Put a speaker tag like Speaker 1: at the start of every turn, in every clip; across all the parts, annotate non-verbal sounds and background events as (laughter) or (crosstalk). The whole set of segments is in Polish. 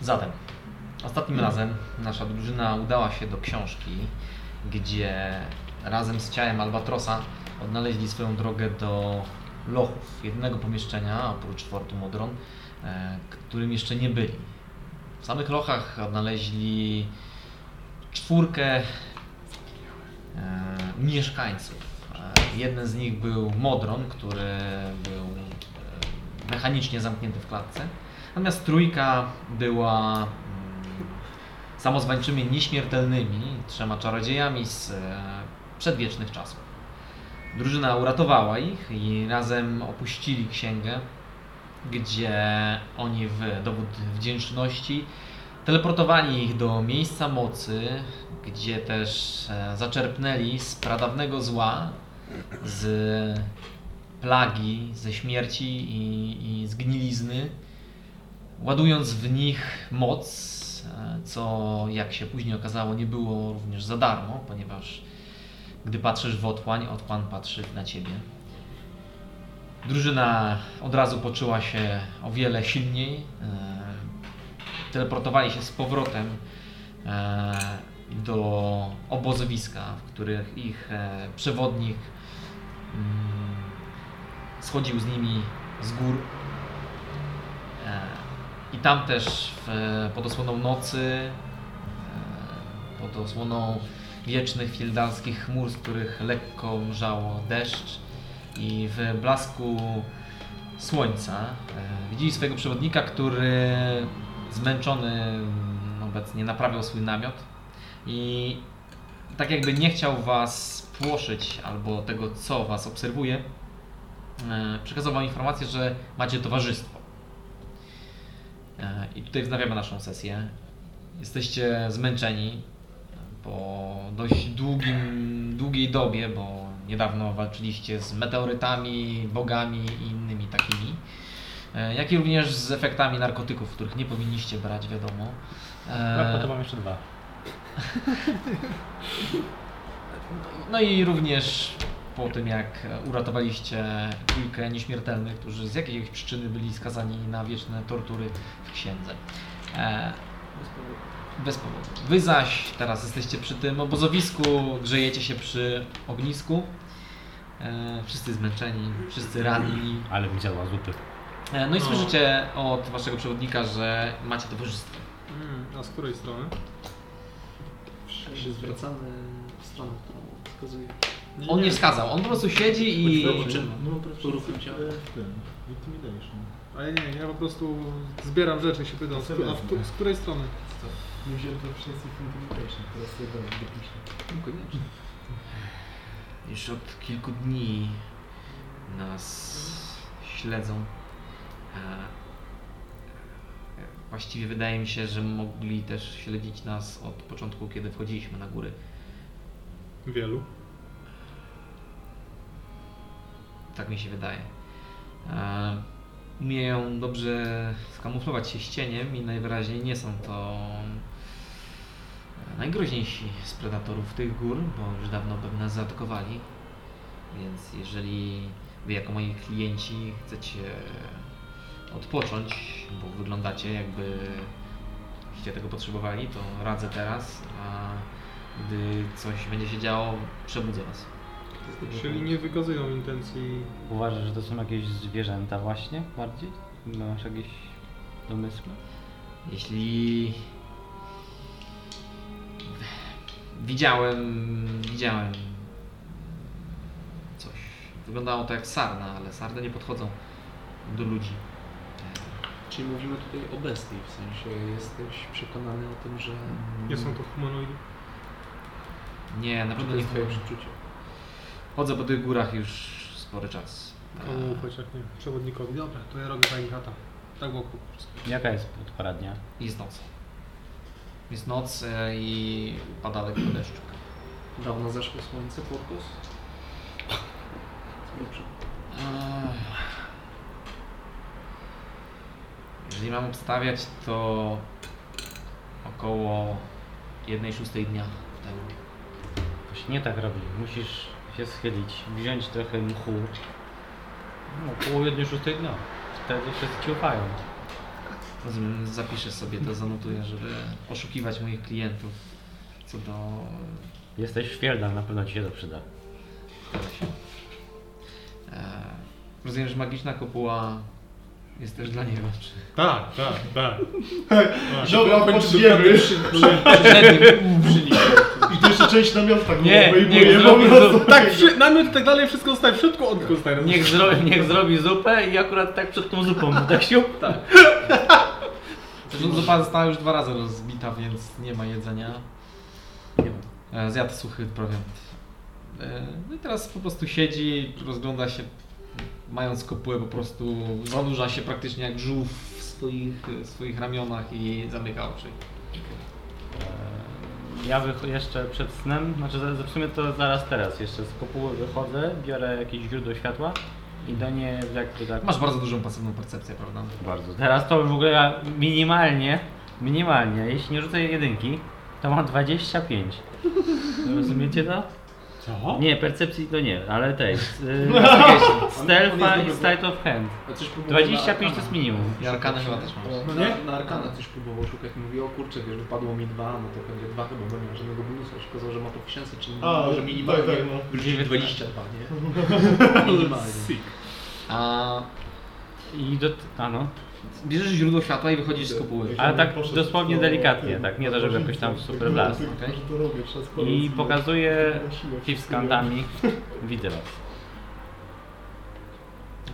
Speaker 1: Zatem, ostatnim razem nasza drużyna udała się do książki, gdzie razem z ciałem Albatrosa odnaleźli swoją drogę do lochów, jednego pomieszczenia oprócz Fortu Modron, e, którym jeszcze nie byli. W samych lochach odnaleźli czwórkę e, mieszkańców. E, Jeden z nich był Modron, który był e, mechanicznie zamknięty w klatce. Natomiast trójka była mm, samozwańczymi nieśmiertelnymi, trzema czarodziejami z e, przedwiecznych czasów. Drużyna uratowała ich i razem opuścili księgę, gdzie oni w dowód wdzięczności teleportowali ich do miejsca mocy, gdzie też e, zaczerpnęli z pradawnego zła, z plagi, ze śmierci i, i z gnilizny, ładując w nich moc, e, co jak się później okazało nie było również za darmo, ponieważ gdy patrzysz w otchłań, otchłań patrzy na ciebie. Drużyna od razu poczuła się o wiele silniej. e, Teleportowali się z powrotem e, do obozowiska, w których ich e, przewodnik mm, schodził z nimi z gór. E, I tam też w, pod osłoną nocy, e, pod osłoną wiecznych fieldarskich chmur, z których lekko mrzało deszcz i w blasku słońca e, widzieli swojego przewodnika, który zmęczony mm, obecnie naprawiał swój namiot i tak jakby nie chciał was płoszyć albo tego, co was obserwuje, e, przekazał wam informację, że macie towarzystwo. E, I tutaj wznawiamy naszą sesję. Jesteście zmęczeni po dość długim, długiej dobie, bo niedawno walczyliście z meteorytami, bogami i innymi takimi. E, Jak i również z efektami narkotyków, których nie powinniście brać, wiadomo. E,
Speaker 2: Brak, Tak, to mam jeszcze dwa.
Speaker 1: No i również po tym, jak uratowaliście trójkę nieśmiertelnych, którzy z jakiejś przyczyny byli skazani na wieczne tortury w księdze. E, bez powodu. Wy zaś teraz jesteście przy tym obozowisku, grzejecie się przy ognisku. E, wszyscy zmęczeni, wszyscy ranni.
Speaker 2: Ale mi zjadła zupy.
Speaker 1: E, no i
Speaker 3: O.
Speaker 1: słyszycie od waszego przewodnika, że macie towarzystwo.
Speaker 3: Mm, a z której strony?
Speaker 4: Czy zwracamy w stronę, którą wskazuje?
Speaker 1: On nie wskazał, on po prostu siedzi i...
Speaker 4: wyłączymy.
Speaker 3: No, proszę,
Speaker 4: Tu ruchem ciała.
Speaker 5: W tym, w Intimidation.
Speaker 3: Ale nie, ja po prostu zbieram rzeczy i się pytam, z, a w, któ- z której strony?
Speaker 5: Nie wziąłem to wszyscy w Intimidation, teraz ja będę dopiszę.
Speaker 4: Koniecznie.
Speaker 1: Już od kilku dni nas śledzą. E, Właściwie wydaje mi się, że mogli też śledzić nas od początku, kiedy wchodziliśmy na góry.
Speaker 3: Wielu.
Speaker 1: Tak mi się wydaje. E, Umieją dobrze skamuflować się ścieniem i najwyraźniej nie są to najgroźniejsi z predatorów tych gór, bo już dawno by nas zaatakowali. Więc jeżeli wy jako moi klienci chcecie odpocząć, bo wyglądacie jakbyście tego potrzebowali, to radzę teraz, a gdy coś będzie się działo, przebudzę was.
Speaker 3: Czyli nie wykazują intencji.
Speaker 2: Uważasz, że to są jakieś zwierzęta właśnie bardziej? Masz jakieś domysły?
Speaker 1: Jeśli widziałem, widziałem coś. Wyglądało to jak sarna, ale sarny nie podchodzą do ludzi. E,
Speaker 4: Czyli mówimy tutaj o bestii, w sensie jesteś przekonany o tym, że
Speaker 3: Nie są to humanoidy.
Speaker 1: Nie, na
Speaker 4: że
Speaker 1: pewno
Speaker 4: to
Speaker 1: nie
Speaker 4: jest twoje
Speaker 1: chodzą.
Speaker 4: przeczucie.
Speaker 1: Chodzę po tych górach już spory czas. E,
Speaker 3: Komu ufać, jak nie? Tak. Przewodnikowi. Dobra, to ja robię Weingarta. Tak wokół. (laughs)
Speaker 2: Jaka jest pora dnia?
Speaker 1: E, Jest noc. Jest noc e, i pada lekko deszczu.
Speaker 4: Dawno zaszło słońce, podgłos.
Speaker 2: Tak.
Speaker 4: Dobrze.
Speaker 1: Ech. Jeżeli mam obstawiać, to około 1,6 dnia w Tajlandii.
Speaker 2: Właśnie nie tak robi. Musisz się schylić, wziąć trochę mchu. No, około 1 6 dnia. Wtedy wszyscy ci ufają.
Speaker 1: Rozumiem, Zapiszę sobie to, zanotuję, żeby oszukiwać moich klientów co do...
Speaker 2: Jesteś szwierdan, na pewno ci się to przyda.
Speaker 1: zgadza się. E, Rozumiem, że magiczna kopuła jest też dla niego. Czy...
Speaker 6: Tak, tak, tak. Tak.
Speaker 2: No,
Speaker 5: Dobra, poczujemy.
Speaker 3: No
Speaker 5: I to jeszcze część tak namiotka, go
Speaker 2: Nie,
Speaker 5: obejmuje
Speaker 2: niech
Speaker 5: po
Speaker 2: zrobi
Speaker 5: prostu.
Speaker 2: zup.
Speaker 3: Tak, przy, namiot i tak dalej, wszystko zostaje w środku, on tylko zostaje.
Speaker 2: Niech, zro, niech zrobi zupę i akurat tak przed tą zupą, tak się (laughs)
Speaker 1: Zresztą zupa została już dwa razy rozbita, więc nie ma jedzenia.
Speaker 2: Nie ma.
Speaker 1: E, Zjadł suchy prowiant. E, No i teraz po prostu siedzi, rozgląda się, mając kopułę po prostu zanurza się praktycznie jak żółw w swoich, w swoich ramionach i zamyka oczy.
Speaker 2: Eee, Ja wycho- jeszcze przed snem, znaczy za- w sumie to zaraz teraz, jeszcze z kopuły wychodzę, biorę jakieś źródło światła i do niej jakby tak...
Speaker 1: Masz bardzo dużą pasywną percepcję, prawda?
Speaker 2: bardzo. Teraz to w ogóle ja minimalnie, minimalnie, jeśli nie rzucę jedynki, to mam 25.
Speaker 1: (laughs)
Speaker 2: Rozumiecie to?
Speaker 6: Co?
Speaker 2: Nie, percepcji to nie, ale
Speaker 1: (laughs)
Speaker 2: tej. z- y,
Speaker 4: On-
Speaker 2: Stealtha
Speaker 4: on
Speaker 2: i
Speaker 4: jest
Speaker 2: sleight of hand.
Speaker 4: A No coś
Speaker 1: No,
Speaker 2: 25 to
Speaker 4: próbował na
Speaker 2: jest
Speaker 4: Arkana.
Speaker 2: minimum.
Speaker 1: I arkana chyba też masz.
Speaker 4: No,
Speaker 3: No
Speaker 4: nie?
Speaker 3: nie?
Speaker 4: Na, na Arkana coś próbował szukać. Mówi, o kurczę, wiesz, wypadło mi dwa, no to będzie dwa chyba, bo nie ma żadnego bonusa. Się okazało, że ma proficiency, czyli
Speaker 5: A,
Speaker 4: może
Speaker 5: tak,
Speaker 4: minimalnie
Speaker 5: tak, no.
Speaker 4: wrócimy 22, nie?
Speaker 3: (laughs)
Speaker 4: Minimalnie.
Speaker 1: A
Speaker 2: I do... A no.
Speaker 1: bierzesz źródło światła i wychodzisz z kopuły.
Speaker 2: Ale tak dosłownie delikatnie, tak, nie to, żeby jakoś tam super blask,
Speaker 1: okej?
Speaker 5: To robię, trzeba sporo
Speaker 2: I
Speaker 5: zrobić.
Speaker 2: pokazuje
Speaker 5: Na siłę,
Speaker 2: hipskandami. Widzę was.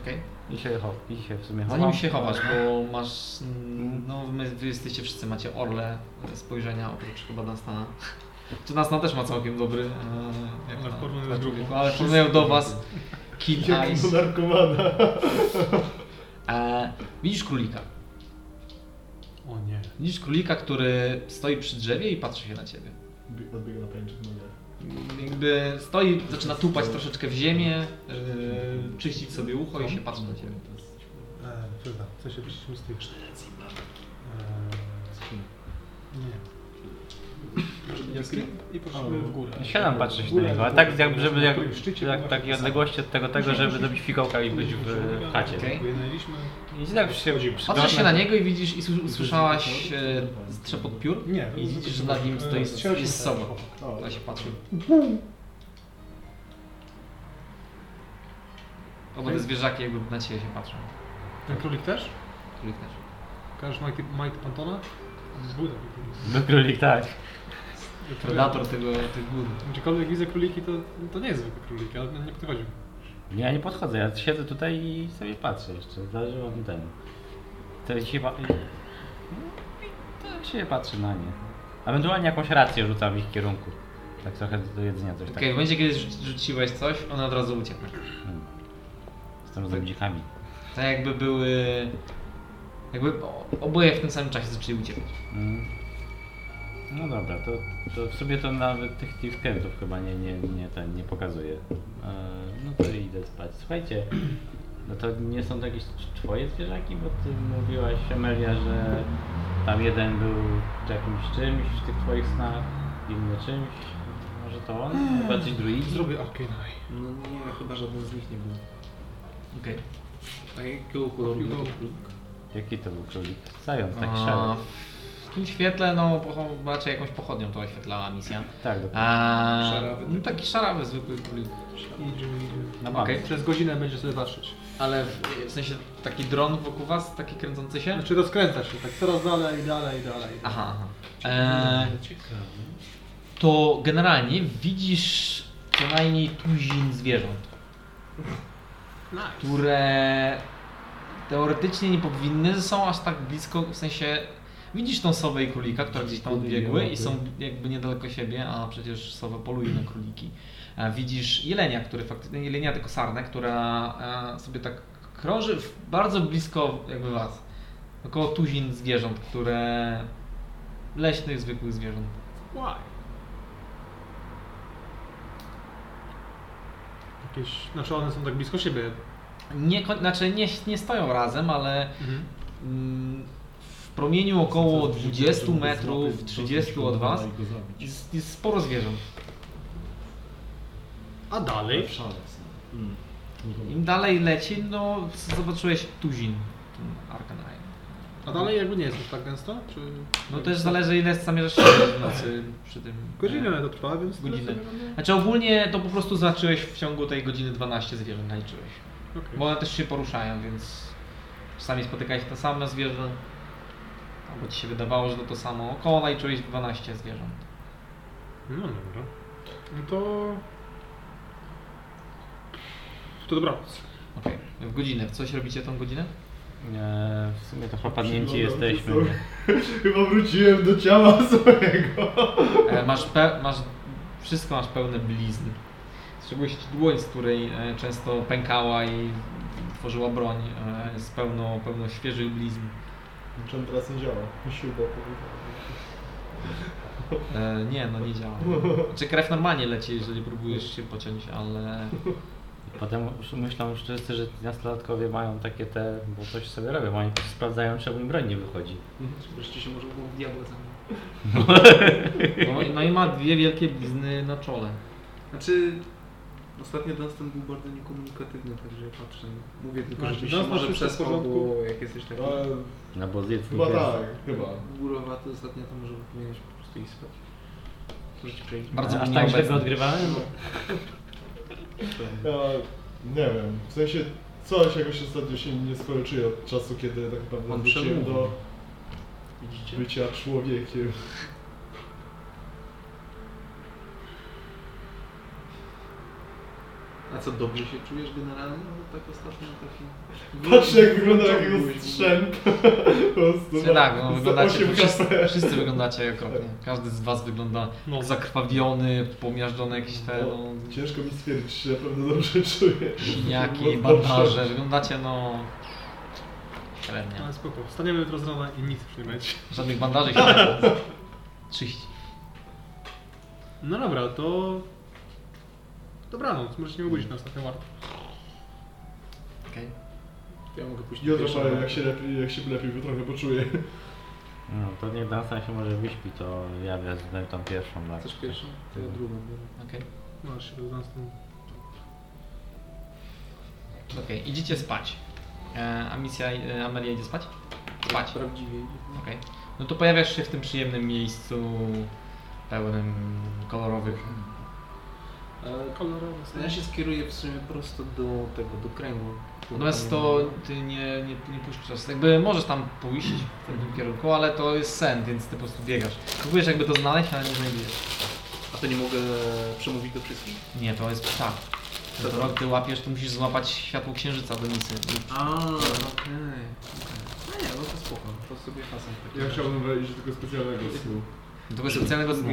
Speaker 1: Okej.
Speaker 2: I się, chow, i się w sumie chowam.
Speaker 1: Zanim się chowasz, bo masz. mm, No, my, wy jesteście wszyscy, macie orle spojrzenia, oprócz chyba Nastana. (laughs) Czy Nastan też ma całkiem dobry. e, jak
Speaker 3: Ale
Speaker 1: na-
Speaker 3: w porównaniu
Speaker 1: na
Speaker 3: z drugim.
Speaker 1: człowieku, Ale w porównaniu do Was,
Speaker 3: (laughs)
Speaker 1: Kid
Speaker 5: Jak do
Speaker 1: Eyes.
Speaker 5: narkomana.
Speaker 1: E, widzisz królika.
Speaker 4: O nie.
Speaker 1: Widzisz królika, który stoi przy drzewie i patrzy się na ciebie.
Speaker 5: Odbiega- Odbiega na pęczek, no nie.
Speaker 1: Jakby stoi, zaczyna tupać troszeczkę w ziemię, e, czyścić sobie ucho i się patrzy na ciebie.
Speaker 3: Eee, Przepraszam, co się przyszło z tych... E, Nie. Jaskini? I poszliśmy w górę.
Speaker 2: Siadam, patrzę No się na niego, a tak jakby, żeby jak, jak takiej odległości od tego, tego, żeby dobić fikołka i być w e, w chacie.
Speaker 1: Okej.
Speaker 3: Wynajęliśmy...
Speaker 2: I tak się
Speaker 1: Patrzysz się
Speaker 2: przyglądam.
Speaker 1: na niego i widzisz i słys- usłyszałaś e, trzepot piór
Speaker 3: Nie.
Speaker 1: i widzisz, że nad nim stoi jest sowa.
Speaker 5: O,
Speaker 1: Ja się patrzył. Oba te zwierzaki jakby na ciebie się patrzą.
Speaker 3: Ten królik też?
Speaker 1: Królik też.
Speaker 3: Każesz Mike, Mike Pantona? Buda.
Speaker 2: No królik, tak.
Speaker 1: Predator tego, tych gór.
Speaker 3: Gdziekolwiek widzę króliki, to, to nie jest zwykły królik, ale nie podchodził.
Speaker 2: Ja nie podchodzę, ja siedzę tutaj i sobie patrzę jeszcze, zależy mi ten. To się, pa- to się patrzy na nie. Ewentualnie jakąś rację rzucam w ich kierunku. Tak trochę do jedzenia coś
Speaker 1: Okej,
Speaker 2: takiego.
Speaker 1: Tak w momencie kiedy rzuci- rzuciłeś coś, one od razu uciekły.
Speaker 2: Hmm. Jestem z dzikami.
Speaker 1: Tak jakby były... Jakby o- oboje w tym samym czasie zaczęli uciekać.
Speaker 2: Mm. No dobra, to, to w sumie to nawet tych tifkentów chyba nie, nie, nie, ten, nie pokazuje. Eee, no to idę spać. Słuchajcie, no to nie są to jakieś tw- twoje zwierzaki, bo ty mówiłaś Amelia, że tam jeden był jakimś czymś w tych twoich snach, inny czymś. Może to on?
Speaker 1: Hmm.
Speaker 2: Bardziej druidzi?
Speaker 3: Zrobię Arcane Eye.
Speaker 4: No nie, chyba żaden z nich nie był.
Speaker 1: Okej.
Speaker 4: A jakiego koloru był ten królik?
Speaker 2: Jaki to był królik? Zając, tak
Speaker 1: A,
Speaker 2: szalony.
Speaker 1: W tym świetle, no pocho- raczej jakąś pochodnią to oświetlała misja.
Speaker 2: Tak, dokładnie.
Speaker 1: A,
Speaker 4: Szarawy.
Speaker 1: no taki szarawy, zwykły królik.
Speaker 3: Idzie, idzie.
Speaker 2: Na bank.
Speaker 1: okej.
Speaker 3: Przez godzinę będzie sobie patrzeć.
Speaker 1: Ale w, w sensie taki dron wokół was, taki kręcący się?
Speaker 3: Znaczy rozkręca się tak coraz dalej, dalej, dalej.
Speaker 1: Aha, aha. E, to generalnie widzisz co najmniej tuzin zwierząt,
Speaker 4: Nice.
Speaker 1: które teoretycznie nie powinny, są aż tak blisko, w sensie widzisz tą sowę i królika, które gdzieś tam odbiegły i są jakby niedaleko siebie, a przecież sowa poluje na króliki. E, Widzisz jelenia, który faktycznie, jelenia tylko sarnę, która e, sobie tak krąży w, bardzo blisko jakby was. Około tuzin zwierząt, które... leśnych, zwykłych zwierząt.
Speaker 3: Why? Jakieś, znaczy one są tak blisko siebie.
Speaker 1: Nie, ko- znaczy nie, nie stoją razem, ale
Speaker 3: Mhm.
Speaker 1: mm, w promieniu około 20 metrów, 30 od was
Speaker 5: I go zabić.
Speaker 1: jest, jest sporo zwierząt.
Speaker 3: A dalej?
Speaker 5: Szale są. Mm. No dobra.
Speaker 1: Im dalej leci, no zobaczyłeś tuzin w tym Arcanine.
Speaker 6: A dalej jakby nie jest już tak gęsto? Czy...
Speaker 1: No też zależy ile zamierzasz siedzieć w nocy przy tym. e,
Speaker 6: Godzinę to trwa, więc... tyle
Speaker 1: Godzinę.
Speaker 6: sobie będę-
Speaker 1: Znaczy ogólnie to po prostu zacząłeś w ciągu tej godziny 12 zwierząt naliczyłeś.
Speaker 6: Okej.
Speaker 1: Bo one też się poruszają, więc czasami spotykałeś to samo zwierzę. Albo ci się wydawało, że to to samo. Około naliczyłeś 12 zwierząt.
Speaker 7: No dobra.
Speaker 6: No to... To dobranoc.
Speaker 1: Okej. W godzinę. Coś robicie tą godzinę?
Speaker 2: Eee, w sumie to chłopadnięci
Speaker 5: Przyglądam się
Speaker 2: jesteśmy.
Speaker 5: sobie.
Speaker 2: nie?
Speaker 5: Chyba wróciłem do ciała (laughs) swojego.
Speaker 1: E, masz, pe- masz wszystko masz pełne blizn. Szczególnie ci dłoń, z której e, często pękała i tworzyła broń, e, jest pełno, pełno świeżych blizn.
Speaker 5: Czemu teraz nie działa? Śruba powiedziała.
Speaker 1: E, nie, no nie działa. Czy krew normalnie leci, jeżeli próbujesz się pociąć, ale
Speaker 2: Potem już myślą wszyscy, że nastolatkowie mają takie te, bo coś sobie robią, oni sprawdzają czemu im broń nie wychodzi.
Speaker 4: Mhm. Wreszcie się może było w diabła za mną.
Speaker 1: No, i- no i ma dwie wielkie blizny na czole.
Speaker 4: Znaczy, ostatnio Dunstan był bardzo niekomunikatywny, także patrzę. Mówię tylko,
Speaker 6: Znaczy,
Speaker 4: żebyś się
Speaker 6: Dunstan
Speaker 4: może
Speaker 6: wszystko w
Speaker 4: przespał,
Speaker 6: porządku?
Speaker 4: bo jak jesteś taki
Speaker 5: E,
Speaker 2: Na bo zjedz
Speaker 5: Chyba
Speaker 2: nie
Speaker 5: tak, chyba.
Speaker 4: górowaty ostatnio, to może powinieneś po prostu iść spać. Może ci przejść.
Speaker 1: Bardzo
Speaker 2: Aż
Speaker 1: mnie
Speaker 2: tak źle
Speaker 1: nieobecny.
Speaker 2: go odgrywałem?
Speaker 5: Ja nie wiem, w sensie coś jakoś ostatnio się nie skończyło od czasu, kiedy tak naprawdę
Speaker 4: On
Speaker 5: wróciłem
Speaker 4: przemówił.
Speaker 5: do
Speaker 4: Widzicie?
Speaker 5: bycia człowiekiem.
Speaker 4: A co, dobrze się czujesz generalnie? No tak ostatnio taki...
Speaker 5: Patrz jak wygląda jakiego
Speaker 4: Byłeś-
Speaker 5: strzęp. (laughs) po prostu.
Speaker 1: Czy tak, no,
Speaker 5: Z
Speaker 1: wyglądacie,
Speaker 5: 8
Speaker 1: wszyscy,
Speaker 5: HP.
Speaker 1: wszyscy wyglądacie okropnie. Każdy z was wygląda
Speaker 6: No.
Speaker 1: zakrwawiony, pomiażdżony jakieś te no,
Speaker 5: Ciężko mi stwierdzić, czy naprawdę dobrze czuję.
Speaker 1: siniaki,
Speaker 5: Bo dobrze.
Speaker 1: bandaże. Wyglądacie no... średnio.
Speaker 6: Ale spoko, wstaniemy jutro z rana i nic już nie będzie.
Speaker 1: Żadnych bandaży się nie da czyścić.
Speaker 6: No dobra, to... Dobranoc, możecie nie obudzić nas na ten warto.
Speaker 1: Okej.
Speaker 4: Ja mogę pójść
Speaker 5: Jutro
Speaker 4: pierwszy,
Speaker 5: powiem,
Speaker 4: bo-
Speaker 5: jak się lepiej, jak się lepiej trochę poczuję.
Speaker 2: No to niech Dunstan się może wyśpi, to ja wezmę tą pierwszą tak. lak.
Speaker 4: Chcesz pierwszą? To ja drugą biorę.
Speaker 1: Okej.
Speaker 6: Masz No, się do nas tam.
Speaker 1: Okej, idziecie spać. E, a misja, e, Amelia idzie spać? Spać.
Speaker 4: Prawdziwie. idzie.
Speaker 1: Okej. No to pojawiasz się w tym przyjemnym miejscu pełnym kolorowych.
Speaker 4: E,
Speaker 6: Kolorowe są.
Speaker 4: Ja się skieruję w sumie prosto do tego, do kręgu.
Speaker 1: Natomiast to ty nie, nie, nie puszczasz. Jakby możesz tam pójść w tym kierunku, ale to jest sen, więc ty po prostu biegasz. Próbujesz jakby to znaleźć, ale nie znajdziesz.
Speaker 4: A to nie mogę przemówić do wszystkich?
Speaker 1: Nie, to jest ptak. To, to ty łapiesz, to musisz złapać światło księżyca do misy.
Speaker 4: A, okej. okej. No nie, no to spoko. To sobie tak hasam. w takim
Speaker 5: Ja
Speaker 4: razie.
Speaker 5: chciałbym wejść do tego specjalnego snu.
Speaker 1: Tego specjalnego snu.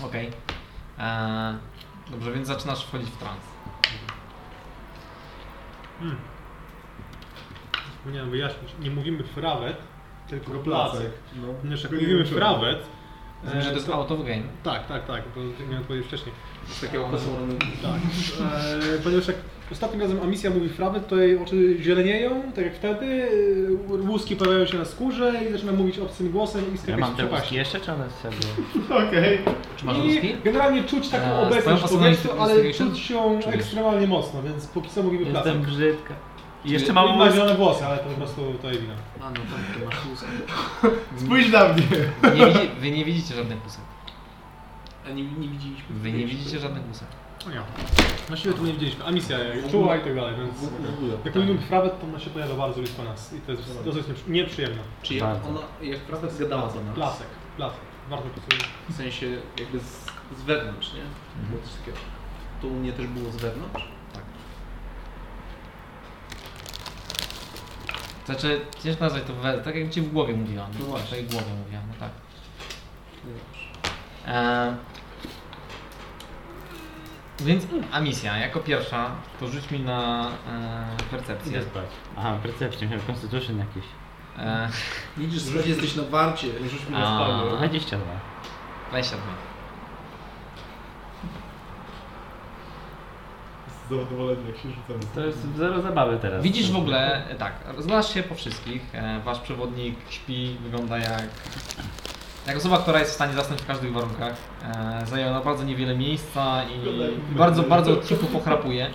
Speaker 4: No.
Speaker 1: Okej. Eee, Dobrze, więc zaczynasz wchodzić w trans.
Speaker 4: E,
Speaker 6: Hmm. Zapomniałem wyjaśnić, nie mówimy frawet, tylko placek.
Speaker 5: No.
Speaker 6: Ponieważ jak
Speaker 5: Tylko
Speaker 6: mówimy
Speaker 5: nie wiem, znaczy, czy-
Speaker 6: frawet... e,
Speaker 1: Rozumiem, że to jest out of game.
Speaker 6: Tak, tak, tak, bo nie miałem powiedzieć wcześniej.
Speaker 4: Z takiego kosoru.
Speaker 5: (laughs)
Speaker 6: Tak. E, ponieważ jak ostatnim razem Amicia mówi frawet, to jej oczy zielenieją, tak jak wtedy, e, łuski pojawiają się na skórze i zaczyna mówić obcym głosem i
Speaker 2: Ja
Speaker 6: skakać
Speaker 2: mam te
Speaker 6: w przepaści.
Speaker 2: łuski jeszcze, czy one z (laughs) siebie?
Speaker 5: Okej.
Speaker 1: Czy masz
Speaker 6: I
Speaker 1: łuski?
Speaker 6: generalnie czuć taką
Speaker 2: E,
Speaker 1: A, swoją
Speaker 6: obecność w powietrzu,
Speaker 1: personalistyczną
Speaker 6: ale
Speaker 1: inspiration?
Speaker 6: czuć ją
Speaker 1: Czujesz.
Speaker 6: ekstremalnie mocno, więc póki co mówimy placek.
Speaker 2: Jestem brzydka. I jeszcze
Speaker 6: I
Speaker 2: mam
Speaker 6: ma
Speaker 2: łuski.
Speaker 6: zielone włosy, ale to po prostu to jej wina.
Speaker 4: A no tak, ty masz łuski.
Speaker 5: Spójrz na mnie.
Speaker 1: Nie widzi, wy nie widzicie żadnych pusek.
Speaker 4: A nie, nie widzieliśmy.
Speaker 1: Wy nie widzicie żadnych pusek.
Speaker 6: No ja. Na siebie tu nie widzieliśmy, Amicia jak czuła i tak dalej, więc...
Speaker 4: W
Speaker 6: Jak
Speaker 4: ogóle.
Speaker 6: mówimy frawet, to ona się pojawia bardzo blisko nas i to jest dosyć nieprzy- nieprzyjemne.
Speaker 4: Czy jak
Speaker 2: Bardzo.
Speaker 4: ona, jak prawda zgadała do nas?
Speaker 6: Placek, placek, bardzo pasuje.
Speaker 4: W sensie jakby z, z wewnątrz, nie? Było coś takiego. To u mnie też było z wewnątrz?
Speaker 1: Znaczy, ciężko nazwać to, we, tak jak ci w głowie mówiłam.
Speaker 4: No
Speaker 1: w
Speaker 4: właśnie.
Speaker 1: twojej głowie mówiłam, no tak.
Speaker 4: Nie dobrze.
Speaker 1: E, więc mm, a misja, jako pierwsza, to rzuć mi na e, percepcję.
Speaker 2: Idę spać. Aha, percepcję, miałem constitution jakiś.
Speaker 1: E,
Speaker 4: Widzisz, że jesteś na warcie.
Speaker 5: Rzuć mi
Speaker 1: A.
Speaker 5: na
Speaker 2: Tak.
Speaker 5: spanie.
Speaker 2: 22.
Speaker 1: 22.
Speaker 5: Z zadowoleniem, jak się rzucam.
Speaker 2: To jest zero zabawy teraz.
Speaker 1: Widzisz w ogóle, e, tak, znasz się po wszystkich. E, wasz przewodnik śpi, wygląda jak, jak osoba, która jest w stanie zasnąć w każdych warunkach. E, zajęła ona bardzo niewiele miejsca i bardzo, bardzo cicho pochrapuje.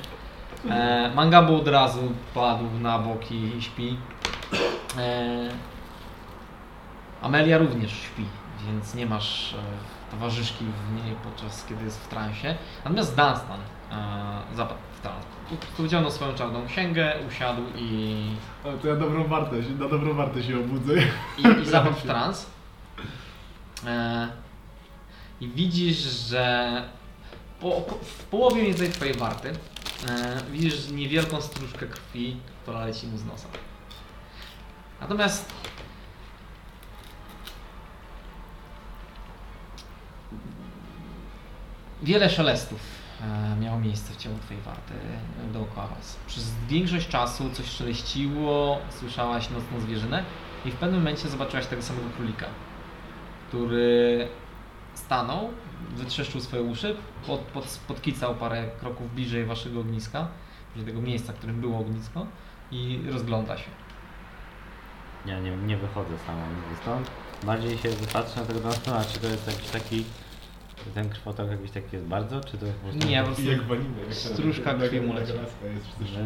Speaker 1: E, Mangabu od razu padł na bok i śpi. E, Amelia również śpi, więc nie masz e, towarzyszki w niej podczas kiedy jest w transie. Natomiast Dunstan e, zapadł w trans. U- Wyciągnął swoją czarną księgę, usiadł i,
Speaker 5: Ale to ja dobrą wartość, na dobrą wartość się obudzę.
Speaker 1: i, i zapadł w trans. E, I widzisz, że po, oko- w połowie mniej więcej twojej warty e, widzisz niewielką stróżkę krwi, która leci mu z nosa. Natomiast Wiele szelestów e, miało miejsce w ciągu Twojej warty e, dookoła Was. Przez większość czasu coś szeleściło, słyszałaś nocną zwierzynę i w pewnym momencie zobaczyłaś tego samego królika, który stanął, wytrzeszczył swoje uszy, pod, pod, podkicał parę kroków bliżej Waszego ogniska, bliżej tego miejsca, w którym było ognisko i rozgląda się.
Speaker 2: Ja nie, nie wychodzę stamtąd. stąd. Bardziej się wypatrzę tak na tego Dunstona, czy to jest jakiś taki... Ten krwotok jakiś taki jest bardzo, czy to jest po prostu...
Speaker 1: Nie, po prostu
Speaker 5: I jak w anime. jak
Speaker 1: Stróżka
Speaker 5: ten-
Speaker 1: krwi
Speaker 5: jak-
Speaker 1: mu
Speaker 5: jak
Speaker 1: leci.
Speaker 5: laska jest przecież-
Speaker 2: Że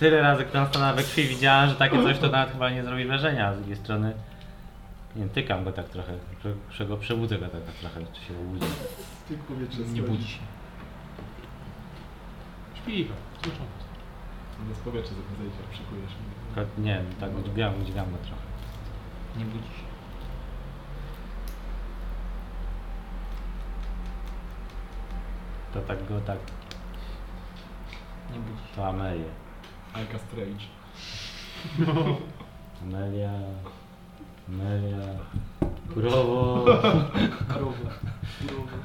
Speaker 2: Tyle razy Dunstona we krwi widziałem, że takie coś to nawet chyba nie zrobi wrażenia, a z drugiej strony... Nie wiem, tykam go tak trochę, że- że go przebudzę go tak trochę, czy się obudzi.
Speaker 5: Ty powietrze
Speaker 1: nie
Speaker 5: schodzi.
Speaker 1: budzi się.
Speaker 6: Śpiwa. Słyszałem.
Speaker 5: Mnie z powietrza zatem zejdzie, szykujesz mnie.
Speaker 2: Tylko Nie wiem, tak udźwiam, udźwiam go trochę.
Speaker 1: Nie budzi się.
Speaker 2: To tak go tak...
Speaker 1: Nie budzi się.
Speaker 2: To Amelie.
Speaker 5: Alka Strange.
Speaker 2: Amelia... Amelia...
Speaker 4: (laughs)
Speaker 2: Kurowo...
Speaker 4: Karowa. Kurowa.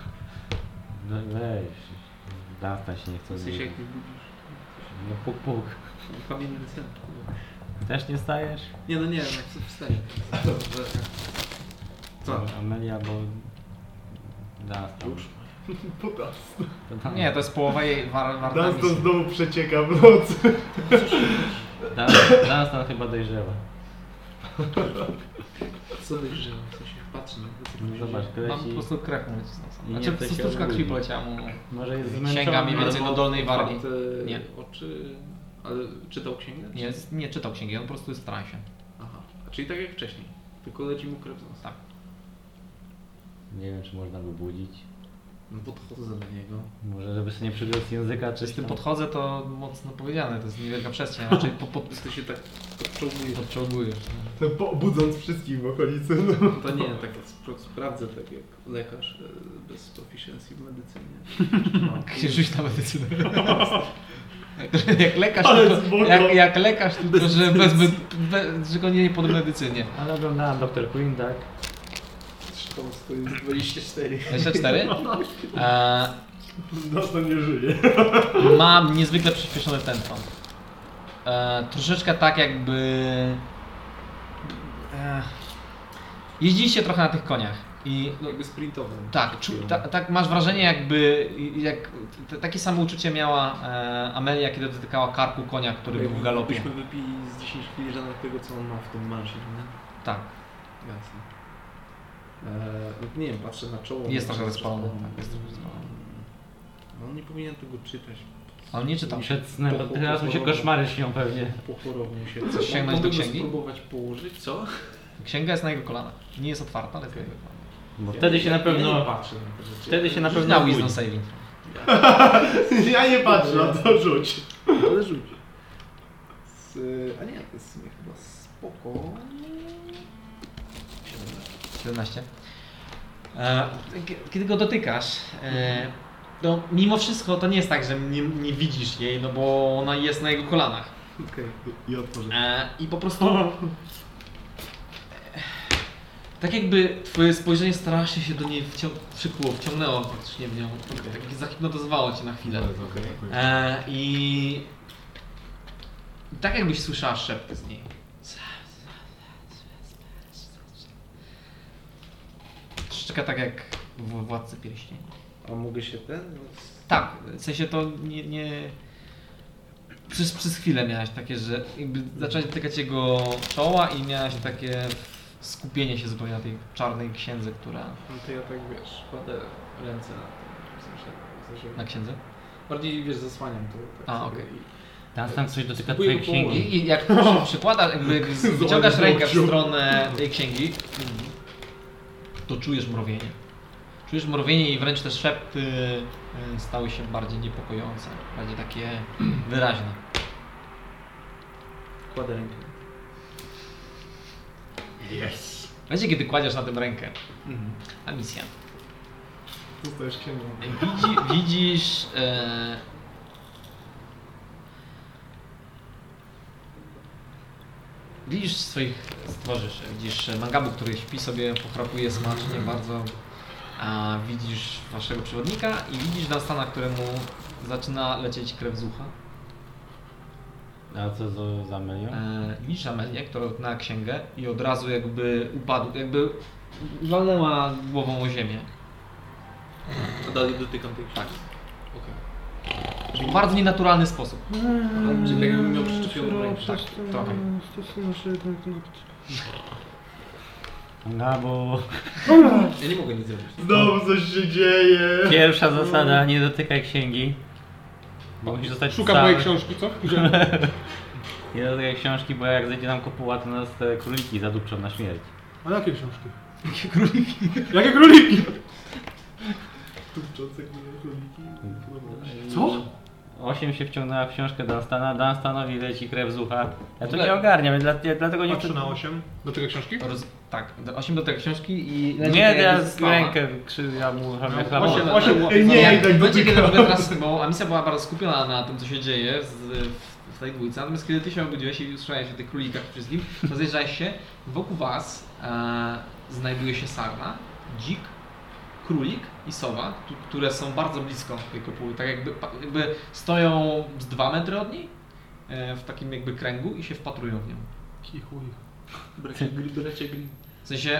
Speaker 2: No weź. Dunstan się nie chce
Speaker 4: W sensie
Speaker 2: zjeść.
Speaker 4: jak nie budzisz.
Speaker 2: No puk puk.
Speaker 4: Kamienny sen. kurwa.
Speaker 2: Też nie stajesz?
Speaker 4: Nie no nie, jak się wstaje. Co?
Speaker 2: Amelia, bo... Dunstan.
Speaker 4: Już?
Speaker 5: Podas.
Speaker 2: To tam-
Speaker 1: Nie, to jest połowa jej war, warta
Speaker 5: Nas to
Speaker 1: misji.
Speaker 5: znowu przecieka w nocy.
Speaker 2: Dun- Dunstan chyba dojrzewa.
Speaker 4: Co dojrzewa? W sensie patrzę na
Speaker 2: No
Speaker 4: to.
Speaker 2: zobacz,
Speaker 1: Mam po
Speaker 2: kreci.
Speaker 1: prostu krew mu leci z nosa.
Speaker 2: I nie
Speaker 1: Znaczy, po
Speaker 2: chce
Speaker 1: prostu
Speaker 2: się
Speaker 1: sztuczka krwi
Speaker 2: obudzić.
Speaker 1: poleciała mu.
Speaker 2: Może jest
Speaker 1: Sięga
Speaker 2: zmęczony.
Speaker 1: mniej więcej do dolnej wargi.
Speaker 4: Otwarte
Speaker 1: Nie.
Speaker 4: oczy. e, Ale czytał księgę? czy-
Speaker 1: Nie, nie czytał księgi, on po prostu jest w transie.
Speaker 4: Aha. Czyli tak jak wcześniej. Tylko leci mu krew z nosa.
Speaker 1: Tak.
Speaker 2: Nie wiem, czy można go budzić.
Speaker 4: No podchodzę do niego.
Speaker 2: Może, żeby sobie nie przygryzł języka, czy
Speaker 1: Z tym
Speaker 2: tam-
Speaker 1: podchodzę, to mocno powiedziane, to jest niewielka przestrzeń, raczej po, po,
Speaker 4: Ty się tak (laughs) odczołgujesz.
Speaker 1: podciągujesz.
Speaker 5: Po, budząc wszystkich w okolicy. No.
Speaker 4: No To nie, tak spro- sprawdzę tak jak lekarz e, bez proficiency w
Speaker 1: (laughs)
Speaker 4: medycynie. No,
Speaker 1: Jak się rzuć na medycynę. (laughs) jak lekarz,
Speaker 5: Ale
Speaker 1: tylko,
Speaker 5: zboko.
Speaker 1: jak, jak lekarz, tylko że, bez, bez, że go nie pod medycynie.
Speaker 2: Ale oglądałem Dr. Queen, tak?
Speaker 4: to to jest 24.
Speaker 1: 24? E,
Speaker 5: Nas to nie żyje.
Speaker 1: Mam niezwykle przyspieszone tempo. E, troszeczkę tak jakby... E, jeździliście trochę na tych koniach i no,
Speaker 4: Jakby sprintowym.
Speaker 1: tak, czu, ta, tak masz wrażenie jakby, jak, t, takie samo uczucie miała e, Amelia, kiedy dotykała karku konia, który był w galopie.
Speaker 4: Byśmy wypili z 10 filiżanek tego, co on ma w tym mansie, nie?
Speaker 1: Tak,
Speaker 4: Jasne. E, no nie wiem, patrzę na czoło.
Speaker 1: Jest
Speaker 4: może
Speaker 1: trochę
Speaker 4: jest
Speaker 1: rozpalone,
Speaker 4: rozpalone.
Speaker 1: tak, jest trochę rozpalone.
Speaker 4: No, On nie powinien tego czytać.
Speaker 1: on nie czytał.
Speaker 2: Przed snem, bo teraz mu się koszmary śnią pewnie.
Speaker 4: Pochorownie się.
Speaker 1: Chcesz sięgnąć do
Speaker 4: Mogę go
Speaker 1: księgi?
Speaker 4: spróbować położyć, co? (laughs)
Speaker 1: Księga jest na jego kolanach. Nie jest otwarta, ale jest na jego kolanach.
Speaker 2: Bo wtedy się na
Speaker 4: Ja nie
Speaker 2: pewno...
Speaker 4: patrzę na te rzeczy.
Speaker 2: Wtedy się na
Speaker 1: Rzuć
Speaker 2: pewno
Speaker 1: na wisdom
Speaker 2: budzi.
Speaker 1: saving.
Speaker 5: Ja nie patrzę na to, rzuć.
Speaker 4: Ale rzuć. Z, a nie, to jest w sumie chyba spoko.
Speaker 1: 17. E, k- Kiedy go dotykasz, e,
Speaker 2: Mhm.
Speaker 1: no mimo wszystko to nie jest tak, że nie, nie widzisz jej, no bo ona jest na jego kolanach.
Speaker 4: Okej.
Speaker 5: I otworzę.
Speaker 1: E, I po prostu... Tak jakby twoje spojrzenie strasznie się do niej wcią- przykuło, wciągnęło faktycznie w nią. Tak jak zahipnotyzowało cię na chwilę.
Speaker 5: Bardzo okej.
Speaker 1: E, I i tak jakbyś słyszała szepty z niej. Szczeka tak jak w Władcy Pierścieni.
Speaker 4: A mogę się ten? No, z-
Speaker 1: Tak, w sensie to nie... nie... Przez, przez chwilę miałaś takie, że jakby zaczęłaś dotykać jego czoła i miałaś takie skupienie się zupełnie na tej czarnej księdze, która...
Speaker 4: No to ja tak wiesz, kładę ręce na tym. W sensie, w sensie
Speaker 1: Na księdze?
Speaker 4: bardziej wiesz, zasłaniam to. Tak
Speaker 1: A,
Speaker 4: sobie
Speaker 1: okej.
Speaker 4: i-
Speaker 2: Tam, tam coś dotyka
Speaker 4: Spróbuję
Speaker 2: twojej
Speaker 4: go położyć.
Speaker 1: I,
Speaker 2: księgi.
Speaker 1: i jak przy, przykładasz, jakby wyciągasz rękę w
Speaker 5: gościu.
Speaker 1: stronę tej księgi, to czujesz mrowienie. Czujesz mrowienie i wręcz te szepty y, stały się bardziej niepokojące, bardziej takie (clears throat) wyraźne.
Speaker 4: Kładę rękę.
Speaker 1: W momencie, kiedy kładziesz na tym rękę,
Speaker 4: Mhm.
Speaker 1: a misja.
Speaker 5: Zostajesz księgą.
Speaker 1: Widzi, widzisz. E... Widzisz swoich towarzyszy. Widzisz e, Mangabu, który śpi sobie, pochrapuje smacznie bardzo. A widzisz waszego przewodnika i widzisz Dunstana, któremu zaczyna lecieć krew z ucha.
Speaker 2: A co za, za mylią?
Speaker 1: E, widzisz Amelię, która na księgę i od razu jakby upadł, jakby walnęła głową o ziemię. Tak.
Speaker 4: A dalej dotykam tej książki. Okej.
Speaker 1: W bardzo nienaturalny sposób.
Speaker 4: Czyli tak jakbym miał przyczepioną rękę.
Speaker 1: Tak, trochę.
Speaker 2: No bo
Speaker 4: Ja nie mogę nic zrobić.
Speaker 5: Znowu coś się dzieje.
Speaker 2: pierwsza zasada, nie dotykaj księgi. Bo musisz zostać
Speaker 6: Szukam
Speaker 2: cały.
Speaker 6: mojej książki, co?
Speaker 2: (laughs)
Speaker 6: Gdzie?
Speaker 2: Nie dotykaj książki, bo jak zejdzie nam kopuła, to nas te króliki zadupczą na śmierć.
Speaker 6: A jakie książki? Jakie króliki? Jakie króliki?
Speaker 5: Tupczące króliki.
Speaker 6: Co?
Speaker 2: Osiem się wciągnęła w książkę Dunstana, Dunstanowi leci krew z ucha. Ja
Speaker 1: W
Speaker 2: to
Speaker 1: ogóle-
Speaker 2: nie ogarniam, ja dla, ja dlatego nie...
Speaker 8: Patrzy na 8.
Speaker 6: Do tego książki?
Speaker 1: Roz... Tak, 8 do tej książki i...
Speaker 2: Nie, teraz rękę krzywia mu,
Speaker 8: No,
Speaker 2: no,
Speaker 8: osiem-
Speaker 2: mu
Speaker 6: Osiem
Speaker 5: Ej, nie,
Speaker 1: Nie,
Speaker 5: i tak
Speaker 1: w momencie, kiedy w
Speaker 5: dotykam.
Speaker 1: ogóle teraz, bo Amicia była bardzo skupiona na tym, co się dzieje z, w- w tej dwójce, natomiast kiedy ty się obudziłeś i usłyszałeś o tych królikach i wszystkim, rozejrzałeś się, wokół was e, znajduje się sarna, dzik, królik i sowa, tu, które są bardzo blisko tej kopuły, tak jakby, pa- jakby stoją z 2 metry od niej, e, w takim jakby kręgu i się wpatrują w nią.
Speaker 6: Kichuj.
Speaker 4: Bracie gry, bracie gry.
Speaker 1: W sensie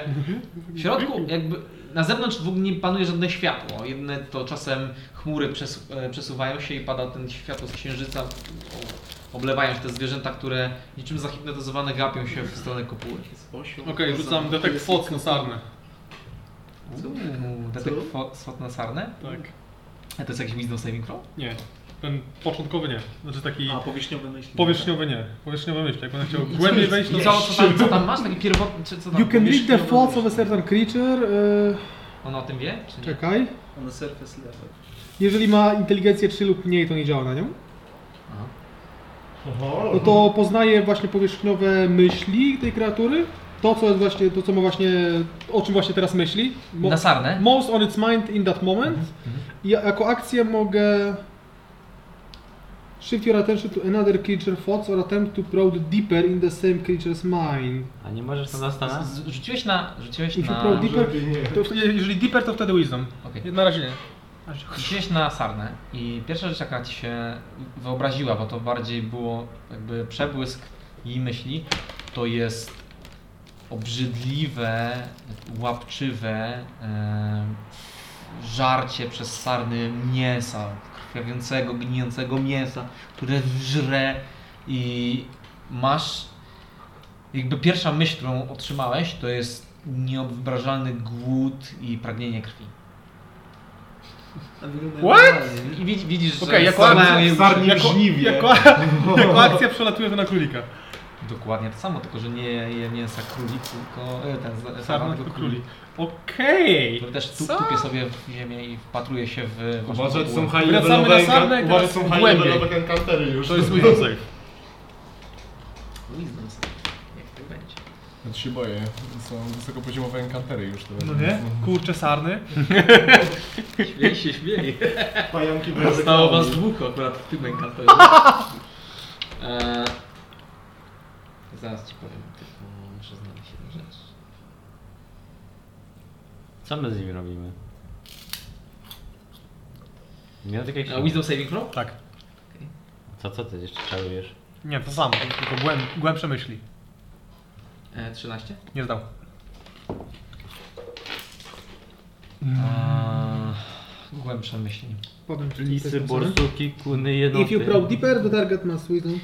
Speaker 1: w środku jakby na zewnątrz w ogóle nie panuje żadne światło. Jedne to czasem chmury przesu e, przesuwają się i pada ten światło z księżyca, o- oblewają się te zwierzęta, które niczym zahipnotyzowane gapią się w stronę kopuły.
Speaker 4: Jest osioł.
Speaker 6: Okej, rzucam detek foc na sarnę.
Speaker 1: Uuu, Detek fo- swat na sarnę?
Speaker 6: Tak.
Speaker 1: A to jest jakiś wisdom saving throw?
Speaker 6: Nie. Ten początkowy nie. Znaczy taki
Speaker 4: A, powierzchniowe myśli.
Speaker 6: powierzchniowy nie. Powierzchniowy myśl. Jak będę chciał głębiej wejść,
Speaker 1: I
Speaker 6: to...
Speaker 1: No co, co, tam, co tam masz? Taki pierwotny, czy co tam?
Speaker 6: You can read the
Speaker 1: powierzchniowy
Speaker 6: thoughts
Speaker 1: myśl?
Speaker 6: of a certain creature. e,
Speaker 1: On o tym wie? Czy nie?
Speaker 6: czekaj.
Speaker 4: On the surface level.
Speaker 6: Jeżeli ma inteligencję 3 lub mniej, to nie działa na nią.
Speaker 1: Aha.
Speaker 5: Oho.
Speaker 6: No to poznaje właśnie powierzchniowe myśli tej kreatury. To, co jest właśnie, to co ma właśnie, o czym właśnie teraz myśli. Mo-
Speaker 1: Na sarnę?
Speaker 6: most on its mind in that moment.
Speaker 5: Mhm,
Speaker 6: Ja jako akcję mogę shift your attention to another creature thoughts or attempt to probe deeper in the same creature's mind.
Speaker 2: A nie możesz na Dunstana?
Speaker 1: Z- Rzuciłeś na... Rzuciłeś
Speaker 6: If you
Speaker 1: na...
Speaker 6: probe deeper,
Speaker 5: Żeby nie.
Speaker 6: to wtedy, jeżeli deeper, to wtedy wisdom.
Speaker 1: Okej.
Speaker 6: Na razie nie.
Speaker 1: Wróciłeś na sarnę i pierwsza rzecz, jaka ci się wyobraziła, bo to bardziej było jakby przebłysk jej myśli, to jest obrzydliwe, łapczywe em, żarcie przez sarny mięsa, krwawiącego, gnijącego mięsa, które żre i masz jakby pierwsza myśl, którą otrzymałeś, to jest nieobrażalny głód i pragnienie krwi.
Speaker 4: A wygląda
Speaker 6: What?
Speaker 4: normalnie.
Speaker 1: I widz- widzisz,
Speaker 6: Okej,
Speaker 1: że
Speaker 6: jako
Speaker 1: sama
Speaker 6: akcja-
Speaker 1: jej
Speaker 5: Sarni
Speaker 6: Jako-
Speaker 5: żniwie. (laughs)
Speaker 6: Jako, jako akcja przelatuje to na królika.
Speaker 1: Dokładnie to samo, tylko że nie je mięsa królik, tylko e, ten z-
Speaker 6: Sarna
Speaker 1: sarna,
Speaker 6: to królik. Okej.
Speaker 1: Który też tu,
Speaker 6: Co?
Speaker 1: tupie sobie w ziemię i wpatruje się w waszą
Speaker 5: Uważać
Speaker 1: kopułę.
Speaker 5: są high
Speaker 6: Wracamy na
Speaker 5: levelowe
Speaker 6: sarnę i
Speaker 5: enka- uważać
Speaker 6: teraz
Speaker 5: są high
Speaker 6: głębiej.
Speaker 5: levelowe encountery już.
Speaker 6: To jest wisdom save.
Speaker 1: Wisdom save. Niech tak będzie.
Speaker 5: Ja się boję. Są wysokopoziomowe encountery już. To
Speaker 6: No nie? Kurcze sarny.
Speaker 1: Śmiej się, śmiej.
Speaker 5: Pająki
Speaker 1: Zostało was
Speaker 5: wyrzucone.
Speaker 1: dwóch akurat w tym enkantorze. (laughs) Eee, zaraz ci powiem, tylko muszę znaleźć jedną rzecz.
Speaker 2: Co my z nim robimy? Nie dotykaj
Speaker 1: A,
Speaker 2: księgi.
Speaker 1: wisdom saving throw?
Speaker 6: Tak.
Speaker 2: Co, co ty jeszcze czarujesz?
Speaker 6: Nie, to samo, tylko głęb, głębsze myśli.
Speaker 1: E, 13.
Speaker 6: Nie zdał.
Speaker 1: Eee, głębsze myśli.
Speaker 6: Powiem ci,
Speaker 2: Lisy, borsuki, kuny,
Speaker 6: If
Speaker 2: jednoty.
Speaker 6: you probe deeper, the target must wisdom.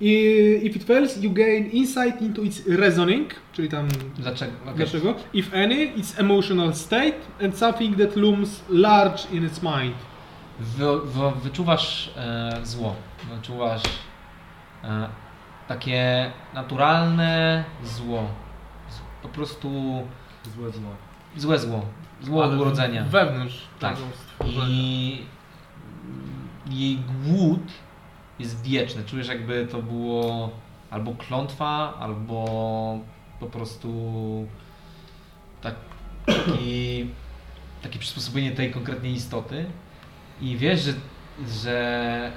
Speaker 6: I- If it fails, you gain insight into its reasoning, czyli tam
Speaker 1: Dlaczego? Okej.
Speaker 6: dlaczego. If any, its emotional state and something that looms large in its mind.
Speaker 1: Wy, wy, wyczuwasz e, zło, wyczuwasz e, takie naturalne zło, Z, po prostu
Speaker 6: Złe zło.
Speaker 1: złe zło, zło od urodzenia.
Speaker 6: Wewnątrz
Speaker 1: Tak.
Speaker 6: tego stworzenia.
Speaker 1: I jej głód jest wieczny. Czujesz jakby to było albo klątwa, albo po prostu tak, taki, takie przysposobienie tej konkretnej istoty. I wiesz, że, że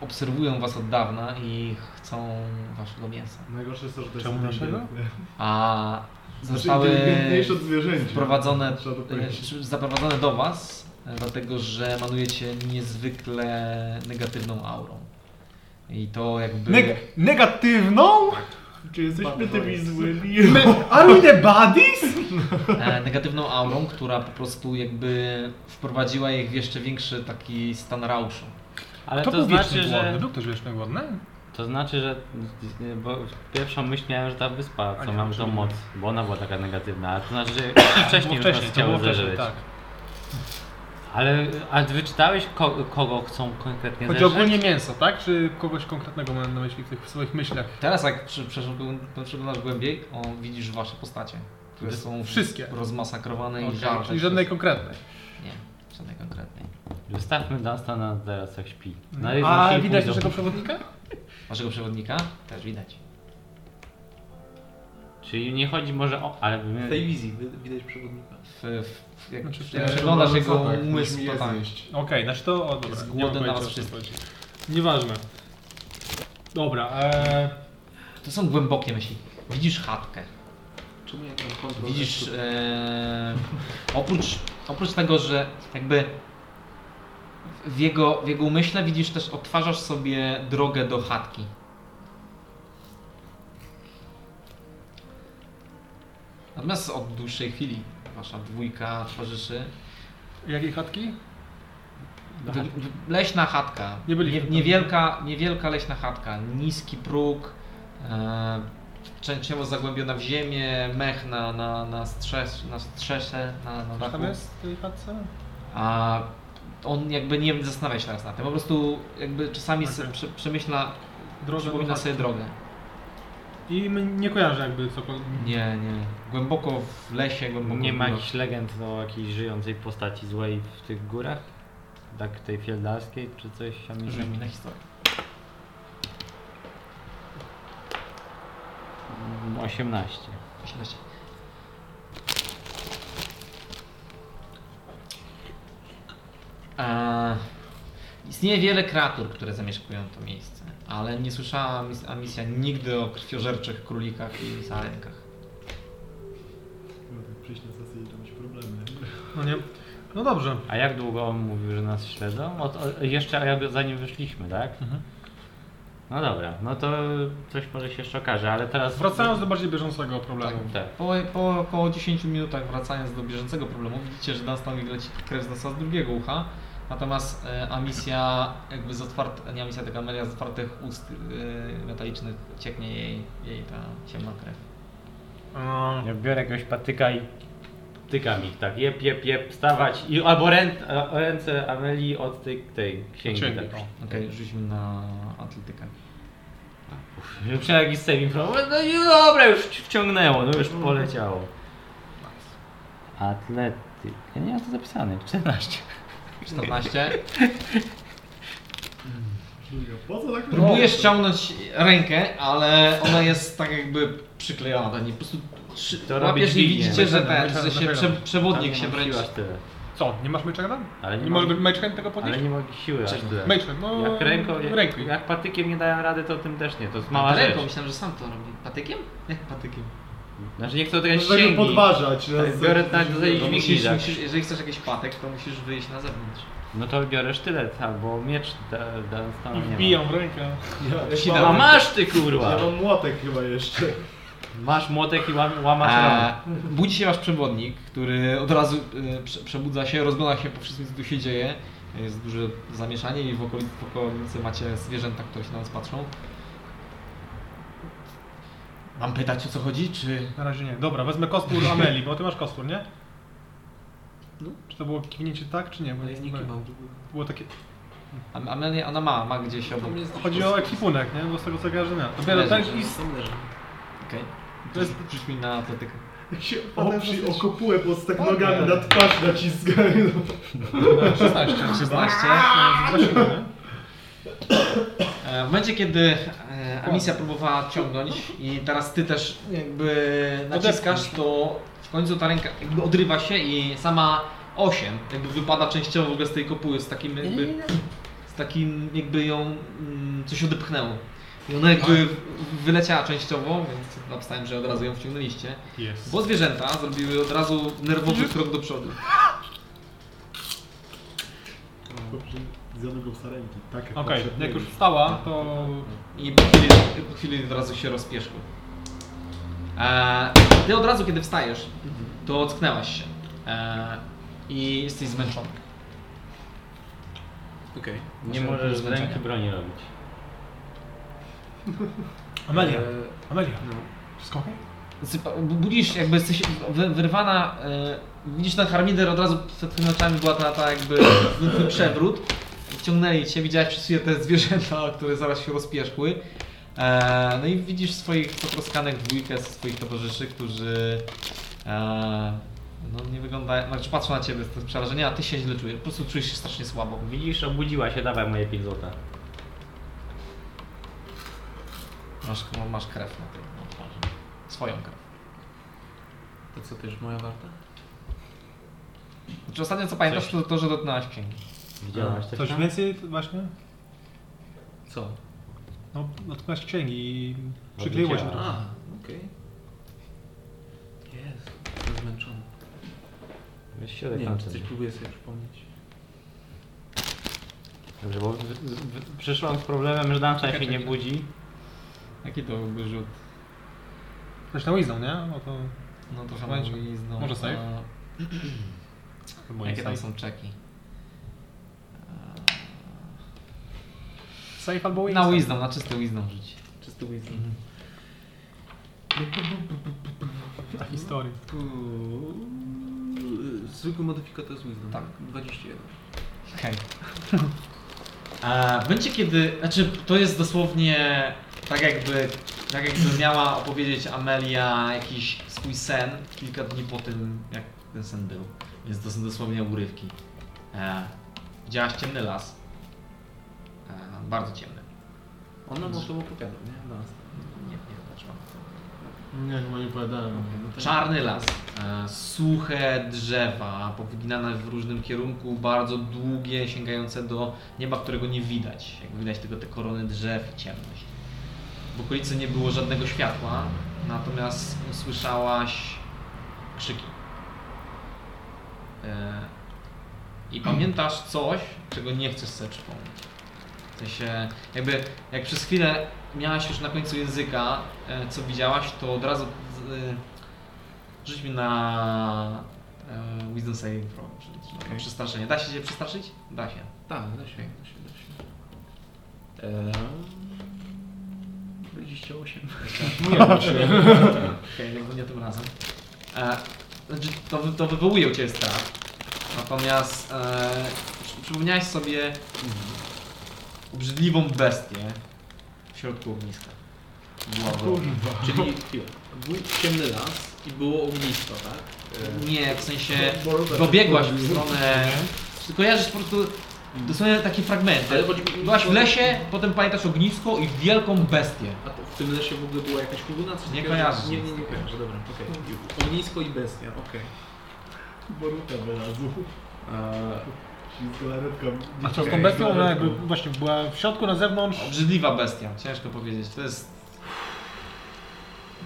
Speaker 1: obserwują was od dawna i chcą waszego mięsa.
Speaker 5: Najgorsze jest to, że to jest
Speaker 6: Czemu naszego?
Speaker 5: inteligentne.
Speaker 1: A
Speaker 5: Znaczy
Speaker 1: zostały
Speaker 5: inteligentniejsze od zwierzęcia.
Speaker 1: wprowadzone,
Speaker 5: Trzeba to
Speaker 1: e,
Speaker 5: powiedzieć.
Speaker 1: czy- zaprowadzone do Was, e, dlatego że manujecie niezwykle negatywną aurą. I to jakby...
Speaker 6: Neg- negatywną?
Speaker 5: Czy jesteśmy tymi złymi?
Speaker 6: Me- Are we the buddies?
Speaker 1: e, negatywną aurą, która po prostu jakby wprowadziła ich w jeszcze większy taki stan rauszu.
Speaker 2: Ale
Speaker 6: Kto
Speaker 2: to
Speaker 6: był
Speaker 2: znaczy,
Speaker 6: wiecznie
Speaker 2: że...
Speaker 6: głodny? Był ktoś wiecznie głodny?
Speaker 2: To znaczy, że bo pierwszą myśl miałem, że ta wyspa,
Speaker 6: A
Speaker 2: co
Speaker 6: nie,
Speaker 2: mamy tą
Speaker 6: czyli-
Speaker 2: moc, bo ona była taka negatywna, a to znaczy, że wcześniej, wcześniej już nas chciało zeżreć.
Speaker 6: tak.
Speaker 2: Ale a wyczytałeś ko kogo chcą konkretnie
Speaker 6: Chodzi
Speaker 2: zeżreć?
Speaker 6: ogólnie mięso, tak? Czy kogoś konkretnego mam na myśli w tych swoich myślach?
Speaker 1: Teraz jak przy- przeglądasz przeglądasz głębiej, o, widzisz Wasze postacie, które są
Speaker 6: Wszystkie.
Speaker 1: rozmasakrowane
Speaker 2: No
Speaker 1: i
Speaker 6: Okay.
Speaker 1: żarte.
Speaker 6: Czyli żadnej konkretnej.
Speaker 1: Nie, żadnej konkretnej.
Speaker 2: Wystawmy Dusta na teraz jak śpi.
Speaker 6: A
Speaker 2: musimy
Speaker 6: widać
Speaker 2: pójść
Speaker 6: naszego
Speaker 2: do...
Speaker 6: przewodnika?
Speaker 1: Waszego przewodnika też widać.
Speaker 2: Czyli nie chodzi może o... ale
Speaker 4: W
Speaker 2: my...
Speaker 4: tej wizji wy- widać przewodnika.
Speaker 1: W, w, jak,
Speaker 6: Znaczy,
Speaker 1: jak
Speaker 6: e,
Speaker 1: przeglądasz jego
Speaker 5: Tak, musimy
Speaker 1: umysł,
Speaker 5: je
Speaker 1: to tak.
Speaker 5: zjeść.
Speaker 6: Okej, znaczy to... O, dobra.
Speaker 1: Jest
Speaker 6: nie
Speaker 1: głodny
Speaker 6: mam
Speaker 1: na
Speaker 6: pojęcia,
Speaker 1: was
Speaker 6: o co
Speaker 1: wszystkich.
Speaker 6: chodzi. Nieważne. Dobra, eee...
Speaker 1: To są głębokie myśli. Widzisz chatkę.
Speaker 4: Czemu ja tam kontrolę?
Speaker 1: Widzisz, e, oprócz, oprócz tego, że jakby w jego, w jego umyśle widzisz też, odtwarzasz sobie drogę do chatki. Natomiast od dłuższej chwili wasza dwójka towarzyszy.
Speaker 6: Jakiej chatki?
Speaker 1: Wy- wy- Leśna chatka.
Speaker 6: Nie byliśmy tam.
Speaker 1: niewielka, niewielka leśna chatka. Niski próg, e, częściowo zagłębiona w ziemię, mech na, na, na, strzesz, na strzesze, na, na
Speaker 6: Coś
Speaker 1: dachu.
Speaker 6: tam jest w tej chatce?
Speaker 1: A on jakby nie zastanawia się teraz na tym. Po prostu jakby czasami se,
Speaker 6: Okej.
Speaker 1: prze, przemyśla,
Speaker 6: Drogę
Speaker 1: przypomina
Speaker 6: do
Speaker 1: sobie
Speaker 6: chatki.
Speaker 1: drogę.
Speaker 6: I m- nie kojarzę jakby cokolwiek.
Speaker 1: Nie, nie. Głęboko w lesie, głęboko
Speaker 2: Mhm. Nie
Speaker 1: w
Speaker 2: ma
Speaker 1: górach.
Speaker 2: jakichś legend o jakiejś żyjącej postaci złej w tych górach? Tak tej fieldarskiej czy coś? tam
Speaker 1: Rzuć mi na historię.
Speaker 2: 18.
Speaker 1: 18. Eee, istnieje wiele kreatur, które zamieszkują to miejsce, ale nie słyszała mis- Amicia nigdy o krwiożerczych królikach i sarenkach.
Speaker 5: Kurde, tak Przyjść na sesję i to będzie problemy.
Speaker 6: No nie. No dobrze.
Speaker 2: A jak długo on mówił, że nas śledzą? Od, o, jeszcze jak zanim wyszliśmy, tak?
Speaker 6: Mhm.
Speaker 2: No dobra, no to coś może się jeszcze okaże, ale teraz...
Speaker 6: Wracając do bardziej bieżącego problemu.
Speaker 2: Tak.
Speaker 1: Po, po około 10 minutach wracając do bieżącego problemu, widzicie, że Dunstan leci krew z nosa z drugiego ucha, natomiast e, Amicia jakby z otwartych, nie Amicia, tylko Amelia z otwartych ust e, metalicznych cieknie jej, jej ta ciemna krew.
Speaker 6: A,
Speaker 2: Ja biorę jakiegoś patyka i tykam ich tak, jep, jep, jep, stawać i albo rę- a- ręce Amelii od tej, tej księgi.
Speaker 6: Księgi,
Speaker 2: tak.
Speaker 6: o.
Speaker 1: Okej, okay, rzuć mi na atletykę.
Speaker 2: Musiałem jakiś saving throw, no i dobra, już ci wciągnęło, no już poleciało. Atletyk, ja nie mam to zapisane, (laughs) 14.
Speaker 1: 14.
Speaker 5: Kurwa, Po co tak
Speaker 1: Próbujesz ściągnąć rękę, ale ona jest tak jakby przyklejona do niej. Po prostu trzy-
Speaker 2: To robi
Speaker 1: łapiesz i
Speaker 2: dźwignię.
Speaker 1: widzicie, że, ten,
Speaker 6: Na
Speaker 1: że się
Speaker 6: pewno.
Speaker 1: prze,
Speaker 2: Tam
Speaker 1: przewodnik
Speaker 2: nie
Speaker 1: się
Speaker 2: mam
Speaker 1: wręcz
Speaker 2: sił aż tyle.
Speaker 6: Co, nie masz myczka tam?
Speaker 2: Ale nie,
Speaker 6: Nie
Speaker 2: mam,
Speaker 6: może myczkiem tego podnieść?
Speaker 2: ale nie mogę siły aż
Speaker 1: Czego?
Speaker 2: tyle.
Speaker 6: Myczkiem, no.
Speaker 2: Jak ręką, jak,
Speaker 6: ręką.
Speaker 2: jak patykiem nie dałem rady, to tym też nie, to jest mała
Speaker 1: mała
Speaker 2: rzecz.
Speaker 1: ręką. Myślałem, że sam to robi. Patykiem? Jak patykiem?
Speaker 2: Znaczy nie chcę do tego
Speaker 5: Można go
Speaker 2: księgi.
Speaker 5: podważać. no.
Speaker 2: Tak, biorę tak, że
Speaker 1: To
Speaker 2: Dźwigni,
Speaker 1: musisz,
Speaker 2: tak.
Speaker 1: musisz, jeżeli chcesz jakiś patek, to musisz wyjść na zewnątrz.
Speaker 2: No to biorę sztylet albo miecz, da, da,
Speaker 6: I
Speaker 2: tam nie
Speaker 6: wbijam w rękę.
Speaker 5: Ja,
Speaker 2: ma. A
Speaker 5: ja, mam,
Speaker 2: No masz ty kurwa!
Speaker 5: ja mam młotek chyba jeszcze.
Speaker 2: Masz młotek i łam, łamasz
Speaker 1: A,
Speaker 2: ramię.
Speaker 1: budzi się wasz przewodnik, który od razu e, prze, przebudza się, rozgląda się po wszystkim, co tu się dzieje. Jest duże zamieszanie i w okolicy, w okolicy macie zwierzęta, które się na was patrzą. Mam pytać o co chodzi, czy...
Speaker 6: Na razie nie. Dobra, wezmę kostur Ameli, bo ty masz kostur, nie?
Speaker 2: No.
Speaker 6: Czy to było kiwnięcie tak, czy nie? Bo
Speaker 4: Ale jest nie
Speaker 6: bo-
Speaker 4: kiwał.
Speaker 6: Było takie...
Speaker 1: A, a Melanie, ona ma, ma gdzieś obok.
Speaker 4: Tam jest-
Speaker 6: Chodzi o ekwipunek, nie? Bo z tego co kojarzę, nie. Dopiero
Speaker 1: Leży.
Speaker 6: tak i... s-
Speaker 4: Tam leży.
Speaker 1: Okej. To jest rzuć mi na (laughs) atletykę.
Speaker 5: Jak się oprzyj o kopułę, bo z tak nogami na twarz naciska.
Speaker 6: 16.
Speaker 1: 16.
Speaker 6: Zgłosiłem, nie?
Speaker 1: E, W momencie, kiedy e, Amicia próbowała odciągnąć i teraz ty też jakby naciskasz, to w końcu ta ręka jakby odrywa się i sama 8 jakby wypada częściowo w ogóle z tej kopuły, z takim jakby, z takim jakby ją mm, coś odepchnęło. I ona jakby w- wyleciała częściowo, więc napisałem, że od razu ją wciągnęliście.
Speaker 6: Jest.
Speaker 1: Bo zwierzęta zrobiły od razu nerwowy krok do przodu.
Speaker 5: Zjadł go w sarenki. Tak,
Speaker 6: Okej,
Speaker 5: potrzebny
Speaker 6: jak już
Speaker 5: jest.
Speaker 6: wstała, to...
Speaker 1: I po chwili, po chwili od razu się rozpieszły. E, ty od razu, kiedy wstajesz, to ocknęłaś się. E, I jesteś zmęczony.
Speaker 4: Okej.
Speaker 2: Nie
Speaker 1: Muszę
Speaker 2: możesz z
Speaker 1: zmęczenia.
Speaker 2: ręki broni robić.
Speaker 6: Amelia.
Speaker 4: E,
Speaker 6: Amelia.
Speaker 4: No.
Speaker 6: Wszystko okej?
Speaker 1: Sypa- bu- Budzisz, jakby jesteś wy- wyrwana, e, widzisz ten harmider, od razu przed twoimi oczami była ta, ta jakby ten- ten przewrót. Wciągnęli cię, widziałeś przez chwilę te zwierzęta, które zaraz się rozpieszkły. E, no i widzisz swoich potroskanych dwójkę z swoich towarzyszy, którzy e, no nie wyglądają, znaczy patrzą na ciebie z przerażenia, a ty się źle czujesz, po prostu czujesz się strasznie słabo.
Speaker 2: Widzisz, obudziła się, dawaj moje 5 złota.
Speaker 1: Masz, masz krew na tym, na twarzy. Swoją krew.
Speaker 4: To co, to już moja warta?
Speaker 1: Znaczy ostatnio co pamiętasz to to, że dotknęłaś księgi.
Speaker 2: Widziałaś coś
Speaker 6: Coś
Speaker 2: tam?
Speaker 6: więcej to właśnie?
Speaker 4: Co?
Speaker 6: No, dotknąłeś księgi i przykleiło się trochę.
Speaker 4: A, okej. Jest. Mhm. Jestem zmęczony.
Speaker 2: Weź
Speaker 4: Nie
Speaker 2: środek
Speaker 4: wiem, czy
Speaker 2: kończy.
Speaker 4: coś próbuję sobie przypomnieć.
Speaker 2: Dobrze, bo w- w- w- przyszłam z problemem, że Dansza się nie budzi.
Speaker 1: Jaki to byłby rzut?
Speaker 6: Coś na Wisdom, nie? No to...
Speaker 1: No to chyba
Speaker 6: Słuchajcie,
Speaker 1: i znowu.
Speaker 6: może
Speaker 1: to-
Speaker 6: save? Albo
Speaker 1: Jakie tam
Speaker 6: insight.
Speaker 1: są czeki?
Speaker 6: Safe albo
Speaker 1: Na wisdom, Mhm. na czysty wisdom rzuć.
Speaker 4: Czysty wisdom.
Speaker 6: Ta historia.
Speaker 4: Uuu, Zwykły modyfikator z wisdom.
Speaker 1: Tak.
Speaker 4: 21.
Speaker 1: Okej. Okay. Będzie kiedy, znaczy to jest dosłownie tak jakby, tak jakby miała opowiedzieć Amelia jakiś swój sen kilka dni po tym, jak ten sen był. Więc to są dosłownie urywki. E, widziałaś ciemny las. E, bardzo ciemny.
Speaker 4: On nam o tym opowiadał, nie? Do nas.
Speaker 1: Nie, nie zobaczyłam.
Speaker 5: Nie, chyba nie powiadałem.
Speaker 4: Okej, no to-
Speaker 1: Czarny las, e, suche drzewa, powyginane w różnym kierunku, bardzo długie, sięgające do nieba, którego nie widać. Jakby widać tylko te korony drzew i ciemność. W okolicy nie było żadnego światła, natomiast usłyszałaś krzyki. E, I pamiętasz coś, czego nie chcesz sobie przypomnieć. W sensie, jakby jak przez chwilę miałaś już na końcu języka, e, co widziałaś, to od razu z- e, rzuć mi na e, Wisdom Saving Throw, czyli na
Speaker 4: Okej.
Speaker 1: przestraszenie. Da się cię przestraszyć? Da się.
Speaker 4: Tak, da się, da się, da się. Eee, 28.
Speaker 1: (laughs) Okej, okay, no nie tym razem. E, znaczy, to, wy- to wywołuje u Ciebie strach. Natomiast e, przy- przypomniałeś sobie
Speaker 4: Mhm.
Speaker 1: obrzydliwą bestię w środku ogniska. Była wroga.
Speaker 4: Czyli chwila. Był ciemny las i było ognisko, tak? Eee,
Speaker 1: Nie, w sensie dobiegłaś w stronę... Ty Kojarzysz po prostu dosłownie takie fragmenty.
Speaker 4: Mhm. Ale chodzi mi-
Speaker 1: Byłaś w lesie, potem pamiętasz ognisko i wielką bestię.
Speaker 4: A to w tym lesie w ogóle była jakaś huluna? Coś
Speaker 1: Nie
Speaker 4: takiego?
Speaker 1: kojarzę.
Speaker 4: Nie, nie, nie kojarzę, dobra, okej. Ognisko i bestia, okej.
Speaker 5: Boruta wyrazu.
Speaker 4: Eee,
Speaker 5: Z galaretką.
Speaker 6: A co z tą bestią? Ona No, jakby właśnie była w środku, na zewnątrz.
Speaker 1: Obrzydliwa bestia, ciężko powiedzieć. To jest...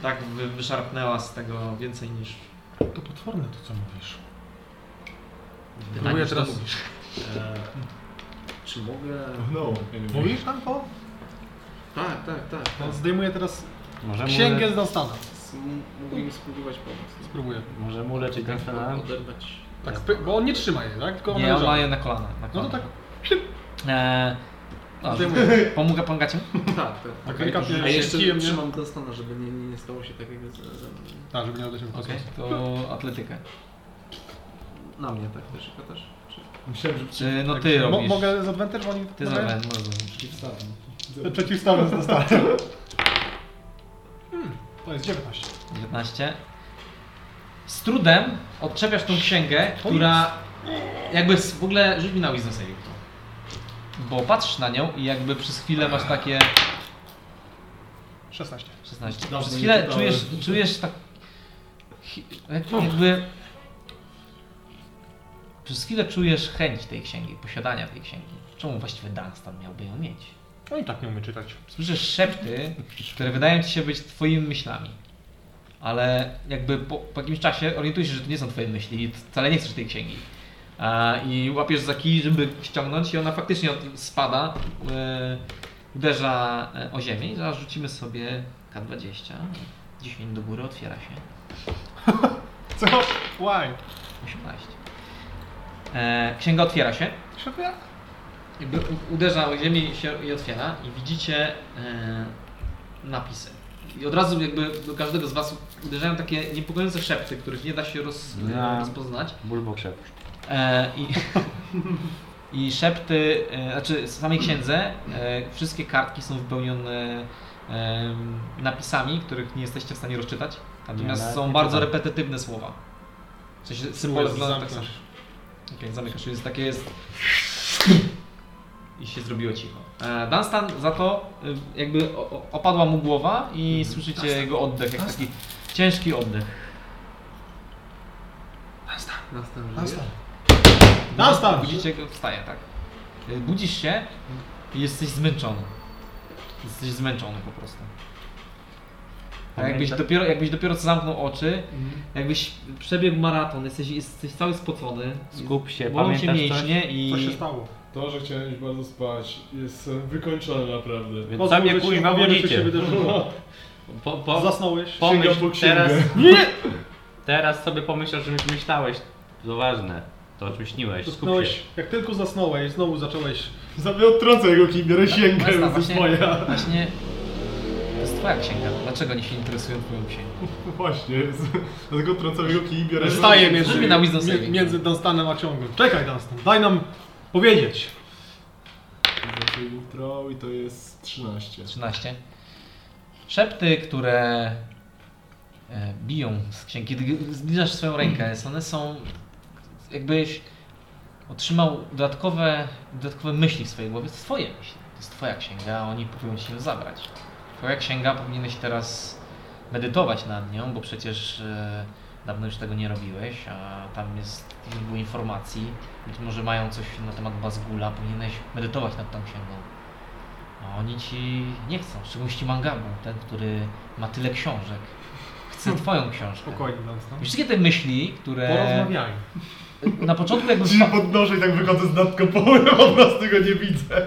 Speaker 1: Tak wy- wyszarpnęła z tego więcej niż...
Speaker 6: To potworne to, co mówisz.
Speaker 1: Pytanie, czy to
Speaker 6: teraz-
Speaker 1: mówisz.
Speaker 4: eee, czy mogę...
Speaker 5: No.
Speaker 6: Mówisz tam to?
Speaker 4: Tak, tak, tak.
Speaker 6: No, zdejmuję teraz
Speaker 2: Może mu,
Speaker 6: księgę
Speaker 2: le-
Speaker 6: z Dunstana.
Speaker 4: S- m- Mógłbym im spróbować pomóc.
Speaker 6: Spróbuję.
Speaker 2: może mu leczyć Danstana?
Speaker 4: no. Oderwać.
Speaker 6: Tak, py- bo on nie trzyma jej, tak? Tylko
Speaker 1: Nie, on
Speaker 6: leżała.
Speaker 1: ma je na kolana. Na
Speaker 6: No
Speaker 1: kolana.
Speaker 6: to tak,
Speaker 1: Eee, no,
Speaker 6: zdejmuję.
Speaker 1: (laughs) pomogę pan gaciom?
Speaker 4: Tak, tak.
Speaker 6: Tak,
Speaker 4: Okej,
Speaker 6: ręka
Speaker 4: to- A
Speaker 6: pierwsza,
Speaker 4: jeszcze
Speaker 6: kijem, nie?
Speaker 4: trzymam do stana, żeby nie, nie, nie stało się takiego ze ze mną.
Speaker 6: Tak, żeby nie odleciał w kosmos.
Speaker 1: to atletykę.
Speaker 4: Na mnie tak też, ja też. Czy...
Speaker 5: Myślałem, że...
Speaker 1: Czy, no ty
Speaker 3: Mo-
Speaker 1: robisz.
Speaker 3: mogę z advantage, bo oni...
Speaker 1: Ty
Speaker 3: mogę?
Speaker 1: zabrałem, możesz.
Speaker 5: Przeciwstawny.
Speaker 3: Przeciwstawny zostawiam. Hmm, To jest 19.
Speaker 1: 19. Z trudem odczepiasz tą księgę, która jakby s- w ogóle rzuć mi na wisdom saving throw. Bo patrzysz na nią i jakby przez chwilę masz takie
Speaker 3: 16.
Speaker 1: 16.
Speaker 5: Dawno
Speaker 1: przez
Speaker 5: nie
Speaker 1: chwilę
Speaker 5: czytałem.
Speaker 1: czujesz, czujesz tak chi- jak- jakby przez chwilę czujesz chęć tej księgi, posiadania tej księgi. Czemu właściwie Dunstan miałby ją mieć?
Speaker 6: No i tak nie umie czytać.
Speaker 1: Słyszysz szepty, które wydają ci się być twoimi myślami. Ale jakby po, po jakimś czasie orientujesz się, że to nie są twoje myśli i wcale nie chcesz tej księgi. A, I łapiesz za kij, żeby ściągnąć i ona faktycznie od, spada, e, uderza e, o ziemię i zaraz rzucimy sobie K20. 10 do góry, otwiera się.
Speaker 6: Co? Why?
Speaker 1: 18. E, księga otwiera się.
Speaker 6: Szefie?
Speaker 1: Jakby u- uderza o ziemię i się i otwiera i widzicie e, napisy. I od razu jakby do każdego z was uderzają takie niepokojące szepty, których nie da się roz,
Speaker 2: No.
Speaker 1: rozpoznać.
Speaker 2: Bulbokszep.
Speaker 1: E, i, (laughs) I szepty, e, znaczy z samej księdze, e, wszystkie kartki są wypełnione e, napisami, których nie jesteście w stanie rozczytać. Natomiast
Speaker 2: nawet
Speaker 1: są
Speaker 2: nie
Speaker 1: bardzo
Speaker 2: czytam.
Speaker 1: repetytywne słowa. W sensie symbole wyglądają tak samo. Okej, zamykasz, więc takie jest. I się zrobiło cicho. E, Dunstan za to y, jakby o- o- opadła mu głowa i słyszycie jego oddech, jak taki ciężki oddech.
Speaker 4: Następny.
Speaker 5: Dunstan.
Speaker 1: No,
Speaker 3: Dunstan!
Speaker 1: Budzicie go, wstaje, tak. Y, Budzisz się i jesteś zmęczony. Jesteś zmęczony po prostu. Tak Jakbyś
Speaker 2: Pamięta-
Speaker 1: dopiero, jakbyś dopiero co zamknął oczy, jakbyś przebiegł maraton, jesteś, jesteś cały spocony,
Speaker 2: Skup się,
Speaker 1: bolą cię
Speaker 2: pamiętasz coś?
Speaker 1: mięśnie i...
Speaker 3: Co się stało?
Speaker 5: To, że chciałem iść bardzo spać, jestem wykończony naprawdę.
Speaker 2: Więc sam je
Speaker 3: Pozwól, że ci
Speaker 2: kurwa
Speaker 3: opowiemy, co się
Speaker 2: budzicie.
Speaker 1: No,
Speaker 3: wydarzyło.
Speaker 2: Po, po,
Speaker 3: Zasnąłeś?
Speaker 5: Sięgam po
Speaker 2: pomyśl
Speaker 5: księgę.
Speaker 2: teraz... Teraz sobie pomyśl o czymś myślałeś. To ważne. To o czym śniłeś. Skup się.
Speaker 3: Zasnąłeś. Jak tylko zasnąłeś, znowu zacząłeś...
Speaker 5: Zabie odtrącę jego kim, biorę sięgę,
Speaker 1: Jasna,
Speaker 5: to jest
Speaker 1: właśnie-
Speaker 5: moja.
Speaker 1: Właśnie. To jest twoja księga. Dlaczego nie się interesują twoją księgą?
Speaker 5: Właśnie, z- dlatego odtrącam jego kij i biorę
Speaker 3: Zostaje między,
Speaker 1: Zróbmy na wisdom saving.
Speaker 3: mi- między Dunstanem a ciągiem. Czekaj Dunstan, daj nam powiedzieć.
Speaker 5: Jutro i to jest 13.
Speaker 1: 13. Szepty, które e, biją z księgi, kiedy zbliżasz swoją rękę, one są jakbyś otrzymał dodatkowe, dodatkowe myśli w swojej głowie. To twoje myśli. To jest twoja księga, a oni próbują ci ją zabrać. Twoja księga powinieneś teraz medytować nad nią, bo przecież e, dawno już tego nie robiłeś, a tam jest źródło informacji. Być może mają coś na temat Bazgula, powinieneś medytować nad tą księgą. A oni ci nie chcą, w szczególności Mangabu, ten, który ma tyle książek. Chce
Speaker 5: Hmm.
Speaker 1: twoją książkę.
Speaker 3: Spokojnie Dunstan.
Speaker 1: I wszystkie te myśli, które
Speaker 3: Porozmawiajmy.
Speaker 1: na początku jakby
Speaker 5: Dzisiaj podnoszę i tak wychodzę z nad kopoły, po prostu go nie widzę. (laughs)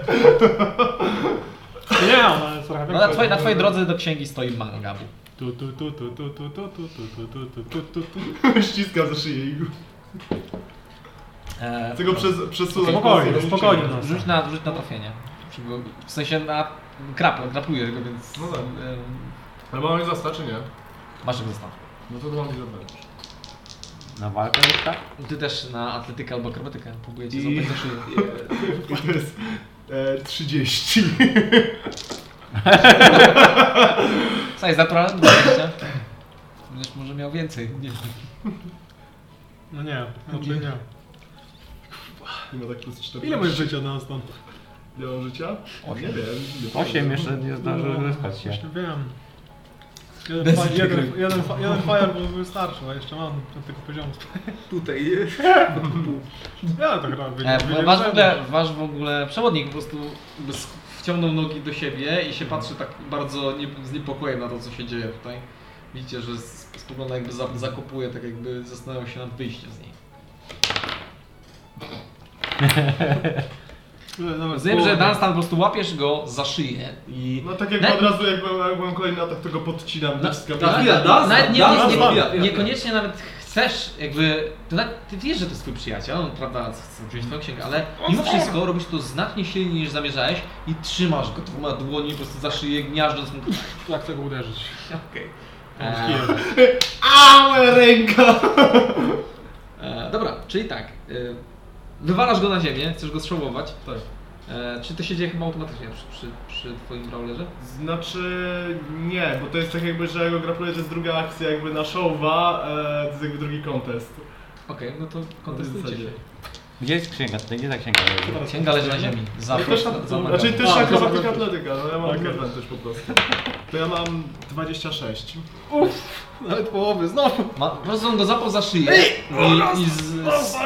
Speaker 3: Nie, ale trochę...
Speaker 1: No, na, twojej, na twojej drodze do księgi stoi Mangabu.
Speaker 3: Tu, tu, tu, tu, tu, tu, tu, tu, tu, tu, tu, tu, tu, tu.
Speaker 5: Ściskam za szyję i
Speaker 1: E,
Speaker 5: tego przez, przesuwam.
Speaker 3: Spokojnie,
Speaker 5: palcem.
Speaker 3: spokojnie.
Speaker 1: rzuć, na, rzuć na trafienie. Żeby- W sensie na krapę, grapuję go, więc
Speaker 5: No tak.
Speaker 1: e,
Speaker 5: Ale mamy zasta, czy nie?
Speaker 1: masz go zostaw.
Speaker 5: No to mam zadać.
Speaker 2: Na walkę już tak?
Speaker 1: Ty też na atletykę albo akrobatykę próbuję cię złapać za szyję. (laughs)
Speaker 5: I to jest e, 30.
Speaker 1: Co jest naturalne? 20. Będziesz może miał więcej. E, Nie. wiem.
Speaker 3: No nie, raczej nie.
Speaker 5: Nie ma tak plus 4.
Speaker 3: Ile masz życia Dunstan?
Speaker 5: Ile mam życia?
Speaker 1: Osiem.
Speaker 5: Nie wiem. nie
Speaker 2: Osiem
Speaker 5: wiem.
Speaker 2: jeszcze nie zdążył wyspać się.
Speaker 3: Właśnie wiem. Jeden,
Speaker 1: Bez
Speaker 3: fa- jeden,
Speaker 1: integry.
Speaker 3: jeden, fa- jeden fireball był starszy, a jeszcze mam do tego poziomu.
Speaker 4: Tutaj.
Speaker 3: (laughs) Ja tak gram,
Speaker 1: E, wa- wasz, w ogóle, wasz w ogóle przewodnik po prostu jakby sk- wciągnął nogi do siebie
Speaker 4: Mhm.
Speaker 1: i się patrzy tak bardzo nie, z niepokojem na to, co się dzieje tutaj. Widzicie, że s- spogląda jakby za, zakopuje, tak jakby zastanawiał się nad wyjściem (laughs) z niej. Wiem, że Dunstan po prostu łapiesz go za szyję i...
Speaker 5: No tak jak
Speaker 1: Na-
Speaker 5: od razu, jak mam, jak mam kolejny atak, to go podcinam, naciskam.
Speaker 4: na-
Speaker 5: palcem.
Speaker 4: chwila,
Speaker 1: Tak,
Speaker 4: Dunstan,
Speaker 1: nawet nie,
Speaker 4: Dunstan,
Speaker 1: nie, nie,
Speaker 4: Dunstan.
Speaker 1: niekoniecznie nawet chcesz, jakby... To nawet, ty wiesz, że to jest twój przyjaciel, on prawda chce wziąć twoją księgę, ale mimo wszystko robisz to znacznie silniej niż zamierzałeś i trzymasz go dwoma dłoni po prostu za szyję, gniażdżąc mu (laughs)
Speaker 6: Jak tego uderzyć?
Speaker 1: Okej. E,
Speaker 6: Eee.
Speaker 5: A, moja ręka!
Speaker 1: E, dobra, czyli tak. y, Wywalasz go na ziemię, chcesz go strzałować.
Speaker 9: Tak.
Speaker 1: E, czy to się dzieje chyba automatycznie przy, przy, przy twoim brawlerze?
Speaker 5: Znaczy nie, bo to jest tak jakby, że ja go grapluję, to jest druga akcja jakby na showa, e, to jest jakby drugi kontest.
Speaker 1: Okej, no to kontestujcie się.
Speaker 2: Gdzie jest księga? Tutaj gdzie ta księga leży?
Speaker 1: Księga leży na ziemi. Za,
Speaker 5: No też,
Speaker 1: za
Speaker 5: tam, znaczy też
Speaker 3: A,
Speaker 5: akrobatyka,
Speaker 3: akrobatyka.
Speaker 5: atletyka, no ja mam
Speaker 1: Tak
Speaker 5: advantage po prostu. To ja mam 26.
Speaker 3: Nawet połowy, znowu.
Speaker 1: Ma, po prostu on go zapał za szyję i, i z,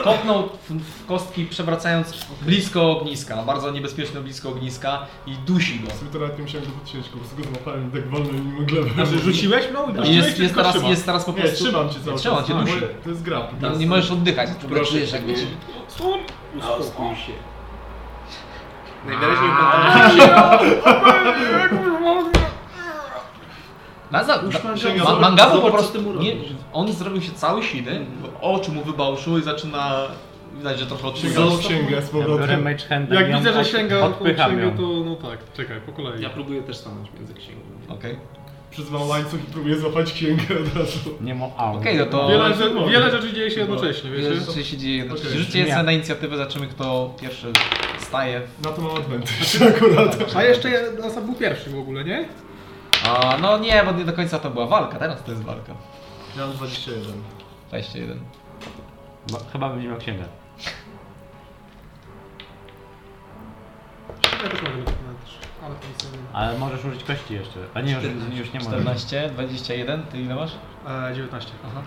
Speaker 1: skopnął w, w kostki, przewracając blisko ogniska, bardzo niebezpieczne blisko ogniska i dusi go.
Speaker 5: W sumie to nawet nie musiałem go podciąć, po prostu go złapałem tak wolno i mimo gleby.
Speaker 3: Znaczy rzuciłeś mną?
Speaker 1: I jest, jest, teraz,
Speaker 5: trzyma.
Speaker 1: jest teraz po
Speaker 5: Nie,
Speaker 1: prostu...
Speaker 5: trzymam cię cały
Speaker 1: Trzymam
Speaker 5: czas.
Speaker 1: cię,
Speaker 5: No,
Speaker 1: dusi.
Speaker 5: bo To jest grap.
Speaker 1: Nie, nie możesz oddychać, tylko czujesz jak...
Speaker 5: No,
Speaker 4: Uspokój się. Najwyraźniej upadł na
Speaker 1: (laughs) Na za,
Speaker 5: Księga,
Speaker 1: ma,
Speaker 5: zobacz-
Speaker 1: mangabu po
Speaker 5: zobacz, co
Speaker 1: prostu...
Speaker 5: ty mu
Speaker 1: Nie,
Speaker 5: robisz.
Speaker 1: on zrobił się cały siny, oczy mu wybałszyły i zaczyna... Widać, że trochę odczuwa.
Speaker 5: Sięgam w księgę z
Speaker 2: Ja biorę
Speaker 5: powrotem.
Speaker 2: mage handem
Speaker 6: Jak
Speaker 2: ją
Speaker 6: widzę, że
Speaker 2: od-
Speaker 6: sięga po
Speaker 2: odpycham
Speaker 6: księgę,
Speaker 2: ją.
Speaker 6: to no tak, czekaj, po kolei.
Speaker 4: Ja próbuję też stanąć między księgą.
Speaker 1: Okej,
Speaker 5: Przyzwam łańcuch i próbuję złapać księgę od razu.
Speaker 2: Nie ma au.
Speaker 1: Okej, no to...
Speaker 6: Wiele,
Speaker 5: No,
Speaker 6: rzeczy-
Speaker 5: mogę.
Speaker 6: wiele rzeczy dzieje się jednocześnie,
Speaker 1: Wiele
Speaker 6: wiecie?
Speaker 1: rzeczy się dzieje. No,
Speaker 5: Okej.
Speaker 1: Rzućcie
Speaker 2: Ja.
Speaker 1: jeszcze na inicjatywę, zobaczymy kto pierwszy staje.
Speaker 5: Na to mam advantage akurat.
Speaker 6: A jeszcze Asa był pierwszy w ogóle, nie?
Speaker 1: A, no nie, bo nie do końca to była walka, teraz to jest walka.
Speaker 5: Ja mam 21.
Speaker 1: 21.
Speaker 2: Bo Chyba będzie miał księgę.
Speaker 6: Ja też mogę nawet, ale to nic nie wiem.
Speaker 2: Ale możesz użyć kości jeszcze. A nie, już, już nie możesz.
Speaker 1: 14, 21, ty ile masz?
Speaker 6: E, 19.
Speaker 1: Aha,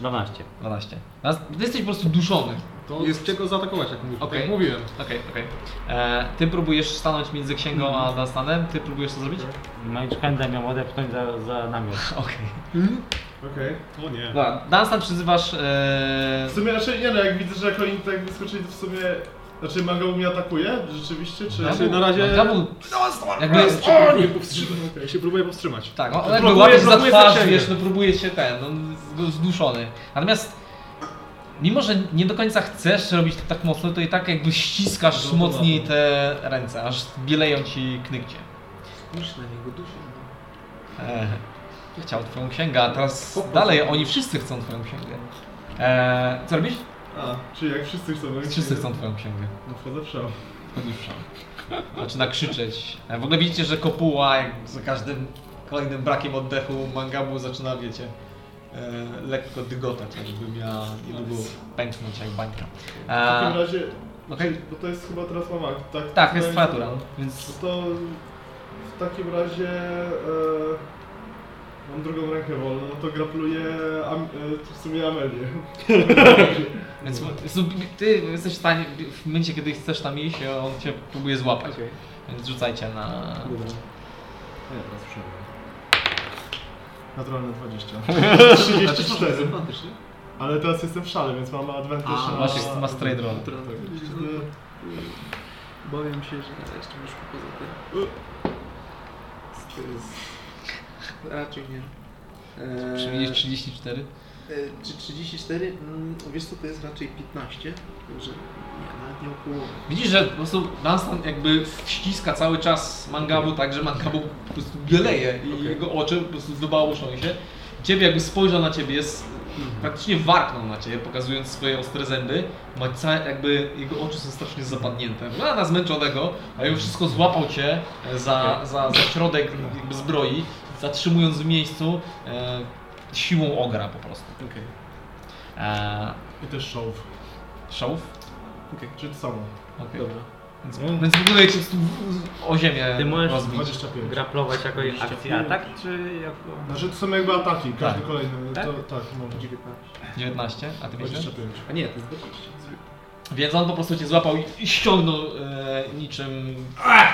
Speaker 2: 12.
Speaker 1: 12. Nas- Ty jesteś po prostu duszony.
Speaker 6: To jest cię go zaatakować, Tak jak mówisz.
Speaker 1: Okej.
Speaker 6: Tak jak mówiłem.
Speaker 1: Okej, okej. E, Ty próbujesz stanąć między księgą
Speaker 6: Mhm.
Speaker 1: a Dastanem, ty próbujesz to zrobić?
Speaker 6: Tak.
Speaker 2: Mage handem ją odepchnąć za, za namiot.
Speaker 1: Okej.
Speaker 5: Okej.
Speaker 6: O nie.
Speaker 1: Dobra, Dastan przyzywasz... E...
Speaker 5: W sumie raczej nie no, jak widzę, że jak oni tak wyskoczyli, to w sumie... Znaczy Mago mnie atakuje rzeczywiście,
Speaker 1: Gabu-
Speaker 5: czy... czy
Speaker 6: na Znaczy, no razie-
Speaker 1: Gabu, jakby,
Speaker 6: Ja się próbuję powstrzymać.
Speaker 1: tak, on jakby
Speaker 5: Blokuje-
Speaker 1: łapie za
Speaker 5: blokuje
Speaker 1: twarz,
Speaker 5: zasięgiem.
Speaker 1: wiesz, no próbuje się ten, on z- zduszony. Natomiast, mimo że nie do końca chcesz robić to tak mocno, to i tak jakby ściskasz mocniej te ręce, aż bieleją ci knykcie.
Speaker 4: Spójrz na niego duszę. no.
Speaker 1: E, Ja chciał twoją księgę, a teraz dalej oni wszyscy chcą twoją księgę. E, co robisz?
Speaker 5: A, czy jak wszyscy chcą... no i-
Speaker 1: Wszyscy chcą twoją księgę.
Speaker 5: No wchodzę w szał.
Speaker 1: Wchodzisz w szał. Zaczyna krzyczeć. E, W ogóle widzicie, że kopuła jak za każdym kolejnym brakiem oddechu mangabu zaczyna, wiecie, e, lekko dygotać, jakby miała niedługo pęknąć jak bańka.
Speaker 5: W
Speaker 1: E,
Speaker 5: takim razie,
Speaker 1: okej.
Speaker 5: bo to jest chyba teraz mam akt, tak?
Speaker 1: tak, jest
Speaker 5: Przynajmniej-
Speaker 1: twoja tura, więc
Speaker 5: No to w takim razie e, mam drugą rękę wolną, no to grapluję am, e, w sumie Amelię.
Speaker 1: Więc
Speaker 4: Mm.
Speaker 1: ty jesteś w stanie, w momencie kiedy chcesz tam iść, on cię próbuje złapać.
Speaker 4: Okej.
Speaker 1: Więc rzucajcie na...
Speaker 4: Dobra. A ja teraz przerwę.
Speaker 5: Naturalne 20. (laughs)
Speaker 4: Znaczy, to
Speaker 5: 34.
Speaker 4: jest zewnątrz, nie?
Speaker 5: Ale teraz jestem w szale, więc mam advantage
Speaker 4: A,
Speaker 5: na...
Speaker 1: Masz, masz trade roll.
Speaker 4: Dobra. no, Bawiam się, że jeszcze wyszło poza tym. To jest... Raczej nie. Eee,
Speaker 1: Przyjmiesz 34?
Speaker 4: e, Czy 34? Mm, Wiesz co, to jest raczej 15. Także nie, nawet nie o połowę.
Speaker 1: Widzisz, że po prostu Dunstan jakby ściska cały czas Mangabu tak, że Mangabu po prostu bieleje i jego oczy po prostu wybałuszą się. Ciebie jakby spojrzał na ciebie, jest, praktycznie warknął na ciebie, pokazując swoje ostre zęby. Ma całe, jakby jego oczy są strasznie zapadnięte. Ma na zmęczonego, a już wszystko złapał cię e, za, za, za środek jakby zbroi, zatrzymując w miejscu e, siłą ogra po prostu.
Speaker 5: Okej.
Speaker 1: E,
Speaker 5: I też show.
Speaker 1: Szałów?
Speaker 5: Czy to samo?
Speaker 1: Okej.
Speaker 4: Dobra.
Speaker 1: Więc, więc w ogóle jak się tu o ziemię
Speaker 2: Ty możesz
Speaker 1: rozbić.
Speaker 5: 25.
Speaker 2: Graplować jako akcję atak, czy jako...
Speaker 5: Znaczy to są jakby ataki, każdy
Speaker 1: Tak.
Speaker 5: kolejny.
Speaker 2: Tak?
Speaker 5: To, tak, może.
Speaker 4: 19.
Speaker 1: 19, a ty wiesz?
Speaker 5: 25.
Speaker 4: A nie, to jest 20.
Speaker 1: Więc on po prostu cię złapał i- i ściągnął e, niczym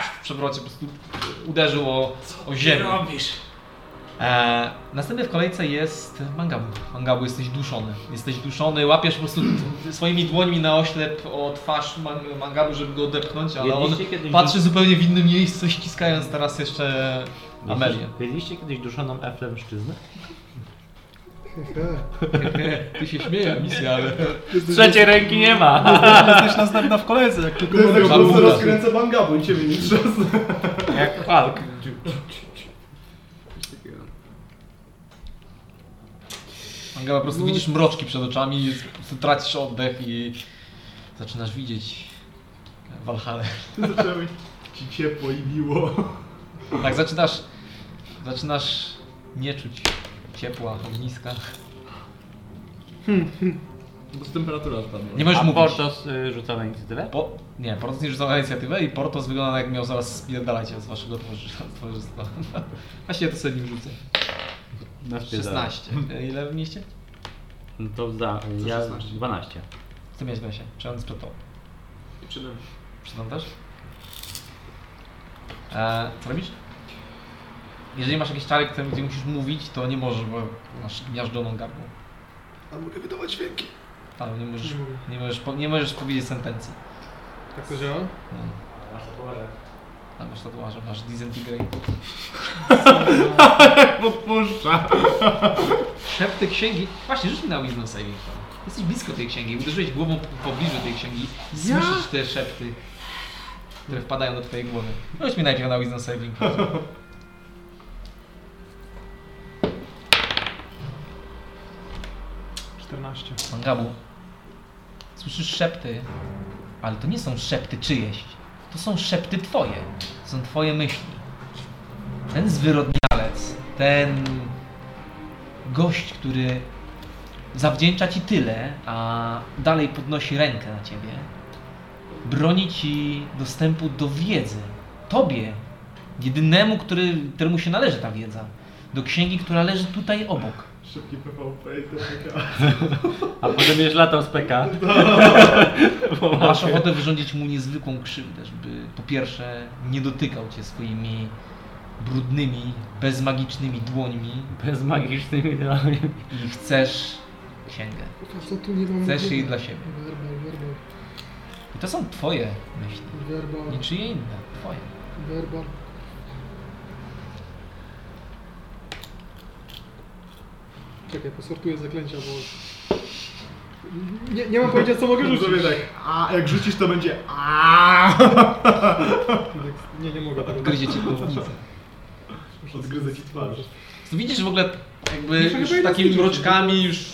Speaker 1: w przewrocie, po prostu uderzył o, o ziemię. E, następny w kolejce jest Mangabu. Mangabu, jesteś duszony. Jesteś duszony, łapiesz po (laughs) prostu swoimi dłońmi na oślep o twarz man, Mangabu, żeby go odepchnąć, ale on
Speaker 2: Jedliście kiedyś
Speaker 1: patrzy zupełnie w innym miejscu, ściskając teraz jeszcze
Speaker 2: dusz-
Speaker 1: Amelię.
Speaker 2: Jedliście kiedyś duszoną eflemszczyznę?
Speaker 1: (laughs) Ty się śmieje, misja, ale...
Speaker 2: Trzeciej ręki nie ma! (laughs)
Speaker 3: Jesteś następna w kolejce, jak tylko
Speaker 5: To jest tak, po prostu
Speaker 1: Babuga.
Speaker 5: rozkręcę mangabu i ciebie nie (laughs) trzasnę.
Speaker 2: Jak Hulk.
Speaker 4: Coś takiego.
Speaker 1: Angela, po prostu widzisz mroczki przed oczami, tracisz oddech i zaczynasz widzieć Walhalę.
Speaker 5: (laughs) Zaczęło mi ci ciepło i miło.
Speaker 1: Tak, zaczynasz, zaczynasz nie czuć ciepła, ogniska. Hmm,
Speaker 4: Bo z temperatura spadła.
Speaker 1: Nie możesz
Speaker 2: A
Speaker 1: mówić.
Speaker 2: Portos y, rzuca na inicjatywę?
Speaker 1: Po, nie, Portos nie rzucał na inicjatywę i Portos wygląda tak, jak miał zaraz spierdalać się z waszego towarzysz- towarzystwa. Właśnie to sobie nim rzucę.
Speaker 2: Na spierdala.
Speaker 1: 16. Ile mieście?
Speaker 2: No to za,
Speaker 4: Za
Speaker 2: ja
Speaker 4: 16.
Speaker 2: 12.
Speaker 1: Co miałeś na się? Czy on jest przed tobą?
Speaker 4: I przede mną.
Speaker 1: Przyglądasz? E, co robisz? Jeżeli masz jakiś czarek, który- gdzie musisz mówić, to nie możesz, bo masz gniażdżoną gardło.
Speaker 4: A mogę wydawać dźwięki.
Speaker 1: Tam nie możesz,
Speaker 3: Nie mogę.
Speaker 1: nie możesz, po- nie możesz powiedzieć sentencji.
Speaker 3: Tak to działa?
Speaker 1: No. Tam masz tatuaże, masz disintegrate.
Speaker 5: Podpuszcza.
Speaker 1: Szep tej księgi. Właśnie, rzuć mi na Wisdom Saving Throw. Jesteś blisko tej księgi, uderzyłeś głową w pobliżu tej księgi i słyszysz te szepty, które wpadają do twojej głowy. Rzuć mi najpierw na Wisdom Saving Throw. Mangabu, słyszysz szepty, ale to nie są szepty czyjeś. To są szepty twoje. To są twoje myśli. Ten zwyrodnialec, ten gość, który zawdzięcza ci tyle, a dalej podnosi rękę na ciebie, broni ci dostępu do wiedzy. Tobie, jedynemu, który, któremu się należy ta wiedza. Do księgi, która leży tutaj obok.
Speaker 5: Szybki PvP i TPK. (laughs)
Speaker 2: A potem będziesz latał z PK. Bo
Speaker 1: Masz
Speaker 2: mam-
Speaker 1: ochotę wyrządzić mu niezwykłą krzywdę, żeby po pierwsze nie dotykał cię swoimi brudnymi, bezmagicznymi dłońmi
Speaker 2: Bez magicznych idealnie.
Speaker 1: i chcesz księgę.
Speaker 3: Kurwa, co tu nie mam...
Speaker 1: Chcesz jej dla siebie.
Speaker 3: Werbal, werbal,
Speaker 1: I to są twoje myśli,
Speaker 3: werbal,
Speaker 1: niczyje inne, twoje.
Speaker 3: werbal. Czekaj, posortuję zaklęcia, bo... Nie, nie mam pojęcia, co No mogę
Speaker 6: No,
Speaker 5: Zrobię
Speaker 3: rzucić.
Speaker 5: tak. A jak rzucisz to będzie. A
Speaker 3: Nie, nie mogę tego.
Speaker 1: Gryzie cię głownicę.
Speaker 5: Odgryzę ci twarz.
Speaker 1: Widzisz w ogóle jakby
Speaker 3: Muszę chyba
Speaker 1: już
Speaker 3: jednak
Speaker 1: takimi
Speaker 3: widzieć.
Speaker 1: mroczkami już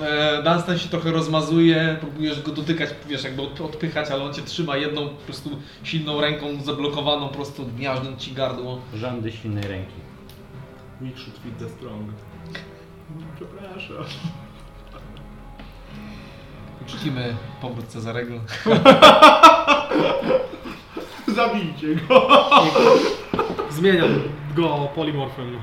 Speaker 1: e, Dunstan się trochę rozmazuje, próbujesz go dotykać, wiesz, jakby od- odpychać, ale on cię trzyma jedną po prostu silną ręką zablokowaną, prosto gniażdżąc ci gardło.
Speaker 2: Rządy silnej ręki.
Speaker 5: We should feed the strong. Przepraszam. (laughs)
Speaker 1: Uczcimy powrót Cezarego.
Speaker 5: Zabijcie go.
Speaker 3: Zmieniam go polimorfem.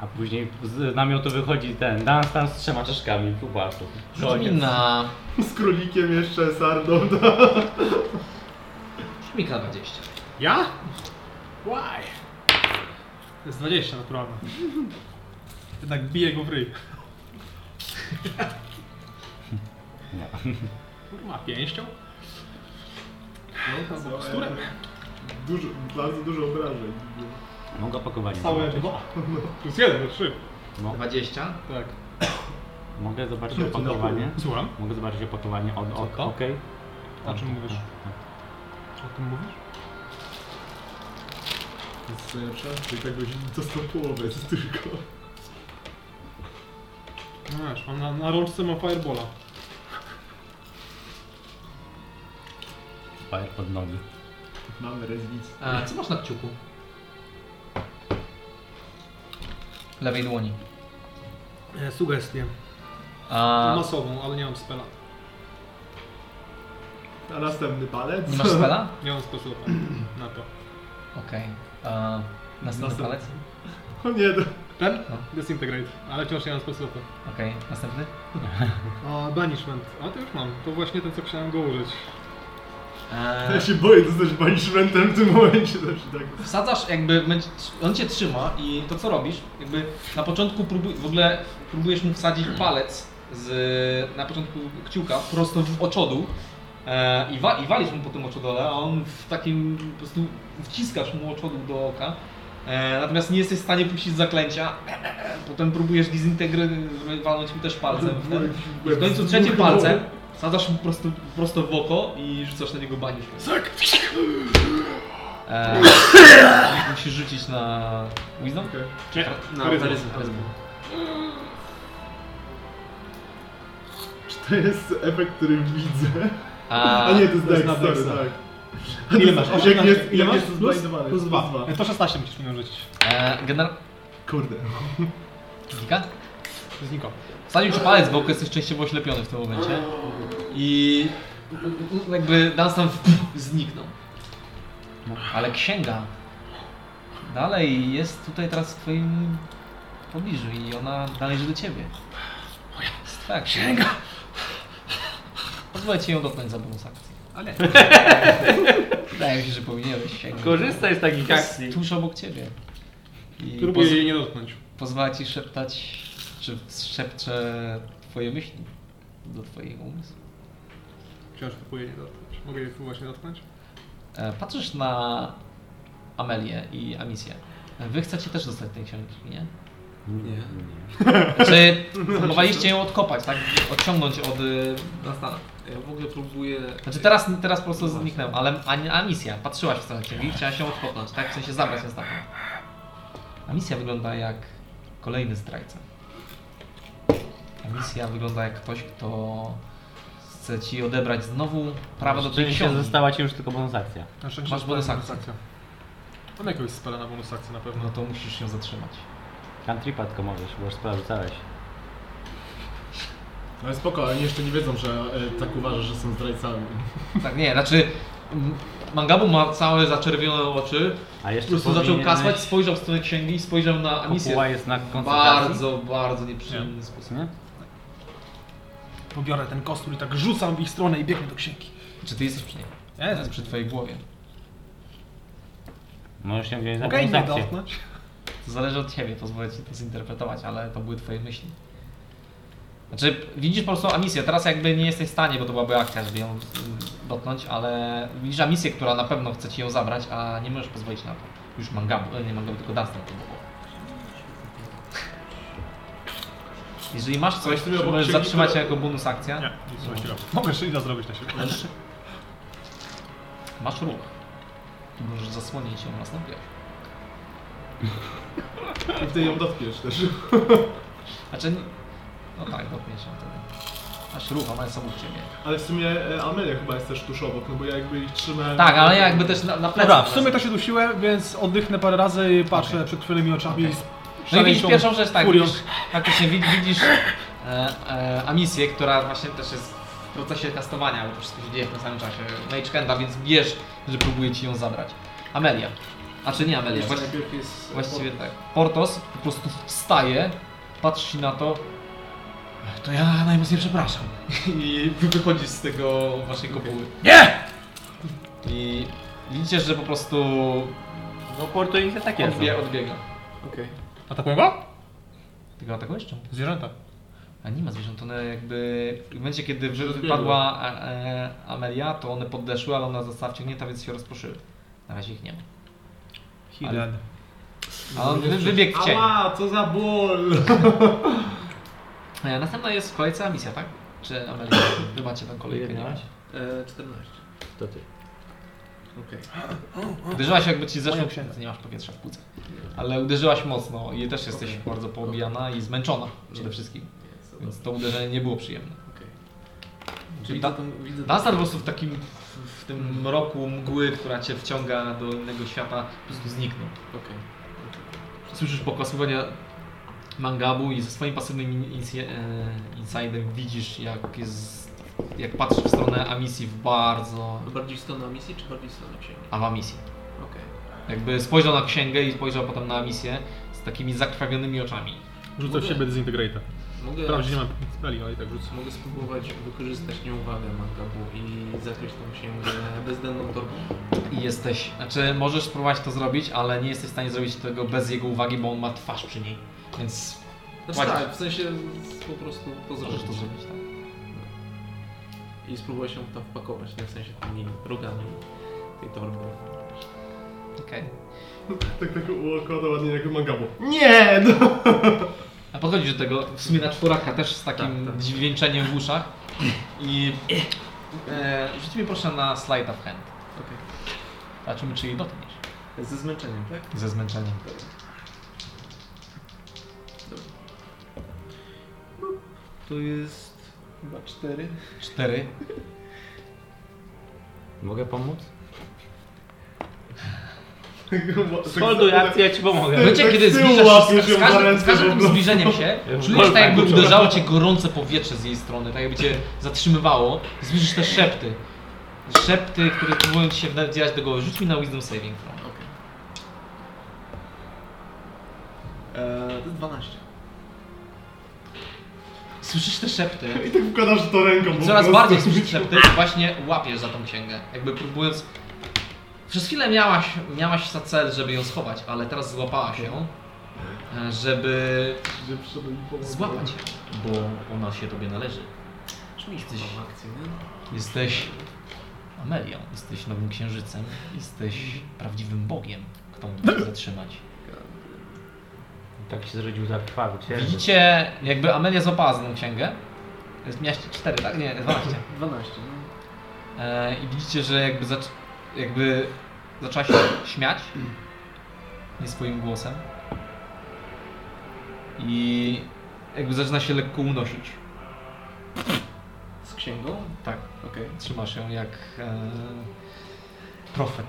Speaker 2: A później z namiotu wychodzi ten Dunstan z trzema czaszkami płaszczu.
Speaker 1: Rzuć mi na...
Speaker 5: Z królikiem jeszcze, sardą. (laughs)
Speaker 1: Rzuć mi na 20.
Speaker 3: Ja? Why? To jest 20 naturalne. Jednak bije go w ryj. Kurwa, pięścią?
Speaker 5: No, to Dużo, bardzo dużo obrażeń.
Speaker 2: Mogę opakowanie.
Speaker 3: Całe
Speaker 2: zobaczyć?
Speaker 3: dwa. Plus jeden, trzy.
Speaker 2: Mo
Speaker 1: 20?
Speaker 3: Tak.
Speaker 2: mogę zobaczyć opakowanie?
Speaker 3: Słucham?
Speaker 2: Mogę zobaczyć opakowanie od od
Speaker 1: to?
Speaker 2: OK.
Speaker 3: O czym mówisz? O tym mówisz?
Speaker 5: To jest najlepsze. Czyli tak godziny to są połowę, jest tylko.
Speaker 3: No wiesz, mam na, na rączce mam firebola.
Speaker 2: Fire pod nogi.
Speaker 5: Mamy rezwic.
Speaker 1: A co masz na kciuku? Lewej dłoni.
Speaker 3: E, sugestie.
Speaker 1: A
Speaker 6: No.
Speaker 3: Masową, ale nie mam spela.
Speaker 5: A następny palec.
Speaker 1: nie masz spela?
Speaker 6: (laughs)
Speaker 3: Nie mam sposobu
Speaker 6: (clears throat)
Speaker 3: na to.
Speaker 1: Okej. A Następny
Speaker 5: Następny.
Speaker 1: palec?
Speaker 5: (laughs) O nie, to...
Speaker 3: Ten?
Speaker 1: No.
Speaker 3: Disintegrate. Ale wciąż nie mam sposobu.
Speaker 1: Okej, następny?
Speaker 3: A, banishment. A to już mam. To właśnie ten, co chciałem go użyć.
Speaker 1: E.
Speaker 5: ja się boję dostać banishmentem w tym momencie też i tak.
Speaker 1: Wsadzasz jakby, męcz- on cię trzyma i to co robisz, jakby na początku próbuj, w ogóle próbujesz mu wsadzić palec z, na początku kciuka prosto w oczodu e, i, wa, i walisz mu po tym oczodole, a on w takim, po prostu wciskasz mu oczodu do oka, e, natomiast nie jesteś w stanie puścić zaklęcia, e, potem próbujesz dizintegrować, walnąć mu też palcem w ten, i w końcu trzecim palcem wsadzasz mu prosto, prosto w oko i rzucasz na niego banisz.
Speaker 5: Tak!
Speaker 1: Eee, musisz rzucić na Wisdom?
Speaker 5: Okej.
Speaker 1: Na
Speaker 3: charyzmę.
Speaker 1: charyzmę. charyzmę.
Speaker 5: Czy to jest efekt, który widzę?
Speaker 1: A,
Speaker 5: A nie, to jest
Speaker 3: to jest
Speaker 5: dex,
Speaker 3: na
Speaker 5: sorry,
Speaker 3: dexa.
Speaker 5: tak.
Speaker 3: Ile masz?
Speaker 5: Jak
Speaker 3: 18.
Speaker 5: jest-
Speaker 3: Ile
Speaker 5: jak
Speaker 3: masz?
Speaker 5: jest
Speaker 3: Plus?
Speaker 5: zblindowany?
Speaker 3: Plus
Speaker 5: Plus
Speaker 3: 2.
Speaker 5: dwa.
Speaker 3: To 16 musisz minął żyć.
Speaker 1: e, general...
Speaker 5: Kurde.
Speaker 1: Kilka?
Speaker 3: To Zniko.
Speaker 1: Wsadził ci palec w oko, jesteś szczęściowo oślepiony w tym momencie. I jakby Dunstan w- zniknął. Ale księga dalej jest tutaj teraz w twoim pobliżu i ona należy do ciebie. Tak. Księga! Pozwolę ci ją dotknąć za bonus akcji.
Speaker 6: Ale
Speaker 1: Wydaje mi się, że powinieneś sięgnąć.
Speaker 2: Korzystaj z takich akcji.
Speaker 1: Jest tuż obok ciebie. I
Speaker 6: próbuję
Speaker 1: poz-
Speaker 6: jej nie dotknąć.
Speaker 1: pozwala ci szeptać, czy szepcze twoje myśli do twojego umysłu.
Speaker 6: Wciąż próbuję nie dotknąć. Mogę jej właśnie dotknąć?
Speaker 1: E, Patrzysz na Amelię i Amisję. Wy chcecie też dostać tej książki, nie?
Speaker 2: Nie.
Speaker 1: Czy próbowaliście ją odkopać, tak? Odciągnąć od... y,
Speaker 4: Nastana. Ja w ogóle próbuję...
Speaker 1: Znaczy teraz, teraz po prostu zniknęłam, ale Ani- Amisja patrzyłaś w stronę księgi i chciała się odkopnąć, tak? W sensie zabrać ją z taką. Amisja wygląda jak kolejny zdrajca. Amisja wygląda jak ktoś, kto chce ci odebrać znowu prawo do tej
Speaker 2: się
Speaker 1: książki.
Speaker 2: została ci już tylko bonus akcja.
Speaker 6: Na szczęście
Speaker 1: Masz bonus
Speaker 6: spadła
Speaker 1: akcję.
Speaker 6: Mam jakiegoś spela na bonus akcję na pewno.
Speaker 1: No to musisz ją zatrzymać.
Speaker 2: Countrypad tylko możesz, bo już sprawdzałeś.
Speaker 5: Ale No spoko, oni jeszcze nie wiedzą, że e, tak uważasz, że są zdrajcami.
Speaker 1: Tak, nie, znaczy m, Mangabu ma całe zaczerwione oczy,
Speaker 2: A
Speaker 1: po
Speaker 2: jeszcze
Speaker 1: prostu zaczął
Speaker 2: powinieneś-
Speaker 1: kasłać, spojrzał w stronę księgi i spojrzał na
Speaker 2: Kopuła
Speaker 1: Amisję.
Speaker 2: jest na
Speaker 1: W
Speaker 2: koncentracji?
Speaker 1: Bardzo, bardzo nieprzyjemny sposób.
Speaker 2: Nie?
Speaker 6: Pobiorę ten kostur i tak rzucam w ich stronę i biegnę do księgi.
Speaker 1: Czy ty jesteś przy niej?
Speaker 6: Ja
Speaker 1: Ona jest przy twojej głowie.
Speaker 2: Możesz się wziąć za
Speaker 6: Mogę jej
Speaker 2: bonus
Speaker 6: nie
Speaker 3: no.
Speaker 2: akcję.
Speaker 6: dotknąć?
Speaker 1: To zależy od ciebie, pozwolę ci to zinterpretować, ale to były twoje myśli. Znaczy, widzisz po prostu Amisję, teraz jakby nie jesteś w stanie, bo to byłaby akcja, żeby ją mm, dotknąć, ale widzisz Amisję, która na pewno chce ci ją zabrać, a nie możesz pozwolić na to. Już Mangabu, e, nie Mangabu, tylko Dunstan to było. Jeżeli masz coś,
Speaker 5: Właściwie
Speaker 1: czy
Speaker 5: obok
Speaker 1: możesz
Speaker 5: księgi,
Speaker 1: zatrzymać
Speaker 5: to-
Speaker 1: się jako bonus akcja,
Speaker 6: Nie, nic właściwie. Mogę szylda zrobić na siebie.
Speaker 1: masz ruch. Możesz zasłonić ją raz na pierś.
Speaker 5: I ty ją dotkniesz też.
Speaker 1: Znaczy, nie- no tak, dotkniesz się wtedy. Masz ruch, ona jest obok ciebie.
Speaker 5: Ale w sumie e, Amelia chyba jest też tuż obok, no bo ja jakby ich trzymałem...
Speaker 1: Tak, ale ja jakby też na, na plecach.
Speaker 6: Dobra, w
Speaker 1: też.
Speaker 6: sumie to się dusiłem, więc oddychnę parę razy i patrzę
Speaker 1: Okej.
Speaker 6: przed chwilowymi oczami.
Speaker 1: Okej.
Speaker 6: z
Speaker 1: No i widzisz
Speaker 6: szaleńczą
Speaker 1: pierwszą rzecz, tak,
Speaker 6: furią.
Speaker 1: widzisz, faktycznie wid- widzisz e, e, Amisję, która właśnie też jest w procesie kastowania, bo to wszystko się dzieje w tym samym czasie Mage Handa, więc wiesz, że próbuje ci ją zabrać. Amelia. A czy nie Amelia,
Speaker 4: Jeszcze
Speaker 1: właści-
Speaker 4: najpierw jest...
Speaker 1: właściwie tak. Portos po prostu wstaje, patrzy na to, to ja najmocniej przepraszam. I wy- wychodzisz z tego waszej kopuły.
Speaker 2: Nie!
Speaker 1: I widzicie, że po prostu
Speaker 2: No oportunizmy takie są.
Speaker 1: odbie- odbiega.
Speaker 4: Okej.
Speaker 6: Atakuję go?
Speaker 1: Ty go atakujesz czemu?
Speaker 6: Zwierzęta.
Speaker 1: A nie ma zwierząt, one jakby w momencie kiedy wypadła e, e, Amelia, to one podeszły, ale ona została wciągnięta, więc się rozproszyły. Na razie ich nie ma.
Speaker 6: Ale...
Speaker 1: A on wy, wybiegł w cień.
Speaker 5: Ała, co za ból! (laughs)
Speaker 1: E, Następna jest w kolejce Amisja, tak? Czy Amelia? Wy macie tą kolejkę, nie
Speaker 2: Ile
Speaker 1: macie?
Speaker 2: miałaś?
Speaker 4: E, 14.
Speaker 2: To ty.
Speaker 4: Okej.
Speaker 1: Uderzyłaś jakby ci zeszło,
Speaker 6: Moją księdza.
Speaker 1: nie masz powietrza w płucach. Ale uderzyłaś mocno i też jesteś bardzo poobijana i zmęczona przede wszystkim. Więc to uderzenie nie było przyjemne.
Speaker 4: Okej. Czyli
Speaker 1: Da-
Speaker 4: to tam widzę...
Speaker 1: Nastar po prostu w takim, w- w tym mroku mgły, która cię wciąga do innego świata, po prostu zniknął.
Speaker 4: Okej.
Speaker 1: Słyszysz poklasłowanie mangabu i ze swoim pasywnym in- insi- e, insidem widzisz jak jest, jak patrzysz w stronę Amisji w bardzo...
Speaker 4: To Bardziej w stronę misji, czy bardziej w stronę księgi?
Speaker 1: A w Amisji.
Speaker 4: Okej.
Speaker 1: Jakby spojrzał na księgę i spojrzał potem na Amisję z takimi zakrwawionymi oczami.
Speaker 6: Rzucę w siebie Disintegrator.
Speaker 4: Mogę...
Speaker 6: Wprawdzie nie mam speli, ale i tak rzucę.
Speaker 4: Mogę spróbować wykorzystać nieuwagę Mangabu i zakryć tą księgę bezdenną torbą.
Speaker 1: I jesteś... Znaczy możesz spróbować to zrobić, ale nie jesteś w stanie zrobić tego bez jego uwagi, bo on ma twarz przy niej. Więc
Speaker 4: Znaczy
Speaker 1: Właśnie.
Speaker 4: tak, w sensie z- po prostu to
Speaker 1: możesz to
Speaker 4: zrobić.
Speaker 1: zrobić, tak.
Speaker 4: I spróbuję się tam wpakować, nie w sensie tymi rogami tej torby.
Speaker 1: Okej.
Speaker 5: Tak tak uokładał ładnie jak (laughs) mangabu. Nie! No.
Speaker 1: A podchodzisz do tego w sumie na czworaka też z takim
Speaker 4: Tak, tak.
Speaker 1: dźwięczeniem w uszach i e, rzuć mi proszę na slide of hand.
Speaker 4: Okej.
Speaker 1: Zobaczymy czy jej dotkniesz.
Speaker 4: Ze zmęczeniem, tak?
Speaker 1: Ze zmęczeniem.
Speaker 4: Dobra. to jest chyba cztery.
Speaker 1: Cztery.
Speaker 2: Mogę pomóc?
Speaker 5: Solduj
Speaker 2: ja ci pomogę.
Speaker 1: W momencie,
Speaker 5: tak
Speaker 1: kiedy
Speaker 5: z tyłu
Speaker 1: zbliżasz się,
Speaker 5: łapiesz
Speaker 1: z
Speaker 5: ją za
Speaker 1: każdym,
Speaker 5: ręce
Speaker 1: z każdym
Speaker 5: po
Speaker 1: tym
Speaker 5: prostu.
Speaker 1: zgbliżeniem się,
Speaker 2: Ja
Speaker 1: czujesz tak jakby
Speaker 2: walkę
Speaker 1: uderzało cię gorące powietrze z jej strony, tak jakby cię zatrzymywało. Zbliżysz te szepty. Szepty, które próbują ci się wdzierać do głowy. Rzuć mi na Wisdom Saving Throw.
Speaker 4: Eee, to jest 12.
Speaker 1: Słyszysz te szepty.
Speaker 5: I tak wkładasz to ręką.
Speaker 1: I
Speaker 5: po
Speaker 1: coraz
Speaker 5: prostu.
Speaker 1: bardziej słyszysz szepty i właśnie łapiesz za tą księgę. Jakby próbując... Przez chwilę miałaś, miałaś za cel, żeby ją schować, ale teraz złapałaś ją, e, żeby
Speaker 5: Gdzie przyszedłem i pomogłem.
Speaker 1: złapać ją, bo ona się tobie należy. Jesteś,
Speaker 4: akcję, nie?
Speaker 1: jesteś Amelią, jesteś nowym księżycem, jesteś prawdziwym bogiem, kto mógł cię zatrzymać.
Speaker 2: Tak się zrodził tak krwawy księżyc.
Speaker 1: Widzicie, jakby Amelia złapała za tą księgę. Jest- Miałaś 4, tak? Nie, 12.
Speaker 4: 12, no.
Speaker 1: E, I widzicie, że jakby, zac- jakby zaczęła się śmiać nie swoim głosem. I jakby zaczyna się lekko unosić.
Speaker 4: Z księgą?
Speaker 1: Tak.
Speaker 4: Okej.
Speaker 1: Trzymasz ją jak e, profet.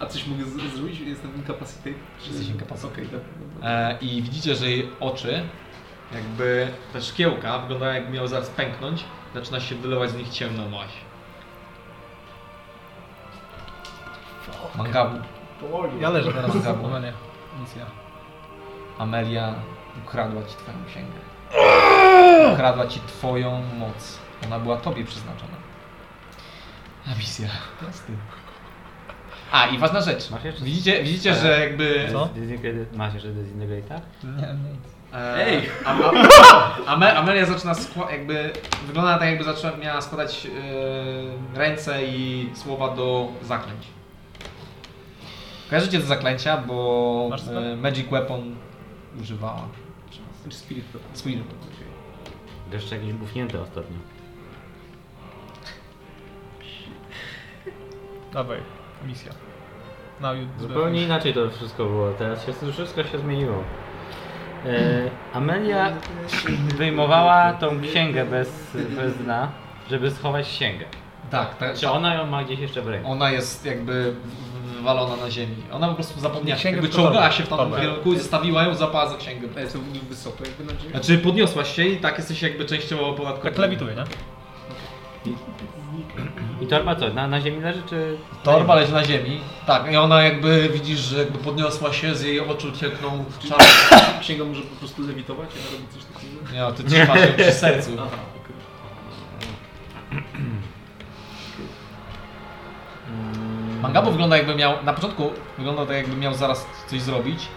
Speaker 4: A coś mogę z- zrobić? Jestem incapacitated?
Speaker 1: Jesteś incapacitated.
Speaker 4: Okej, dobra, dobra.
Speaker 1: E, I widzicie, że jej oczy, jakby ta szkiełka, wyglądała jakby miała zaraz pęknąć, zaczyna się wylewać z nich ciemna maś. Mangabu.
Speaker 5: Pomogłem.
Speaker 6: Ja leżę teraz
Speaker 1: Dobra.
Speaker 6: no nie. Nic ja.
Speaker 1: Amelia ukradła ci twoją księgę. Ukradła ci twoją moc. Ona była tobie przeznaczona. A misja. Jasny. A i ważna rzecz.
Speaker 2: Masz jeszcze-
Speaker 1: Widzicie, widzicie że jakby...
Speaker 6: Co?
Speaker 2: Dezintegrate- Masz jeszcze Dezintegrator?
Speaker 6: Nie, nic.
Speaker 1: Ej! E, A, a, Ame- Amelia zaczyna skła- jakby... Wygląda tak jakby zaczęła, miała składać e, ręce i słowa do zaklęć. Kojarzycie te zaklęcia, bo
Speaker 6: Masz to?
Speaker 1: e, Magic Weapon używała. przy nas.
Speaker 4: Znaczy spirit to.
Speaker 1: Spirit.
Speaker 2: Jeszcze jakieś bufnięte ostatnio.
Speaker 6: Dawaj, misja. Na ju-
Speaker 2: Zupełnie inaczej to wszystko było. Teraz się wszystko się zmieniło. E, Amelia wyjmowała tą księgę bez, bez dna, żeby schować księgę.
Speaker 1: Tak, tak.
Speaker 2: Czy ona ją ma gdzieś jeszcze w ręku?
Speaker 1: Ona jest jakby w- wywalona na ziemi. Ona po prostu zapomniała się,
Speaker 6: Księgę
Speaker 1: jakby
Speaker 6: tylko
Speaker 1: ciągnęła
Speaker 6: dobra.
Speaker 1: się w tamtym
Speaker 6: Dobra.
Speaker 1: kierunku, zostawiła ją, zapała za księgę.
Speaker 4: A jestem w ogóle wysoko jakby na dzień.
Speaker 1: Znaczy podniosłaś się i tak jesteś jakby częściowo ponad
Speaker 6: Tak lewituje, nie?
Speaker 2: I torba co? Na, na ziemi leży czy...
Speaker 1: Torba leży na ziemi. Tak, i ona jakby widzisz, że jakby podniosła się, z jej oczu ciekną czarne.
Speaker 4: Księga może po prostu lewitować, a robi coś takiego?
Speaker 1: Nie, no, ty trzymasz ją przy sercu.
Speaker 4: Aha, okej.
Speaker 1: Mangabo wygląda jakby miał, na początku wyglądał tak jakby miał zaraz coś zrobić,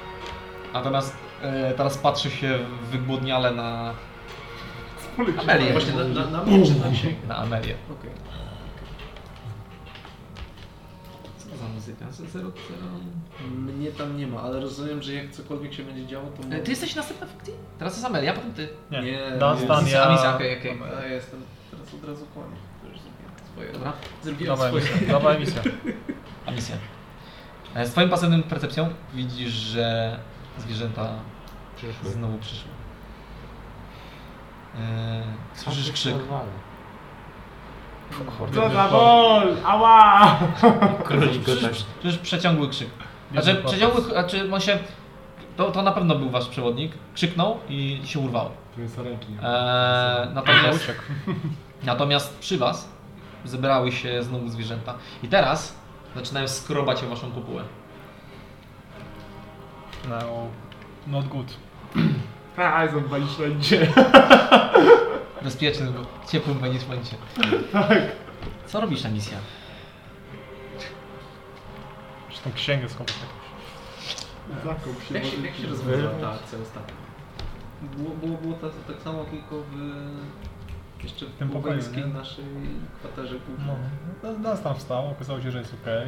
Speaker 1: natomiast e, teraz patrzy się wygłodniale na, Amelię.
Speaker 4: Właśnie na, na, na mnie czy na księgę?
Speaker 1: na Amelię.
Speaker 4: Okej.
Speaker 1: Co za muzyka? Zero, zero.
Speaker 4: Mnie tam nie ma, ale rozumiem, że jak cokolwiek się będzie działo, to...
Speaker 1: E, Ty jesteś następna w akcji? Teraz jest Amelia, potem ty.
Speaker 4: Nie, nie.
Speaker 6: Dunstan,
Speaker 1: Misja, misja,
Speaker 6: ja...
Speaker 1: okej, okej.
Speaker 4: A ja jestem teraz od razu kłamie. To już zrobiłem swoje.
Speaker 1: Dobra.
Speaker 4: Zrobiłem
Speaker 6: Dawaj
Speaker 4: swoje.
Speaker 6: misja, dawaj misja.
Speaker 1: A misja. E, Z twoim pasywnym percepcją widzisz, że zwierzęta znowu przyszły. E, Słyszysz krzyk.
Speaker 5: Co za bol! Ała!
Speaker 2: Królik go tak.
Speaker 1: Słyszysz, słyszysz przeciągły krzyk. Znaczy,
Speaker 6: Bierzmy
Speaker 1: przeciągły, znaczy on się... To, to na pewno był wasz przewodnik. Krzyknął i się urwał.
Speaker 5: Tu jest ręki.
Speaker 1: E, natomiast, natomiast przy was zebrały się znowu zwierzęta. I teraz zaczynają skrobać o waszą kopułę.
Speaker 6: No, not good.
Speaker 5: Aj, zobacz wszędzie.
Speaker 1: Bezpieczny, bo w ciepłym będziesz momencie. Tak. Co robisz na misja?
Speaker 6: Czy tą księgę schować jakoś.
Speaker 5: Zakop się.
Speaker 4: Jak się, tak. jak się rozwiązała ta akcja ostatnia? Było, było, było ta, tak samo, tylko w... Jeszcze w
Speaker 6: tym pokoju,
Speaker 4: pogońskiej
Speaker 6: nie?
Speaker 4: naszej kwaterze
Speaker 6: No,
Speaker 4: głównej.
Speaker 6: no, Dunstan wstał, okazało się, że jest okej.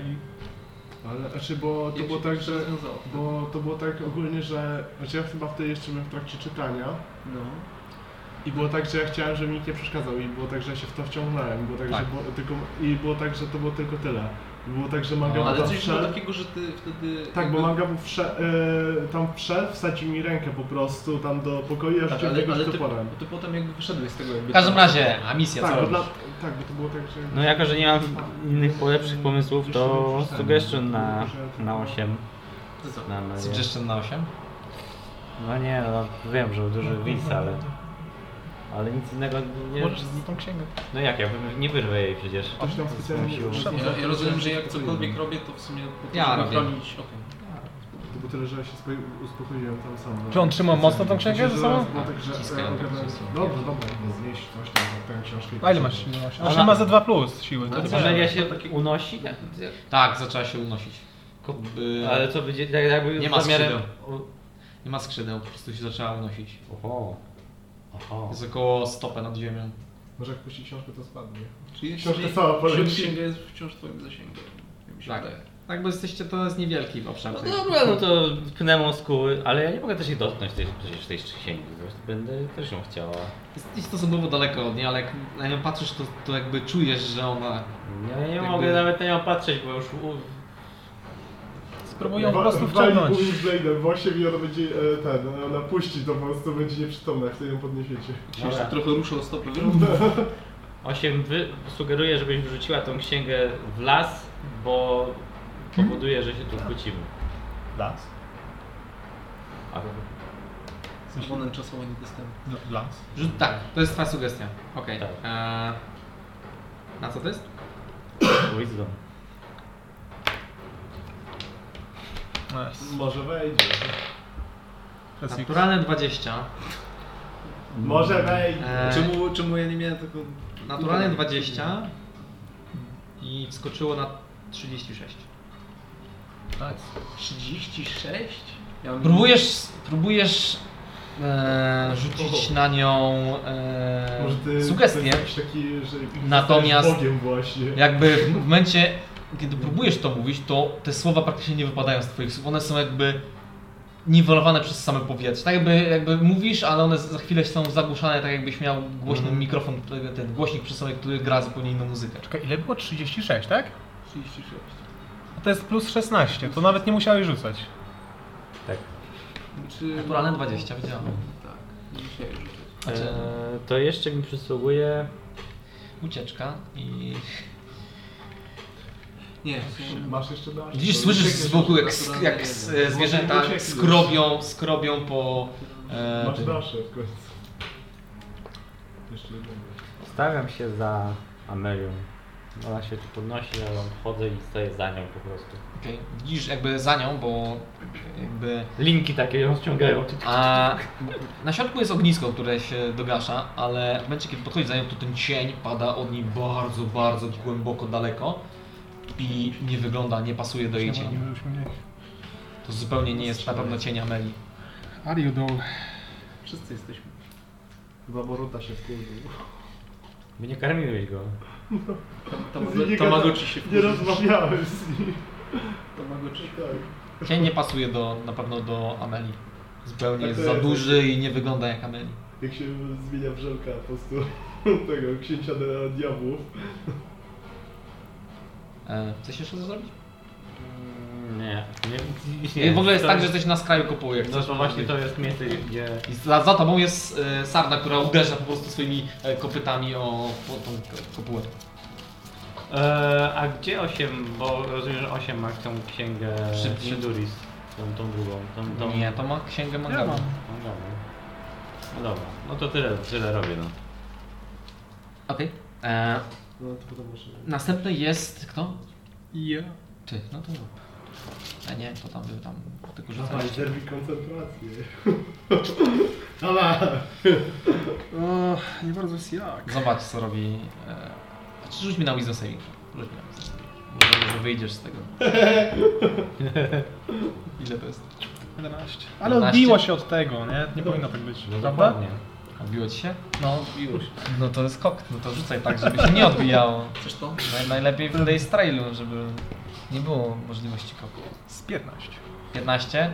Speaker 5: Ale, znaczy, bo to
Speaker 4: Jak
Speaker 5: było
Speaker 4: się
Speaker 5: tak,
Speaker 4: to
Speaker 5: że...
Speaker 4: rozwiązało?
Speaker 5: Bo to było tak ogólnie, że... Znaczy ja chyba wtedy jeszcze byłem w trakcie czytania.
Speaker 4: No.
Speaker 5: I było tak, że ja chciałem, żeby mi nikt nie przeszkadzał i było tak, że ja się w to wciągnąłem, było tak,
Speaker 1: Tak.
Speaker 5: Że było, tylko, i było tak, że to było tylko tyle. I było tak, że manga
Speaker 1: No,
Speaker 5: no,
Speaker 4: Ale
Speaker 5: tam
Speaker 4: coś było
Speaker 5: wszedł.
Speaker 4: takiego, że ty wtedy...
Speaker 5: Tak,
Speaker 4: jakby-
Speaker 5: bo manga był wsze, e, tam wszedł, wsadził mi rękę po prostu tam do pokoju, a
Speaker 4: Tak,
Speaker 5: rzucił
Speaker 4: ale,
Speaker 5: tego
Speaker 4: ale
Speaker 5: z
Speaker 4: ty,
Speaker 5: toporem.
Speaker 4: ty potem jakby wyszedłeś z tego jakby...
Speaker 1: W każdym razie, a misja co
Speaker 5: Tak, bo
Speaker 1: robisz?
Speaker 5: dla, tak, bo to było tak, że...
Speaker 2: No jako, że nie mam innych lepszych pomysłów, to suggestion na, na 8.
Speaker 4: Ty
Speaker 1: No.
Speaker 4: co?
Speaker 2: Na, na,
Speaker 1: Suggestion na 8?
Speaker 2: no nie, no wiem, że duży widz, ale... Ale nic innego nie...
Speaker 9: Możesz z tą księgę.
Speaker 2: No jak, ja bym- nie wyrwę jej przecież.
Speaker 5: Ktoś tam specjalnie...
Speaker 2: Siłą.
Speaker 4: Ja, ja rozumiem, że jak cokolwiek robię, to w sumie po to,
Speaker 1: Ja
Speaker 4: żeby
Speaker 1: robię.
Speaker 4: chronić... okej.
Speaker 5: To było tyle, że ja się spoi- uspokoiłem tam sam.
Speaker 9: Czy on trzymał mocno tą księgę ze
Speaker 5: Że
Speaker 9: sobą?
Speaker 5: raz było tak, że...
Speaker 1: Ściskają
Speaker 5: ja
Speaker 1: tak
Speaker 5: mówię,
Speaker 1: wszystko.
Speaker 5: Dobrze, dobrze, nie znieść coś tam, tę książkę. i
Speaker 9: A ile masz No, siły? Ona
Speaker 2: Ona-
Speaker 9: ma za 2 plus siły.
Speaker 4: Ale
Speaker 9: To
Speaker 4: co?
Speaker 9: chyba-
Speaker 2: Amelia się unosi?
Speaker 1: Tak, zaczęła się unosić. Ko-
Speaker 5: Mm.
Speaker 1: y,
Speaker 2: Ale co będzie, jak- jakby
Speaker 1: Nie ma
Speaker 2: zamiarem...
Speaker 1: Nie ma skrzydeł, po prostu się zaczęła unosić.
Speaker 2: Oho. Oho.
Speaker 1: Jest około stopę nad ziemią.
Speaker 5: Może jak puści książkę, to spadnie.
Speaker 4: Czyli jest
Speaker 5: Książka
Speaker 4: mniej-
Speaker 5: cała poleci.
Speaker 4: Księga jest wciąż twoim zasięgiem. Tak mi się
Speaker 1: Tak.
Speaker 4: wydaje.
Speaker 1: Tak, bo jesteście, to jest niewielki obszar.
Speaker 2: No
Speaker 1: tej-
Speaker 2: dobra, no to pnę skóły, ale ja nie mogę też jej dotknąć tej, przecież tej księgi, bo będę też ją chciała.
Speaker 1: Jesteś stosunkowo daleko od niej, ale jak na nią patrzysz, to, to jakby czujesz, że ona...
Speaker 2: Ja nie
Speaker 1: Jakby-
Speaker 2: mogę nawet na nią patrzeć, bo już... U...
Speaker 9: Spróbuję ją po prostu wciągnąć.
Speaker 5: Wali Blade'em w 8 i ona będzie e, ten, e, ona puści to po prostu, będzie nieprzytomna, jak wtedy ją podniesiecie.
Speaker 4: Książka
Speaker 2: Dobra.
Speaker 4: trochę ruszył
Speaker 5: (laughs)
Speaker 4: o stopę. wiesz?
Speaker 2: Osiem, wy... sugeruję, żebyś wrzuciła tą księgę w las, bo powoduje, że się tu kłócimy.
Speaker 9: Las.
Speaker 2: A,
Speaker 4: Komponent czasowo niedostępny.
Speaker 9: D- Las.
Speaker 1: Rzut, tak, to jest twoja sugestia. Okej.
Speaker 2: Tak.
Speaker 1: Eee, Na co to jest?
Speaker 2: wisdom.
Speaker 9: Nice.
Speaker 5: Może wejdzie.
Speaker 9: Teraz ich-
Speaker 1: Naturalne 20.
Speaker 5: Mm. Może wejdzie.
Speaker 1: Eee,
Speaker 4: Czemu, czemu ja nie miałem tego...
Speaker 1: Naturalne 20 i wskoczyło na 36.
Speaker 4: 36? Ja mam-
Speaker 1: Próbujesz, próbujesz e, rzucić na nią e,
Speaker 5: Może ty
Speaker 1: sugestię.
Speaker 5: to jest jakiś taki, że
Speaker 1: Natomiast-
Speaker 5: jesteś Bogiem właśnie.
Speaker 1: Jakby w momencie, kiedy próbujesz to mówić, to te słowa praktycznie nie wypadają z twoich słów. One są jakby niwelowane przez same powietrze. Tak jakby, jakby mówisz, ale one za chwilę są zagłuszane, tak jakbyś miał głośny
Speaker 5: Mhm.
Speaker 1: mikrofon, który- ten głośnik przy sobie, który gra zupełnie inną muzykę.
Speaker 9: Czekaj, ile było? 36, tak?
Speaker 4: 36.
Speaker 9: A to jest plus 16, to nawet nie musiałeś rzucać.
Speaker 4: Znaczy...
Speaker 1: Naturalne 20, widziałem.
Speaker 4: Tak. nie musiałem rzucać.
Speaker 1: Znaczy,
Speaker 2: Eee, to jeszcze mi przysługuje...
Speaker 1: ucieczka i...
Speaker 4: Nie,
Speaker 5: Masz jeszcze na
Speaker 1: Widzisz, słyszysz z boku, jak, sk- jak s- e, zwierzęta skrobią, skrobią po... E,
Speaker 5: Masz
Speaker 1: tym.
Speaker 5: nasze w końcu. Jeszcze jednego.
Speaker 2: Stawiam się za Amelią. Ona się tu podnosi, ja ją chodzę i stoję za nią po prostu.
Speaker 1: Okej. Widzisz jakby za nią, bo jakby...
Speaker 2: Linki takie ją ściągają.
Speaker 1: A na środku jest ognisko, które się dogasza, ale w momencie, kiedy podchodzi za nią, to ten cień pada od niej bardzo, bardzo głęboko, daleko i nie wygląda, nie pasuje do jej cienia. To zupełnie nie jest na pewno cień Ameli.
Speaker 6: Are you though?
Speaker 4: Wszyscy jesteśmy.
Speaker 5: Chyba Boruta się wkurzył.
Speaker 2: By nie karmiłeś go.
Speaker 5: Nie gada-
Speaker 4: Tamagoci się
Speaker 5: Nie
Speaker 4: wkurzył.
Speaker 5: rozmawiałem z nim.
Speaker 4: Tamagoci.
Speaker 5: Tak.
Speaker 1: Cień nie pasuje do, na pewno do Ameli. Zupełnie
Speaker 5: Tak
Speaker 1: jest
Speaker 5: to
Speaker 1: za
Speaker 5: jest.
Speaker 1: duży i nie wygląda jak Ameli.
Speaker 5: Jak się zmienia wrzelka po prostu (laughs) tego księcia diabłów.
Speaker 1: E, chcesz jeszcze coś zrobić?
Speaker 2: Mm, Nie. nie,
Speaker 1: Nie, w ogóle jest
Speaker 2: to-
Speaker 1: tak, że jesteś na skraju kopuły. jak
Speaker 2: No
Speaker 1: chcesz
Speaker 2: to właśnie
Speaker 1: powiedzieć.
Speaker 2: to jest miejsce, gdzie...
Speaker 1: I za, za tobą jest e, sarna, która uderza po prostu swoimi e, kopytami o, o tą ko- kopułę.
Speaker 2: Eee, a gdzie 8? Bo rozumiem, że 8 ma tą księgę
Speaker 1: Przy- przy-
Speaker 2: Duris. Tą, tą drugą. Tą, tą...
Speaker 1: Nie, to ma księgę
Speaker 9: Ja
Speaker 1: Mangabu.
Speaker 9: mam.
Speaker 2: No dobra. No dobra. No to tyle, tyle robię no.
Speaker 1: Okej. E,
Speaker 5: No to potem muszę.
Speaker 1: Następny jest kto?
Speaker 9: Ja.
Speaker 1: Ty, no to. A nie, to tam był tam. Tylko
Speaker 5: Dawaj,
Speaker 1: rzucałeś.
Speaker 5: derbi koncentrację. Dawaj.
Speaker 6: O, nie bardzo jest jak.
Speaker 1: Zobacz co robi. E, znaczy rzuć mi na Wisdom Saving. Rzuć mi na Wisdom Saving. Może, może wyjdziesz z tego. Ile to jest?
Speaker 6: 11.
Speaker 9: Ale
Speaker 1: 11?
Speaker 9: odbiło się od tego, nie? Nie powinno tak być,
Speaker 1: No
Speaker 9: prawda?
Speaker 2: dokładnie.
Speaker 1: Odbiło ci się? No, odbiło się. No to jest kok, no to rzucaj tak, żeby się nie odbijało.
Speaker 4: Chcesz to?
Speaker 1: Naj, najlepiej w Days Trailu, żeby nie było możliwości koku.
Speaker 9: Z 15.
Speaker 1: 15.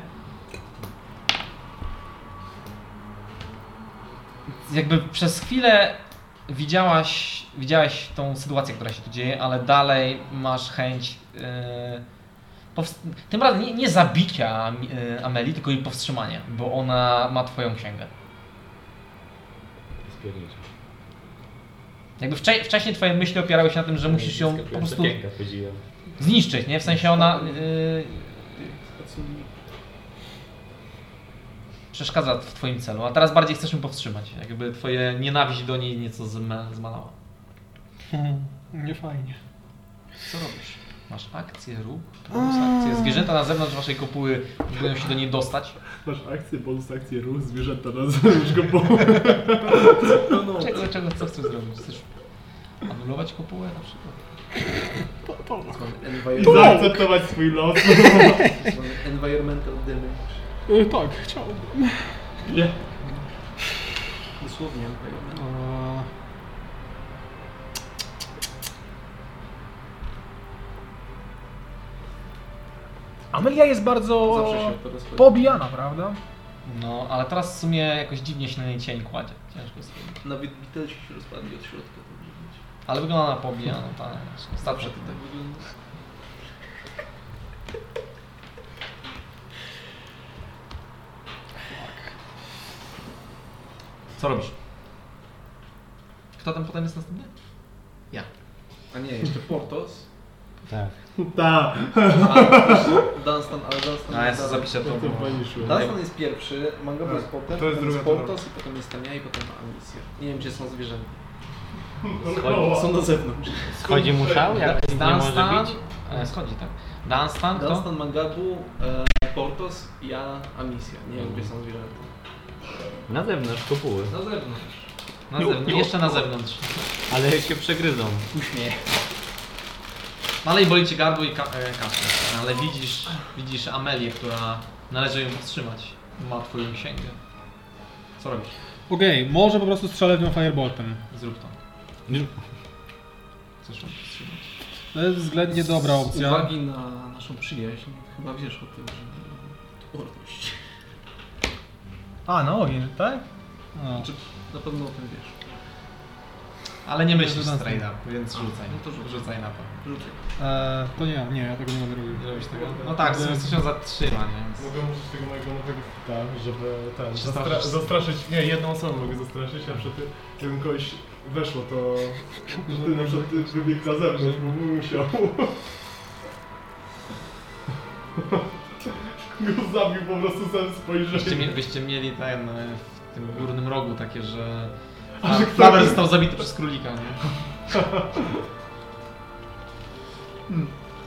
Speaker 1: Jakby przez chwilę widziałaś, widziałaś tą sytuację, która się tu dzieje, ale dalej masz chęć. Yy, powst- tym razem nie, nie zabicia yy, Ameli, tylko jej powstrzymania, bo ona ma twoją księgę.
Speaker 2: Spierniczę.
Speaker 1: Jakby wcze- wcześniej twoje myśli opierały się na tym, że musisz ją po prostu zniszczyć, nie? W sensie ona yy, przeszkadza w twoim celu, a teraz bardziej chcesz ją powstrzymać. Jakby twoje nienawiść do niej nieco zma- zmalała.
Speaker 6: Hmm, Nie fajnie.
Speaker 1: Co robisz? Masz akcję, ruch, bonus akcję. Zwierzęta na zewnątrz waszej kopuły próbują się do niej dostać.
Speaker 5: Masz akcję, bonus akcję, ruch, zwierzęta na zewnątrz go (laughs) bo...
Speaker 1: Czego, czego co chcesz zrobić? Chcesz anulować kopułę na przykład?
Speaker 5: I
Speaker 4: Environmental,
Speaker 5: zaakceptować swój los.
Speaker 4: environmental damage.
Speaker 6: E, tak, chciałbym.
Speaker 5: Nie.
Speaker 4: Dosłownie environmental.
Speaker 6: A...
Speaker 9: Amelia jest bardzo
Speaker 4: Zawsze się to rozchodzi.
Speaker 9: pobijana, prawda?
Speaker 1: No, ale teraz w sumie jakoś dziwnie się na niej cień kładzie. Ciężko jest.
Speaker 4: No, Nawet bitelki się rozpadli od środka. to może być.
Speaker 1: Ale wygląda na pobijaną, tak. Starsze
Speaker 4: Zawsze
Speaker 1: to
Speaker 4: to tak wygląda.
Speaker 1: Co robisz? Kto tam potem jest następny?
Speaker 4: A nie, jeszcze Portos.
Speaker 2: Tak.
Speaker 5: Ta.
Speaker 4: (laughs) Dunstan, ale Dunstan... Dunstan-
Speaker 1: to.
Speaker 5: To pani szło.
Speaker 4: Dunstan jest pierwszy, Mangaba jest potem,
Speaker 5: to jest
Speaker 4: potem jest
Speaker 5: druga tura.
Speaker 4: Portos i potem jestem ja i potem Amicia. Nie wiem gdzie są zwierzęta.
Speaker 5: No,
Speaker 4: Są na zewnątrz.
Speaker 2: Schodzi mu szał, jak nie może
Speaker 1: Dunstan.
Speaker 2: bić?
Speaker 1: E, Schodzi, tak. Dunstan, kto?
Speaker 4: Dunstan, Mangabu, e, Portos, ja, Amicia. Nie wiem gdzie są zwierzęta.
Speaker 2: Na zewnątrz kopuły.
Speaker 4: Na zewnątrz.
Speaker 1: Na zewnątrz. Jeszcze na zewnątrz.
Speaker 2: Ale jak się przegryzą.
Speaker 1: Dalej boli cię gardło No, i ka- e, kaszel, ale widzisz, widzisz Amelię, która należy ją powstrzymać. Ma twoją księgę. Co robisz?
Speaker 6: Okej, może po prostu strzelę w nią fireboltem.
Speaker 1: Zrób to.
Speaker 2: Nie-
Speaker 1: Chcesz ją powstrzymać?
Speaker 6: To jest względnie dobra opcja.
Speaker 4: Z uwagi na naszą przyjaźń, chyba wiesz o tym, że odporność.
Speaker 9: A, na ogień, tak?
Speaker 6: O.
Speaker 4: Na pewno o tym wiesz.
Speaker 1: Ale nie myślisz
Speaker 6: Rzucam
Speaker 1: z trade więc rzucaj.
Speaker 4: No to rzucaj.
Speaker 1: rzucaj na to.
Speaker 4: Rzucę.
Speaker 6: E, to nie, nie, ja tego nie E, będę robił.
Speaker 1: Nie robisz tego? No tak, w sumie coś się zatrzyma, nie? Więc...
Speaker 5: Mogę użyć tego mojego nowego fita, żeby ten,
Speaker 1: Czy
Speaker 5: zastra-
Speaker 1: straszysz?
Speaker 5: zastraszyć, nie, jedną osobę mogę zastraszyć, a przed tym, gdybym kogoś weszło, to że ty na przykład ty wybiegł na zewnątrz, bo bym musiał. (laughs) Go zabił po prostu sam
Speaker 1: Byście, mie-
Speaker 5: spojrzeniem.
Speaker 1: byście mieli ten e, w tym górnym rogu takie, że.
Speaker 5: A, że
Speaker 1: Flower
Speaker 5: kto-
Speaker 1: został zabity przez królika, nie? (laughs)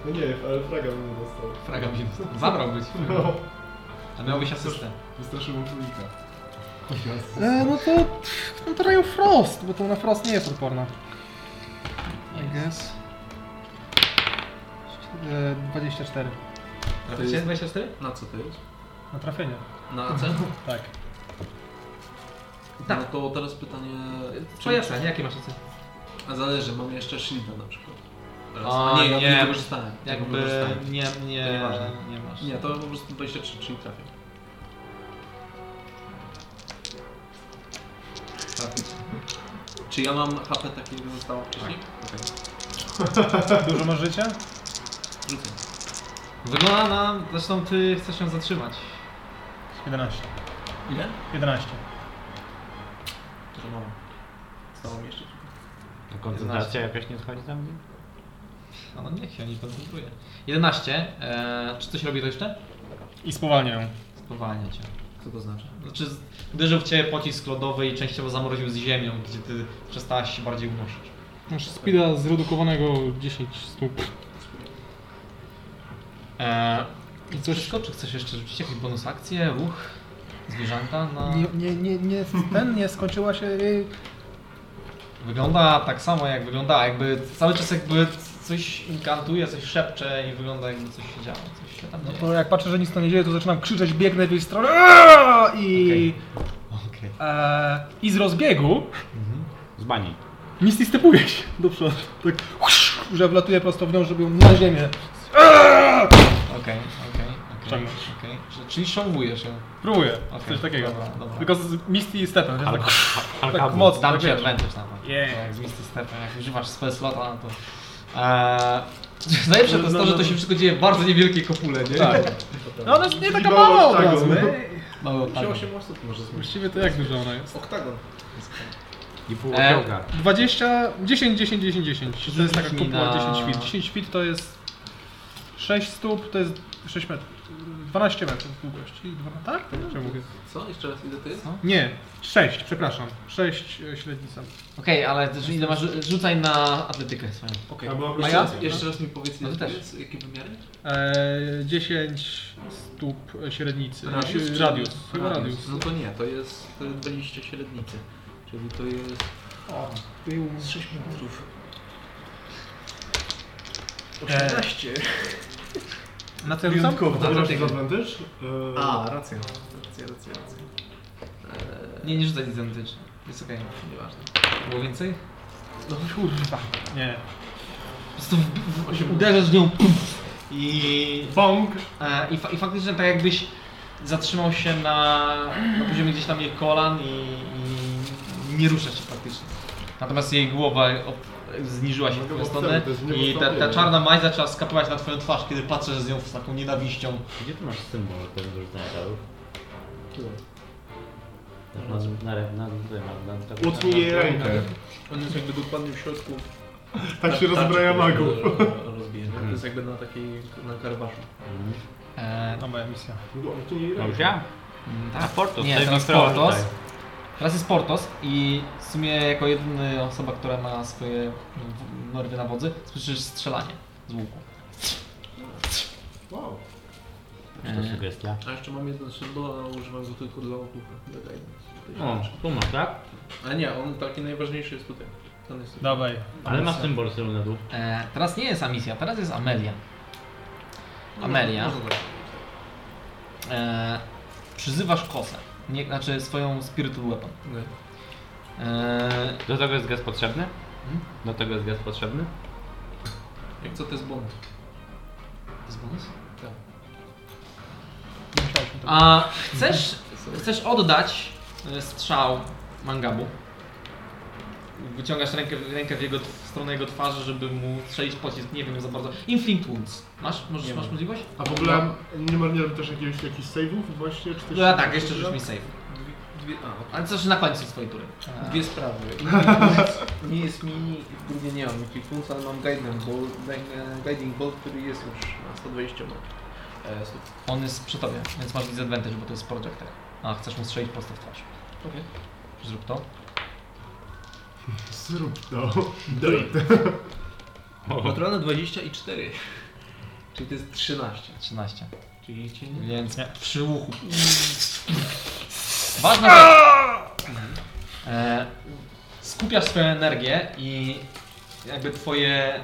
Speaker 5: No nie, ale fraga bym dostał.
Speaker 1: Fraga mi zabrał być.
Speaker 5: No,
Speaker 1: A miałbyś asystę.
Speaker 5: wystraszyłem królika.
Speaker 6: E, no to. No to Ray of Frost, bo to na Frost nie jest odporna. I guess. E, 24.
Speaker 1: Traficie 24?
Speaker 4: Na co to jest?
Speaker 9: Na trafienie.
Speaker 4: Na AC?
Speaker 6: (laughs)
Speaker 9: Tak.
Speaker 1: Tak.
Speaker 4: No to teraz pytanie...
Speaker 1: Co jasne, nie? jakie masz asysty?
Speaker 4: A zależy, mam jeszcze shielda na przykład. Teraz.
Speaker 1: A,
Speaker 4: nie,
Speaker 1: nie.
Speaker 4: ja nie wykorzystałem. Tego
Speaker 1: Jakby
Speaker 4: wykorzystałem.
Speaker 1: nie,
Speaker 4: To
Speaker 1: nie,
Speaker 4: nieważne.
Speaker 1: nie masz.
Speaker 4: Nie, to po prostu 23, czyli trafię. Trafić. Czy ja mam HP takie, jak zostało wcześniej? Okej.
Speaker 9: Dużo masz życia?
Speaker 4: Rzucę.
Speaker 1: Wygląda na, zresztą ty chcesz ją zatrzymać.
Speaker 9: 11.
Speaker 4: Ile?
Speaker 9: 11.
Speaker 4: Dużo mało. Stało mi jeszcze.
Speaker 2: A Koncentracja jakaś nie schodzi tam?
Speaker 1: A no niech się nie koncentruje. 11. E, czy coś robi to jeszcze?
Speaker 9: I spowalniają.
Speaker 1: Spowalnia cię.
Speaker 4: Co to znaczy?
Speaker 1: Znaczy, z- uderzył w ciebie pocisk lodowy i częściowo zamroził z ziemią, gdzie ty przestałaś się bardziej unosić.
Speaker 6: Masz speeda zredukowanego 10 stóp.
Speaker 1: E, I
Speaker 6: I
Speaker 1: coś
Speaker 6: coś-
Speaker 1: wszystko? Czy chcesz jeszcze rzucić jakieś bonus akcje, ruch, zwierzęta? no. Na...
Speaker 9: nie, nie, nie, ten nie skończyła się jej...
Speaker 1: Wygląda tak samo jak wygląda, jakby cały czas jakby coś inkantuje, coś szepcze i wygląda jakby coś się działo, coś się tam
Speaker 9: No
Speaker 1: dzieje.
Speaker 9: to jak patrzę, że nic to nie dzieje, to zaczynam krzyczeć, biegnę w jej stronę "Aaaa!" i...
Speaker 1: Okej.
Speaker 9: E, I z rozbiegu
Speaker 2: Z bani.
Speaker 6: Misty stepuje się do przodu.
Speaker 9: tak, husz, że wlatuję prosto w nią, żeby ją na ziemię.
Speaker 1: Okej, okej, okej.
Speaker 6: ciągnąć.
Speaker 1: Okej. Że- Czyli szałwujesz ją.
Speaker 6: Próbuję,
Speaker 1: Okej,
Speaker 6: coś takiego.
Speaker 1: dobra, dobra.
Speaker 6: Tylko z Misty Stepem, więc tak, tak
Speaker 2: Halka-
Speaker 6: mocno.
Speaker 1: Dam
Speaker 4: No
Speaker 6: tak
Speaker 1: ci
Speaker 6: wiesz.
Speaker 1: advantage na to.
Speaker 6: Yeah.
Speaker 1: no. Jak z Misty Stepem, jak używasz swoje slota, no to... Eee, (laughs) najlepsze to jest to, że to się wszystko dzieje w bardzo niewielkiej kopule, nie?
Speaker 6: Tak. No ona jest nie taka
Speaker 5: Mało
Speaker 6: mała od
Speaker 5: oktagon.
Speaker 6: razu, nie?
Speaker 1: Mało tak.
Speaker 4: 38 osób może zmieścić.
Speaker 6: Właściwie to jak duża ona jest?
Speaker 4: Oktagon.
Speaker 2: I pół
Speaker 1: E,
Speaker 2: okrąga.
Speaker 6: 20, 10, 10, 10, 10. To jest taka
Speaker 1: Rzuć mi
Speaker 6: kupuła
Speaker 1: na-
Speaker 6: 10 feet. 10 feet to jest 6 stóp, to jest 6 metrów. 12 metrów długości. Dwa- Tak? Czemu mówię?
Speaker 4: Co? Jeszcze raz ile to jest?
Speaker 6: Nie, 6, przepraszam. e, 6 ślednica.
Speaker 1: Okej, ale że ile masz, rzucaj na atletykę swoją.
Speaker 4: Okej.
Speaker 5: Albo
Speaker 4: Jeszcze,
Speaker 5: ja?
Speaker 4: raz- jeszcze raz mi powiedz,
Speaker 1: No
Speaker 4: no
Speaker 1: ty
Speaker 4: to
Speaker 1: też.
Speaker 4: jest, jakie wymiary?
Speaker 6: Eee, 10 stóp e, średnicy.
Speaker 4: Radius
Speaker 6: Radius.
Speaker 4: czy-
Speaker 6: Radius. Chyba radius.
Speaker 4: No to nie, to jest y, 20 średnicy. Czyli to jest z 6 metrów. 18.
Speaker 6: E, Na co ja rzucam?
Speaker 5: Zabrasz
Speaker 4: Dlatego-
Speaker 5: advantage? Eee,
Speaker 4: A, racja. Racja, racja, racja. Eee,
Speaker 1: Nie, nie rzucaj identyczny. Jest okej.
Speaker 4: nieważne.
Speaker 1: Było więcej?
Speaker 6: No kurwa. Nie.
Speaker 1: Po prostu w- w- w- uderzasz nią puf, i,
Speaker 6: Bong.
Speaker 1: e, i, fa, i faktycznie tak jakbyś zatrzymał się na, na poziomie gdzieś tam jej kolan i, i nie rusza się faktycznie. Natomiast jej głowa ob, zniżyła się w tę stronę
Speaker 5: to jest
Speaker 1: i ta, ta
Speaker 5: niepostawne.
Speaker 1: czarna majza zaczęła skapywać na twoją twarz, kiedy patrzysz z nią z taką nienawiścią.
Speaker 2: Gdzie ty masz symbol ten do rzucania czarów? Tak, na- Na rewna, na na-
Speaker 5: Utnij jej rękę.
Speaker 4: On jest jakby dokładnie w środku.
Speaker 5: Tak się
Speaker 4: tarczy,
Speaker 5: rozbraja
Speaker 4: która
Speaker 5: magów.
Speaker 4: ro- Rozbije. e, To jest jakby na takiej, na karabaszu.
Speaker 2: Mhm.
Speaker 1: E,
Speaker 6: To moja misja.
Speaker 5: Utnij jej rękę.
Speaker 2: Dobrze?
Speaker 1: mm,
Speaker 2: A
Speaker 1: tak.
Speaker 2: Portos,
Speaker 1: Nie,
Speaker 2: to jest
Speaker 1: teraz
Speaker 2: Wiktora
Speaker 1: Portos.
Speaker 2: tutaj.
Speaker 1: Teraz jest Portos i w sumie jako jedyna osoba, która ma swoje w- norwy na wodzy, słyszysz strzelanie z łuku.
Speaker 5: Wow.
Speaker 2: Czy
Speaker 1: E.
Speaker 2: to sugestia?
Speaker 4: A jeszcze mam jeden symbol, ale używam go tylko dla okupu. Dla guidance. Tej
Speaker 2: O,
Speaker 4: rzeczy.
Speaker 2: tu masz, tak?
Speaker 4: A nie, on taki najważniejszy jest tutaj. Ten jest tutaj.
Speaker 6: Dawaj.
Speaker 2: Ale masz symbol syrunetu.
Speaker 1: E, teraz nie jest Amicia, teraz jest Amelia. Amelia.
Speaker 4: Można tak.
Speaker 1: E, przyzywasz kosę, nie, znaczy swoją spiritual weapon.
Speaker 4: Nie.
Speaker 1: E,
Speaker 2: Do tego jest gaz potrzebny? Do tego jest gaz potrzebny?
Speaker 4: Jak co to jest bond?
Speaker 1: jest bonus?
Speaker 4: Tak.
Speaker 1: A chcesz, chcesz oddać e, strzał Mangabu? Wyciągasz rękę, rękę w, jego, w stronę jego twarzy, żeby mu strzelić pocisk, nie wiem za bardzo. Inflict wounds. Masz, możesz,
Speaker 4: Nie
Speaker 1: masz
Speaker 4: mam.
Speaker 1: możliwość?
Speaker 5: A w ogóle nie marnierem też jakiegoś, jakichś save'ów właśnie? Czy też...
Speaker 1: No a tak, jeszcze rzuć mi save.
Speaker 4: Dwie, dwie, a, okej.
Speaker 1: Ale coś na końcu swojej tury.
Speaker 4: dwie sprawy.
Speaker 5: (laughs)
Speaker 4: Inflict nie jest mini, drugie nie mam Inflict, ale mam guiding ball, guiding ball, który jest już na 120 metrów. E, stu-
Speaker 1: On jest przy tobie, więc masz disadvantage, bo to jest projector. A chcesz mu strzelić prosto w twarz.
Speaker 4: Okej.
Speaker 1: Zrób to.
Speaker 5: Zrób to. Daj.
Speaker 4: Naturalne 24. Czyli to jest 13.
Speaker 1: 13.
Speaker 4: Czyli cię nie...
Speaker 1: Więc przy uchu. Ważna rzecz. E, skupiasz swoją energię i jakby twoje,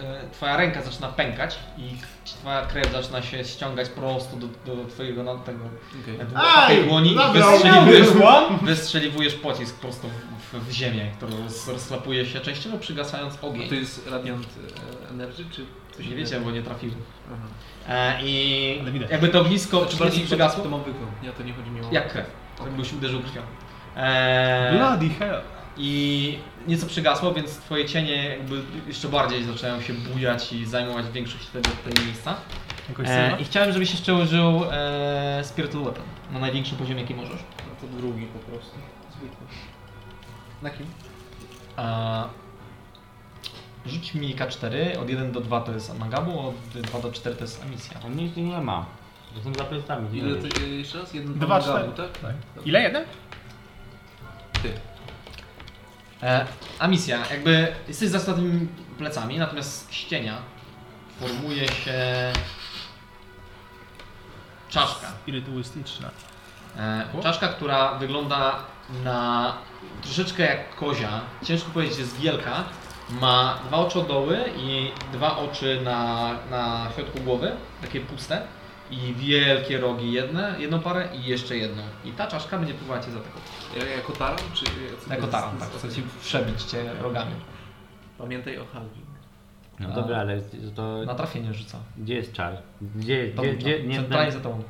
Speaker 1: e, twoja ręka zaczyna pękać i twoja krew zaczyna się ściągać prosto do, do twojego na tego
Speaker 4: Okej.
Speaker 1: tej dłoni i
Speaker 5: Dobra,
Speaker 1: wystrzeliwujesz, wystrzeliwujesz pocisk prosto w, w, w ziemię, który roz- rozslapuje się częściowo przygasając
Speaker 4: A to
Speaker 1: ogień.
Speaker 4: jest radiant e, energy, czy coś
Speaker 1: Nie
Speaker 4: innego?
Speaker 1: wiecie, bo nie trafił.
Speaker 4: Aha.
Speaker 1: E, I
Speaker 6: Ale widać.
Speaker 1: jakby to ognisko
Speaker 4: Znaczy
Speaker 1: pocisk
Speaker 4: bardziej
Speaker 1: przygasło.
Speaker 4: to mam wygląd. Ja to nie chodzi mi o...
Speaker 1: Jak krew. Jakbyś uderzył krwią. Eee,
Speaker 6: Bloody hell.
Speaker 1: I nieco przygasło, więc twoje cienie jakby jeszcze bardziej zaczynają się bujać i zajmować większość tego, tego miejsca.
Speaker 6: Jakoś
Speaker 1: Eee,
Speaker 6: syna?
Speaker 1: I chciałem, żebyś jeszcze użył eee, Spiritual Weapon na największym poziomie, jaki możesz.
Speaker 4: A to drugi po prostu. Zwykły. Na kim?
Speaker 1: Eee, rzuć mi K4, od 1 do 2 to jest Mangabu, od 2 do 4 to jest Amisja.
Speaker 2: On nic nie ma. To są za plecami.
Speaker 4: Ile to e, jeszcze raz? Jeden
Speaker 6: Dwa,
Speaker 4: dwa gabu,
Speaker 6: cztery.
Speaker 4: tak?
Speaker 6: Ile? Jeden?
Speaker 4: Ty.
Speaker 1: E, Amisja, jakby jesteś za statymi plecami, natomiast z cienia formuje się czaszka.
Speaker 6: Irytualistyczna.
Speaker 1: E, czaszka, która wygląda na troszeczkę jak kozia. Ciężko powiedzieć, jest wielka. Ma dwa oczodoły i dwa oczy na, na środku głowy, takie puste. I wielkie rogi, jedne, jedną parę i jeszcze jedną. I ta czaszka będzie próbowała cię zaatakować.
Speaker 4: Ja- Jako taran? Czy... e, co to
Speaker 1: Jako
Speaker 4: jest?
Speaker 1: taran, tak.
Speaker 4: Okej.
Speaker 1: Chce ci przebić cię rogami.
Speaker 4: Pamiętaj o Halving.
Speaker 2: No
Speaker 1: A.
Speaker 2: dobra, ale to...
Speaker 1: Na trafienie rzuca.
Speaker 2: Gdzie jest czar? Gdzie,
Speaker 1: To
Speaker 2: gdzie, gdzie, nie,
Speaker 1: centralnie za tobą.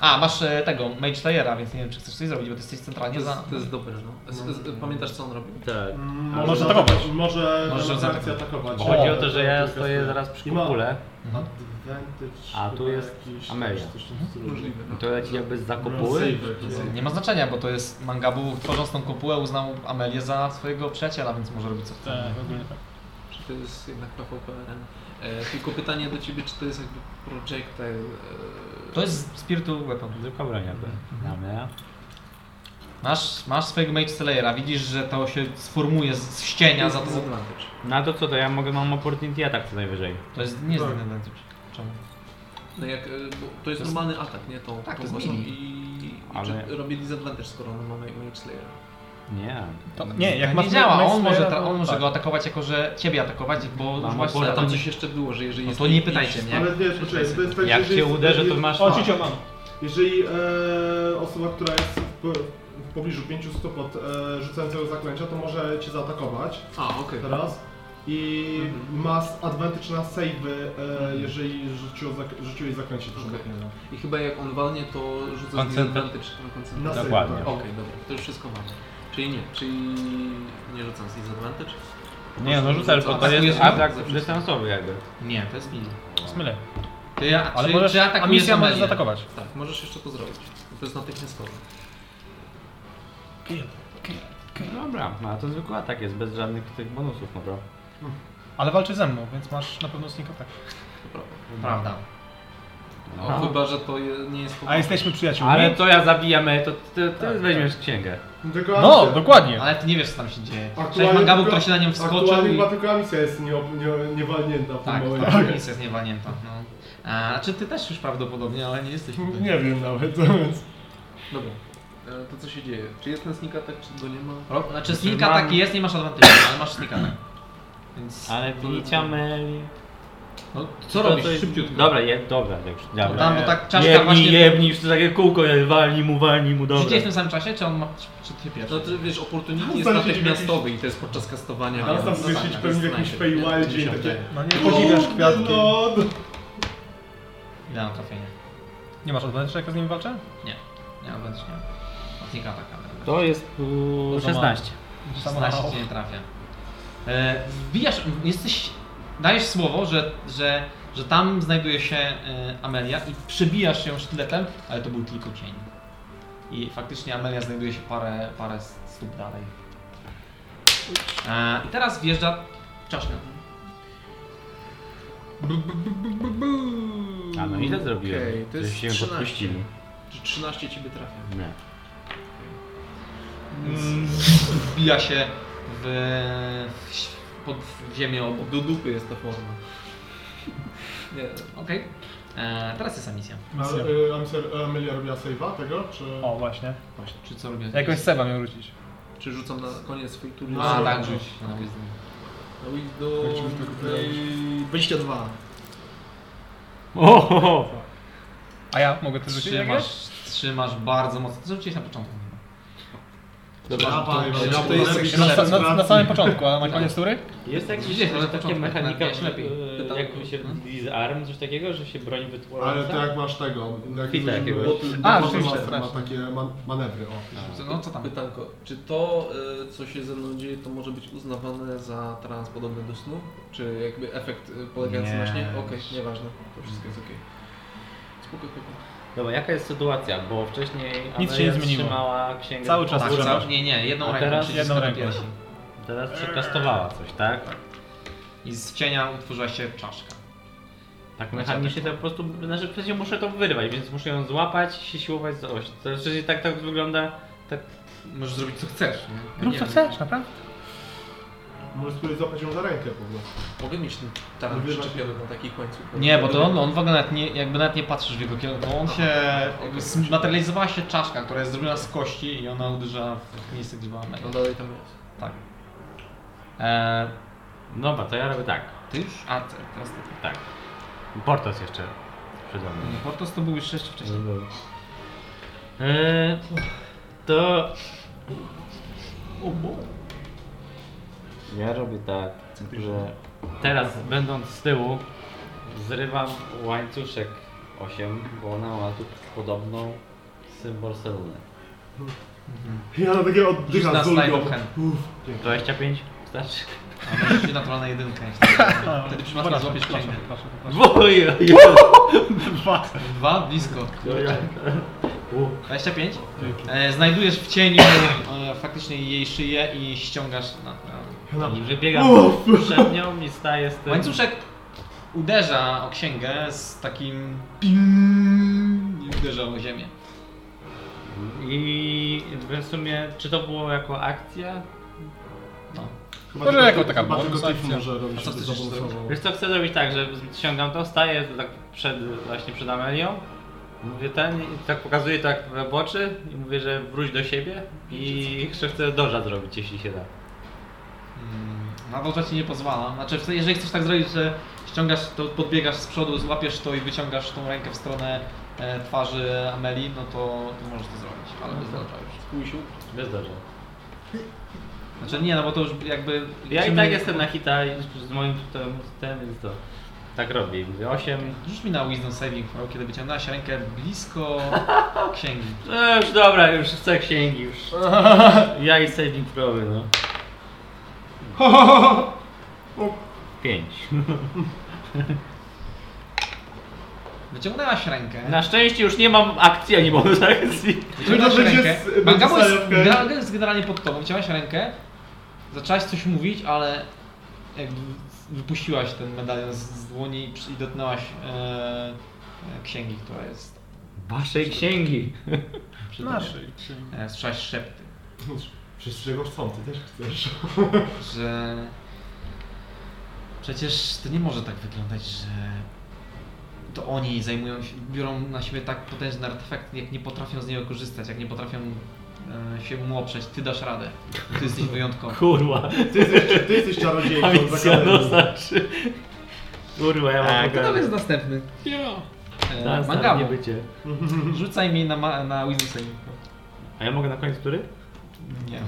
Speaker 1: A, masz e, tego, Mage Slayera, więc nie wiem, czy chcesz coś zrobić, bo ty jesteś centralnie
Speaker 4: To
Speaker 1: za...
Speaker 4: jest, to jest dobre, no. Z, z, pamiętasz co on robił?
Speaker 2: tak.
Speaker 5: Może,
Speaker 9: może atakować.
Speaker 5: Może
Speaker 1: Możesz
Speaker 5: na
Speaker 1: zaatakować.
Speaker 5: akcję atakować.
Speaker 2: Bo chodzi o to,
Speaker 5: Tak,
Speaker 2: że ja
Speaker 5: tak,
Speaker 2: stoję
Speaker 5: tak.
Speaker 2: zaraz przy
Speaker 5: I ma
Speaker 2: kupule,
Speaker 1: Mhm.
Speaker 5: advantage,
Speaker 2: A, tu
Speaker 5: chyba
Speaker 2: jest
Speaker 5: jakiś-
Speaker 2: Amelia. Mhm.
Speaker 5: coś w tym stylu.
Speaker 4: Możliwe, no.
Speaker 2: to leci jakby za kopuły.
Speaker 5: Save jakiś.
Speaker 1: Nie ma znaczenia, bo to jest Mangabu, tworząc tą kopułę, uznał Amelię za swojego przyjaciela, więc może robić co chce.
Speaker 9: Tak, ogólnie tak.
Speaker 4: Czy to jest jednak PvPRN? E, tylko pytanie do ciebie, czy to jest jakby projectile? E,
Speaker 1: To jest Spiritual Weapon.
Speaker 2: Zwykła broń jakby. Dobra.
Speaker 1: Masz, masz swojego Mage Slayera, widzisz, że to się sformuje z, z cienia za to.
Speaker 4: disadvantage.
Speaker 2: No to co, to ja mogę, mam opportunity attack co najwyżej.
Speaker 1: To jest nie jest
Speaker 9: Tak.
Speaker 1: advantage. Czemu?
Speaker 4: No jak, e, bo to jest
Speaker 1: To jest-
Speaker 4: normalny atak, nie? Tą,
Speaker 1: Tak,
Speaker 4: tą
Speaker 1: to jest
Speaker 4: mocą
Speaker 1: melee.
Speaker 4: i,
Speaker 2: Ale-
Speaker 4: i czy robię disadvantage, skoro on ma Mage Slayera.
Speaker 2: Nie.
Speaker 9: To, nie, jak
Speaker 1: Jak
Speaker 9: masz
Speaker 1: nie działa,
Speaker 9: Max
Speaker 1: on może,
Speaker 9: Slayera,
Speaker 1: tra-
Speaker 9: to
Speaker 1: on może
Speaker 9: tak.
Speaker 1: go atakować jako, że ciebie atakować, bo
Speaker 2: Mam
Speaker 1: właśnie
Speaker 2: opór-
Speaker 4: Ale tam
Speaker 1: No tam
Speaker 4: coś jeszcze było, że jeżeli
Speaker 1: No
Speaker 4: jest...
Speaker 1: to nie pytajcie
Speaker 4: jest-
Speaker 1: mnie.
Speaker 5: Ale wiesz, poczekaj, to jest tak,
Speaker 2: Jak
Speaker 5: że
Speaker 2: cię
Speaker 5: jest-
Speaker 2: uderzy, to masz...
Speaker 9: O, ciucio mam.
Speaker 5: Jeżeli e, osoba, która jest w, w pobliżu 5 stóp od e, rzucającego zaklęcia, to może cię zaatakować
Speaker 4: A, okej.
Speaker 5: teraz i
Speaker 2: Mhm.
Speaker 5: ma s- advantage na save, e, jeżeli rzuciło zak- rzuciłeś zaklęcie
Speaker 4: Okej.
Speaker 5: okay.
Speaker 4: I chyba jak on walnie, to rzuca
Speaker 2: Koncentra-
Speaker 4: disadvantage na
Speaker 5: Na
Speaker 4: koncentrację.
Speaker 5: save,
Speaker 2: Dokładnie.
Speaker 5: tak.
Speaker 4: Okej, dobra, to już wszystko mamy. Czyli nie, czyli nie rzucam z disadvantage.
Speaker 2: Nie, no rzucasz, bo to
Speaker 1: Atakujesz
Speaker 2: jest
Speaker 1: go?
Speaker 4: tak,
Speaker 2: atak dystansowy jakby.
Speaker 1: Nie, to jest mili.
Speaker 9: Smylę.
Speaker 1: Ty, a,
Speaker 9: Ale
Speaker 1: czy,
Speaker 9: możesz,
Speaker 1: czy
Speaker 9: a
Speaker 1: atakujesz
Speaker 9: misja
Speaker 1: Amelię?
Speaker 9: możesz zaatakować.
Speaker 4: Tak, możesz jeszcze to zrobić. To jest natychmiastowe.
Speaker 2: Dobra, no a to zwykły atak jest, bez żadnych tych bonusów, no bro.
Speaker 9: Ale walczy ze mną, więc masz na pewno sneak attack.
Speaker 4: To prawda.
Speaker 1: Prawda.
Speaker 4: O, chyba, że to je, nie jest...
Speaker 9: A jesteśmy przyjaciółmi.
Speaker 2: Ale to ja zabijamy, to ty, ty weźmiesz księgę.
Speaker 5: Dokładnie.
Speaker 9: No, dokładnie.
Speaker 1: Ale ty nie wiesz, co tam się dzieje. Sześć
Speaker 5: Aktualnie
Speaker 1: Mangabu,
Speaker 5: tylko-
Speaker 1: który się na nią wskoczył
Speaker 5: Aktualnie
Speaker 1: i...
Speaker 5: chyba tylko Amicia jest niewalnięta nie, nie niewalnięta w tym
Speaker 1: Tak,
Speaker 5: momencie.
Speaker 1: tak, nic jest niewalnięta. No. A, czy ty też już prawdopodobnie, ale nie jesteś tutaj.
Speaker 5: Nie wiem nawet, więc...
Speaker 4: Dobra. E, To co się dzieje? Czy jest ten sneak attack, czy go nie ma?
Speaker 1: Ro- Znaczy
Speaker 2: Znaczy,
Speaker 1: sneak
Speaker 2: mam-
Speaker 1: ataki jest, nie masz advantage, ale masz sneak attack. Więc...
Speaker 2: Ale wyciamy...
Speaker 1: No, co robisz? Szybciutko.
Speaker 2: Dobra, je, dobra, jak już,
Speaker 1: Bo
Speaker 2: dobra.
Speaker 1: tam, bo tak czaszka
Speaker 2: Jebni,
Speaker 1: właśnie...
Speaker 2: jebni, już to takie kółko, je, walnij mu, walnij mu, dobra.
Speaker 1: Rzuciłeś w tym samym czasie, czy on ma... czy- Czy ty pierwszy?
Speaker 4: No to wiesz, opportunity
Speaker 5: No,
Speaker 4: jest
Speaker 5: to się
Speaker 4: natychmiastowy i to jest podczas kastowania.
Speaker 5: Teraz tam
Speaker 4: więc-
Speaker 5: zgryźć
Speaker 4: tak,
Speaker 5: pewnie w
Speaker 4: jest
Speaker 5: jakimś
Speaker 4: najpierw, nie?
Speaker 5: paywall dzień takie...
Speaker 9: No nie podziwiasz kwiatki.
Speaker 5: No, no.
Speaker 1: Ile mam trafienie?
Speaker 9: Nie masz advantage, jak ja z nimi walczę?
Speaker 1: Nie, advantage nie mam. Od sneak ataka. będę.
Speaker 2: To jest u, 16.
Speaker 1: 16 cię nie trafia. E, wbijasz, jesteś, dajesz słowo, że, że, że tam znajduje się e, Amelia i przebijasz ją sztyletem, ale to był tylko cień. I faktycznie Amelia znajduje się parę, parę stóp dalej. E, I teraz wjeżdża czaszka.
Speaker 2: A no ile zrobiłem?
Speaker 4: Okej, to
Speaker 2: Coś
Speaker 4: jest
Speaker 2: się
Speaker 4: 13.
Speaker 2: podpuścili.
Speaker 4: Czy 13 ciebie trafia?
Speaker 2: Nie.
Speaker 1: Mm. Wbija się w, w, pod w ziemię obok.
Speaker 4: Do dupy jest ta forma. Nie,
Speaker 1: Okej. E, Teraz jest emisja.
Speaker 5: A, y, Amicia- Amelia robiła save'a tego, czy...
Speaker 9: O, właśnie.
Speaker 4: właśnie.
Speaker 1: Czy co robię?
Speaker 9: Jakoś seba miał rzucić.
Speaker 4: Czy rzucam na koniec swojej tury?
Speaker 1: A,
Speaker 5: No,
Speaker 1: tak,
Speaker 5: no.
Speaker 1: rzuć. na wisdom.
Speaker 4: Na Wisdom
Speaker 5: Tak, żeby tylko
Speaker 4: e, 22.
Speaker 2: Ohoho!
Speaker 9: A ja mogę też rzucić? jak jest?
Speaker 1: Trzymasz, trzymasz bardzo mocno. Co rzuciłeś na początku?
Speaker 5: Dobra,
Speaker 1: Trzymasz-
Speaker 5: to-
Speaker 1: trzymasz-
Speaker 4: to jest
Speaker 1: trzymasz-
Speaker 9: Na,
Speaker 1: trzymasz-
Speaker 9: na, na samym początku, a na koniec tury?
Speaker 2: Jest jakieś
Speaker 1: Widzisz, ale
Speaker 2: ale takie
Speaker 1: początku,
Speaker 2: mechanika,
Speaker 1: jak lepiej.
Speaker 2: e, jak się disarm, coś takiego, że się broń wytłoczy?
Speaker 5: Ale tak. to jak masz tego, jak
Speaker 2: Fita jakiegoś.
Speaker 9: A,
Speaker 5: A,
Speaker 9: rzeczywiście,
Speaker 5: Master ma
Speaker 9: właśnie.
Speaker 5: takie man- manewry, o.
Speaker 1: No co tam?
Speaker 4: Pytanko, czy to, e, co się ze mną dzieje, to może być uznawane za trans podobny do snu? Czy jakby efekt e, polegający
Speaker 2: Nie.
Speaker 4: na śnie? Okej, nieważne, to wszystko jest okej. Spoko, spoko.
Speaker 2: Dobra, jaka jest sytuacja? Bo wcześniej
Speaker 9: Nic
Speaker 2: Amelia
Speaker 9: się nie zmieniło.
Speaker 2: trzymała księgę.
Speaker 9: Cały
Speaker 2: w
Speaker 9: czas
Speaker 1: Tak,
Speaker 2: górę.
Speaker 9: trzyma.
Speaker 1: cały, nie, nie, jedną
Speaker 2: A
Speaker 1: ręką
Speaker 2: teraz
Speaker 1: przyciska
Speaker 9: jedną
Speaker 1: do
Speaker 9: ręką.
Speaker 1: piersi.
Speaker 2: Teraz przekastowała coś, tak?
Speaker 1: I z cienia utworzyła się czaszka.
Speaker 2: Tak mechanicznie to po prostu, znaczy przecież ja muszę to wyrwać, więc muszę ją złapać i się siłować za oś. To znaczy tak tak wygląda, tak...
Speaker 1: Możesz zrobić co chcesz. nie? Ja
Speaker 9: Rób
Speaker 1: nie
Speaker 9: co
Speaker 1: wiem.
Speaker 9: chcesz, naprawdę.
Speaker 5: Możesz sobie złapać ją za rękę po prostu.
Speaker 4: Mogę mieć ten taran przyczepiony na takich łańcuchach?
Speaker 1: Nie, bo to on, on w ogóle nawet nie, jakby nawet nie patrzysz w jego kierunku. On się. Jakby zmaterializowała się czaszka, która jest zrobiona z kości i ona uderza w miejsce, gdzie była Amelia.
Speaker 4: No dalej tam jest.
Speaker 1: Tak. Eee,
Speaker 2: Dobra, to ja robię tak,
Speaker 1: ty już? A, ty, teraz ty.
Speaker 2: tak. Portos jeszcze przede mną.
Speaker 1: Nie, Portos to był już jeszcze wcześniej.
Speaker 2: Eee, to... Ja robię tak, że Teraz, będąc z tyłu, zrywam łańcuszek 8, bo ona ma tu podobną symbol Seluny.
Speaker 5: Ja na takiego
Speaker 1: Rzuć
Speaker 5: oddycham
Speaker 1: na
Speaker 5: z
Speaker 1: slide of
Speaker 5: ulgą.
Speaker 1: hand.
Speaker 2: 25? Wystarczy?
Speaker 1: A możesz się naturalna jedynka.
Speaker 9: No,
Speaker 1: Wtedy przypadkiem złapiesz księgę.
Speaker 2: Dwoje!
Speaker 1: Dwa, blisko. (laughs)
Speaker 2: Dobra. No U,
Speaker 1: 25. E, znajdujesz w cieniu e, faktycznie jej szyję i ściągasz na, na.
Speaker 2: I wybiegam przed nią i staję z tym.
Speaker 1: Łańcuszek uderza o księgę z takim ping i uderza o ziemię.
Speaker 2: I w sumie, czy to było jako akcja?
Speaker 1: No.
Speaker 5: Chyba
Speaker 6: Może
Speaker 5: tylko
Speaker 6: jako
Speaker 5: ty-
Speaker 6: taka
Speaker 5: chyba
Speaker 6: bonus
Speaker 5: tylko Tiff
Speaker 6: akcja.
Speaker 5: może
Speaker 1: A
Speaker 5: robić,
Speaker 1: co
Speaker 5: żeby
Speaker 1: chcesz jeszcze
Speaker 5: zabonsował.
Speaker 2: Wiesz co, chcę zrobić tak, że ściągam to, staję tak przed, właśnie przed Amelią. Mówię ten, i tak pokazuję tak w oczy i mówię, że wróć do siebie i jeszcze chcę doża zrobić, jeśli się da.
Speaker 1: Mm, Na to ci nie pozwala. Znaczy, w sensie, jeżeli chcesz tak zrobić, że ściągasz to, podbiegasz z przodu, złapiesz to i wyciągasz tą rękę w stronę e, twarzy Ameli, no to, to możesz to zrobić,
Speaker 2: No
Speaker 1: ale bez dolcza już.
Speaker 4: Spójrz,
Speaker 2: Bez doża.
Speaker 1: Znaczy nie, no bo to już jakby...
Speaker 2: Ja i
Speaker 1: liczymy-
Speaker 2: tak jestem na hita i z moim tym, tym, więc to tak robię. I Mówię 8.
Speaker 1: Rzuć mi na Wisdom Saving Throw, kiedy wyciągnęłaś rękę blisko księgi.
Speaker 2: No już dobra, już chcę księgi już. Ja i saving proby, no. 5.
Speaker 1: Wyciągnęłaś rękę.
Speaker 2: Na szczęście już nie mam akcji ani bonus akcji.
Speaker 1: Wyciągnęłaś
Speaker 5: Będzie-
Speaker 1: rękę.
Speaker 5: będzie
Speaker 1: Mangamo jest,
Speaker 5: stajówkę.
Speaker 1: Galaga jest generalnie pod tobą. Wyciąłaś rękę, zaczęłaś coś mówić, ale jakby wypuściłaś ten medalion z, z dłoni i przy- i dotknęłaś e, e, księgi, która jest.
Speaker 2: Waszej księgi.
Speaker 1: przy tobie. E, słyszałaś szepty,
Speaker 5: Wszyscy czegoś chcą, ty też chcesz.
Speaker 1: że przecież to nie może tak wyglądać, że to oni zajmują się, biorą na siebie tak potężny artefakt, jak nie potrafią z niego korzystać, jak nie potrafią e, się mu oprzeć. Ty dasz radę. Ty (laughs) jesteś wyjątkowy.
Speaker 2: Kurwa.
Speaker 5: Ty jesteś, ty jesteś czarodziejką,
Speaker 2: Amisja no
Speaker 5: zakochaną.
Speaker 2: znaczy. Kurwa, ja mam
Speaker 1: Tak, kto tam
Speaker 2: pokazać.
Speaker 1: jest następny? Ja.
Speaker 2: Zaraz, zaraz, nie
Speaker 1: Mangamo.
Speaker 2: bycie.
Speaker 1: Rzucaj mi na, ma- na Wisdom saving throw.
Speaker 2: A ja mogę na koniec który?
Speaker 1: Nie.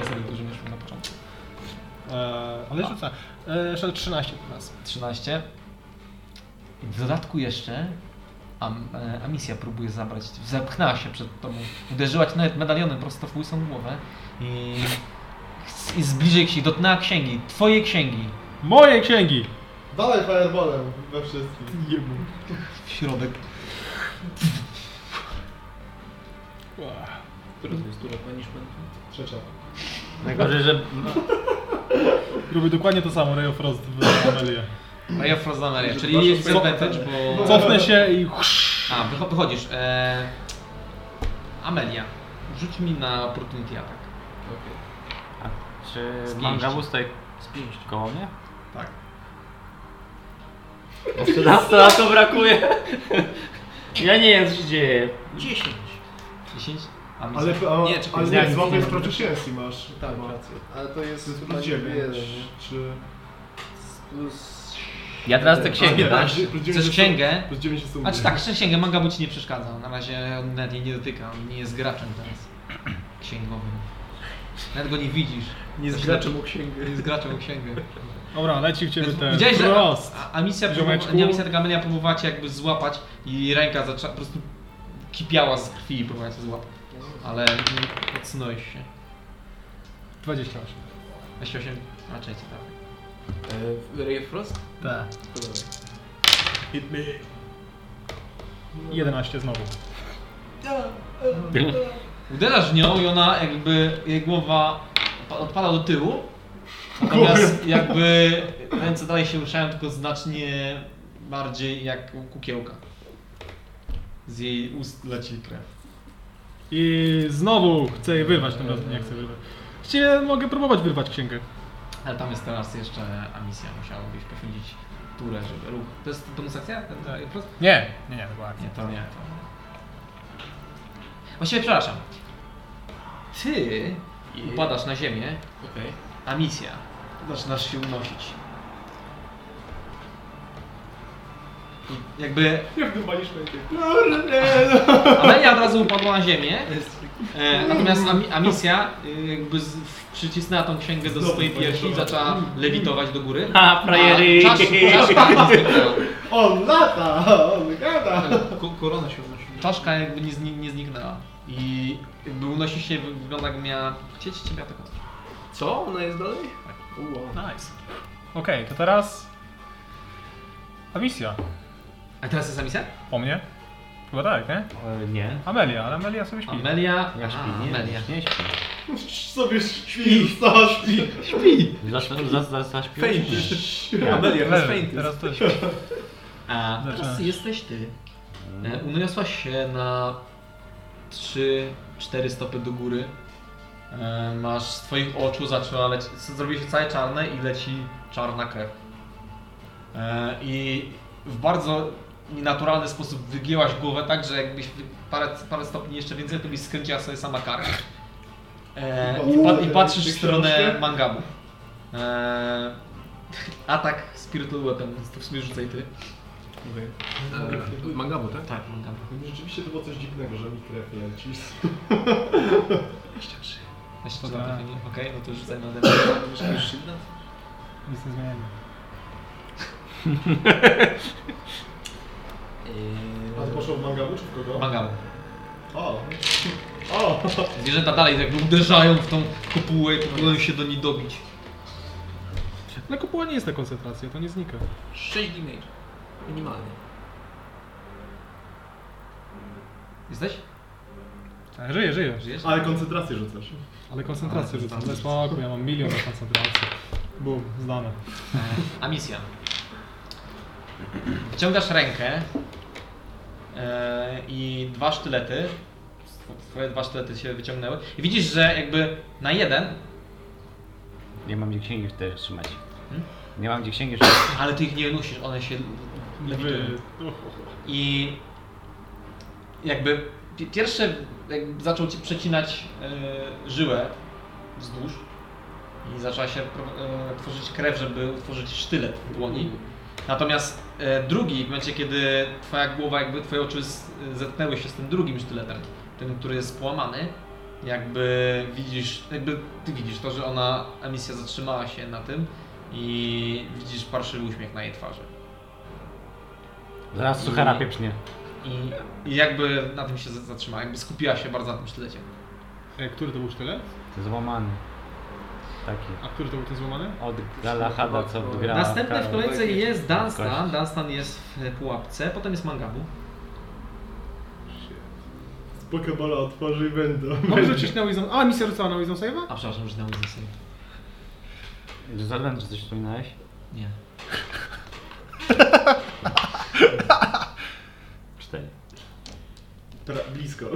Speaker 1: Ja sobie dużo mieszkam na początku.
Speaker 6: Eee, ale rzuca. Eee, Jeszcze 13 teraz.
Speaker 1: 13. I w dodatku jeszcze am, e, Amisja próbuje zabrać, zepchnęła się przed tobą, uderzyła ci nawet medalionem prosto w łysą głowę i, i zbliżyła się, dotknęła księgi, twojej księgi,
Speaker 6: Moje księgi!
Speaker 5: Dalej fireballem we wszystkim.
Speaker 1: w środek.
Speaker 4: która to jest która punishment?
Speaker 5: Trzecia.
Speaker 2: Najgorzej, że
Speaker 6: Robię dokładnie to samo, Ray of Frost w Amelię.
Speaker 1: Ray of Frozen Area,
Speaker 5: Proszę,
Speaker 1: czyli
Speaker 5: proszę.
Speaker 1: disadvantage, bo...
Speaker 6: Cofnę się i... husz.
Speaker 1: A, wycho- wychodzisz. E... Amelia, rzuć mi na opportunity attack.
Speaker 4: Okej.
Speaker 2: Czy
Speaker 1: Z
Speaker 2: Mangabu
Speaker 1: pięści.
Speaker 2: stoi
Speaker 4: Z pięścią.
Speaker 2: koło mnie?
Speaker 1: Tak.
Speaker 2: Jeszcze na to, na to brakuje. Ja nie wiem, co się dzieje.
Speaker 4: 10.
Speaker 1: 10? Amis.
Speaker 5: Ale, a,
Speaker 4: Nie, czekaj,
Speaker 5: ale
Speaker 2: zaraz
Speaker 5: nie, złapiesz
Speaker 2: nie.
Speaker 5: proficiency masz.
Speaker 4: Tak,
Speaker 5: Bo-
Speaker 4: rację. Ale to
Speaker 5: To
Speaker 4: jest
Speaker 5: jest
Speaker 4: chyba
Speaker 5: plus
Speaker 4: nie
Speaker 5: 9,
Speaker 4: wiele,
Speaker 5: czy...
Speaker 4: Plus...
Speaker 2: Ja teraz te księgi
Speaker 5: A, nie,
Speaker 2: dam.
Speaker 5: plus dziewięć
Speaker 1: Chcesz
Speaker 5: jest-
Speaker 1: księgę?
Speaker 5: Plus 9 jest
Speaker 1: Znaczy
Speaker 5: (laughs)
Speaker 1: tak, szczerze księgę manga mu ci nie przeszkadza. Na razie on nawet jej nie dotyka, on nie jest graczem teraz. Księgowym. Nawet go nie widzisz.
Speaker 4: Nie
Speaker 1: Zaślepił.
Speaker 4: zgraczę mu księgę.
Speaker 1: Nie jest graczem o księgę. Znaczy,
Speaker 6: Dobra, leci w ciebie ten...
Speaker 1: Widziałeś, że
Speaker 6: Frost!
Speaker 1: a, a misja,
Speaker 6: Ziomeczku.
Speaker 1: próbu- nie, misja taka Amelia próbowała cię jakby złapać i ręka zaczęła po prostu kipiała z krwi i próbowała cię złapać. Ale mm, odsunąłeś się.
Speaker 6: 28.
Speaker 1: 28, raczej cię tak.
Speaker 4: E, Ray of Frost?
Speaker 6: Tak.
Speaker 4: To dobra.
Speaker 5: Hit me.
Speaker 6: 11 znowu.
Speaker 1: Uderzasz nią i ona jakby jej głowa pa- odpada do tyłu. Natomiast jakby ręce dalej się ruszają, tylko znacznie bardziej jak u kukiełka. Z jej ust leci krew.
Speaker 6: I znowu chcę je wyrwać, tym razem nie chcę wyrwać. Właściwie mogę próbować wyrwać księgę.
Speaker 1: Ale tam jest teraz jeszcze Amisja, musiałabyś poświęcić turę, żeby ruch. To jest bonus akcja? Ten- ten- prost-
Speaker 6: Nie, nie, nie, dokładnie.
Speaker 1: Nie, to nie. To... Właściwie przepraszam. Ty
Speaker 4: I-
Speaker 1: upadasz na ziemię,
Speaker 4: Okej.
Speaker 1: a misja zaczynasz się unosić. I jakby
Speaker 5: Jak dywalisz najpierw?
Speaker 1: Amelia od razu upadła na ziemię, e, natomiast Ami- Amisja y, jakby z, w- przycisnęła tą księgę do
Speaker 5: Znowu
Speaker 1: swojej piersi i
Speaker 5: poleciała.
Speaker 1: zaczęła lewitować do góry.
Speaker 2: Ha, frajery!
Speaker 1: A Czaszka, czaszka, zniknęła.
Speaker 5: On lata! On gada!
Speaker 4: Ko- korona się unosi.
Speaker 1: czaszka jakby nie, zni- nie zniknęła. I jakby unosi się, wy- wygląda jakby miała chcieć ciebie atakować.
Speaker 4: Co? Ona jest dalej? Ua.
Speaker 9: Nice. Okej, to teraz... A misja.
Speaker 1: A teraz jest Amisja?
Speaker 9: Po mnie? Chyba tak, nie?
Speaker 2: E, nie.
Speaker 9: Amelia, ale Amelia sobie śpi.
Speaker 1: Amelia,
Speaker 2: Ja śpię,
Speaker 1: a,
Speaker 2: nie,
Speaker 1: Amelia.
Speaker 2: nie śpię.
Speaker 5: Sobie śpi, stała śpi.
Speaker 2: Zas- zas- zas- Zaśpię?
Speaker 4: Feint.
Speaker 5: Ja.
Speaker 4: Amelia, bez
Speaker 9: Leży,
Speaker 4: feint.
Speaker 9: Teraz też.
Speaker 1: A teraz
Speaker 9: Zaczynasz.
Speaker 1: jesteś ty. E, Uniosłaś się na 3-4 stopy do góry. E, Masz z twoich oczu zaczęła lecieć. Zrobiły się całe czarne i leci czarna krew. E, I w bardzo nienaturalny sposób wygięłaś głowę tak, że jakbyś wy- parę, parę stopni jeszcze więcej, to byś skręciła sobie sama karę. E, i, pa- I patrzysz w stronę mangabu. E, (laughs) atak Spiritual Weapon, więc to w sumie rzucaj ty.
Speaker 4: Okej. E, Mangabu, tak?
Speaker 1: Tak, mangabu.
Speaker 5: Eee, Rzeczywiście to było coś dziwnego, że mi krew leci.
Speaker 1: Jeszcze
Speaker 9: Tak.
Speaker 1: dwa trafienie. Okej, no to rzucaj na demon.
Speaker 4: Już silna?
Speaker 9: Nic nie zmieniamy.
Speaker 5: A
Speaker 4: E,
Speaker 5: to poszło w mangabu czy w kogo?
Speaker 1: Mangabu.
Speaker 5: O! O!
Speaker 1: Zwierzęta dalej jakby uderzają w tą kopułę i próbują się do niej dobić.
Speaker 9: Ale kopuła nie jest na koncentrację, to nie znika.
Speaker 4: 6 damage. Minimalnie.
Speaker 1: Jesteś?
Speaker 9: Tak, Żyję, żyję.
Speaker 1: Żyjesz?
Speaker 5: Ale koncentrację rzucasz.
Speaker 9: Ale koncentrację rzucam. Bez smaku, ja mam milion na koncentrację. Bum, zdane.
Speaker 1: A misja. Wyciągasz rękę e, i dwa sztylety. Twoje dwa sztylety się wyciągnęły. I widzisz, że jakby na jeden,
Speaker 2: Nie mam gdzie księgi wtedy trzymać.
Speaker 1: Hmm?
Speaker 2: Nie mam gdzie księgi trzymać.
Speaker 1: ale ty ich nie nosisz, one się lewitują. I jakby pi- pierwsze jakby zaczął ci przecinać e, żyłę wzdłuż i zaczęła się pro- e, tworzyć krew, żeby utworzyć sztylet w dłoni. Natomiast e, drugi, w momencie kiedy twoja głowa, jakby twoje oczy z, zetknęły się z tym drugim sztyletem, tym, który jest połamany, jakby widzisz, jakby ty widzisz to, że ona, emisja zatrzymała się na tym i widzisz parszywy uśmiech na jej twarzy.
Speaker 2: Zaraz suchara pieprznie.
Speaker 1: I, I jakby na tym się z- zatrzymała, jakby skupiła się bardzo na tym sztylecie.
Speaker 6: E, który to był sztylet?
Speaker 2: Złamany. Taki.
Speaker 6: A który to był ten złamany?
Speaker 2: Od Galahada, co gra.
Speaker 1: Następne w kolejce
Speaker 4: tak,
Speaker 1: jest Dunstan,
Speaker 2: kość.
Speaker 1: Dunstan jest w pułapce, potem jest Mangabu.
Speaker 5: Z Pokebola otworzy i będą.
Speaker 9: No,
Speaker 6: Mogę rzucić na Wisdom... A, misja rzucała na Wisdom Save'a?
Speaker 1: A przepraszam, że dałem sobie.
Speaker 2: Jordan, czy coś wspominałeś?
Speaker 1: Nie.
Speaker 2: Cztery.
Speaker 5: Pra- blisko.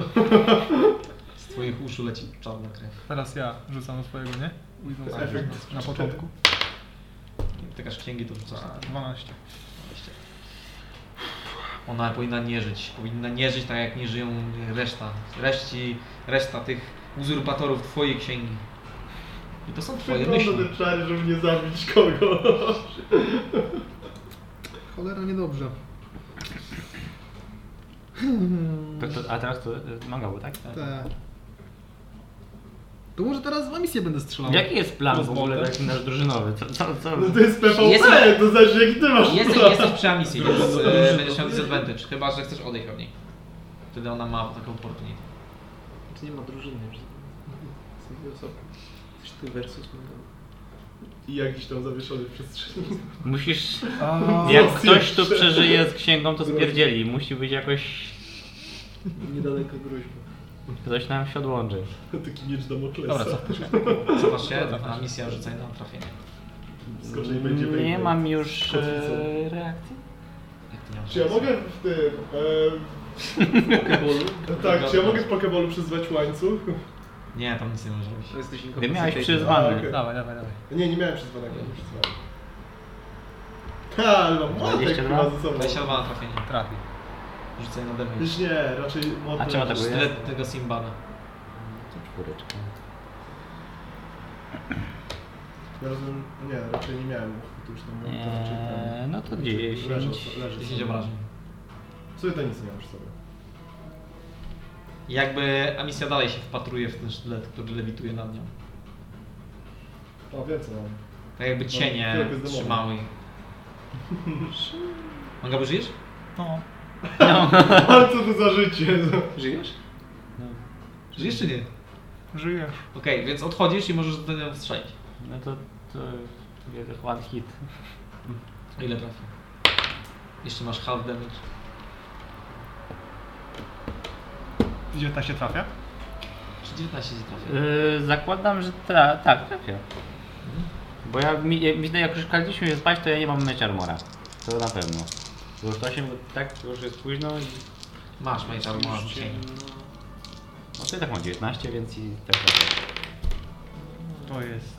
Speaker 1: Z twoich uszu leci czarna krew.
Speaker 9: Teraz ja rzucam do swojego, nie? Wisdom
Speaker 1: Tak,
Speaker 9: save.
Speaker 1: tak.
Speaker 9: Na początku.
Speaker 1: Tykasz księgi to rzuca.
Speaker 9: 12.
Speaker 1: Ona powinna nie żyć. Powinna nie żyć tak jak nie żyją reszta. Reszci, reszta tych uzurpatorów twojej księgi. I to są twoje
Speaker 5: Wygląda
Speaker 1: myśli.
Speaker 5: ten czary, żeby nie zabić kogo.
Speaker 6: Cholera, niedobrze.
Speaker 2: To, to, a teraz to y, mangabu, tak?
Speaker 6: Te... To może teraz w misję będę
Speaker 4: No.
Speaker 6: strzelał.
Speaker 2: Jaki jest plan w ogóle taki nasz drużynowy? Co, co, co?
Speaker 5: No to jest PvP,
Speaker 1: Jest-
Speaker 5: to znaczy jak ty masz
Speaker 1: Jesteś,
Speaker 5: plan.
Speaker 1: jesteś przy Amisji, więc e, będziesz miał disadvantage, chyba że chcesz odejść od niej. Wtedy ona ma taką opportunity.
Speaker 4: Tu nie ma drużyny. już. Są dwie osoby. Jesteś ty versus Mangabu.
Speaker 5: I jakiś tam zawieszony w przestrzeni.
Speaker 2: Musisz...
Speaker 9: A,
Speaker 2: Jak ktoś tu przeżyje z księgą, to spierdzieli. Musi być jakoś...
Speaker 4: Niedaleko groźby.
Speaker 2: Ktoś nam się odłączy.
Speaker 5: Taki miecz Damoklesa.
Speaker 9: Dobra, co?
Speaker 1: Cofasz się, a misja rzucaj na trafienie.
Speaker 5: Skoczenie będzie
Speaker 2: Nie
Speaker 5: pękło.
Speaker 2: mam już
Speaker 5: Kotwicą.
Speaker 2: e, reakcji.
Speaker 1: Jak ty nie masz
Speaker 5: Czy ja
Speaker 1: szans?
Speaker 5: mogę w tym...
Speaker 9: (laughs)
Speaker 5: E, tak, czy ja mogę w Pokebolu przyzwać łańcuch?
Speaker 1: Nie, tam nic nie możesz robić.
Speaker 4: To jesteś
Speaker 2: Ty miałeś
Speaker 4: incapacitated.
Speaker 5: A, okej.
Speaker 2: przyzwany.
Speaker 9: Dawaj, dawaj, dawaj.
Speaker 5: (laughs) Nie, nie miałem przyzwanego, nie przyzwałem. Ha, ale mam młotek
Speaker 2: 22?
Speaker 5: chyba ze sobą.
Speaker 1: 22 na trafienie.
Speaker 9: Trafi.
Speaker 1: Rzucaj na damage.
Speaker 5: Już nie, raczej młotek.
Speaker 2: A czemu tak było?
Speaker 1: Sztylet tego Simbana.
Speaker 2: Czwóreczka.
Speaker 5: Razem, nie, raczej nie miałem. Tu już tam, No to raczej tam.
Speaker 2: Eee, No to 10.
Speaker 5: Leżę, leżę
Speaker 1: 10 obrażeń.
Speaker 5: Sobie to nic nie masz sobie.
Speaker 1: Jakby Amicia dalej się wpatruje w ten sztylet, który lewituje nad nią.
Speaker 5: O, więcej mam.
Speaker 1: Tak jakby cienie
Speaker 5: No, tylko jest
Speaker 1: trzymały. Manga, żyjesz?
Speaker 9: No.
Speaker 5: (laughs) Ale co to za życie?
Speaker 1: Żyjesz? Żyjesz czy nie?
Speaker 9: Żyjesz.
Speaker 1: Okej, więc odchodzisz i możesz do niego strzelić.
Speaker 2: No to, to jest one hit.
Speaker 1: O ile trafi? Jeszcze masz half damage.
Speaker 9: 19 trafia?
Speaker 1: Czy 19 ci trafi?
Speaker 2: Yy, zakładam, że tra tak, trafia. Bo ja, mi, ja- mi, tak, jak już kaliśmy się spać, to ja nie mam mecz armora. To na pewno. Bo już 8, bo tak, to już jest późno i...
Speaker 1: Masz, masz, masz, masz.
Speaker 2: No ty tak mam 19, więc i tak trafia.
Speaker 9: To jest...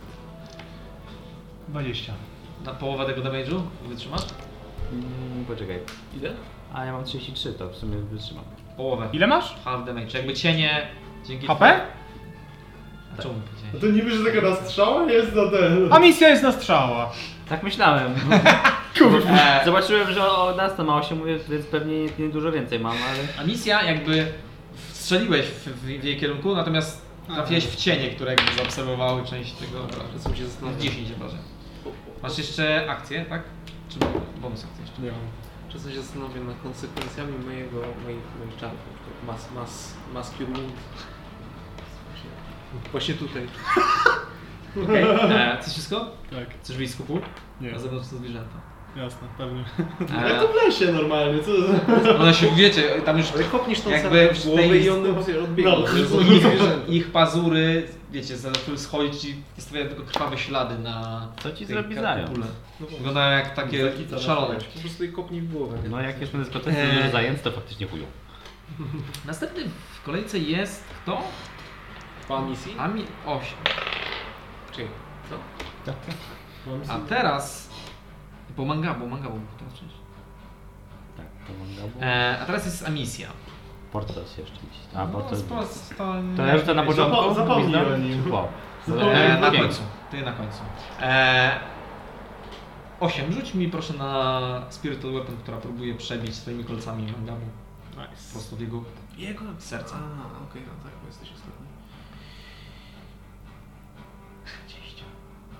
Speaker 9: 20.
Speaker 1: Na połowę tego damage'u wytrzymasz?
Speaker 2: Mm, poczekaj.
Speaker 1: Ile?
Speaker 2: A ja mam 33, to w sumie wytrzymam.
Speaker 1: Połowę.
Speaker 9: Ile masz?
Speaker 1: Half damage. Jakby cienie dzięki...
Speaker 9: HP?
Speaker 1: A czemu
Speaker 5: A
Speaker 1: powiedziałeś?
Speaker 5: to niby, że taka na strzała jest na ten.
Speaker 9: A misja jest na strzała.
Speaker 2: Tak
Speaker 5: (laughs)
Speaker 2: myślałem.
Speaker 1: E,
Speaker 2: Zobaczyłem, że o nas to ma 8, mówię, więc pewnie nie, nie dużo więcej mam, ale...
Speaker 1: a misja jakby strzeliłeś w, w, w jej kierunku, natomiast trafiłeś w cienie, które jakby zaobserwowały część tego obrażenia.
Speaker 4: Czasem się zastanawiam.
Speaker 1: 10 obrażeń. Masz jeszcze akcję, tak? Czy bonus akcję jeszcze?
Speaker 5: Nie mam.
Speaker 4: Czasem się zastanawiam nad konsekwencjami mojego, moich, moich czarów. na przykład Mas, mas, maski wound. Właśnie tutaj.
Speaker 1: Okej. E, Chcesz wszystko?
Speaker 3: Tak.
Speaker 1: Chcesz wyjść z kupu?
Speaker 3: Nie.
Speaker 1: Na zewnątrz są zwierzęta.
Speaker 3: Jasne, pewnie.
Speaker 5: Jak to znaczy? w lesie normalnie, co za...
Speaker 1: E, One się, wiecie, tam już
Speaker 4: Ale kopniesz tą
Speaker 1: Jakby
Speaker 4: Jakby
Speaker 1: w
Speaker 4: w głowę
Speaker 1: tej-
Speaker 4: i one odbiegną.
Speaker 5: No,
Speaker 4: To jest
Speaker 5: to-
Speaker 4: zwierzę.
Speaker 1: ich pazury, wiecie, zaczęły schodzić i zostawiają tylko krwawe ślady na
Speaker 2: Co ci
Speaker 1: tej
Speaker 2: zrobi zając?
Speaker 1: karkule. Wyglądają jak takie
Speaker 5: Zakica na
Speaker 1: szalone.
Speaker 5: szaleć.
Speaker 4: Po prostu jej kopnij w głowę.
Speaker 2: No jak jest na dyskotece
Speaker 1: Eee.
Speaker 2: dużo zajęć, to faktycznie chują.
Speaker 1: Następny w kolejce jest kto?
Speaker 4: Po misji?
Speaker 1: Ami 8.
Speaker 4: Czyli co?
Speaker 1: A teraz... Po mangabu, mangabu był teraz przecież.
Speaker 2: Tak, to mam gabu.
Speaker 1: E, a teraz jest Amisja.
Speaker 2: Portos jeszcze gdzieś.
Speaker 1: No,
Speaker 2: A, Portos.
Speaker 1: sporo- to-
Speaker 2: To ja rzucę na początku.
Speaker 5: Zapo- zapomnij
Speaker 2: Gwizda?
Speaker 5: o nim.
Speaker 2: Czy po?
Speaker 1: E, na
Speaker 2: Pięć.
Speaker 1: końcu. Ty na końcu. E, 8. Rzuć mi proszę na Spiritual Weapon, która próbuje przebić swoimi kolcami mangabu. Po
Speaker 4: Nice.
Speaker 1: prostu w jego
Speaker 4: Jego
Speaker 1: serca.
Speaker 4: A, okej, no tak, bo jesteś ostatni.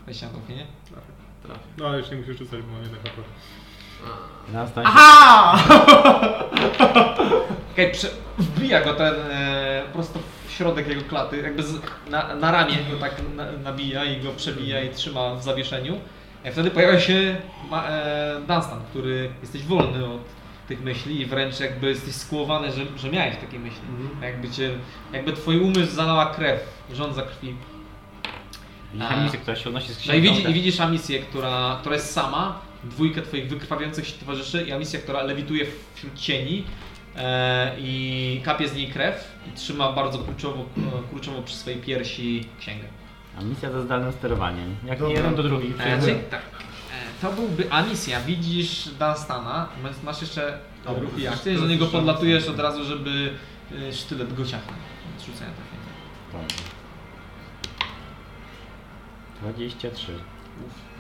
Speaker 1: 20 na trafienie.
Speaker 4: Trafię.
Speaker 3: No ale już nie musisz rzucać, bo mam jeden HP.
Speaker 2: Na stanie.
Speaker 1: Okej, prze- wbija go ten e, prosto w środek jego klaty, jakby z, na, na ramię go tak na, nabija i go przebija i trzyma w zawieszeniu. E, wtedy pojawia się ma, e, Dunstan, który jesteś wolny od tych myśli i wręcz jakby jesteś skłowany, że, że miałeś takie myśli. Jakby, cię, jakby twój umysł zalała krew, rządza krwi.
Speaker 2: Na misję, która się unosi z
Speaker 1: No i,
Speaker 2: księgą.
Speaker 1: widzi,
Speaker 2: tak.
Speaker 1: i widzisz Amisję, która, która jest sama, dwójkę twoich wykrwawiających się towarzyszy i Amisję, która lewituje wśród cieni e, i kapie z niej krew i trzyma bardzo kurczowo, e, kurczowo przy swojej piersi księgę.
Speaker 2: A misja za zdalnym sterowaniem. Jak nie
Speaker 5: Dobra.
Speaker 2: jeden, to drugi.
Speaker 1: E,
Speaker 2: Przyjdzie.
Speaker 1: czyli tak, e, to byłby Amisja, widzisz Dunstana, masz- masz jeszcze
Speaker 5: Dobra,
Speaker 1: ruch
Speaker 5: to
Speaker 1: i
Speaker 5: jest-
Speaker 1: akcję,
Speaker 5: to
Speaker 1: do
Speaker 5: jest
Speaker 1: niego
Speaker 5: jeszcze-
Speaker 1: podlatujesz od razu, żeby e, sztylet go ciachnął. Rzucenia trafienia.
Speaker 2: Dobra. 23.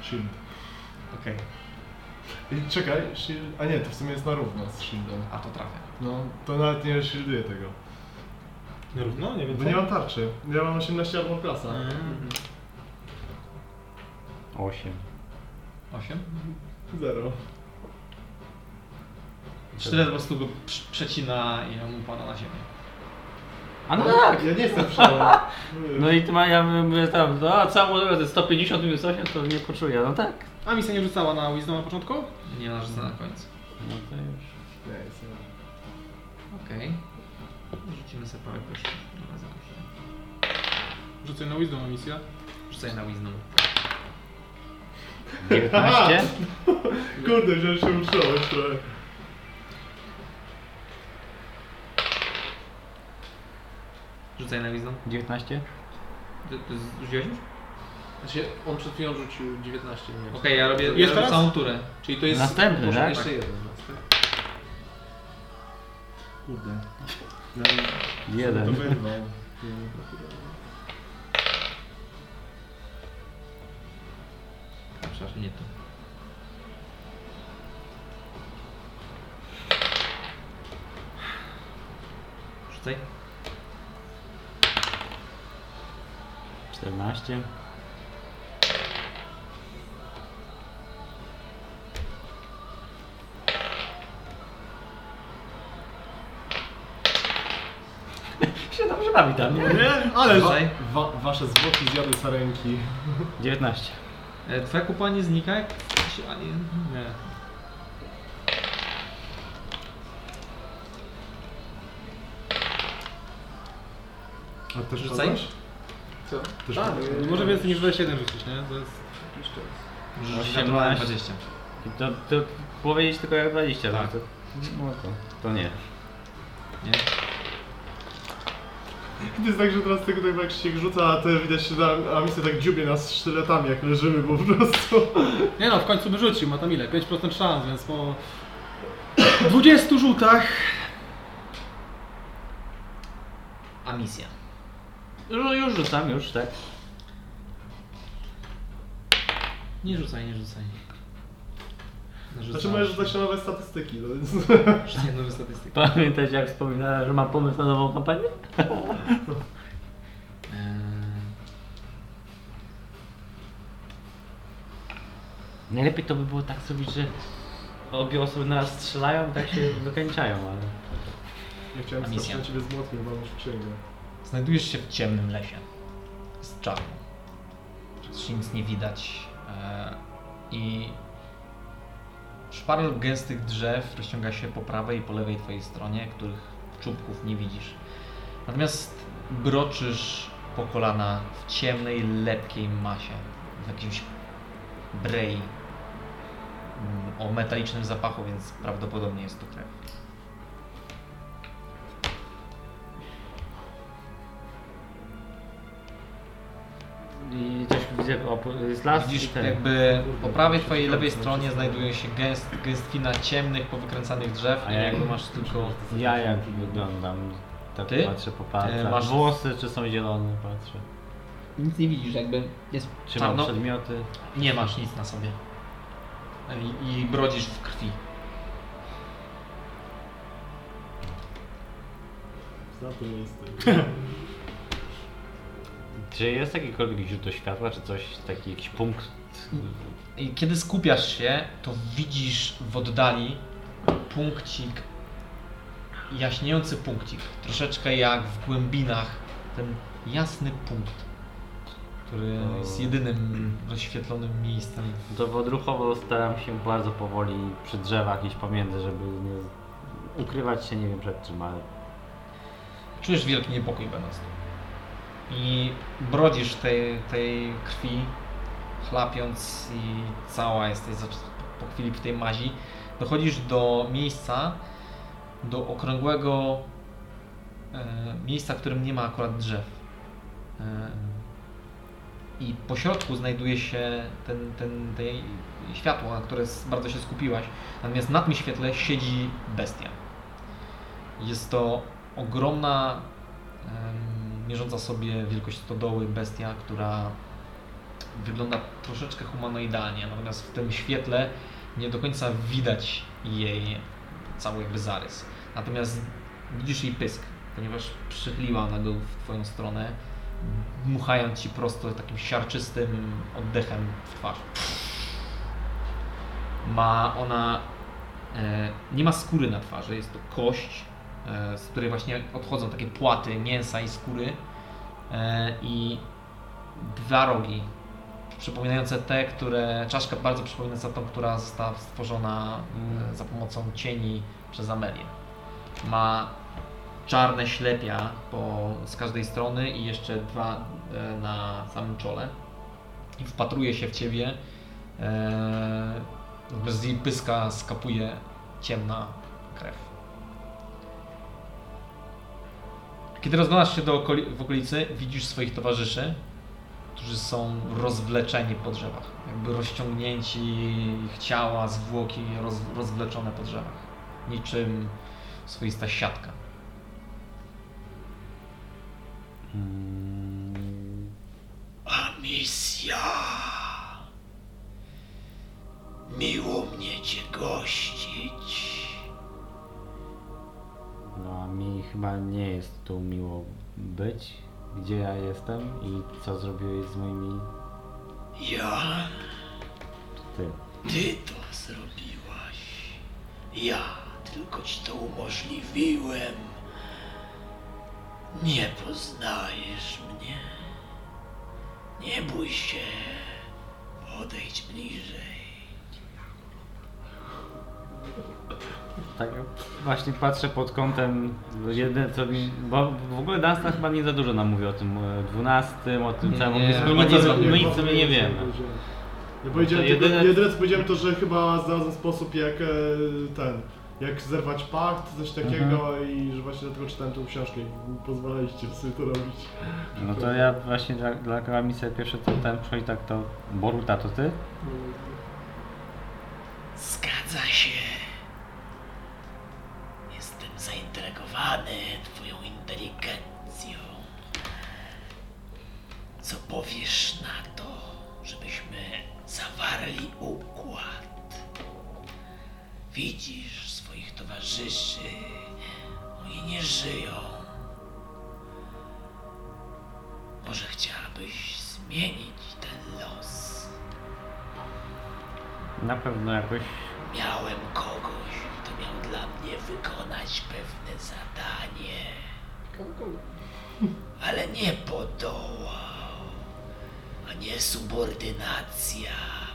Speaker 5: Shield.
Speaker 1: Okej,
Speaker 5: I czekaj, shield... A nie, to w sumie jest na równo z shieldem.
Speaker 1: a to trafia.
Speaker 5: No, to nawet nie shielduję tego.
Speaker 3: Na równo? Nie wiem.
Speaker 5: Bo
Speaker 6: No
Speaker 5: nie mam tarczy. Ja mam 18 albo klasa.
Speaker 2: 8.
Speaker 1: 8.
Speaker 5: Zero.
Speaker 1: Sztylet po prostu go prz- przecina i on upada na ziemię.
Speaker 2: A no tak!
Speaker 5: Ja nie jestem przełom.
Speaker 2: No i ty ma, ja mówię tam, no a co, może te 150 minus 8 to nie poczuję, no tak.
Speaker 6: A misja nie rzucała na Wisdom na początku?
Speaker 1: Nie masz za na końcu.
Speaker 2: No to już.
Speaker 1: (laughs)
Speaker 5: Nie, jestem.
Speaker 1: Okej. Rzucimy sobie parę kości. Dobra, zobaczmy.
Speaker 6: Rzucaj na Wisdom misja.
Speaker 1: Rzucaj na Wisdom.
Speaker 2: 19?
Speaker 5: Kurde, że się utrzymałeś trochę.
Speaker 1: Rzucaj na Wisdom.
Speaker 2: 19?
Speaker 1: Ty- ty Rzuciłeś już?
Speaker 4: Znaczy, on przed chwilą rzucił 19, nie wiem.
Speaker 1: Okej, ja robię, ja
Speaker 6: Jeszcze
Speaker 1: robię
Speaker 6: raz?
Speaker 1: całą turę.
Speaker 4: Czyli to jest...
Speaker 2: Następny,
Speaker 4: Może
Speaker 2: tak?
Speaker 4: Jeszcze jeden. następny.
Speaker 5: Kurde. To
Speaker 2: 1.
Speaker 5: wyrwał.
Speaker 1: Przepraszam, nie tu. Rzucaj.
Speaker 2: 14. (laughs) się dobrze bawi tam. nie?
Speaker 5: No Nie, ale
Speaker 1: Dawaj.
Speaker 5: wa wasze zwłoki zjadę z ręki.
Speaker 2: 19.
Speaker 1: E, Twoja kupa nie znika jak... się- a nie- Nie.
Speaker 5: A też
Speaker 1: Rzucaj.
Speaker 5: padasz?
Speaker 4: Co?
Speaker 5: Też
Speaker 4: A,
Speaker 5: padasz?
Speaker 4: y,
Speaker 6: Tak, Może więcej niż 27 rzucić, nie? To jest...
Speaker 4: jakiś czas.
Speaker 1: Rzuć
Speaker 2: 18.
Speaker 1: na 20.
Speaker 2: I To, to powiedzieć tylko jak 20,
Speaker 1: Tak.
Speaker 2: no to, no to, to nie.
Speaker 1: Nie?
Speaker 5: To jest tak, że teraz tylko tak jak się rzuca, a te widać, że na- a misja tak dziubie nas sztyletami, jak leżymy bo po prostu.
Speaker 6: Nie no, w końcu by rzucił, ma tam ile? 5% szans, więc po 20 rzutach
Speaker 1: A misja.
Speaker 2: Już, No, już rzucam, już, (laughs) tak.
Speaker 1: Nie rzucaj, nie rzucaj.
Speaker 5: Znaczy możesz rzucać na nowe statystyki, no więc...
Speaker 1: Rzucaj nowe statystyki.
Speaker 2: Pamiętać jak wspominałem, że mam pomysł na nową kampanię?
Speaker 6: E,
Speaker 2: Najlepiej to by było tak zrobić, że obie osoby na nas strzelają, tak się wykańczają, ale...
Speaker 5: Nie chciałem
Speaker 1: A misja?
Speaker 5: strasznie na ciebie z młotkiem, mam już księgę.
Speaker 1: Znajdujesz się w ciemnym lesie. Z czarną. Praktycznie nic nie widać. e, I szparl gęstych drzew rozciąga się po prawej i po lewej twojej stronie, których czubków nie widzisz. Natomiast broczysz po kolana w ciemnej, lepkiej masie. W jakimś brei. mm, O metalicznym zapachu, więc prawdopodobnie jest to krew.
Speaker 2: I też widzę, op- jest las i
Speaker 1: Widzisz,
Speaker 2: ten.
Speaker 1: jakby po prawej twojej lewej stronie znajduje się gęst, gęstwina ciemnych, powykręcanych drzew,
Speaker 2: A
Speaker 1: i
Speaker 2: ja
Speaker 1: jakby
Speaker 2: jak-
Speaker 1: masz tylko...
Speaker 2: Ja jak wyglądam, tak
Speaker 1: Ty?
Speaker 2: patrzę po palcach.
Speaker 1: E, masz-
Speaker 2: Włosy czy są zielone, patrzę.
Speaker 4: Nic nie widzisz, jakby jest
Speaker 2: Czy mam
Speaker 1: Czarno-
Speaker 2: przedmioty?
Speaker 1: Nie masz nic na sobie. I, i brodzisz w krwi.
Speaker 5: Znam to miejsce.
Speaker 2: Czy jest jakiekolwiek źródło światła, czy coś, taki jakiś punkt?
Speaker 1: I kiedy skupiasz się, to widzisz w oddali punkcik, jaśniejący punkcik, troszeczkę jak w głębinach, ten jasny punkt, który jest jedynym rozświetlonym miejscem w
Speaker 2: To odruchowo staram się bardzo powoli przy drzewach iść pomiędzy, żeby nie z- ukrywać się nie wiem przed czym, ale
Speaker 1: Czujesz wielki niepokój będąc tu. I brodzisz tej, tej krwi, chlapiąc i cała jesteś za- po chwili w tej mazi. Dochodzisz do miejsca, do okrągłego e, miejsca, w którym nie ma akurat drzew. E, I po środku znajduje się ten, ten, te światło, na które s- bardzo się skupiłaś. Natomiast na tym świetle siedzi bestia. Jest to ogromna, em, mierząca sobie wielkość stodoły bestia, która wygląda troszeczkę humanoidalnie, natomiast w tym świetle nie do końca widać jej cały jakby zarys. Natomiast widzisz jej pysk, ponieważ przychyliła ona go w twoją stronę, dmuchając ci prosto takim siarczystym oddechem w twarz. Ma ona, e, nie ma skóry na twarzy, jest to kość, e, z której właśnie odchodzą takie płaty mięsa i skóry e, i dwa rogi przypominające te, które czaszka bardzo przypominająca tą, która została stworzona e, za pomocą cieni przez Amelię. Ma czarne ślepia po, z każdej strony i jeszcze dwa e, na samym czole i wpatruje się w ciebie. E, z jej pyska skapuje ciemna krew. Kiedy rozglądasz się do okoli- w okolicy, widzisz swoich towarzyszy, którzy są rozwleczeni po drzewach. Jakby rozciągnięci ich ciała, zwłoki roz, rozwleczone po drzewach. Niczym swoista siatka.
Speaker 2: mm,
Speaker 1: A misja! Miło mnie Cię gościć.
Speaker 2: no a mi chyba nie jest tu miło być, gdzie ja jestem i co zrobiłeś z moimi...
Speaker 10: Ja
Speaker 2: Ty.
Speaker 10: Ty to zrobiłaś. Ja tylko ci to umożliwiłem. Nie poznajesz mnie. Nie bój się. Odejdź bliżej.
Speaker 2: Tak właśnie patrzę pod kątem jedyne co mi... Bo w ogóle Dunstan chyba nie za dużo nam mówi o tym e, dwunastym, o tym
Speaker 10: Nie,
Speaker 2: całym...
Speaker 10: nie,
Speaker 2: My
Speaker 10: chyba
Speaker 2: nic,
Speaker 10: nie
Speaker 2: my
Speaker 10: zrobił.
Speaker 2: no nic sobie nie wiemy.
Speaker 5: Ja powiedziałem
Speaker 2: To
Speaker 5: tylko,
Speaker 2: jedyne-
Speaker 5: jedyne co powiedziałem to, że chyba znalazłem sposób jak e, ten, jak zerwać pakt, coś takiego i że właśnie dlatego czytałem tą książkę i pozwalaliście sobie to robić.
Speaker 2: No to ja właśnie dla, dla Kalamisy pierwsze co ten przychodzi tak to... Boruta to ty?
Speaker 10: Zgadza się. Jestem zaintrygowany twoją inteligencją. Co powiesz na to, żebyśmy zawarli układ? Widzisz swoich towarzyszy. Oni nie żyją. Może chciałabyś zmienić ten los?
Speaker 2: Na pewno jakoś...
Speaker 10: Miałem kogoś, kto miał dla mnie wykonać pewne zadanie. Ale nie podołał. A niesubordynacja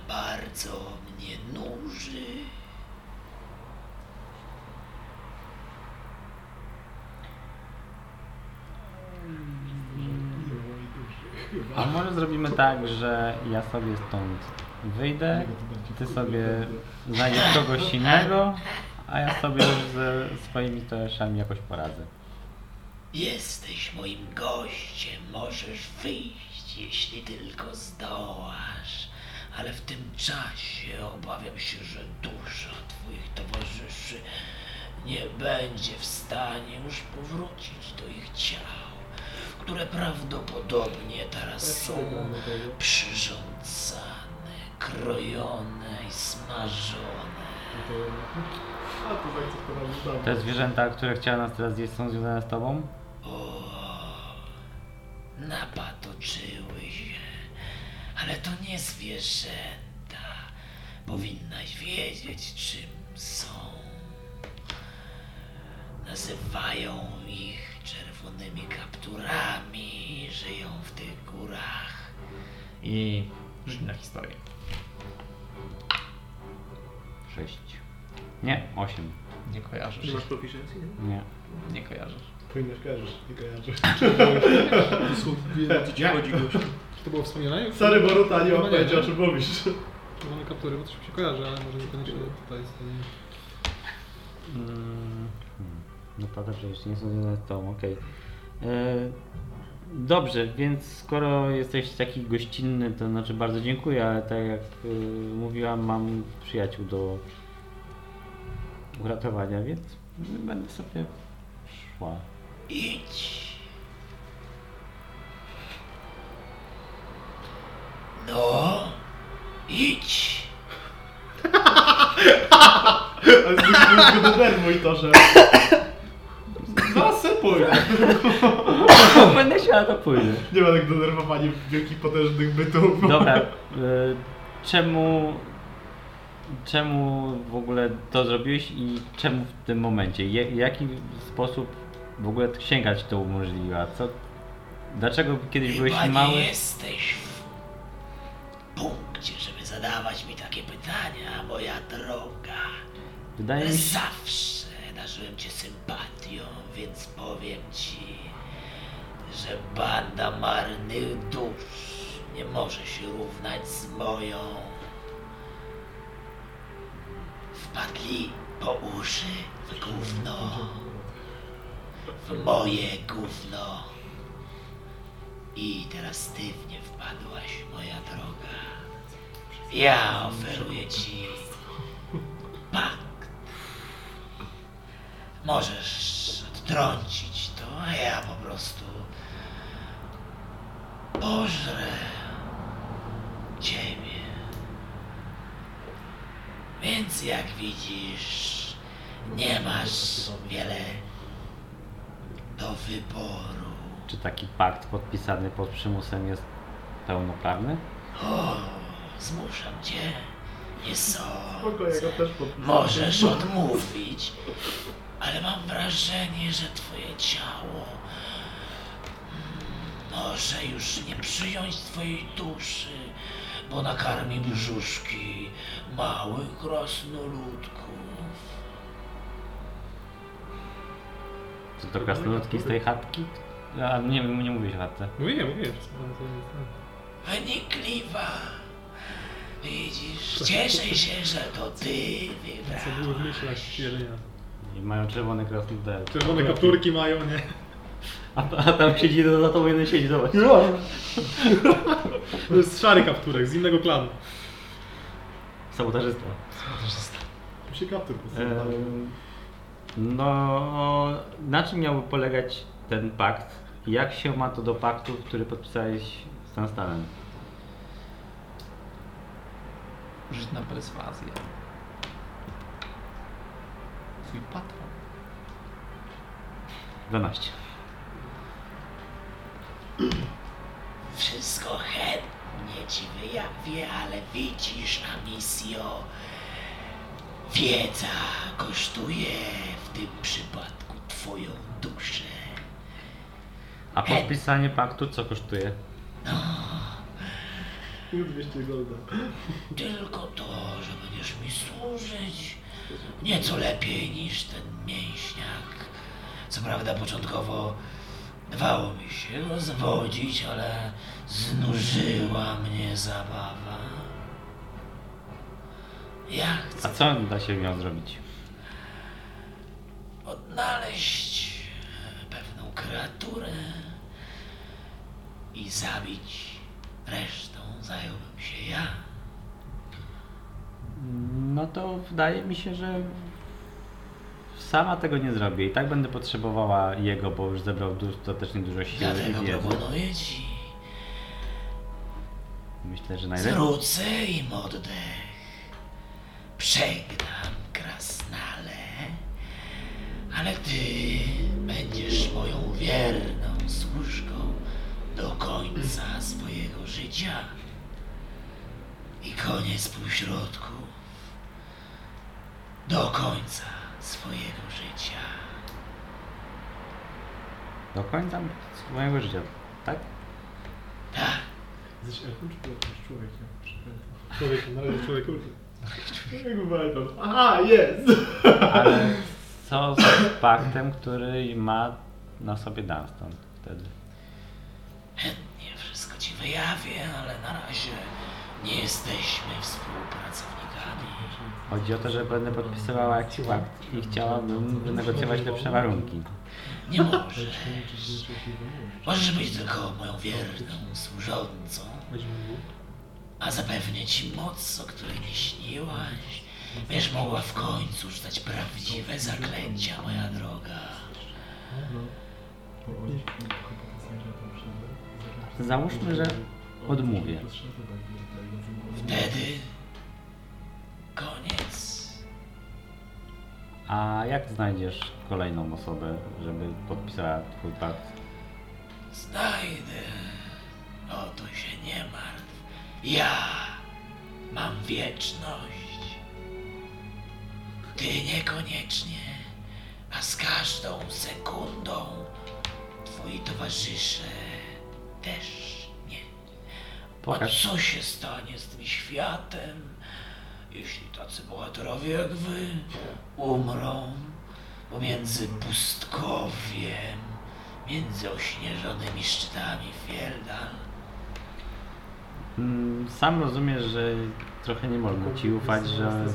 Speaker 10: bardzo mnie nuży.
Speaker 2: A może zrobimy tak, że ja sobie stąd wyjdę, ty sobie znajdziesz kogoś innego, a ja sobie już ze swoimi towarzyszami jakoś poradzę.
Speaker 10: Jesteś moim gościem, możesz wyjść, jeśli tylko zdołasz. Ale w tym czasie obawiam się, że dużo twoich towarzyszy nie będzie w stanie już powrócić do ich ciał, które prawdopodobnie teraz są przyrządzane, krojone i smażone.
Speaker 5: A to zaakceptowałem dawno.
Speaker 2: Te zwierzęta, które chciały nas teraz jeść, są związane z tobą?
Speaker 10: O, napatoczyły się, ale to nie zwierzęta. Powinnaś wiedzieć, czym są. Nazywają ich czerwonymi kapturami, żyją w tych górach. I żyć na historię.
Speaker 2: Sześć. Nie, osiem.
Speaker 10: Nie kojarzysz.
Speaker 4: Czy masz proficiency? nie?
Speaker 2: Nie.
Speaker 10: Nie kojarzysz.
Speaker 5: Powinnaś kojarzysz, nie kojarzę.
Speaker 4: Dosłownie, (laughs) ci chodzi gościu.
Speaker 6: Czy to było wspomniane? już?
Speaker 5: Sorry Boruta, nie
Speaker 6: Chyba
Speaker 5: mam pojęcia o
Speaker 6: wiem.
Speaker 5: czym mówisz.
Speaker 6: Czerwone kaptury, bo to się kojarzy, ale może niekoniecznie tutaj z tym...
Speaker 2: Mm, hmm. No to dobrze, jeszcze nie są związane z tobą, okej. E, Dobrze, więc skoro jesteś taki gościnny, to znaczy bardzo dziękuję, ale tak jak y, mówiłam, mam przyjaciół do uratowania, więc będę sobie szła.
Speaker 10: Idź. No, idź.
Speaker 5: (laughs) Ale zbyt go denerwuj to, że... Zaraz se pójdę.
Speaker 2: (coughs) Będę się, ale to pójdę.
Speaker 5: Nie ma tak denerwowania wielkich, potężnych bytów.
Speaker 2: Dobra, y, czemu, czemu w ogóle to zrobiłeś i czemu w tym momencie? Je, jaki sposób w ogóle księga ci to umożliwiła? Co, dlaczego kiedyś
Speaker 10: Chyba
Speaker 2: byłeś mały?
Speaker 10: nie jesteś w punkcie, żeby zadawać mi takie pytania, moja droga.
Speaker 2: Wydaje mi się,
Speaker 10: Zawsze darzyłem cię sympatią, więc powiem ci, że banda marnych dusz nie może się równać z moją. Wpadli po uszy w gówno, w moje gówno. I teraz ty w nie wpadłaś, moja droga. Ja oferuję
Speaker 2: (laughs)
Speaker 10: ci pakt. Możesz odtrącić to, a ja po prostu pożrę ciebie. Więc jak widzisz, nie masz wiele Do wyboru.
Speaker 2: Czy taki pakt podpisany pod przymusem jest pełnoprawny?
Speaker 10: O, zmuszam cię. Jest
Speaker 5: Spoko, ja go też pod...
Speaker 10: Możesz odmówić, ale mam wrażenie, że twoje ciało mm, może już nie przyjąć twojej duszy, bo nakarmi brzuszki małych krasnoludków.
Speaker 2: Czy to krasnoludki z tej chatki? A nie, nie mówię o chatce.
Speaker 6: Mówiłem, mówiłem.
Speaker 10: Wynikliwa. Widzisz, cieszę się, że to ty
Speaker 6: Co było w myślach
Speaker 10: wybrałeś.
Speaker 6: jelenia.
Speaker 2: I mają czerwone krasnoludki.
Speaker 6: Czerwone kapturki mają, nie?
Speaker 2: A, a tam siedzi, no za tobą jeden siedzi, zobacz.
Speaker 6: To jest szary kapturek, z innego klanu.
Speaker 2: Sabotażysta.
Speaker 5: Tu się kaptur posunął.
Speaker 2: Em, No, na czym miałby polegać ten pakt? Jak się ma to do paktu, który podpisałeś z Tanstanem?
Speaker 10: Rzuć na perswazję. Twój patron.
Speaker 2: 12.
Speaker 10: Wszystko chętnie ci wyjawię, ale widzisz, Amisjo, wiedza kosztuje w tym przypadku twoją duszę.
Speaker 2: A podpisanie paktu co kosztuje?
Speaker 5: Już 200 golda.
Speaker 10: Tylko to, że będziesz mi służyć nieco lepiej niż ten mięśniak. Co prawda początkowo dawało mi się go zwodzić, ale znużyła mnie zabawa. Ja chcę
Speaker 2: A co da się miał zrobić?
Speaker 10: odnaleźć pewną kreaturę i zabić. Resztą zająłbym się ja.
Speaker 2: No to wydaje mi się, że sama tego nie zrobię. I tak będę potrzebowała jego, bo już zebrał du- dostatecznie dużo siły
Speaker 10: Dlatego
Speaker 2: i wiedzy.
Speaker 10: proponuję ci
Speaker 2: Myślę, że najlepiej.
Speaker 10: Zwrócę im oddech. Przegnam krasnale, ale ty będziesz moją wierną służką do końca swojego życia. I koniec pośrodku. Do końca swojego życia.
Speaker 2: Do końca mojego życia, tak?
Speaker 10: Tak,
Speaker 5: Jesteś elfem czy jesteś człowiekiem?
Speaker 6: Człowiek, na razie człowiek.
Speaker 5: Jak walczą. Aha, jest!
Speaker 2: Ale co z paktem, który ma na sobie Dunstan wtedy?
Speaker 10: chętnie wszystko ci wyjawię, ale na razie nie jesteśmy współpracownikami.
Speaker 2: Chodzi o to, że będę podpisywała jakiś pakt i chciałabym wynegocjować lepsze warunki.
Speaker 10: Nie możesz. Możesz być tylko moją wierną służącą, a zapewnię ci moc, o której nie śniłaś. Będziesz mogła w końcu rzucać prawdziwe zaklęcia, moja droga.
Speaker 2: Załóżmy, że odmówię.
Speaker 10: Wtedy koniec.
Speaker 2: A jak znajdziesz kolejną osobę, żeby podpisała twój pakt?
Speaker 10: Znajdę. O to się nie martw. Ja mam wieczność. Ty niekoniecznie, a z każdą sekundą twoi towarzysze też nie. A
Speaker 2: Pokaż.
Speaker 10: co się stanie z tym światem, jeśli tacy bohaterowie jak wy umrą pomiędzy pustkowiem, między ośnieżonymi szczytami Fieldal?
Speaker 2: Mm, Sam rozumiesz, że trochę nie można ci ufać, że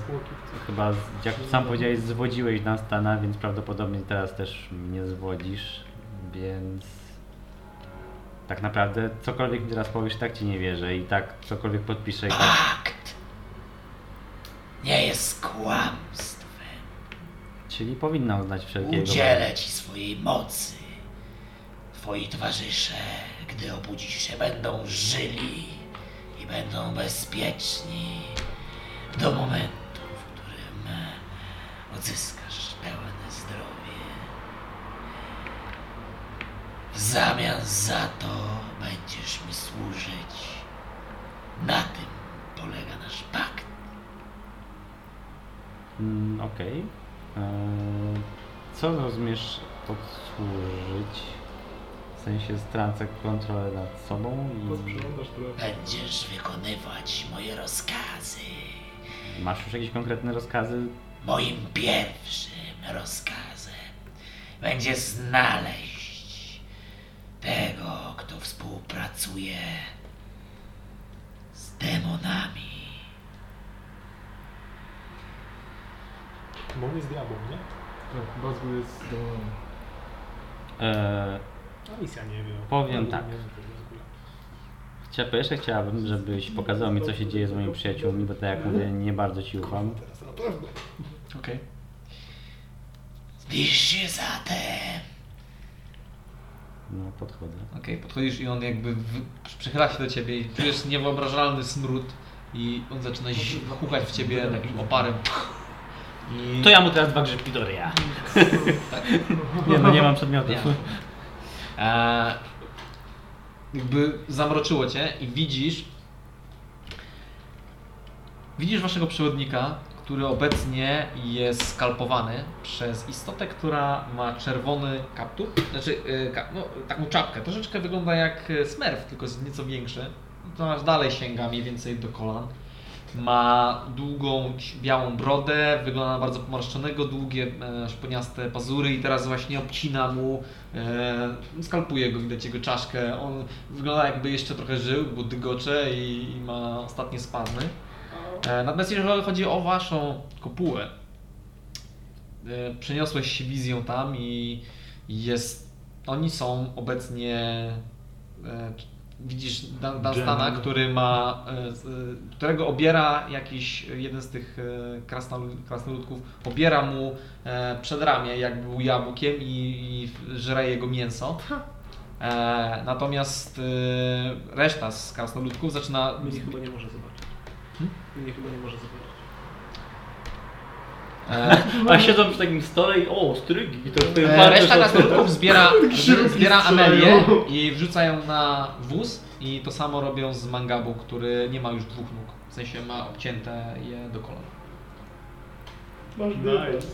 Speaker 2: chyba, z- jak sam powiedziałeś, zwodziłeś Dunstana, więc prawdopodobnie teraz też mnie zwodzisz, więc tak naprawdę cokolwiek mi teraz powiesz, i tak ci nie wierzę i tak cokolwiek podpiszę i tak...
Speaker 10: Pakt nie jest kłamstwem.
Speaker 2: Czyli powinna uznać wszelkiego.
Speaker 10: Udzielę ci swojej mocy. Twoi towarzysze, gdy obudzisz się, będą żyli i będą bezpieczni do momentu, w którym odzyskasz pełne zdrowie. zamian za to będziesz mi służyć. Na tym polega nasz pakt.
Speaker 2: Mm, Okej. Eee, Co rozumiesz pod służyć? W sensie stracę kontrolę nad sobą
Speaker 5: Posprzątasz trochę.
Speaker 10: Będziesz wykonywać moje rozkazy.
Speaker 2: i masz już jakieś konkretne rozkazy?
Speaker 10: Moim pierwszym rozkazem będzie znaleźć tego, kto współpracuje z demonami.
Speaker 5: Bo on jest diabłem, nie? Tak, Bazgu jest demonem.
Speaker 2: Eee,
Speaker 5: A misja nie wiem.
Speaker 2: Powiem tak. chcia, po jeszcze chciałabym, żebyś pokazał mi, co się dzieje z moimi przyjaciółmi, bo tak jak mówię, nie bardzo ci ufam.
Speaker 5: Teraz na pewno.
Speaker 1: Okej.
Speaker 10: Zbliż się zatem.
Speaker 2: No, podchodzę.
Speaker 1: Okej, podchodzisz i on jakby wy- przychyla się do ciebie i czujesz niewyobrażalny smród i on zaczyna zi- huchać w ciebie takim oparem. I...
Speaker 2: To ja mu teraz dwa grzybki do ryja. Nie no, nie mam przedmiotów.
Speaker 1: E, jakby zamroczyło cię i widzisz. Widzisz waszego przewodnika, który obecnie jest skalpowany przez istotę, która ma czerwony kaptur. Znaczy, e, ka, no, taką czapkę. Troszeczkę wygląda jak e, smerf, tylko jest nieco większy. No To aż dalej sięga mniej więcej do kolan. Ma długą, ć- białą brodę, wygląda na bardzo pomarszczonego, długie, e, szponiaste pazury i teraz właśnie obcina mu E, skalpuje go, widać jego czaszkę. On wygląda jakby jeszcze trochę żył, bo dygocze i, i ma ostatnie spazmy. E, natomiast jeżeli chodzi o waszą kopułę, e, przeniosłeś się wizją tam i jest, oni są obecnie, e, widzisz Dan- Dunstana,
Speaker 5: General.
Speaker 1: który ma, e, z- e, którego obiera jakiś, e, jeden z tych e, krasnolud, krasnoludków, obiera mu e, przedramię, jakby był jabłkiem i, i żre jego mięso. E, natomiast e, reszta z krasnoludków zaczyna...
Speaker 4: Mnie chyba nie może zobaczyć.
Speaker 1: Hmm?
Speaker 4: Mnie chyba nie może zobaczyć.
Speaker 1: E,
Speaker 2: A siedzą przy takim stole i o, strygi, to Tak jest
Speaker 1: E, Reszta krasnoludków
Speaker 2: (laughs)
Speaker 1: zbiera,
Speaker 5: Księgi
Speaker 1: zbiera
Speaker 5: strzelają.
Speaker 1: Amelię i wrzuca ją na wóz i to samo robią z Mangabu, który nie ma już dwóch nóg. W sensie ma obcięte je do kolan.
Speaker 5: Masz nice.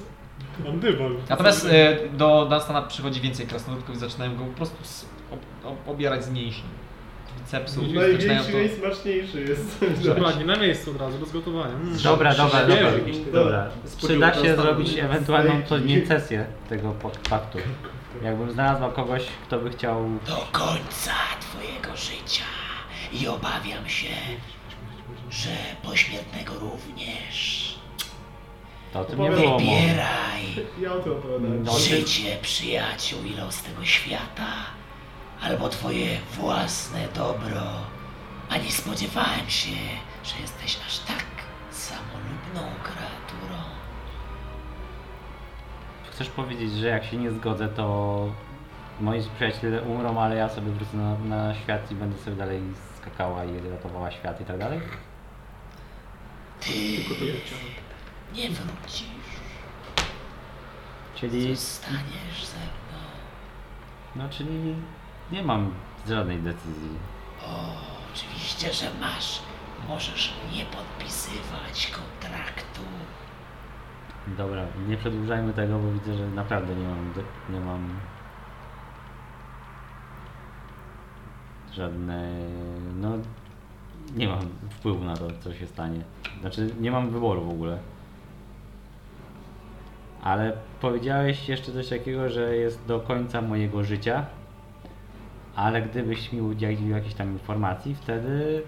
Speaker 5: Mam dywan.
Speaker 1: Natomiast e, do Dunstana przychodzi więcej krasnoludków i zaczynają go po prostu z, ob, ob, obierać z mięśni. Z bicepsów i zaczynają
Speaker 5: Największy,
Speaker 1: to...
Speaker 5: najsmaczniejszy jest.
Speaker 6: Dokładnie, na miejscu od razu, bez gotowania. Mm.
Speaker 2: Dobra, dobra, dobra.
Speaker 5: Świeży.
Speaker 2: dobra. Przyda się zrobić ewentualną
Speaker 5: Stryki.
Speaker 2: podmięcesję tego pak- paktu. Jakbym znalazła kogoś, kto by chciał...
Speaker 10: Do końca twojego życia. I obawiam się, że pośmiertnego również.
Speaker 2: To o tym nie było mowy.
Speaker 10: Wybieraj.
Speaker 5: Ja o tym opowiadałem.
Speaker 2: No, ty-
Speaker 10: Życie przyjaciół i los tego świata, albo twoje własne dobro. A nie spodziewałem się, że jesteś aż tak samolubną kreaturą.
Speaker 2: Chcesz powiedzieć, że jak się nie zgodzę, to moi przyjaciele umrą, ale ja sobie wrócę na, na świat i będę sobie dalej skakała i ratowała świat i tak dalej?
Speaker 10: Ty
Speaker 4: Tylko to wyciągnę.
Speaker 10: nie wrócisz,
Speaker 2: Czyli,
Speaker 10: staniesz ze mną.
Speaker 2: no czyli nie mam żadnej decyzji.
Speaker 10: O, oczywiście, że masz. Możesz nie podpisywać kontraktu.
Speaker 2: Dobra, nie przedłużajmy tego, bo widzę, że naprawdę nie mam, do- nie mam żadne, no nie mam wpływu na to, co się stanie. Znaczy, nie mam wyboru w ogóle. Ale powiedziałeś jeszcze coś takiego, że jest do końca mojego życia, ale gdybyś mi udzielił jakiejś tam informacji, wtedy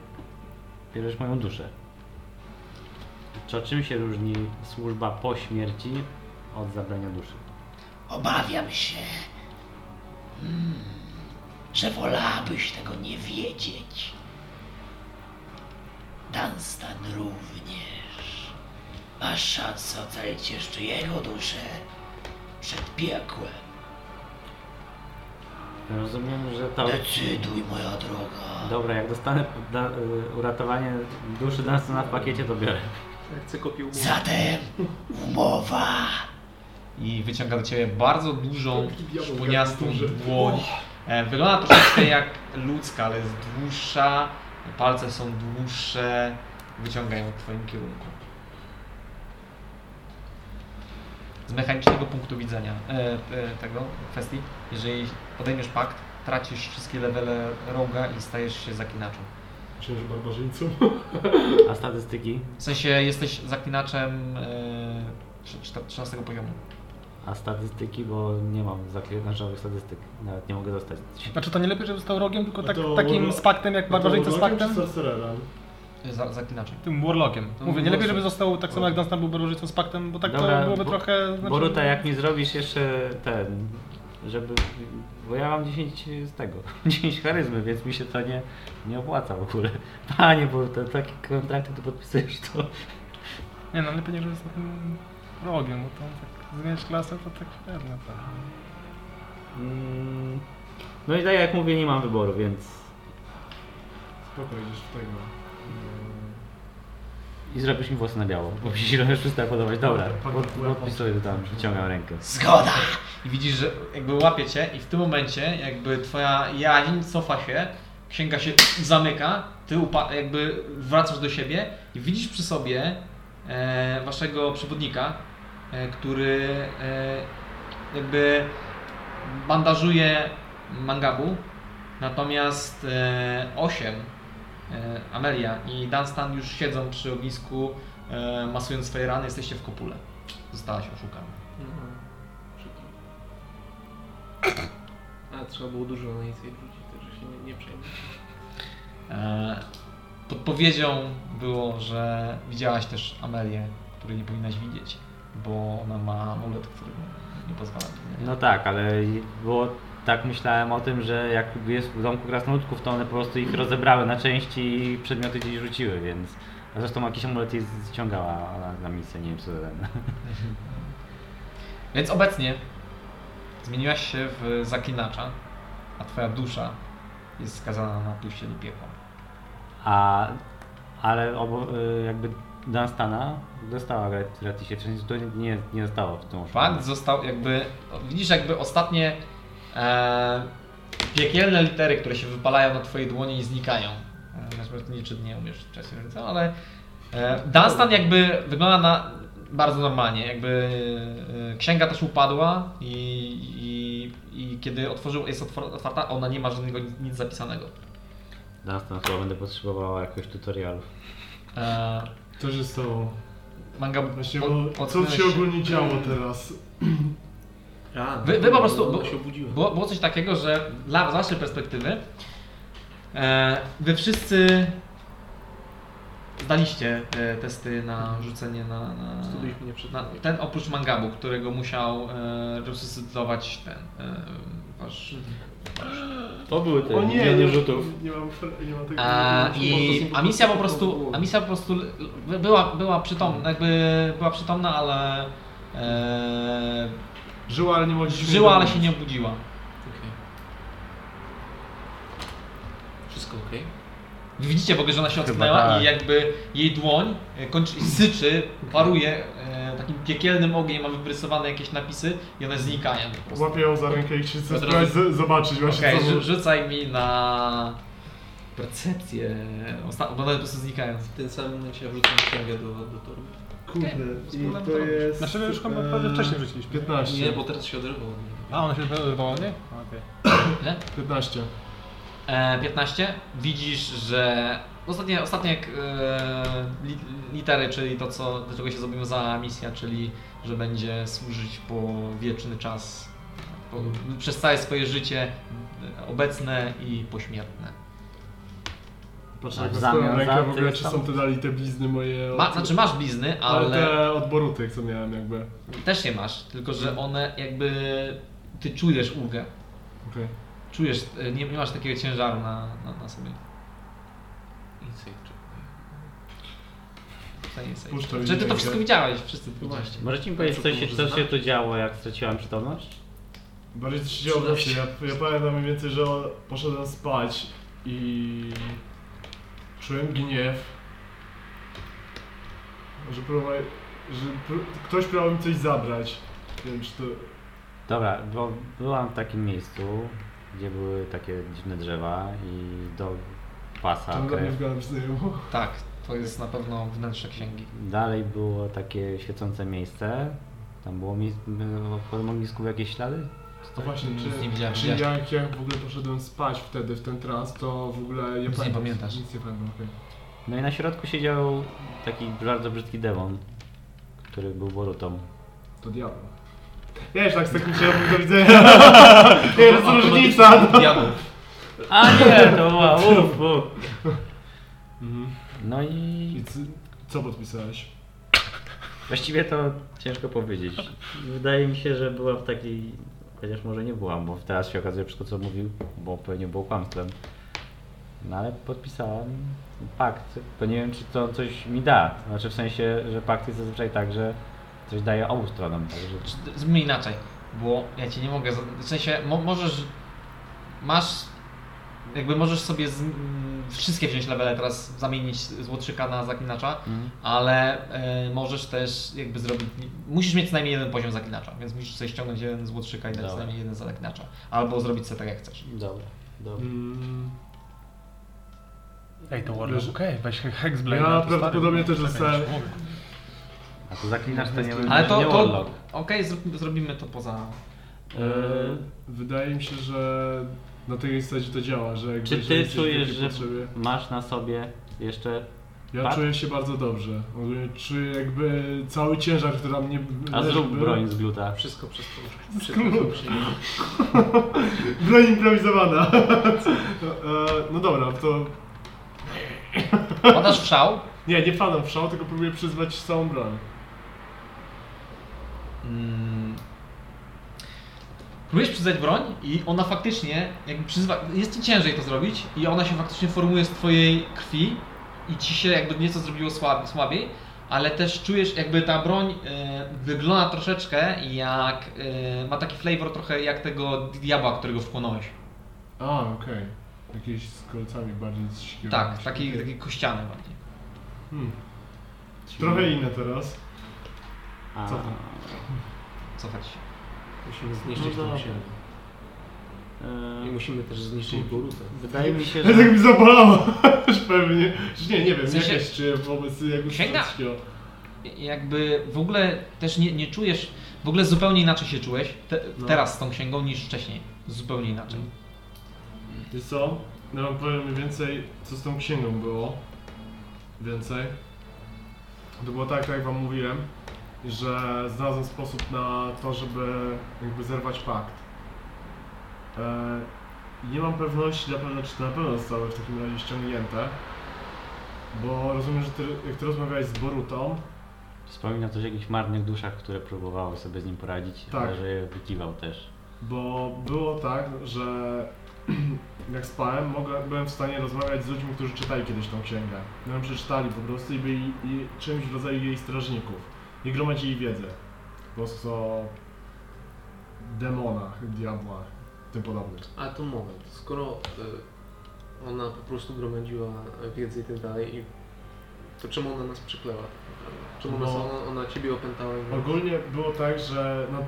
Speaker 2: bierzesz moją duszę. Czy czym się różni służba po śmierci od zabrania duszy?
Speaker 10: Obawiam się, mm, że wolałabyś tego nie wiedzieć. Dunstan również. Masz szansę ocalić jeszcze jego duszę przed piekłem.
Speaker 2: Rozumiem, że to.
Speaker 10: Decyduj, moja droga.
Speaker 2: Dobra, jak dostanę da, y, uratowanie duszy Dunstona w pakiecie, to biorę.
Speaker 4: Jak chcę kopię umowy.
Speaker 10: Zatem umowa.
Speaker 1: I wyciąga do ciebie bardzo dużą, szponiastą dłoń. E, Wygląda troszeczkę jak ludzka, ale jest dłuższa, palce są dłuższe, wyciągają w Twoim kierunku. Z mechanicznego punktu widzenia e, e, tego kwestii, jeżeli podejmiesz pakt, tracisz wszystkie levele roga i stajesz się zakinaczem.
Speaker 5: Myślę, że barbarzyńcą.
Speaker 2: A statystyki?
Speaker 1: W sensie jesteś zaklinaczem e, trze- czter- 13 poziomu.
Speaker 2: A statystyki, bo nie mam zaklinaczowych statystyk. Nawet nie mogę dostać.
Speaker 9: Znaczy to nie lepiej, żeby został rogiem, tylko
Speaker 5: A
Speaker 9: tak,
Speaker 5: to-
Speaker 9: takim z paktem jak barbarzyńca z paktem?
Speaker 5: Sorcererem.
Speaker 1: E, Za, zaklinaczem.
Speaker 9: Tym warlockiem.
Speaker 1: To
Speaker 9: Mówię, nie
Speaker 1: warlock.
Speaker 9: lepiej, żeby został tak samo jak Dunstan był barbarzyńcą z paktem, bo tak
Speaker 2: Dobra,
Speaker 9: to byłoby
Speaker 2: bo-
Speaker 9: trochę... znaczy-
Speaker 2: Boruta, jak mi zrobisz jeszcze ten, żeby... Bo ja mam 10 z tego, (laughs) 10 charyzmy, więc mi się to nie, nie opłaca w ogóle. Panie Boruta, takie kontrakty tu podpisujesz, to...
Speaker 9: Nie no, lepiej nie, żeby został tym rogiem, bo to tak zmieniać klasę to tak pewne. tak.
Speaker 2: Mm, No i tak jak mówię, nie mam wyboru, więc...
Speaker 5: Spoko, idziesz w tego. Mm.
Speaker 2: I zrobisz mi włosy na biało, bo mi się już przestaje podobać. Dobra,
Speaker 5: Pak-
Speaker 2: pod- podpisuję tam, wyciągam rękę.
Speaker 10: Zgoda!
Speaker 1: I widzisz, że jakby łapie cię i w tym momencie jakby twoja jaźń cofa się, księga się zamyka, ty upa- jakby wracasz do siebie i widzisz przy sobie e, waszego przewodnika, e, który e, jakby bandażuje Mangabu, natomiast e, 8, e, Amelia i Dunstan już siedzą przy ognisku, e, masując swoje rany, jesteście w kopule. Zostałaś oszukana.
Speaker 4: Mhm. A trzeba było dużo na nic jej wrzucić, także się nie, nie przejmuj.
Speaker 1: E, Podpowiedzią było, że widziałaś też Amelię, której nie powinnaś widzieć, bo ona ma amulet, który nie pozwala. na
Speaker 2: No tak, ale i- było tak myślałem o tym, że jak jest w domku krasnoludków, to one po prostu ich rozebrały na części i przedmioty gdzieś rzuciły, więc... A zresztą jakiś amulet jej zciągała ona na misję, nie wiem co to ten.
Speaker 1: Więc obecnie zmieniłaś się w zaklinacza, a twoja dusza jest skazana na pójście do piekła.
Speaker 2: A... Ale obo, y, jakby Dunstana dostała grat- gratisie, w sensie to nie, nie zostało w tym oszukaniu.
Speaker 1: Fakt został jakby, widzisz jakby ostatnie e, piekielne litery, które się wypalają na twojej dłoni i znikają. E, Na przykład niczym nie umiesz wcześniej ręce, ale e, Dunstan jakby wygląda na bardzo normalnie, jakby e, księga też upadła i, i, i kiedy otworzył, jest otwor- otwarta, ona nie ma żadnego nic zapisanego.
Speaker 2: Dunstan, chyba będę potrzebowała jakiegoś tutorialu.
Speaker 1: E,
Speaker 5: Co się stało?
Speaker 1: manga
Speaker 5: Właśnie,
Speaker 1: od-
Speaker 5: bo co
Speaker 1: odsunąłeś
Speaker 5: się Mm. ogólnie działo teraz?
Speaker 4: A,
Speaker 1: Wy- wy po prostu-
Speaker 4: Ona
Speaker 1: bo-
Speaker 4: się obudziła.
Speaker 1: Było, było coś takiego, że dla, z waszej perspektywy e, wy wszyscy zdaliście e, testy na rzucenie na, na,
Speaker 4: Studiuśmy nie przed
Speaker 1: na ten oprócz Mangabu, którego musiał e, resuscytować ten e, wasz...
Speaker 2: To były te
Speaker 5: Nie mam, fre- nie mam tego.
Speaker 1: A,
Speaker 5: nie mam-
Speaker 1: i, a misja po prostu, a misja po prostu l- l- była, była przytomna, jakby była przytomna, ale e,
Speaker 5: Żyła, ale nie mogła się
Speaker 1: żyła, ale się nie obudziła.
Speaker 4: Okej. Wszystko okej?
Speaker 1: Wy Widzicie w ogóle, że ona się
Speaker 2: Chyba
Speaker 1: odsunęła
Speaker 2: tak.
Speaker 1: i jakby jej dłoń e, kończy, syczy, paruje e, takim piekielnym ogniem, ma wybrysowane jakieś napisy i one znikają po prostu.
Speaker 5: Łapię ją za rękę i chcę
Speaker 1: Od
Speaker 5: spróbować z- zobaczyć właśnie
Speaker 1: Okej,
Speaker 5: co
Speaker 1: rzu- rzucaj mi na percepcję, Osta- bo one po prostu znikają.
Speaker 4: W tym samym momencie ja wrzucam księgę do, do torby.
Speaker 5: Kurde,
Speaker 1: z
Speaker 5: i
Speaker 1: problemem
Speaker 5: to
Speaker 1: to robisz.
Speaker 5: jest... e,
Speaker 9: Znaczy my już chyba pewnie wcześniej rzuciliśmy.
Speaker 5: 15.
Speaker 4: Nie, bo teraz się odrywał od niej.
Speaker 9: A, ona się wyrwała od niej? Okej.
Speaker 1: Ile?
Speaker 5: 15.
Speaker 1: E, 15. Widzisz, że ostatnie, ostatnie jak, e, li, litery, czyli to, co, do czego się zobowiązała misja, czyli że będzie służyć po wieczny czas, po, przez całe swoje życie e, obecne i pośmiertne.
Speaker 5: Patrzę
Speaker 2: A
Speaker 5: jak
Speaker 2: w
Speaker 5: na swoją
Speaker 2: zamian za
Speaker 5: rękę w ogóle,
Speaker 2: tyle
Speaker 5: czy
Speaker 2: tam-
Speaker 5: są te dali te blizny moje od...
Speaker 1: Ma, znaczy masz blizny,
Speaker 5: Ale
Speaker 1: ale
Speaker 5: te od Boruty, co miałem jakby.
Speaker 1: też je masz, tylko że one jakby ty czujesz ulgę.
Speaker 5: Okej.
Speaker 1: Czujesz, e, nie, nie masz takiego ciężaru na, na, na sobie.
Speaker 4: Insight check.
Speaker 1: W sensie-
Speaker 5: Puszczał
Speaker 1: Że ty
Speaker 5: jej
Speaker 1: to
Speaker 5: rękę.
Speaker 1: wszystko widziałeś, wszyscy to widzieliście.
Speaker 2: Możecie mi powiedzieć, co się, co się tu działo, jak straciłam przytomność?
Speaker 5: Bardziej to się działo w nocy. Ja, ja pamiętam mniej więcej, że poszedłem spać i czułem gniew, że, próbowa- że pró- ktoś próbował mi coś zabrać. Nie wiem, czy to...
Speaker 2: Dobra, bo byłam w takim miejscu, gdzie były takie dziwne drzewa i do pasa
Speaker 5: Tam dla mnie
Speaker 2: krew.
Speaker 5: w garb znajomą.
Speaker 1: Tak, to jest na pewno wnętrze księgi.
Speaker 2: Dalej było takie świecące miejsce. Tam było mi... po tym ognisku jakieś ślady?
Speaker 5: To właśnie,
Speaker 1: Nic
Speaker 5: czy,
Speaker 1: nie widziałem,
Speaker 5: czy
Speaker 1: widziałem.
Speaker 5: jak, jak w ogóle poszedłem spać wtedy w ten trans, to w ogóle nie
Speaker 1: Nic nie
Speaker 5: pamiętam.
Speaker 1: pamiętasz.
Speaker 5: Nic nie pamiętam, okej.
Speaker 2: No i na środku siedział taki bardzo brzydki demon, który był Borutą.
Speaker 5: To diabeł. Wiesz, tak z takim (laughs) środkiem do widzenia. Jest różnica. No.
Speaker 4: Diabeł.
Speaker 2: A nie, to była uf, uf.
Speaker 5: Mhm.
Speaker 2: No i
Speaker 5: I co, co podpisałeś?
Speaker 2: Właściwie to ciężko powiedzieć. Wydaje mi się, że była w takiej. Chociaż może nie byłam, bo teraz się okazuje wszystko co mówił, bo pewnie było kłamstwem. No ale podpisałam pakt, bo nie wiem czy to coś mi da. Znaczy w sensie, że pakt jest zazwyczaj tak, że coś daje obu stronom. tak, Także...
Speaker 1: Czy- Zróbmy inaczej, bo ja cię nie mogę. za- W sensie mo możesz. Masz. Jakby możesz sobie z, mm, wszystkie wziąć levele, teraz zamienić złotrzyka na zaklinacza,
Speaker 2: Mhm.
Speaker 1: ale e, możesz też jakby zrobić. Musisz mieć co najmniej jeden poziom zaklinacza, więc musisz sobie ściągnąć jeden złotrzyka i dać co
Speaker 2: Dobra.
Speaker 1: najmniej jeden zaklinacza. Albo zrobić sobie tak jak chcesz.
Speaker 2: Dobra, dobra.
Speaker 5: Mm,
Speaker 9: Ej, to Warlock, okej, weź Hexblade.
Speaker 5: Ja
Speaker 9: na to, stary,
Speaker 5: prawdopodobnie też
Speaker 9: lepiej niż
Speaker 5: zostałem.
Speaker 9: człowiek.
Speaker 2: A to zaklinasz to nie
Speaker 1: Ale
Speaker 2: nie
Speaker 1: to. to
Speaker 2: warlock.
Speaker 1: Okej, zrób, zrobimy to poza.
Speaker 2: Yy,
Speaker 5: E, Wydaje mi się, że na tej zasadzie to działa, że jakby
Speaker 2: Czy
Speaker 5: jeżeli
Speaker 2: ty
Speaker 5: jesteś w
Speaker 2: czujesz,
Speaker 5: takiej
Speaker 2: że
Speaker 5: potrzebie-
Speaker 2: masz na sobie jeszcze.
Speaker 5: Ja
Speaker 2: tak?
Speaker 5: czuję się bardzo dobrze. Ogólnie czuję jakby cały ciężar, który na mnie
Speaker 2: A
Speaker 5: leży,
Speaker 2: zrób
Speaker 5: był-
Speaker 2: broń z gluta.
Speaker 4: Wszystko przez to. Wszystko przez to przyjęło.
Speaker 5: Broń improwizowana. (laughs) E, no dobra, to...
Speaker 1: Podasz w szał.
Speaker 5: Nie, nie padam w szał, tylko próbuję przyzwać całą broń.
Speaker 1: Mm. Próbujesz przyznać broń i ona faktycznie, jakby przyzwa... jest ci ciężej to zrobić i ona się faktycznie formuje z twojej krwi i ci się jakby nieco zrobiło słab... słabiej, ale też czujesz jakby ta broń e, wygląda troszeczkę jak, e, ma taki flavor trochę jak tego diabła, którego wchłonąłeś.
Speaker 5: A, okej. Jakieś z kolcami bardziej z siekierą.
Speaker 1: Tak, taki, taki kościany bardziej.
Speaker 5: Hmm. Trochę inne teraz.
Speaker 2: A,
Speaker 5: Co to?
Speaker 1: Cofać się.
Speaker 4: Musimy zniszczyć
Speaker 2: No
Speaker 4: tą
Speaker 2: dobra.
Speaker 4: księgę. I
Speaker 2: yy,
Speaker 4: musimy też zniszczyć Borutę.
Speaker 2: wydaje mi się,
Speaker 5: Ja
Speaker 2: że.
Speaker 5: (laughs) tak mi zabolało już pewnie. Czy nie, nie wiem,
Speaker 1: W sensie-
Speaker 5: jakaś czy wobec jakby
Speaker 1: Księga.
Speaker 5: wszystkiego.
Speaker 1: jakby w ogóle też nie, nie czujesz, w ogóle zupełnie inaczej się czułeś te,
Speaker 5: No.
Speaker 1: teraz z tą księgą niż wcześniej. Zupełnie inaczej.
Speaker 5: Wiesz co? No wam powiem mniej więcej, co z tą księgą było. Więcej. To było tak, jak wam mówiłem, że znalazłem sposób na to, żeby jakby zerwać pakt. E, i nie mam pewności na pewno, czy to na pewno zostały w takim razie ściągnięte. Bo rozumiem, że ty, jak ty rozmawiałeś z Borutą,
Speaker 2: Wspomina coś o jakichś marnych duszach, które próbowały sobie z nim poradzić,
Speaker 5: Tak.
Speaker 2: ale że je wykiwał też.
Speaker 5: Bo było tak, że (clears throat) jak spałem, mogłem, byłem w stanie rozmawiać z ludźmi, którzy czytali kiedyś tą księgę. No, przeczytali po prostu i byli i czymś w rodzaju jej strażników. I gromadzili wiedzę. Po prostu o demonach, diabłach, tym podobnych.
Speaker 4: Ale to moment, skoro y, ona po prostu gromadziła wiedzę i tak dalej, i to czemu ona nas przykleła? Czemu nas,
Speaker 5: Bo-
Speaker 4: ona, ona ciebie opętała? i-
Speaker 5: Ogólnie było tak, że no,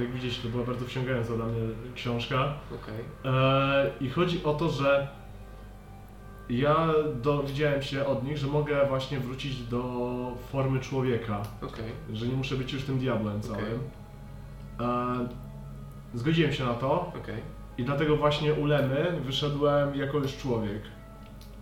Speaker 5: jak widzieliście, to była bardzo wciągająca dla mnie książka.
Speaker 4: Okej.
Speaker 5: E, I chodzi o to, że ja dowiedziałem się od nich, że mogę właśnie wrócić do formy człowieka,
Speaker 4: Okej.
Speaker 5: że nie muszę być już tym diabłem całym.
Speaker 4: Okej.
Speaker 5: E, zgodziłem się na to
Speaker 4: Okej.
Speaker 5: i dlatego właśnie u Lemy wyszedłem jako już człowiek.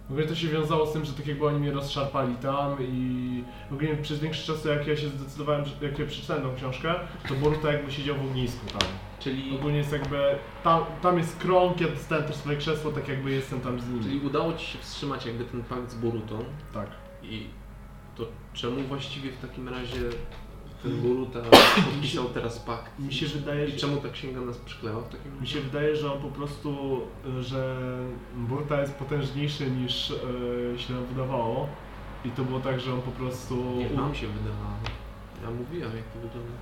Speaker 5: W ogóle to się wiązało z tym, że tak jakby oni mnie rozszarpali tam i w ogóle przez większy czas jak ja się zdecydowałem, że- jak ja przeczytałem tą książkę, to Boruta jakby siedział w ognisku tam.
Speaker 4: Czyli,
Speaker 5: Ogólnie jest jakby, tam, tam jest krąg, ja dostałem też swoje krzesło, tak jakby jestem tam z nimi.
Speaker 4: czyli udało ci się wstrzymać jakby ten pakt z Borutą
Speaker 5: Tak.
Speaker 4: i to czemu właściwie w takim razie ten Boruta podpisał teraz pakt?
Speaker 5: Mi się wydaje,
Speaker 4: I
Speaker 5: że,
Speaker 4: czemu ta księga nas przykleła w takim
Speaker 5: mi
Speaker 4: razie?
Speaker 5: się wydaje, że on po prostu, y, że Burta jest potężniejszy niż y, się nam wydawało. I to było tak, że on po prostu...
Speaker 4: Nie, nam się wydawało. Ja mówiłem jak to wygląda.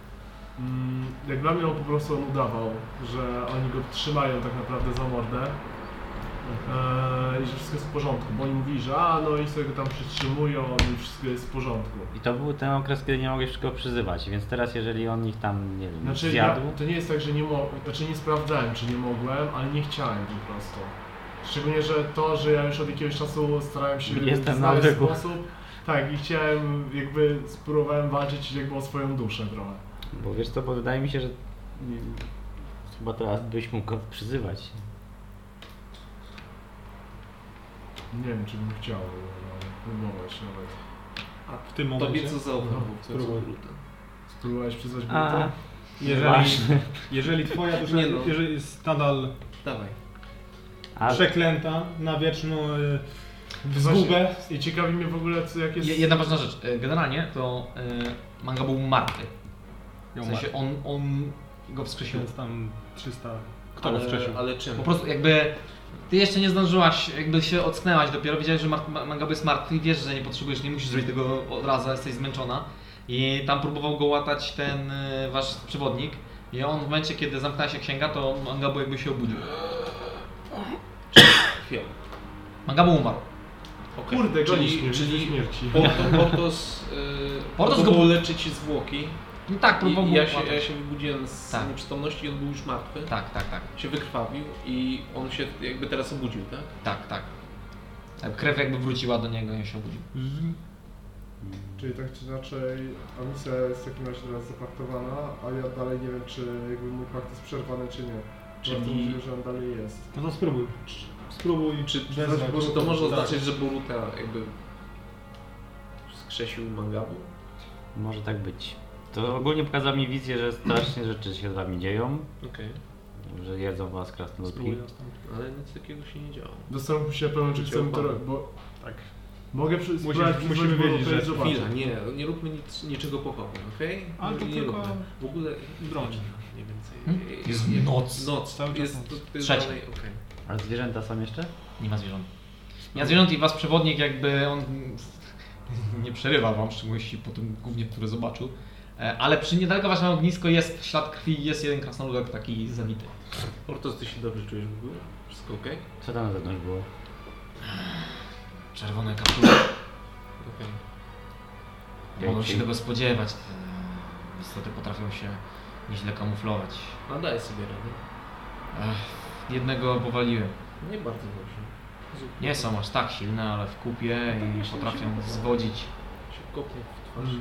Speaker 5: Mm, jak dla mnie on po prostu on udawał, że oni go trzymają tak naprawdę za mordę. e, i że wszystko jest w porządku, bo oni mówili, że a no i sobie go tam przytrzymują i wszystko jest w porządku.
Speaker 2: I to był ten okres, kiedy nie mogłeś go przyzywać, więc teraz jeżeli on ich tam, nie wiem,
Speaker 5: Znaczy ja,
Speaker 2: zjadł...
Speaker 5: to nie jest tak, że nie mogłem, znaczy nie sprawdzałem czy nie mogłem, ale nie chciałem po prostu. Szczególnie, że to, że ja już od jakiegoś czasu starałem się
Speaker 2: Jestem na
Speaker 5: znaleźć
Speaker 2: wyku.
Speaker 5: sposób. Tak, i chciałem jakby spróbowałem walczyć jakby o swoją duszę trochę.
Speaker 2: Bo wiesz co, bo wydaje mi się, że nie, chyba teraz byś mógł go przyzywać.
Speaker 5: Nie wiem czy bym chciał ale próbować nawet.
Speaker 3: W tym
Speaker 6: No,
Speaker 4: Tobie
Speaker 3: momencie.
Speaker 4: co zaufam, co jest
Speaker 3: spróbuj.
Speaker 4: okrutne.
Speaker 5: Spróbowałeś przyznać
Speaker 2: A,
Speaker 5: buta?
Speaker 3: Jeżeli,
Speaker 2: właśnie.
Speaker 3: jeżeli twoja dusza
Speaker 4: Nie no.
Speaker 3: jeżeli jest nadal
Speaker 4: Dawaj.
Speaker 2: A,
Speaker 3: przeklęta na wieczną e, zgubę,
Speaker 5: I ciekawi mnie w ogóle co, jak jest...
Speaker 1: Je- Jedna ważna rzecz. E, Generalnie to e, manga był martwy. W sensie on, on go
Speaker 3: to
Speaker 1: wskrzesił.
Speaker 3: jest tam 300...
Speaker 6: Kto go
Speaker 4: Ale-
Speaker 6: wskrzesił?
Speaker 4: Ale czym?
Speaker 1: Po prostu jakby ty jeszcze nie zdążyłaś, jakby się ocknęłaś dopiero, wiedziałeś, że Mart- Ma- Mangabu jest martwy i wiesz, że nie potrzebujesz, nie musisz zrobić tego od razu, jesteś zmęczona. I tam próbował go łatać ten e, wasz przewodnik. I on w momencie, kiedy zamknęła się księga, to Mangabu jakby się obudził.
Speaker 4: Chwilę.
Speaker 1: Mangabu umarł.
Speaker 4: Okej.
Speaker 5: Kurde, gonisz
Speaker 4: czyli,
Speaker 5: mnie, czyli...
Speaker 4: czyli
Speaker 5: śmierci.
Speaker 4: Porto- Portos, y,
Speaker 1: Portos
Speaker 4: Portos
Speaker 1: go-
Speaker 4: go... leczyć zwłoki
Speaker 1: No tak, próbował
Speaker 4: i, i
Speaker 1: go
Speaker 4: ja, się,
Speaker 1: łatać.
Speaker 4: ja się wybudziłem z
Speaker 1: Tak.
Speaker 4: nieprzytomności i on był już martwy.
Speaker 1: Tak, tak, tak,
Speaker 4: Się wykrwawił i on się jakby teraz obudził, tak?
Speaker 1: tak, tak. Krew jakby wróciła do niego i on się obudził.
Speaker 5: Czyli tak czy inaczej Amicia jest w takim razie teraz zapaktowana, a ja dalej nie wiem czy jakby mój pakt jest przerwany czy nie. Czyli... Bardzo
Speaker 4: Czyli-
Speaker 5: możliwe, że on dalej jest.
Speaker 3: No to spróbuj. Spróbuj
Speaker 4: Czy, czy,
Speaker 3: wezwać
Speaker 4: czy to
Speaker 3: go.
Speaker 4: może
Speaker 3: Tak.
Speaker 4: oznaczać, że Boruta jakby skrzesił Mangabu?
Speaker 2: może tak być. To ogólnie pokazał mi wizję, że strasznie rzeczy się z wami dzieją,
Speaker 4: Okej,
Speaker 2: że jedzą was krasnoludki.
Speaker 3: Spróbuj następnie.
Speaker 4: ale nic takiego się nie działo.
Speaker 5: Zastanów się pewnie, czy
Speaker 4: Cię
Speaker 5: chcemy to
Speaker 4: opadam.
Speaker 5: robić, bo
Speaker 3: Tak.
Speaker 5: mogę przy...
Speaker 3: Musimy-
Speaker 5: spróbować
Speaker 3: musimy
Speaker 5: przyzwać
Speaker 3: wiedzieć,
Speaker 5: Borutę i
Speaker 3: że-
Speaker 5: zobaczyć.
Speaker 4: Chwila, nie, nie róbmy nic, niczego pochopnym, okej?
Speaker 3: Ale
Speaker 4: Nie-
Speaker 3: to
Speaker 4: nie
Speaker 3: tylko-
Speaker 4: róbmy. W ogóle
Speaker 3: Drążę.
Speaker 4: mniej więcej.
Speaker 1: Hmm? Jest
Speaker 4: nie-
Speaker 1: noc.
Speaker 4: Noc,
Speaker 3: Cały czas
Speaker 4: jest,
Speaker 3: noc.
Speaker 4: to, to jest
Speaker 1: Trzecia.
Speaker 4: dalej, okej.
Speaker 2: A zwierzęta są jeszcze?
Speaker 1: Nie ma zwierząt. Nie ma zwierząt i was przewodnik jakby on (laughs) nie przerywa wam, w szczególności po tym głównie, które zobaczył. E, Ale przy niedaleko waszego ognisko jest ślad krwi, jest jeden krasnoludek taki zabity.
Speaker 4: Portos, ty się dobrze czujesz w ogóle? Wszystko okej?
Speaker 2: Co tam na zewnątrz było?
Speaker 1: Czerwone kapturę.
Speaker 4: Okej.
Speaker 1: Mogą
Speaker 2: Dzięki.
Speaker 1: się tego spodziewać. Te istoty potrafią się nieźle kamuflować.
Speaker 4: A daj sobie radę.
Speaker 1: Ech, jednego powaliłem.
Speaker 4: Nie bardzo dobrze. Zup-
Speaker 1: Nie są aż tak silne, ale w kupie i potrafią zwodzić.
Speaker 4: Się kopnie w twarz.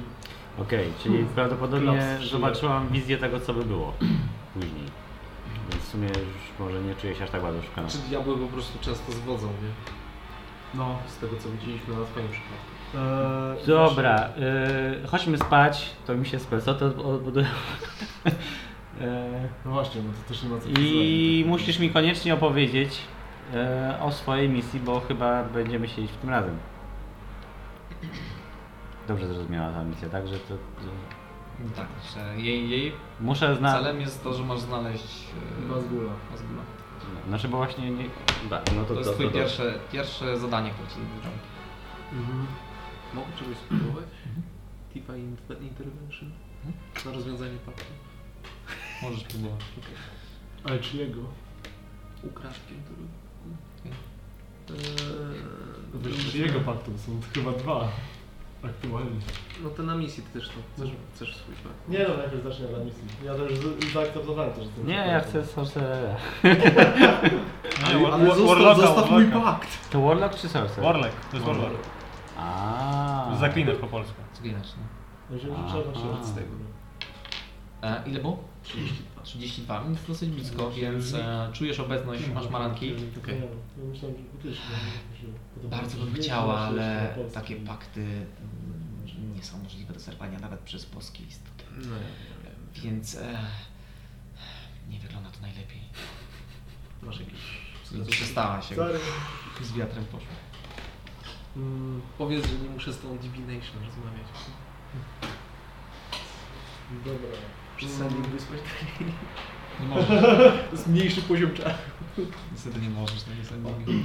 Speaker 2: Okej, czyli prawdopodobnie
Speaker 5: Klaps,
Speaker 2: zobaczyłam wizję tego, co by było (clears throat) później. Więc w sumie już może nie czuję się aż tak bardzo szukana.
Speaker 4: Czy diabły po prostu często zwodzą, nie?
Speaker 5: No.
Speaker 4: Z tego co widzieliśmy na twoim przypadku.
Speaker 5: Eee,
Speaker 2: Dobra, y, chodźmy spać, to mi się spel, co to (laughs) odbuduje.
Speaker 5: No właśnie, no to też nie ma co
Speaker 2: Y, I
Speaker 5: przyznać.
Speaker 2: musisz mi koniecznie opowiedzieć y, o swojej misji, bo chyba będziemy siedzieć w tym razem. Dobrze zrozumiała ta misja, tak? Że to, że
Speaker 1: No Tak, że jej, jej
Speaker 2: muszę znaleźć.
Speaker 1: celem jest to, że masz znaleźć e,
Speaker 5: Bazgula.
Speaker 1: Bazgula.
Speaker 2: Znaczy, bo właśnie nie. Da, no to,
Speaker 1: To jest twoje
Speaker 2: to-
Speaker 1: pierwsze, pierwsze zadanie, które ci zadam.
Speaker 5: Mhm.
Speaker 4: Mogę czegoś spróbować? Tifa in- Intervention? Na rozwiązanie paktu?
Speaker 1: Możesz próbować.
Speaker 5: Ale czy jego?
Speaker 4: Ukradkiem to był.
Speaker 1: Okej.
Speaker 4: Eee,
Speaker 5: No To też jego paktu, są chyba dwa. Aktualnie.
Speaker 4: No to na misji ty też to chcesz,
Speaker 5: Dobra.
Speaker 4: chcesz swój pakt.
Speaker 5: Nie no, najpierw zacznę od misji. Ja też z- zaakceptowałem to, że jestem
Speaker 2: Nie,
Speaker 5: przeklęty.
Speaker 2: ja chcę sorcerera.
Speaker 3: Ale, War-
Speaker 4: Ale zostaw,
Speaker 3: Warlocka,
Speaker 4: zostaw mój
Speaker 3: Warlocka.
Speaker 4: pakt!
Speaker 2: To Warlock czy sorcerer?
Speaker 6: Warlock, to jest Warlock.
Speaker 2: A.
Speaker 6: Zaklinasz po polsku.
Speaker 1: Zginasz, no.
Speaker 5: Wziąłem, że trzeba
Speaker 2: Aha.
Speaker 5: się
Speaker 4: no.
Speaker 5: od tego.
Speaker 1: E, ile było?
Speaker 4: 32.
Speaker 1: 32, więc dosyć blisko, więc e, czujesz obecność, masz maranki.
Speaker 4: Okej.
Speaker 5: Nie, ja myślałem, że budycznie.
Speaker 1: Bardzo bym chciała, ale takie pakty mm, nie są możliwe do zerwania nawet przez boskie istoty.
Speaker 4: No,
Speaker 1: Więc e, nie wygląda to najlepiej.
Speaker 4: masz jakiś...
Speaker 1: Więc Przestała się,
Speaker 5: Sorry.
Speaker 1: z wiatrem poszła.
Speaker 5: Mm,
Speaker 4: Powiedz, że nie muszę z tą Divination rozmawiać.
Speaker 5: Dobra.
Speaker 4: Przestań mi wysłać
Speaker 1: Nie
Speaker 5: (laughs)
Speaker 1: możesz,
Speaker 4: Zmniejszy poziom czasu.
Speaker 1: niestety nie możesz, to jest tak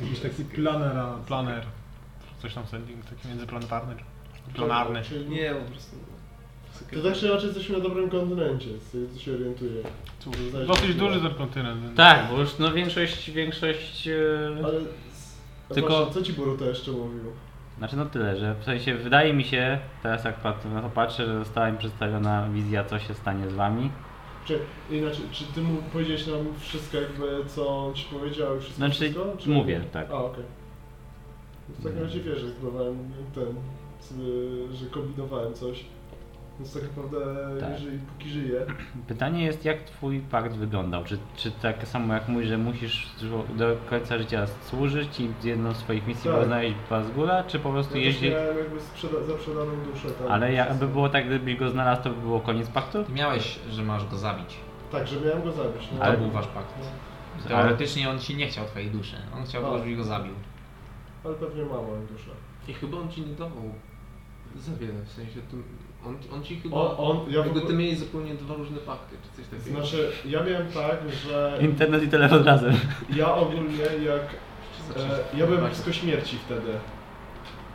Speaker 3: Jakiś taki planera.
Speaker 6: Planer. Coś tam sending, taki międzyplanetarny. czy Planarny.
Speaker 4: Nie, po prostu.
Speaker 5: To tak czy raczej jesteśmy na dobrym kontynencie, z tego co się orientuję. Tu,
Speaker 4: Tak.
Speaker 5: znajdziemy
Speaker 9: Dosyć
Speaker 5: chwilę.
Speaker 9: duży ten kontynent.
Speaker 2: Tak, bo już no większość, większość... e,
Speaker 5: Ale...
Speaker 2: Tylko-
Speaker 5: Tylko... Właśnie, co ci Boruta jeszcze mówił?
Speaker 2: Znaczy no tyle, że w sensie wydaje mi się, teraz jak pat- na to patrzę, że została im przedstawiona wizja, co się stanie z wami.
Speaker 5: Czy, inaczej, czy ty mu powiedziałeś nam wszystko jakby, co on ci powiedział i wszystko?
Speaker 2: Znaczy,
Speaker 5: wszystko, czy...
Speaker 2: mówię, tak.
Speaker 5: A, okej. W takim razie wiesz, że zbudowałem ten, sobie, że kombinowałem coś. Więc tak naprawdę,
Speaker 2: Tak.
Speaker 5: jeżeli póki żyje,
Speaker 2: Pytanie jest, jak twój pakt wyglądał? Czy, czy tak samo jak mój, że musisz żo- do końca życia służyć i jedną z swoich misji
Speaker 5: Tak.
Speaker 2: było znaleźć Bazgula, czy po prostu
Speaker 5: ja też
Speaker 2: jeździ...
Speaker 5: miałem jakby sprzeda- zaprzedaną duszę tam.
Speaker 2: Ale jakby było tak, gdybyś go znalazł, to by było koniec paktu?
Speaker 1: Ty miałeś, że masz go zabić.
Speaker 5: Tak, że miałem go zabić. No.
Speaker 1: To
Speaker 2: Ale-
Speaker 1: był wasz pakt. Teoretycznie on ci nie chciał twojej duszy. On chciał,
Speaker 5: Tak.
Speaker 1: żebyś go zabił.
Speaker 5: Ale pewnie ma moją duszę.
Speaker 4: I chyba on ci nie dawał za wiele, w sensie tym, on, on ci chyba...
Speaker 5: On, on, ja w
Speaker 4: jakby ty
Speaker 5: ogóle,
Speaker 4: mieli zupełnie dwa różne pakty, czy coś takiego.
Speaker 5: Znaczy, ja miałem tak, że
Speaker 2: Internet i telefon razem.
Speaker 5: ja ogólnie jak
Speaker 4: Czy znaczy-
Speaker 5: E, ja byłem
Speaker 4: Właśnie.
Speaker 5: blisko śmierci wtedy.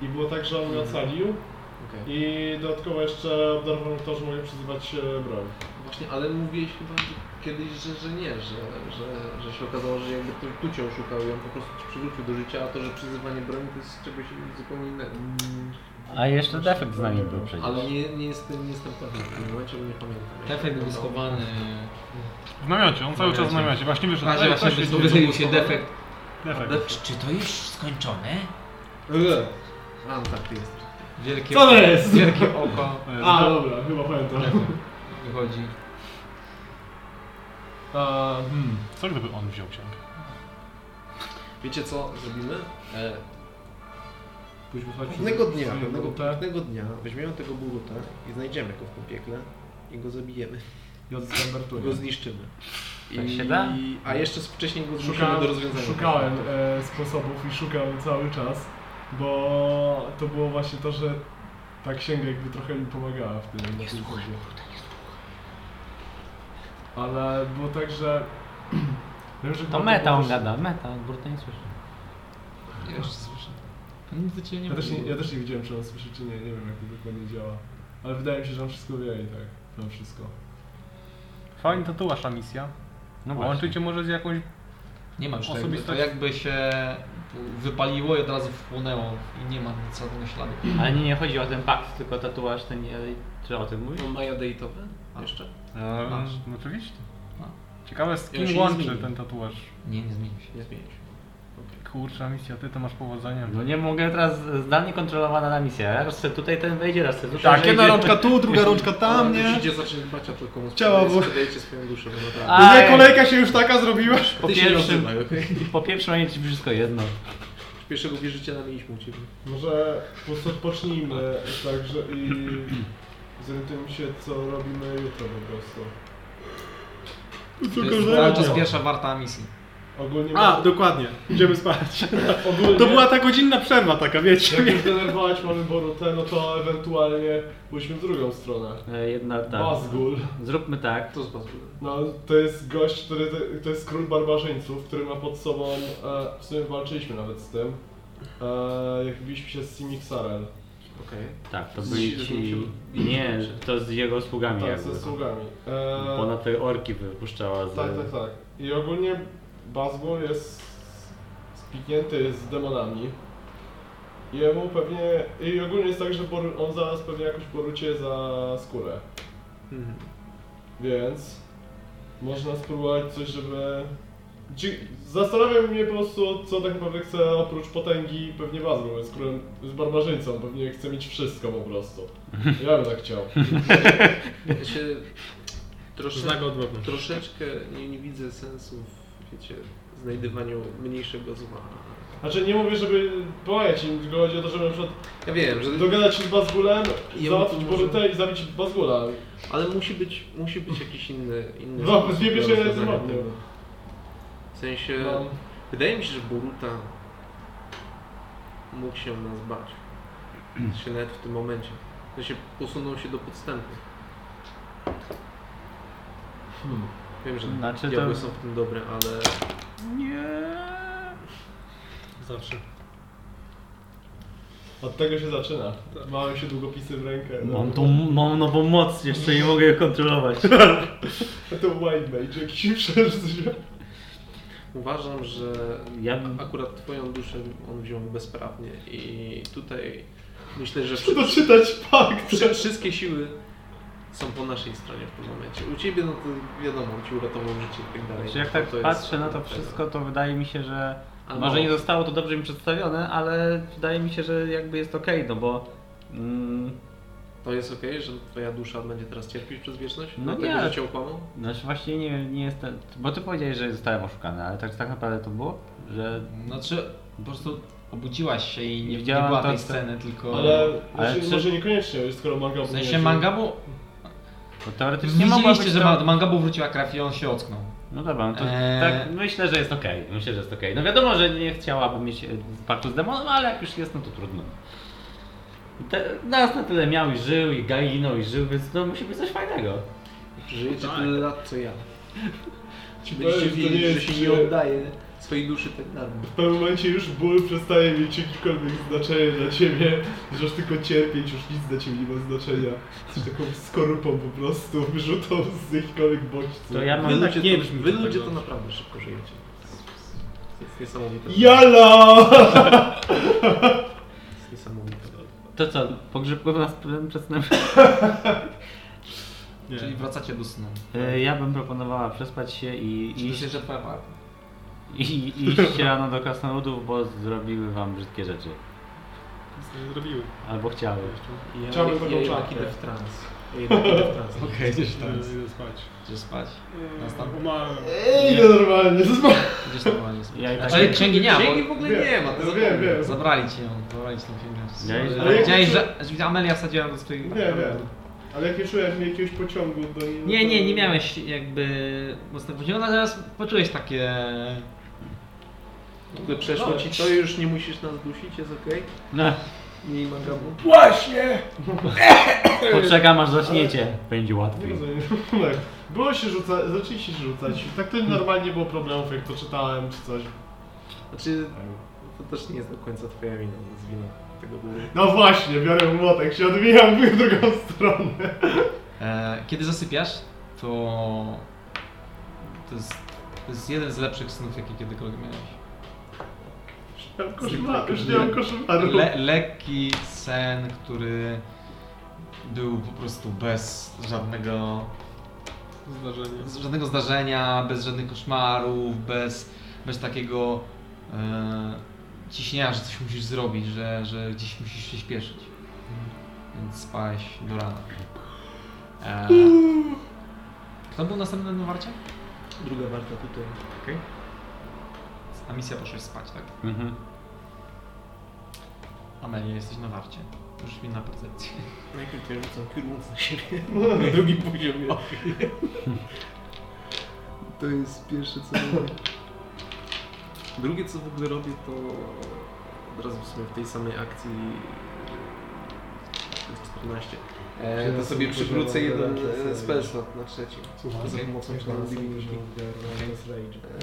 Speaker 5: I było tak, że on mnie
Speaker 4: Mhm.
Speaker 5: ocalił
Speaker 4: Okej.
Speaker 5: i dodatkowo jeszcze obdarowano to, że mogę przyzywać e, broń.
Speaker 4: Właśnie, ale mówiłeś chyba kiedyś, że, że nie, że, że, że się okazało, że jakby tu, tu cię oszukał i on po prostu cię przywrócił do życia, a to, że przyzywanie broni to jest czegoś zupełnie innego.
Speaker 2: A jeszcze defekt z nami był przecież.
Speaker 4: Ale nie, nie, jestem, nie jestem pewny w tym momencie, bo nie pamiętam.
Speaker 1: Defekt był schowany.
Speaker 9: W namiocie, on cały czas w
Speaker 1: Namiocie.
Speaker 9: namiocie. Właśnie
Speaker 1: W
Speaker 9: wyszedł.
Speaker 1: razie
Speaker 9: Ej,
Speaker 1: właśnie
Speaker 9: coś
Speaker 1: wy-
Speaker 9: jest.
Speaker 1: wychylił się defekt.
Speaker 9: Defekt.
Speaker 10: Czy, czy to już skończone?
Speaker 5: Eee.
Speaker 4: A, no tak, ty jesteś.
Speaker 1: Wielkie
Speaker 5: Co to jest?
Speaker 1: Wielkie oko
Speaker 9: E,
Speaker 5: A, dobra, chyba pamiętam.
Speaker 1: wychodzi.
Speaker 9: A, hmm, co gdyby on wziął księgę?
Speaker 4: Wiecie co zrobimy? E,
Speaker 5: Pójdźmy chodźmy.
Speaker 4: pewnego dnia,
Speaker 5: Pójdźmy
Speaker 4: pewnego,
Speaker 5: Borutę.
Speaker 4: pewnego dnia weźmiemy tego Boruta i znajdziemy go w tym piekle i go zabijemy.
Speaker 5: Ja odzyskałem
Speaker 4: Go
Speaker 5: Bertunię.
Speaker 4: zniszczymy. (laughs)
Speaker 2: Tak się da?
Speaker 4: A jeszcze wcześniej go zmusimy
Speaker 5: Szukałem,
Speaker 4: do rozwiązania.
Speaker 5: szukałem e, sposobów i szukam cały czas, bo to było właśnie to, że ta księga jakby trochę mi pomagała w tym. Nie słuchaj, Ale było tak, że... (clears throat) Wiem, że
Speaker 2: To
Speaker 5: Bartek
Speaker 2: meta
Speaker 5: po
Speaker 2: on
Speaker 5: prostu-
Speaker 2: gada, meta, bo to nie słyszy.
Speaker 1: Ja jeszcze słyszę. Nic do ciebie nie
Speaker 5: Ja też, nie,
Speaker 1: mówił.
Speaker 5: ja też nie widziałem, czy on słyszy, czy nie. Nie wiem, jak to dokładnie działa. Ale wydaje mi się, że on wszystko wie i tak. Mam wszystko.
Speaker 9: Fajnie to tu wasza misja.
Speaker 2: No właśnie.
Speaker 9: Łączy cię może z jakąś...
Speaker 1: Nie ma już tego. To
Speaker 9: Osobistość-
Speaker 1: jakby się wypaliło i od razu wchłonęło i nie ma nic żadnego śladu.
Speaker 2: Ale nie, nie chodzi o ten pakt, tylko tatuaż ten... e, Czy o tym mówisz?
Speaker 4: On ma jadejtowe? Jeszcze?
Speaker 9: Eee,
Speaker 1: Masz.
Speaker 9: no oczywiście.
Speaker 1: No.
Speaker 9: Ciekawe z
Speaker 4: Ja się
Speaker 9: kim
Speaker 4: nie
Speaker 9: łączy
Speaker 4: zmienię.
Speaker 9: ten tatuaż.
Speaker 1: Nie, nie zmieni się.
Speaker 4: Nie zmienię się.
Speaker 9: Kurczę, misja, ty to masz powodzenie.
Speaker 2: No nie mogę teraz zdalnie kontrolowana na misja. Raz se tutaj ten wejdzie, raz se tutaj
Speaker 3: Tak, jedna
Speaker 2: wejdzie.
Speaker 3: rączka tu, druga rączka tam,
Speaker 4: Ale
Speaker 3: nie?
Speaker 4: Musicie zacząć dbać o to, komu
Speaker 3: Ciała
Speaker 4: sprzedajecie-
Speaker 3: w-
Speaker 4: sprzedajecie swoją duszę, bo naprawdę.
Speaker 2: A,
Speaker 3: No Nie,
Speaker 2: Aj.
Speaker 3: kolejka się już taka zrobiła.
Speaker 2: Po
Speaker 4: Ty się nie
Speaker 2: pierwszym,
Speaker 4: odzywaj, okej?
Speaker 2: po pierwszym będzie ci wszystko jedno.
Speaker 4: (laughs) Pierwszego wierzyciela mieliśmy u Ciebie.
Speaker 5: Może po prostu odpocznijmy także i zorientujmy się, co robimy jutro po prostu.
Speaker 1: To jest cały czas pierwsza warta misji.
Speaker 5: Ogólnie...
Speaker 3: A, dokładnie. Idziemy spać.
Speaker 5: ogólnie
Speaker 3: To była ta godzinna przerwa taka, wiecie.
Speaker 5: Jak już denerwować mamy Borutę, no to ewentualnie pójdźmy w drugą stronę.
Speaker 2: E, Jedna tak.
Speaker 5: Bazgul.
Speaker 2: Zróbmy tak.
Speaker 4: To z Was było.
Speaker 5: No, to jest gość, który... To jest król barbarzyńców, który ma pod sobą... E, w sumie walczyliśmy nawet z tym. E, jak biliśmy się z Simixarel.
Speaker 4: Okej.
Speaker 2: Tak, to
Speaker 4: Z-
Speaker 2: byli
Speaker 4: z-
Speaker 2: ci...
Speaker 4: z-
Speaker 2: Nie, że to z jego sługami
Speaker 5: Tak,
Speaker 2: jakby.
Speaker 5: ze sługami. E,
Speaker 2: Bo na te orki wypuszczała z...
Speaker 5: Tak, tak, tak. I ogólnie Bazgul jest spiknięty z demonami. I Jemu pewnie... I ogólnie jest tak, że Boru- on zaraz pewnie jakoś porucie za skórę.
Speaker 4: Mhm.
Speaker 5: Więc można spróbować coś, żeby... Dzie- Zastanawiam mnie po prostu, co tak naprawdę chce oprócz potęgi pewnie Bazgul, jest królem, z barbarzyńcą, pewnie chce mieć wszystko po prostu. Ja bym tak chciał.
Speaker 4: Ja się trosze,
Speaker 3: go od wewnątrz.
Speaker 4: troszeczkę nie, nie widzę sensu w wiecie, znajdywaniu mniejszego zła.
Speaker 5: Znaczy nie mówię, żeby pomagać im, tylko chodzi o to, żeby na przykład
Speaker 4: Ja wiem, że
Speaker 5: Dogadać się z Bazgulem,
Speaker 4: Ja
Speaker 5: załatwić
Speaker 4: bym to może-
Speaker 5: Borytę i zabić Bazgula.
Speaker 4: ale musi być, musi być jakiś inny, inny
Speaker 5: No,
Speaker 4: sposób
Speaker 5: dwie pierwsze
Speaker 4: na rozwiązanie
Speaker 5: zrobię.
Speaker 4: tego. W sensie,
Speaker 5: No,
Speaker 4: wydaje mi się, że Boruta mógł się nas bać. Się nawet w tym momencie. W sensie posunął się do podstępu.
Speaker 5: Hmm.
Speaker 4: Wiem, że
Speaker 2: Znaczy
Speaker 4: diabły
Speaker 2: to-
Speaker 4: są w tym dobre, ale
Speaker 2: Nie.
Speaker 3: Zawsze.
Speaker 5: Od tego się zaczyna. Mamy się długopisy w rękę. no.
Speaker 2: Mam tą, mam nową no moc, jeszcze nie mogę jej kontrolować.
Speaker 5: A to white mage, jakiś przeżycie.
Speaker 4: Uważam, że
Speaker 2: Ja bym-
Speaker 4: akurat twoją duszę on wziął bezprawnie i tutaj myślę, że
Speaker 5: Trzeba czytać pakt.
Speaker 4: Wszy- Wszystkie siły są po naszej stronie w tym momencie. U ciebie, no to wiadomo, on ci uratował życie i tak dalej.
Speaker 2: Znaczy, jak tak
Speaker 4: To jest-
Speaker 2: patrzę na to wszystko, to wydaje mi się, że
Speaker 4: A
Speaker 2: może
Speaker 4: no.
Speaker 2: nie zostało to dobrze mi przedstawione, ale wydaje mi się, że jakby jest okej, no bo mm,
Speaker 4: To jest okej, że twoja dusza będzie teraz cierpieć przez wieczność?
Speaker 2: No
Speaker 4: dlatego,
Speaker 2: nie.
Speaker 4: że cię okłamał?
Speaker 2: znaczy właśnie nie, nie jestem, bo ty powiedziałeś, że zostałem oszukany, ale tak, tak naprawdę to było, że
Speaker 1: Znaczy, po prostu obudziłaś się i nie, nie
Speaker 2: Widziałem
Speaker 1: była
Speaker 2: to,
Speaker 1: tej
Speaker 2: co-
Speaker 1: sceny, tylko...
Speaker 5: Ale,
Speaker 2: Ale
Speaker 5: znaczy,
Speaker 2: czy-
Speaker 5: może niekoniecznie, skoro manga
Speaker 1: No. W sensie Mangabu...
Speaker 2: bo no teoretycznie mogła
Speaker 1: Widzieliście,
Speaker 2: być
Speaker 1: że
Speaker 2: to-
Speaker 1: ma- Mangabu wróciła krew i on się ocknął.
Speaker 2: No dobra, no to
Speaker 1: Eee.
Speaker 2: tak myślę, że jest okej. Myślę, że jest okej. No wiadomo, że nie chciałabym mieć e, paktu z demonem, ale jak już jest, no to trudno. Te, nas na tyle miał i żył, i gainął, i żył, więc no musi być coś fajnego.
Speaker 4: Żyjecie tyle lat, co ja.
Speaker 5: Ci
Speaker 4: Będziecie
Speaker 5: powiem, że Tak. to nie
Speaker 4: wiedzieć, że
Speaker 5: jest,
Speaker 4: się
Speaker 5: że
Speaker 4: nie oddaje swojej duszy tak darmo.
Speaker 5: w pewnym momencie już ból przestaje mieć jakiekolwiek znaczenie dla ciebie, że tylko cierpieć, już nic dla ciebie nie ma znaczenia. Jesteś taką skorupą po prostu, wyrzutą z jakichkolwiek bodźców.
Speaker 2: To ja mam
Speaker 4: Wy
Speaker 2: tak
Speaker 4: ludzie,
Speaker 2: nie
Speaker 4: to,
Speaker 2: brzmi
Speaker 4: wy
Speaker 2: to tak
Speaker 4: ludzie to
Speaker 2: dobrze.
Speaker 4: naprawdę szybko żyjecie. To jest niesamowite.
Speaker 5: Jalo!
Speaker 4: To jest niesamowite.
Speaker 2: To co, pogrzebko was problem przez
Speaker 5: Nie.
Speaker 1: Czyli wracacie do snu.
Speaker 2: e, Ja bym proponowała przespać się i
Speaker 1: Czyli
Speaker 2: iść,
Speaker 1: myślę, że twoja partia.
Speaker 2: i,
Speaker 5: (laughs)
Speaker 2: iść rano do krasnoludów, bo zrobiły wam brzydkie rzeczy.
Speaker 5: Nic nie zrobiły.
Speaker 2: Albo chciały.
Speaker 4: Ja,
Speaker 5: Chciałbym taką
Speaker 4: ja jednak
Speaker 5: czapkę.
Speaker 4: idę w trans. Ja
Speaker 5: (laughs)
Speaker 4: jednak idę w trans.
Speaker 1: Okej, gdzieś tam.
Speaker 5: Idę spać.
Speaker 1: Gdzie spać? Następny.
Speaker 5: Umarłem. Ej, nie. normalnie, to
Speaker 1: Gdzieś normalnie spać.
Speaker 2: Ja i tak-
Speaker 1: Ale księgi nie ma,
Speaker 4: Księgi
Speaker 1: bo
Speaker 4: w ogóle nie ma.
Speaker 5: No
Speaker 4: To
Speaker 5: wiem, wiem.
Speaker 1: zabrali ci ją, zabrali ci tą księgę.
Speaker 2: Ja i-
Speaker 1: Ale
Speaker 5: Ale jak-
Speaker 1: Widziałeś, że że Amelia wsadziła do swojej...
Speaker 5: Nie, wiem. Ale jak nie czułem jakiegoś pociągu do niej...
Speaker 1: Nie,
Speaker 5: to-
Speaker 1: nie, nie miałeś jakby mocnego poczucia, natomiast poczułeś takie...
Speaker 4: W ogóle przeszło ci
Speaker 5: No.
Speaker 4: to już nie musisz nas dusić, jest okej?
Speaker 2: No,
Speaker 5: (laughs)
Speaker 4: Mniej magabu.
Speaker 5: Właśnie!
Speaker 2: poczekam aż zaśniecie. Będzie
Speaker 5: Nie
Speaker 2: łatwiej.
Speaker 5: rozumiem. (laughs) Tak. Było się rzucać, zaczęliście się rzucać. Tak to normalnie było problemów, jak to czytałem czy coś.
Speaker 4: Znaczy, to też nie jest do końca twoja wina, to jest wina tego góry.
Speaker 5: No właśnie, biorę młotek, się odbijam w drugą stronę.
Speaker 1: E, kiedy zasypiasz, to... To jest, to jest jeden z lepszych snów, jakie kiedykolwiek miałeś.
Speaker 5: Już nie mam koszmaru, już nie mam koszmaru.
Speaker 1: Le, lekki sen, który był po prostu bez żadnego
Speaker 3: Zdarzenie.
Speaker 1: bez żadnego zdarzenia, bez żadnych koszmarów, bez, bez takiego e, ciśnienia, że coś musisz zrobić, że, że gdzieś musisz się śpieszyć. Więc spałeś do rana. E, kto był następnym na warcie?
Speaker 4: Druga warta tutaj.
Speaker 1: A misja poszłaś spać, tak?
Speaker 2: Mhm.
Speaker 1: Amelia, jesteś na warcie. Już mi na percepcję.
Speaker 4: Najpierw ja rzucam kierunek na (laughs) siebie, na drugim poziomie. To jest pierwsze co robię. Drugie co w ogóle robię to od razu w sumie w tej samej akcji to jest 14. E, to sobie przywrócę jeden e, spell slot na trzecim.
Speaker 3: Słucham.
Speaker 4: Za pomocą Divinity.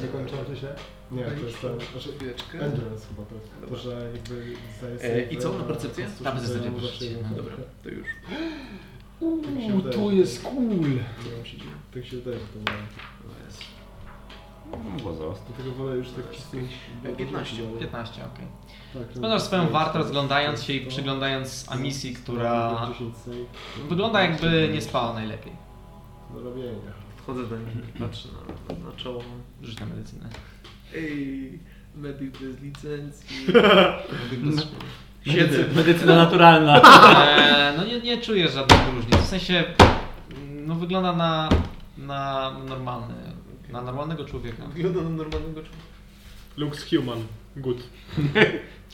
Speaker 3: Niekończący się?
Speaker 5: Nie, to jest ten, znaczy
Speaker 4: Chwileczkę.
Speaker 5: endurance chyba to jest. To,
Speaker 4: Dobra.
Speaker 5: że jakby zdaje
Speaker 4: E,
Speaker 5: sobie...
Speaker 4: I co? Na
Speaker 5: że-
Speaker 4: percepcję? Tak,
Speaker 5: że-
Speaker 1: Na percepcję
Speaker 5: że-
Speaker 1: wrzućcie,
Speaker 5: że-
Speaker 1: no
Speaker 4: Dobra, to już.
Speaker 5: Uuu, to
Speaker 3: jest cool.
Speaker 4: Nie mam się dziwić.
Speaker 5: Tak się wydaje, że to miałem.
Speaker 4: To jest
Speaker 5: No,
Speaker 2: Było zaraz.
Speaker 5: Dlatego wolę już tak czysto...
Speaker 4: 15.
Speaker 1: 15, okej.
Speaker 5: Tak,
Speaker 1: Spędzasz swoją wartę rozglądając się i przyglądając Amisji, która wygląda jakby nie spała najlepiej.
Speaker 5: Do robienia.
Speaker 4: Podchodzę do niej, (laughs) patrzę na, na, na czoło.
Speaker 1: Rzuć na medycynę.
Speaker 4: Ej, medyk bez (laughs) licencji. No.
Speaker 2: Siedzę. (laughs) Medycyna naturalna.
Speaker 5: (laughs)
Speaker 1: Eee, no nie, nie czujesz żadnych różnic. W sensie, no wygląda na, na normalny, na normalnego człowieka.
Speaker 4: Wygląda na normalnego człowieka.
Speaker 5: Looks human. Good.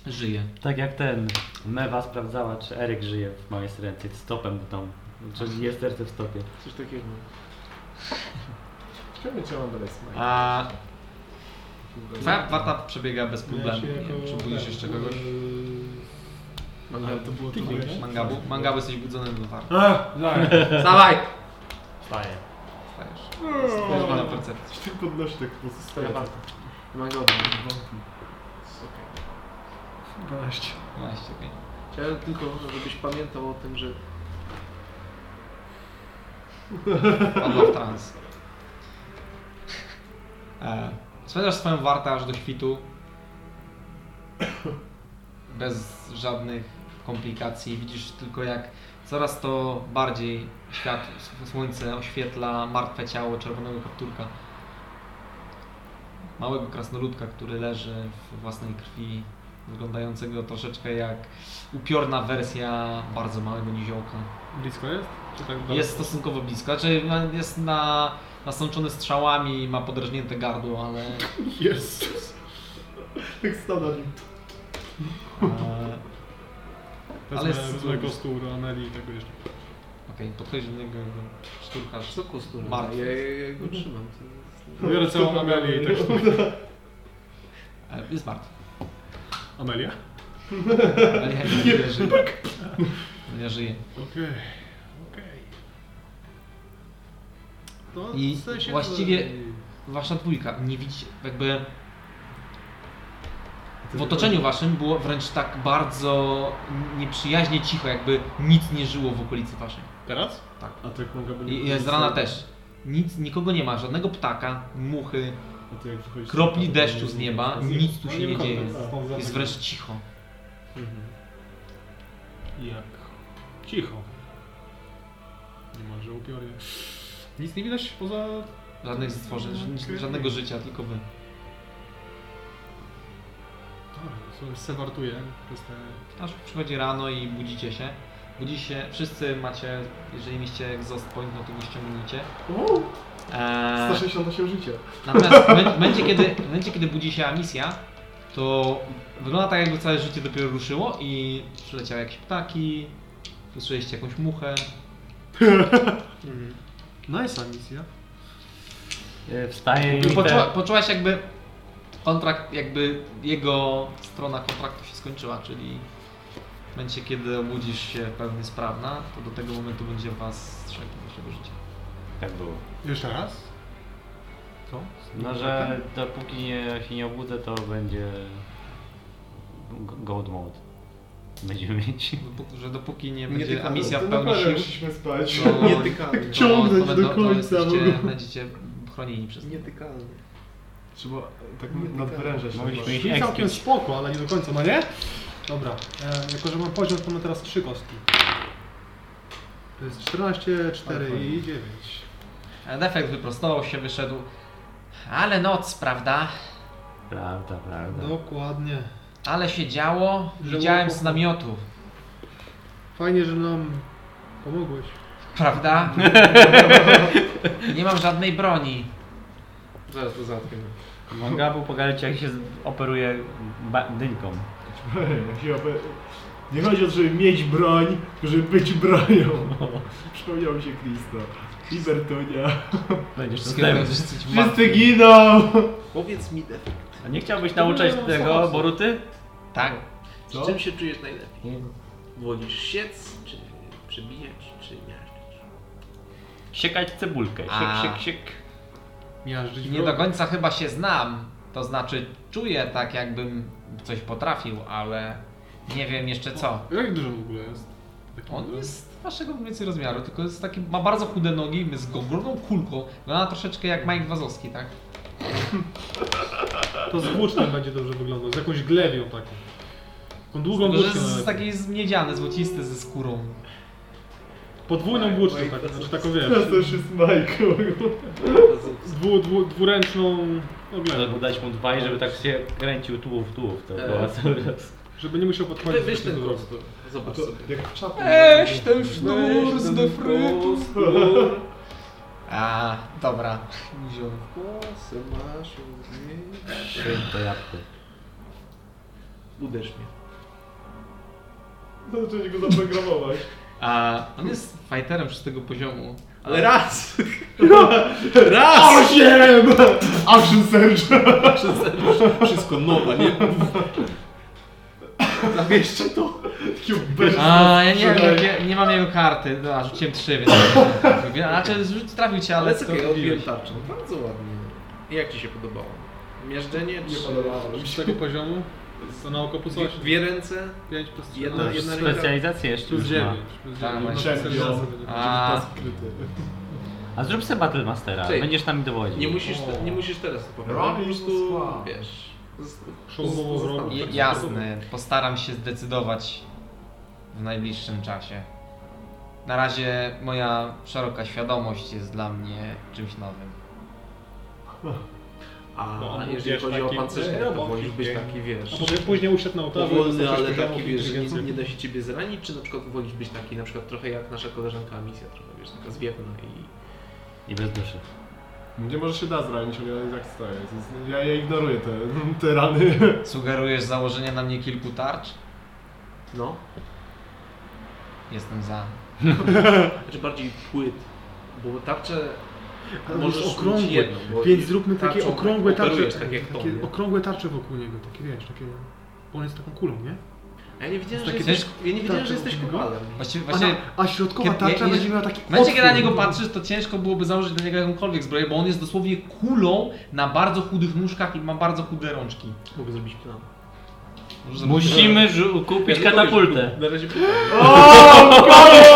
Speaker 1: Żyje.
Speaker 2: Tak jak ten. Mewa sprawdzała, czy Eryk żyje w małej serce stopem w domu. Czy jest serce w stopie.
Speaker 4: Coś takiego.
Speaker 5: Ciekawe, czy ja mam dalej smak.
Speaker 1: A twoja warta przebiega bez problemu.
Speaker 5: Ja się
Speaker 1: Nie wiem,
Speaker 5: jako-
Speaker 1: Czy budzisz
Speaker 5: tak,
Speaker 1: jeszcze kogoś?
Speaker 5: yy, Ale to było to
Speaker 1: Mangabu? Mangabu? Mangabu jesteś budzony do warty.
Speaker 4: Wstawaj!
Speaker 2: Wstaje.
Speaker 1: Wstajesz. Wstajesz na
Speaker 5: Eee.
Speaker 1: percepcję.
Speaker 5: Ty podnosi tak pozostaje.
Speaker 4: Dobra. Mam go.
Speaker 1: 12, okej.
Speaker 4: Chciałem tylko, żebyś pamiętał o tym, że
Speaker 1: Padła w trans. E, spędzasz swoją wartę aż do świtu. Bez żadnych komplikacji. Widzisz tylko jak coraz to bardziej świat, s- słońce oświetla martwe ciało czerwonego kapturka. Małego krasnoludka, który leży w własnej krwi, wyglądającego troszeczkę jak upiorna wersja bardzo małego niziołka.
Speaker 6: Blisko jest? Czy tak daleko?
Speaker 1: Jest stosunkowo blisko, znaczy no, jest na, nasączony strzałami, ma podrażnięte gardło, ale
Speaker 5: Jezus. Jak stał na nim.
Speaker 1: e, ale
Speaker 6: Wezmę,
Speaker 1: jest-
Speaker 6: wezmę kostur Ameli i tego jeszcze.
Speaker 1: okej, podchodzisz do niego, go szturkasz.
Speaker 4: co kostura?
Speaker 1: Martwy.
Speaker 4: Ja, ja, ja go trzymam.
Speaker 6: Biorę całą Amelię i tak
Speaker 1: E, jest martwy.
Speaker 6: Amelia?
Speaker 1: Ale nie, nie żyje. Nie żyje.
Speaker 6: Okej.
Speaker 4: To
Speaker 1: I właściwie wasza dwójka, nie widzicie, jakby w otoczeniu waszym było wręcz tak bardzo nieprzyjaźnie cicho, jakby nic nie żyło w okolicy waszej.
Speaker 6: Teraz?
Speaker 5: A to jak mogłaby
Speaker 1: I jest rana też. Nic, nikogo nie ma, żadnego ptaka, muchy,
Speaker 5: A to jak wychodzi-
Speaker 1: Kropli deszczu z nieba, nic tu się nie dzieje.
Speaker 5: A.
Speaker 1: Jest wręcz cicho.
Speaker 6: Jak? Cicho. Niemalże upiornie. Nic nie widać poza...
Speaker 1: Żadnych stworzeń, ża- żadnego życia, tylko wy.
Speaker 6: Dobra, se wartuję. Przez te...
Speaker 1: Aż przychodzi rano i budzicie się. Budzi się, wszyscy macie, jeżeli mieliście exhaust point, no to go ściągnijcie.
Speaker 5: Uuu,
Speaker 1: Eee,
Speaker 5: 168 życia.
Speaker 1: natomiast w mom- w momencie, kiedy, w momencie, kiedy budzi się misja, to wygląda tak, jakby całe życie dopiero ruszyło i przyleciały jakieś ptaki, usłyszeliście jakąś muchę.
Speaker 6: Nice misja.
Speaker 2: E, Wstaję i
Speaker 1: Poczuła,
Speaker 2: idę.
Speaker 1: poczułaś jakby kontrakt, jakby jego strona kontraktu się skończyła, czyli w momencie, kiedy obudzisz się pełny sprawna, to do tego momentu będzie was strzegł waszego życia.
Speaker 2: Tak było.
Speaker 6: Jeszcze raz? Co?
Speaker 2: No, że dopóki nie, się nie obudzę, to będzie g- gold mode. Będziemy mieć.
Speaker 1: Dopó- że dopóki nie
Speaker 4: Nie
Speaker 1: będzie
Speaker 4: tylko-
Speaker 1: emisja
Speaker 5: To
Speaker 1: w pełni
Speaker 5: naprawdę
Speaker 1: sił, No,
Speaker 5: Musieliśmy spać. (laughs)
Speaker 1: to,
Speaker 4: Nie tykamy.
Speaker 1: to-
Speaker 5: Ciągnąć
Speaker 1: to
Speaker 5: do
Speaker 1: będą- to
Speaker 5: końca,
Speaker 1: jesteście,
Speaker 5: bo-
Speaker 1: będziecie chronieni przez nie.
Speaker 4: Nietykalny.
Speaker 5: Trzeba tak nadwyrężać. się
Speaker 2: Mogliśmy
Speaker 5: chyba.
Speaker 2: iść
Speaker 6: Czyli całkiem
Speaker 2: ekspić.
Speaker 6: spoko, ale nie do końca, no nie? Dobra, e, jako że mam poziom, to mam teraz 3 kostki. To jest 14, 4 i 9.
Speaker 1: Defekt wyprostował się, wyszedł. Ale noc, prawda?
Speaker 2: Prawda, prawda.
Speaker 6: Dokładnie.
Speaker 1: Ale się działo,
Speaker 6: Że
Speaker 1: widziałem
Speaker 6: łopo-
Speaker 1: z namiotu,
Speaker 6: Fajnie, że nam pomogłeś.
Speaker 1: prawda? Nie mam żadnej broni.
Speaker 4: Zaraz to załatwimy.
Speaker 2: Mogłaby pogadać jak się z- operuje ba- dyńką.
Speaker 5: Jakby- Nie chodzi o to, żeby mieć broń, tylko żeby być bronią. Przypomniał mi się Krista. I Bertunia.
Speaker 2: Będziesz to
Speaker 1: Wszystkiego
Speaker 2: zdejmę.
Speaker 1: będę rzucić w matkę.
Speaker 5: Wszyscy giną!
Speaker 4: Powiedz mi, Def,
Speaker 2: A nie chciałbyś nauczać tego, Boruty?
Speaker 1: Tak.
Speaker 5: Co?
Speaker 4: z czym się czujesz najlepiej? Wolisz siec, czy przebijać, czy miażdżyć?
Speaker 2: Siekać cebulkę.
Speaker 1: A.
Speaker 2: Siek, siek, siek.
Speaker 6: Miażdżyć
Speaker 1: Nie do końca chyba się znam. To znaczy czuję tak, jakbym coś potrafił, ale nie wiem jeszcze co.
Speaker 6: Jak dużo w ogóle jest? Taki
Speaker 1: On
Speaker 6: duży?
Speaker 1: jest waszego mniej więcej rozmiaru, tylko jest taki, ma bardzo chude nogi, jest ogromną kulką. Wygląda troszeczkę jak Mike Wazowski, tak?
Speaker 6: To z włóczkiem będzie dobrze wyglądał, z jakąś glewią taką. Taką długą
Speaker 1: Tylko, że
Speaker 6: włóczkę
Speaker 1: jest
Speaker 6: nawet.
Speaker 1: taki z- miedziany, złocisty, ze skórą.
Speaker 6: Podwójną włóczkę taką, znaczy taką wiesz,
Speaker 5: To już jest Michael.
Speaker 6: dwu, dwu, dwuręczną no,
Speaker 2: Żeby
Speaker 6: glewą,
Speaker 2: dać mu dwaj, żeby tak się kręcił tułów, tułów. To
Speaker 4: Eee.
Speaker 2: była cały czas.
Speaker 6: żeby nie musiał podchodzić.
Speaker 4: Wy, wyś
Speaker 6: żeby
Speaker 4: ten
Speaker 6: to
Speaker 4: kostur. Zobacz
Speaker 5: To
Speaker 4: sobie.
Speaker 5: jak w czapie.
Speaker 1: Eś, ten sznur z defrytu.
Speaker 4: kostur.
Speaker 1: A, dobra. Wziął.
Speaker 4: Kosy masz, nie?
Speaker 2: Trzy to jabłko.
Speaker 4: Uderz mnie.
Speaker 5: To Zaczęli go zaprogramować.
Speaker 1: A, on jest fighterem szóstego poziomu.
Speaker 4: Ale raz!
Speaker 5: Osiem! Action Surge!
Speaker 4: Wszystko nowe, nie? Zamieszczę to.
Speaker 1: A, ja nie, wiem, nie, nie mam jego karty. No, a rzuciłem trzy, więc. Znaczy, zrzuć, trafił cię, ale
Speaker 4: Ale co, ja odbiłem
Speaker 1: odbiłeś.
Speaker 4: tarczą. Bardzo ładnie. I Jak ci się podobało? Miażdżenie czy...
Speaker 5: podobało.
Speaker 6: Z tego poziomu? To na oko plus 8.
Speaker 4: Dwie ręce,
Speaker 6: 5 plus 3.
Speaker 4: Jedna- jedna ręka.
Speaker 2: Specjalizację jeszcze
Speaker 6: plus
Speaker 2: już ma.
Speaker 6: 9. Plus No
Speaker 1: Tak,
Speaker 6: 9.
Speaker 1: masz- A,
Speaker 2: A zrób sobie Battle Mastera,
Speaker 4: Czyli-
Speaker 2: będziesz tam dowodził.
Speaker 4: nie musisz,
Speaker 5: O.
Speaker 4: nie musisz teraz to powiedzieć.
Speaker 5: Robisz
Speaker 4: Po prostu,
Speaker 5: słabo.
Speaker 4: wiesz... z-
Speaker 6: Szumową wrogą.
Speaker 1: j- jasne, postaram się zdecydować w najbliższym czasie. Na razie moja szeroka świadomość jest dla mnie czymś nowym.
Speaker 6: No,
Speaker 4: A
Speaker 6: on
Speaker 4: jeżeli
Speaker 6: wiesz,
Speaker 4: chodzi o
Speaker 6: taki-
Speaker 4: pancerzyk,
Speaker 6: e,
Speaker 4: to
Speaker 6: robot,
Speaker 4: wolisz być
Speaker 6: nie?
Speaker 4: taki, wiesz...
Speaker 6: A może później usiadł na ołtarzu.
Speaker 4: Powolny, ale
Speaker 6: coś
Speaker 4: taki, wiesz, że nie,
Speaker 6: inteligencji.
Speaker 4: nie da się ciebie zranić, czy na przykład wolisz być taki, na przykład trochę jak nasza koleżanka Misja, trochę, wiesz, taka zwiewna i...
Speaker 2: I bez duszy.
Speaker 5: Nie może się da zranić, ale ja tak staję. Więc Ja je ignoruję te, te rany.
Speaker 1: Sugerujesz założenie na mnie kilku tarcz?
Speaker 4: No,
Speaker 1: Jestem za.
Speaker 4: znaczy bardziej płyt, bo tarczę
Speaker 6: Ale
Speaker 4: możesz
Speaker 6: jest
Speaker 4: okrągłe,
Speaker 6: okrągłe,
Speaker 4: mieć jedną, bo
Speaker 6: Więc zróbmy takie
Speaker 4: tarczą
Speaker 6: okrągłe tarcze.
Speaker 4: operujesz, tak jak to,
Speaker 6: takie
Speaker 4: nie?
Speaker 6: okrągłe tarcze wokół niego, takie wiesz, takie. Bo on jest taką kulą, nie?
Speaker 4: A ja nie wiedziałem, że
Speaker 1: Takie
Speaker 4: jesteś,
Speaker 1: też-
Speaker 4: ja nie wiedziałem, że
Speaker 6: tarczą
Speaker 4: jesteś
Speaker 6: okrągłą?
Speaker 4: kopalem.
Speaker 1: Właściwie,
Speaker 6: A,
Speaker 1: właśnie
Speaker 6: na, a środkowa
Speaker 1: kiedy- je-
Speaker 6: tarcza
Speaker 1: je-
Speaker 6: będzie miała taki.
Speaker 1: W momencie, kiedy na
Speaker 6: otwór.
Speaker 1: niego patrzysz, to ciężko byłoby założyć do niego jakąkolwiek zbroję, bo on jest dosłownie kulą na bardzo chudych nóżkach i ma bardzo chude rączki.
Speaker 4: Mogę zrobić plan.
Speaker 1: Może zobaczymy.
Speaker 2: Musimy żu- kupić
Speaker 4: Ja
Speaker 2: katapultę.
Speaker 4: (laughs) Na razie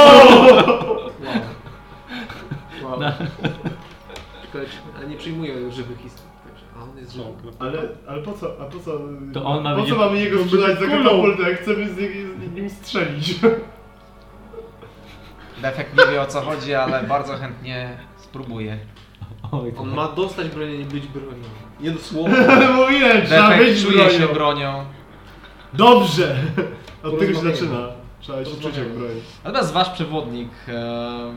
Speaker 4: Wow. Wow. Tylko, a nie przyjmuję żywych istot. także- A on jest żywy.
Speaker 6: No,
Speaker 5: Ale, ale po co, a po co,
Speaker 2: To on ma
Speaker 5: po
Speaker 2: być-
Speaker 5: co mamy jego sprzedać za
Speaker 6: kulą.
Speaker 5: katapultę, jak chcemy z nim, z nim strzelić?
Speaker 1: Defekt nie wie o co chodzi, ale bardzo chętnie spróbuję.
Speaker 2: Oj,
Speaker 4: On ma dostać bronię, nie być bronią. Nie dosłownie.
Speaker 5: Mówiłem, trzeba
Speaker 1: Defekt
Speaker 5: być
Speaker 1: czuje się
Speaker 5: bronią.
Speaker 1: bronią.
Speaker 5: Dobrze! Od tego się
Speaker 4: Porozmawiajmy.
Speaker 5: zaczyna. Trzeba się czuć jak broń.
Speaker 1: Natomiast wasz przewodnik e,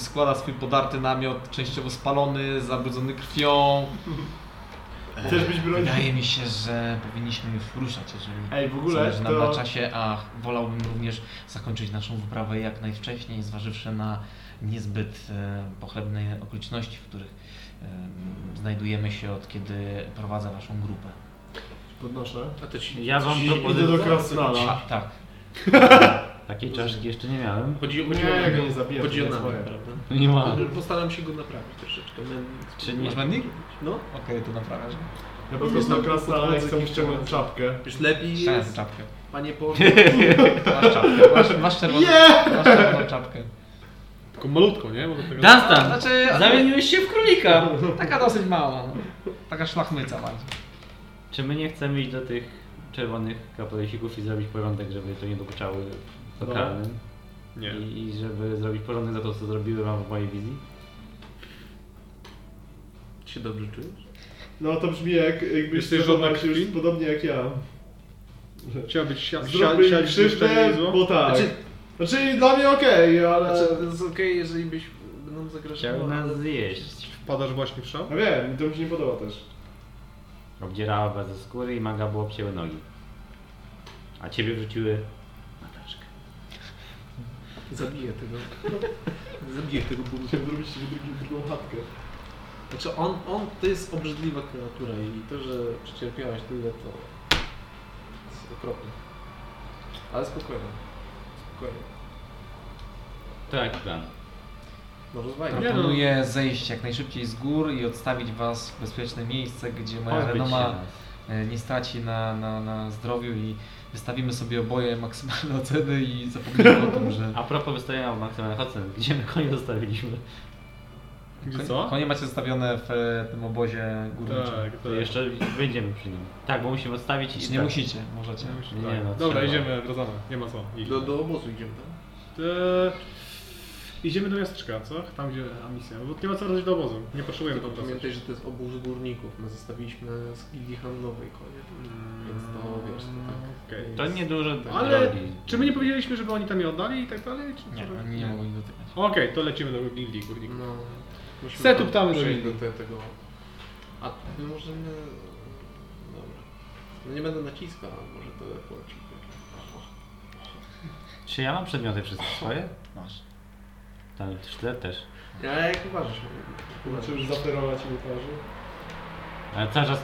Speaker 1: składa swój podarty namiot, częściowo spalony, zabrudzony krwią.
Speaker 5: (laughs) Chcesz być bronią?
Speaker 1: Wydaje mi się, że powinniśmy już ruszać, jeżeli
Speaker 5: Ej, w ogóle
Speaker 1: zależy nam
Speaker 5: to-
Speaker 1: na czasie, a wolałbym również zakończyć naszą wyprawę jak najwcześniej, zważywszy na niezbyt e, pochlebne okoliczności, w których e, znajdujemy się od kiedy prowadzę waszą grupę.
Speaker 5: Podnoszę.
Speaker 4: A to ci
Speaker 2: Ja wam
Speaker 5: Idę do
Speaker 2: propozycję.
Speaker 1: A,
Speaker 5: Krasnala.
Speaker 1: tak.
Speaker 2: Takiej czaszki jeszcze nie miałem.
Speaker 4: Chodzi, chodzi
Speaker 5: Nie,
Speaker 4: o
Speaker 5: ja go
Speaker 4: namiot.
Speaker 5: nie zabiję.
Speaker 4: Chodzi
Speaker 5: to
Speaker 4: o
Speaker 5: jest moje.
Speaker 4: namiot, prawda?
Speaker 2: (laughs) Nie ma.
Speaker 4: Postaram się go naprawić troszeczkę. Mending.
Speaker 2: Czy nie-
Speaker 1: Masz mending?
Speaker 4: No.
Speaker 1: Okej, to naprawiasz.
Speaker 5: Ja po prostu do Krasnala i chcę mu ściągnąć czapkę.
Speaker 4: Już lepiej
Speaker 1: Szczerze
Speaker 4: jest,
Speaker 1: Tak, czapkę.
Speaker 4: panie Pol.
Speaker 2: (laughs)
Speaker 1: Masz czapkę. Masz, masz, czerwoną, masz czerwoną czapkę.
Speaker 6: Tylko malutko, nie? Bo do tego...
Speaker 1: A,
Speaker 2: Dunstan!
Speaker 1: Znaczy,
Speaker 2: Zamieniłeś się w królika!
Speaker 1: taka dosyć mała. no. Taka szlachmyca bardziej.
Speaker 2: Czy my nie chcemy iść do tych czerwonych kapelesików i zrobić porządek, żeby to nie dokuczały No. lokalnym?
Speaker 6: Nie.
Speaker 2: I, I żeby zrobić porządek za to, co zrobiły wam w mojej wizji?
Speaker 4: Ty się dobrze czujesz?
Speaker 5: No to brzmi jak, jakbyś
Speaker 6: Jesteś
Speaker 5: zachował
Speaker 6: żołnierz
Speaker 5: się już
Speaker 6: Krwi?
Speaker 5: podobnie jak ja.
Speaker 6: Chciała być siad, siad,
Speaker 5: Zróbmy im
Speaker 6: siad,
Speaker 5: krzywdę, bo tak.
Speaker 4: Znaczy-
Speaker 5: Znaczy dla mnie okej, ale...
Speaker 4: Znaczy, to jest okej, jeżeli byś będą zagrażały,
Speaker 2: Chciały
Speaker 4: ale...
Speaker 2: E, nas zjeść.
Speaker 6: Wpadasz właśnie w szał?
Speaker 5: No wiem, to mi się nie podoba też.
Speaker 2: Obdzierała was ze skóry i maga było obcięły nogi. A ciebie wrzuciły na taczkę.
Speaker 4: Zabiję tego. (laughs) Zabiję tego bubu.
Speaker 5: Chciałem zrobić sobie drugi, drugą chatkę.
Speaker 4: Znaczy on, on to jest obrzydliwa kreatura i to, że przecierpiałaś tyle, to jest okropne. Ale spokojnie. Spokojnie.
Speaker 2: To jaki plan?
Speaker 4: No rozwajmy.
Speaker 1: Proponuję zejść jak najszybciej z gór i odstawić was w bezpieczne miejsce, gdzie moja
Speaker 2: Pozbyć się
Speaker 1: renoma
Speaker 2: nas.
Speaker 1: e, nie straci na, na, na zdrowiu i wystawimy sobie oboje maksymalne (laughs) oceny i zapomnimy o tym, że
Speaker 2: A propos wystawienia w maksymalnych ocen, gdzie my konie zostawiliśmy?
Speaker 6: Tak. Gdzie
Speaker 1: konie,
Speaker 6: co?
Speaker 1: konie macie zostawione w e, tym obozie górniczym.
Speaker 6: Tak, tak.
Speaker 2: To jeszcze będziemy przy nim. Tak, bo musimy odstawić i
Speaker 1: Czy nie
Speaker 2: tak.
Speaker 1: musicie, możecie.
Speaker 2: Nie,
Speaker 6: Tak.
Speaker 2: no,
Speaker 6: Dobra,
Speaker 2: trzeba.
Speaker 6: idziemy, wracamy. Nie ma co. Idź.
Speaker 4: Do, do obozu idziemy, tak?
Speaker 6: E, Idziemy do miasteczka, co? Tam gdzie a misja. Bo nie ma co wracać do obozu. Nie potrzebujemy
Speaker 4: Tylko
Speaker 6: tam wracać.
Speaker 4: pamiętaj, że to jest obóz górników. My zostawiliśmy z gildii handlowej konie. Więc to wiesz, to tak.
Speaker 6: Mm, Okej.
Speaker 2: To niedużo
Speaker 6: Ale
Speaker 2: drogi.
Speaker 6: czy my nie powiedzieliśmy, żeby oni tam je oddali i tak dalej? Czy...
Speaker 1: Nie,
Speaker 6: czy-
Speaker 1: oni nie mogą ich dotykać.
Speaker 6: Okej, to lecimy do gildii górników.
Speaker 4: No. musimy
Speaker 6: Se
Speaker 4: tam
Speaker 6: tuptamy do
Speaker 4: przejść do
Speaker 6: gildii.
Speaker 4: te, tego. A my możemy. Dobra. No nie będę naciskał, może to płaci.
Speaker 2: Czy ja mam przedmioty wszystkie swoje?
Speaker 1: Masz.
Speaker 2: Ten sztylet też.
Speaker 4: Ja jak uważasz?
Speaker 5: Znaczy już zaferować i utarzy.
Speaker 2: Ale cały czas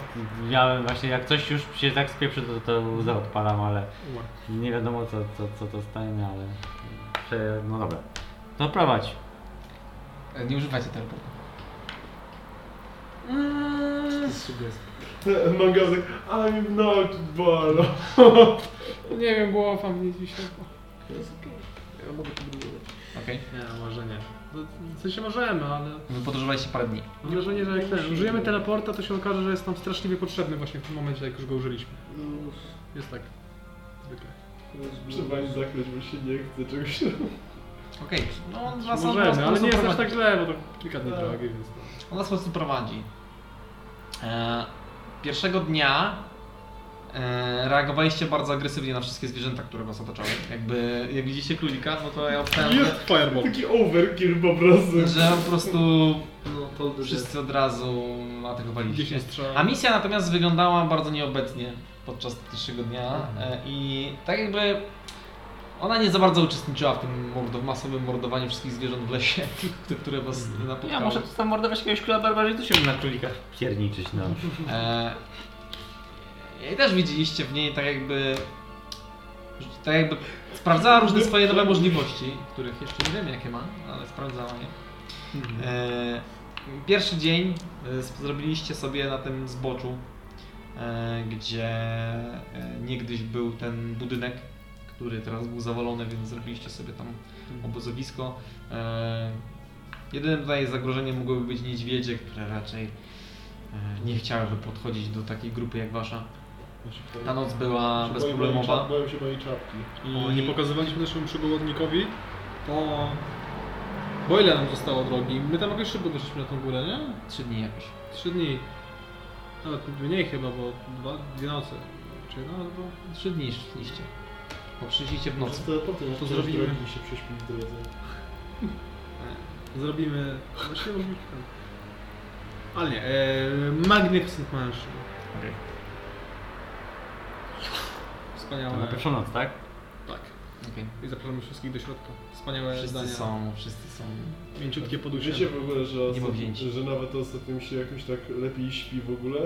Speaker 2: miałem właśnie, jak coś już się tak spieprzy, to, to łza odpalam, ale
Speaker 1: No,
Speaker 2: nie wiadomo co, co, co to stanie, ale... Prze... No dobra. To prowadź.
Speaker 1: E, Nie używajcie teleportu.
Speaker 4: To jest sugestia.
Speaker 5: (laughs) Magazyn, ale mi w nogi bolą.
Speaker 6: Nie wiem, głowa mnie dzisiaj.
Speaker 4: To jest okej. Ja mogę to drugie.
Speaker 1: Okej.
Speaker 6: Nie, może nie. No, W sensie możemy, ale
Speaker 1: Wy podróżowaliście parę dni.
Speaker 6: mam wrażenie, że jak ten, użyjemy teleporta, to się okaże, że jest nam straszliwie potrzebny właśnie w tym momencie, jak już go użyliśmy.
Speaker 4: No,
Speaker 6: Jest tak. Zwykle.
Speaker 5: Trzeba im zakryć, bo się nie chce czegoś robić.
Speaker 1: Okej, no on was, on was
Speaker 6: Możemy, ale nie jest aż
Speaker 1: prowadzi.
Speaker 6: tak źle, bo to kilka dni drogi, więc...
Speaker 1: On nas po prostu prowadzi. E, pierwszego dnia e, reagowaliście bardzo agresywnie na wszystkie zwierzęta, które was otaczały. Jakby, jak widzicie królika, no to ja obstawiam,
Speaker 5: Jest fireball. Taki overkill po prostu.
Speaker 1: że, że po prostu
Speaker 4: no to duże.
Speaker 1: wszyscy od razu atakowaliście.
Speaker 6: 10 strzał.
Speaker 1: A misja natomiast wyglądała bardzo nieobecnie podczas pierwszego dnia e, i tak jakby ona nie za bardzo uczestniczyła w tym mordo- masowym mordowaniu wszystkich zwierząt w lesie, (laughs) które- które was napotkały.
Speaker 2: Ja może tam mordować jakiegoś króla barbarzyńców się na królikach pierniczyć, no.
Speaker 1: E, I też widzieliście w niej tak jakby. Tak jakby sprawdzała różne swoje nowe możliwości, których jeszcze nie wiem jakie ma, ale sprawdzała je. E, pierwszy dzień e, sp- zrobiliście sobie na tym zboczu, e, gdzie e, niegdyś był ten budynek, który teraz był zawalony, więc zrobiliście sobie tam obozowisko. E, jedynym tutaj zagrożeniem mogłyby być niedźwiedzie, które raczej E, nie chciałyby podchodzić do takiej grupy jak wasza. Ta noc była
Speaker 5: Się boję mojej
Speaker 1: bezproblemowa
Speaker 5: czap- Boję się mojej czapki.
Speaker 6: O, nie
Speaker 1: i
Speaker 6: pokazywaliśmy naszemu przygodnikowi, to... Bo ile nam zostało drogi? My tam jakoś szybko doszliśmy na tą górę, nie?
Speaker 1: trzy dni jakoś.
Speaker 6: Trzy dni. Nawet mniej chyba, bo dwa, dwie noce. Czy no, albo...
Speaker 1: Trzy dni szliście. Bo przyszliście w
Speaker 5: Przez
Speaker 1: nocy.
Speaker 5: teleporty na szczęście
Speaker 6: zrobimy.
Speaker 5: drogi się prześpi w drodze.
Speaker 6: Zrobimy... Właściwie robimy... Ale nie, e, Magnificent Mansion.
Speaker 1: Okej.
Speaker 2: To na
Speaker 6: Wspaniałe.
Speaker 2: pierwszą noc, tak?
Speaker 6: Tak.
Speaker 1: Okej.
Speaker 6: I zapraszamy wszystkich do środka. Wspaniałe
Speaker 1: Wszyscy
Speaker 6: zdania.
Speaker 1: są, wszyscy są.
Speaker 6: Mięciutkie podusie.
Speaker 5: Wiecie w ogóle, że,
Speaker 1: Niemowzięci.
Speaker 5: ostat... że nawet ostatnio mi się jakoś tak lepiej śpi w ogóle?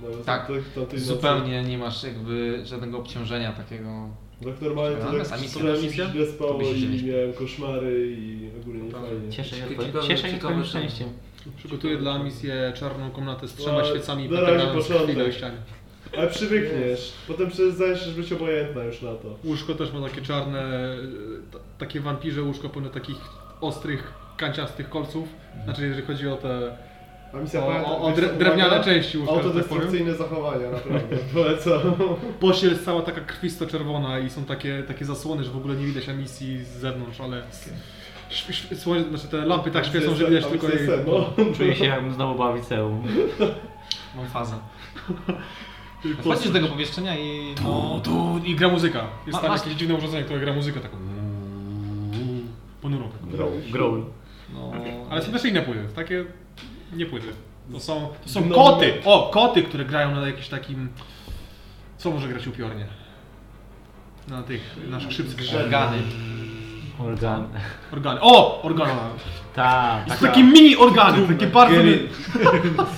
Speaker 5: No, Nawet
Speaker 1: Tak.
Speaker 5: Tam, tam tej
Speaker 1: Zupełnie nie masz jakby żadnego obciążenia takiego.
Speaker 5: Nocy. Tak normalnie
Speaker 1: A,
Speaker 5: to tak
Speaker 1: a misja?
Speaker 5: przynajmniej
Speaker 1: Misja?
Speaker 5: źle
Speaker 1: To
Speaker 5: spało
Speaker 1: by się
Speaker 5: i
Speaker 1: źle.
Speaker 5: miałem koszmary i ogólnie nie fajnie.
Speaker 2: Cieszę się,
Speaker 4: Ciekawe-
Speaker 2: twoim- cieszę się
Speaker 4: ciekawe
Speaker 2: twoim
Speaker 4: rzeczy.
Speaker 2: szczęściem.
Speaker 6: Przygotuję dla misję czarną komnatę z trzema
Speaker 5: No,
Speaker 6: świecami i
Speaker 5: na razie
Speaker 6: pentagranem z krwi na
Speaker 5: początek.
Speaker 6: ścianie.
Speaker 5: Ale przywykniesz, potem przestajesz być obojętna już na to.
Speaker 6: Łóżko też ma takie czarne, e, ta, takie wampirze łóżko pełne takich ostrych, kanciastych kolców. Znaczy, jeżeli chodzi o te
Speaker 5: A misja
Speaker 6: o,
Speaker 5: pamięta-
Speaker 6: o, o
Speaker 5: tak, wiesz
Speaker 6: dre,
Speaker 5: co,
Speaker 6: drewniane
Speaker 5: uwaga?
Speaker 6: części łóżka. że tak powiem.
Speaker 5: Autodestrukcyjne zachowania, naprawdę. (laughs) Polecam.
Speaker 6: Pościel jest cała taka krwisto-czerwona i są takie, takie zasłony, że w ogóle nie widać emisji z zewnątrz, ale ś- ś- słoń, znaczy te lampy tak świecą, że widać
Speaker 5: A
Speaker 6: tylko
Speaker 5: misja
Speaker 6: jej...
Speaker 5: sen, no.
Speaker 2: Czuję się jakbym znowu była w liceum.
Speaker 1: Mam fazę. Wchodzisz do tego pomieszczenia i. no,
Speaker 6: O, tu i gra muzyka. Jest
Speaker 1: Ma-
Speaker 6: tam
Speaker 1: masz-
Speaker 6: jakieś dziwne urządzenie, które gra muzykę taką. Ponurą.
Speaker 2: Growl. Growl.
Speaker 1: No,
Speaker 6: Ale są też inne płyty, takie nie płyty. To są, to są
Speaker 5: No.
Speaker 6: koty! O, koty, które grają na jakimś takim... Co może grać upiornie? Na tych naszych szybkich
Speaker 1: organy.
Speaker 2: Organ.
Speaker 6: organy. O! Organa!
Speaker 2: Ta, Tak,
Speaker 6: Jest
Speaker 2: taka
Speaker 6: taki mini organy, takie bardzo...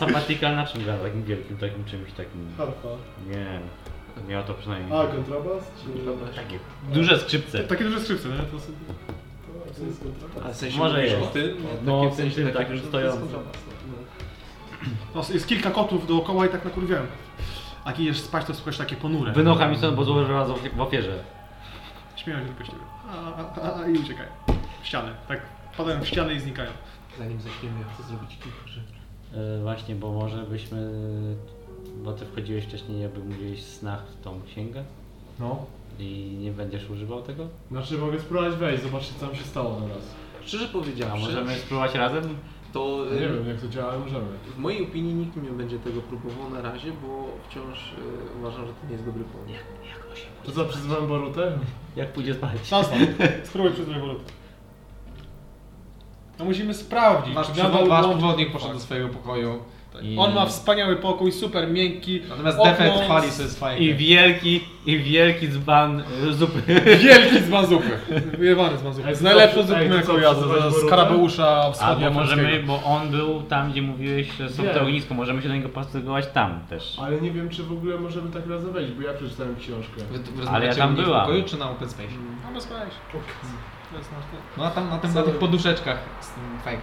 Speaker 2: sabbatical na czym gra? Takim wielkim, takim czymś takim.
Speaker 5: Harpa.
Speaker 2: Nie, miało to przynajmniej.
Speaker 5: A, kontrabas? Kontrabas.
Speaker 2: Takie duże skrzypce.
Speaker 6: Takie duże skrzypce, nie? To są...
Speaker 5: To jest kontrabas.
Speaker 4: A w sensie
Speaker 2: Może
Speaker 4: mówisz
Speaker 2: jest.
Speaker 4: o tym? O
Speaker 2: No,
Speaker 4: takim
Speaker 2: w sensie
Speaker 4: takim,
Speaker 2: takim,
Speaker 4: że
Speaker 2: że
Speaker 4: to jest
Speaker 2: stojący.
Speaker 4: kontrabas,
Speaker 6: tak.
Speaker 4: no.
Speaker 6: No, jest kilka kotów dookoła i tak nakurwiałem. A kiedy idziesz spać, to słyszysz takie ponure.
Speaker 2: Wynocha mi stąd, bo złożyła w ofierze.
Speaker 6: Śmieją się tylko z ciebie. A, a, a, a, I uciekają. W ścianę. Tak padają w ścianę i znikają.
Speaker 4: Zanim zaczniemy, ja chcę zrobić kilka rzeczy.
Speaker 2: E, Właśnie, bo może byśmy... Bo ty wchodziłeś wcześniej, jakby mówiłeś w snach w tą księgę
Speaker 5: No.
Speaker 2: i nie będziesz używał tego?
Speaker 5: Znaczy mogę spróbować wejść, zobaczyć co mi się stało na raz.
Speaker 4: Szczerze
Speaker 2: A
Speaker 4: powiedziawszy,
Speaker 2: możemy spróbować razem?
Speaker 4: to
Speaker 5: No Nie
Speaker 4: y,
Speaker 5: wiem jak to działa, ale możemy.
Speaker 4: w mojej opinii nikt nie będzie tego próbował na razie, bo wciąż y, uważam, że to nie jest dobry pomysł.
Speaker 5: To co, przyzywam Borutę?
Speaker 2: Jak pójdzie spać?
Speaker 6: Zastan. (laughs) Spróbuj przez rewolucję. No musimy sprawdzić,
Speaker 1: Wasz,
Speaker 6: czy
Speaker 1: przewod,
Speaker 6: nadal
Speaker 1: wasz
Speaker 6: łączy-
Speaker 1: przewodnik poszedł
Speaker 6: Tak.
Speaker 1: do swojego pokoju. I...
Speaker 6: On ma wspaniały pokój, super miękki.
Speaker 1: Natomiast
Speaker 6: okno
Speaker 1: Defet chwali
Speaker 6: z-
Speaker 1: sobie swoje.
Speaker 2: I wielki i wielki dzban y, (laughs) zupy.
Speaker 6: Wielki z
Speaker 1: (laughs)
Speaker 6: mazupy. Wyjewany z mazupy.
Speaker 5: Ej,
Speaker 6: Z
Speaker 5: to
Speaker 6: najlepszą
Speaker 5: dobrze, ej,
Speaker 6: zupą
Speaker 5: to
Speaker 6: jaką
Speaker 5: co,
Speaker 6: jadłem.
Speaker 5: przyznać
Speaker 6: Z
Speaker 5: Borówę?
Speaker 6: karabeusza
Speaker 2: Albo
Speaker 6: wschodnia
Speaker 2: możemy, bo on był tam, gdzie mówiłeś, że są
Speaker 5: Nie.
Speaker 2: te ognisko, możemy się do niego postogować tam też.
Speaker 5: Ale nie wiem, czy w ogóle możemy tak razem wejść, bo ja przeczytałem książkę.
Speaker 1: Wy, wy
Speaker 2: Ale ja
Speaker 1: rozmawiacie
Speaker 2: tam
Speaker 1: u mnie w
Speaker 2: byłam.
Speaker 1: pokoju czy na open space?
Speaker 6: No słuchajcie, to jest nasz
Speaker 1: No a tam na, tym,
Speaker 4: Co?
Speaker 1: na tych poduszeczkach z tym fajką,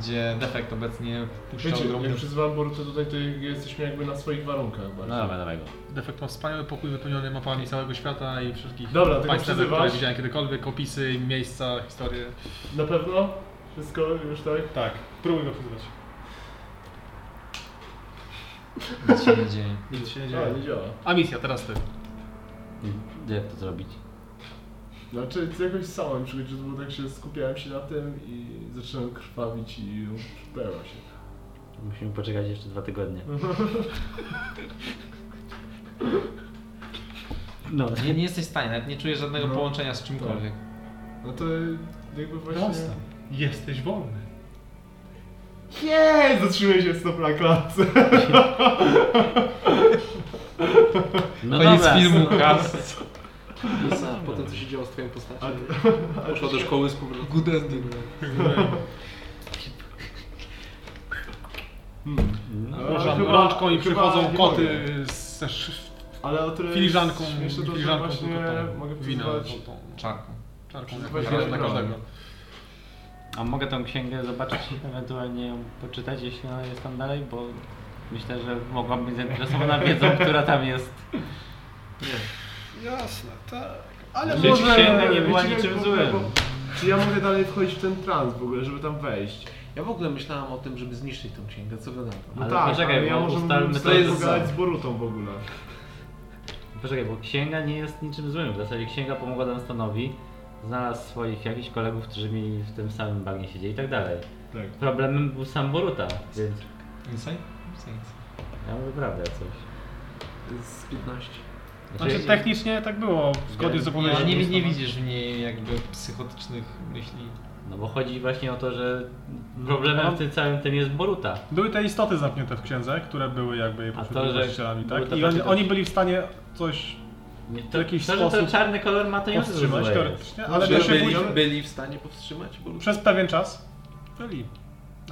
Speaker 1: gdzie defekt obecnie puszcza
Speaker 5: Wiecie,
Speaker 1: ogromny...
Speaker 5: jak przyzywam Boruto tutaj, to jesteśmy jakby na swoich warunkach bardzo.
Speaker 2: No dobra, dawaj go.
Speaker 6: Defekt ma wspaniały pokój wypełniony mapami całego świata i wszystkich
Speaker 5: Dobra, tylko
Speaker 6: państw,
Speaker 5: przyzywasz?
Speaker 6: które widziałem kiedykolwiek, opisy, miejsca, historie.
Speaker 5: Na pewno? Wszystko już tak?
Speaker 6: Tak, próbuj go przyzywać.
Speaker 1: Nic się nie dzieje.
Speaker 6: Nic się nie
Speaker 5: A,
Speaker 6: dzieje.
Speaker 5: nie działa.
Speaker 6: A misja, teraz ty.
Speaker 2: Jak to zrobić?
Speaker 5: Znaczy, ty jakoś samym przychodzi, bo tak się skupiałem się na tym i zacząłem krwawić i pełniał się.
Speaker 2: Musimy poczekać jeszcze dwa tygodnie. No,
Speaker 1: Nie, nie jesteś w stanie, nawet nie czujesz żadnego
Speaker 5: No.
Speaker 1: połączenia z czymkolwiek.
Speaker 5: No to jakby właśnie...
Speaker 6: Proste. Jesteś wolny.
Speaker 5: Nie, zatrzymaj się stop na
Speaker 2: (laughs)
Speaker 5: klatce.
Speaker 2: no
Speaker 1: Koniec
Speaker 2: dobra.
Speaker 1: filmu, kas.
Speaker 4: Lisa, po tym co się działo z twoją postacią.
Speaker 5: A-
Speaker 4: (laughs) Poszła do szkoły z powrotem. Good ending.
Speaker 5: Hmm.
Speaker 2: No,
Speaker 5: No,
Speaker 6: Proszę,
Speaker 5: chyba-
Speaker 6: rączką i
Speaker 5: chyba
Speaker 6: przychodzą
Speaker 5: nie
Speaker 6: koty
Speaker 5: mogę.
Speaker 6: z też
Speaker 5: Ale o tyle
Speaker 6: filiżanką,
Speaker 5: śmieszne to, że
Speaker 6: filiżanką
Speaker 5: właśnie
Speaker 6: tylko tą
Speaker 5: mogę
Speaker 6: wina,
Speaker 5: przyzwać...
Speaker 6: tą- tą
Speaker 1: Czarku.
Speaker 6: czarką
Speaker 5: przyzwać
Speaker 6: jakąś na
Speaker 5: wiele
Speaker 6: każdego.
Speaker 5: broni.
Speaker 2: A mogę tą księgę zobaczyć, ewentualnie ją poczytać, jeśli ona jest tam dalej, bo myślę, że mogłam być zainteresowana (laughs) wiedzą, która tam jest.
Speaker 6: Jasne, tak.
Speaker 5: Ale
Speaker 2: Żyć
Speaker 5: może...
Speaker 2: księga nie była
Speaker 5: wiecie,
Speaker 2: niczym
Speaker 5: bo-
Speaker 2: złym.
Speaker 5: bo- Czy ja mogę dalej wchodzić w ten trans w ogóle, żeby tam wejść?
Speaker 4: Ja w ogóle myślałem o tym, żeby zniszczyć tą księgę, co wy na to?
Speaker 5: No
Speaker 2: Ale
Speaker 5: tak,
Speaker 2: poczekaj,
Speaker 5: ale ja
Speaker 2: bo
Speaker 5: może
Speaker 2: ustalmy,
Speaker 5: mógłbym
Speaker 2: to
Speaker 5: sobie
Speaker 2: jest
Speaker 5: pogadać
Speaker 2: za.
Speaker 5: z Borutą w ogóle.
Speaker 2: Poczekaj, bo księga nie jest niczym złym. W zasadzie księga pomogła Dunstanowi, znalazł swoich jakichś kolegów, którzy mieli w tym samym bagnie siedzieć i tak dalej.
Speaker 5: Tak.
Speaker 2: Problemem był sam Boruta, więc
Speaker 1: Inside? Inside.
Speaker 2: ja mówię prawdę coś.
Speaker 4: Z 15.
Speaker 9: Znaczy technicznie tak było, zgodnie z
Speaker 1: Ale
Speaker 9: opowieścią.
Speaker 1: nie, nie
Speaker 9: Dunstana.
Speaker 1: widzisz w niej jakby psychotycznych myśli.
Speaker 2: No bo chodzi właśnie o to, że problemem w tym całym tym jest Boruta.
Speaker 6: Były te istoty zamknięte w księdze, które były jakby jej
Speaker 2: A
Speaker 6: poprzednimi
Speaker 2: to, że
Speaker 6: właścicielami,
Speaker 2: były
Speaker 6: tak?
Speaker 2: te
Speaker 6: I oni,
Speaker 2: takie-
Speaker 6: oni byli w stanie coś
Speaker 2: Nie, to,
Speaker 6: W jakiś
Speaker 2: to, że ten
Speaker 6: sposób
Speaker 2: czarny kolor ma to nie jest
Speaker 6: powstrzymać
Speaker 2: złe.
Speaker 6: teoretycznie, ale
Speaker 4: Ale
Speaker 6: to się
Speaker 4: Znaczy, byli,
Speaker 6: później,
Speaker 4: byli w stanie powstrzymać? Bo
Speaker 6: przez pewien czas byli.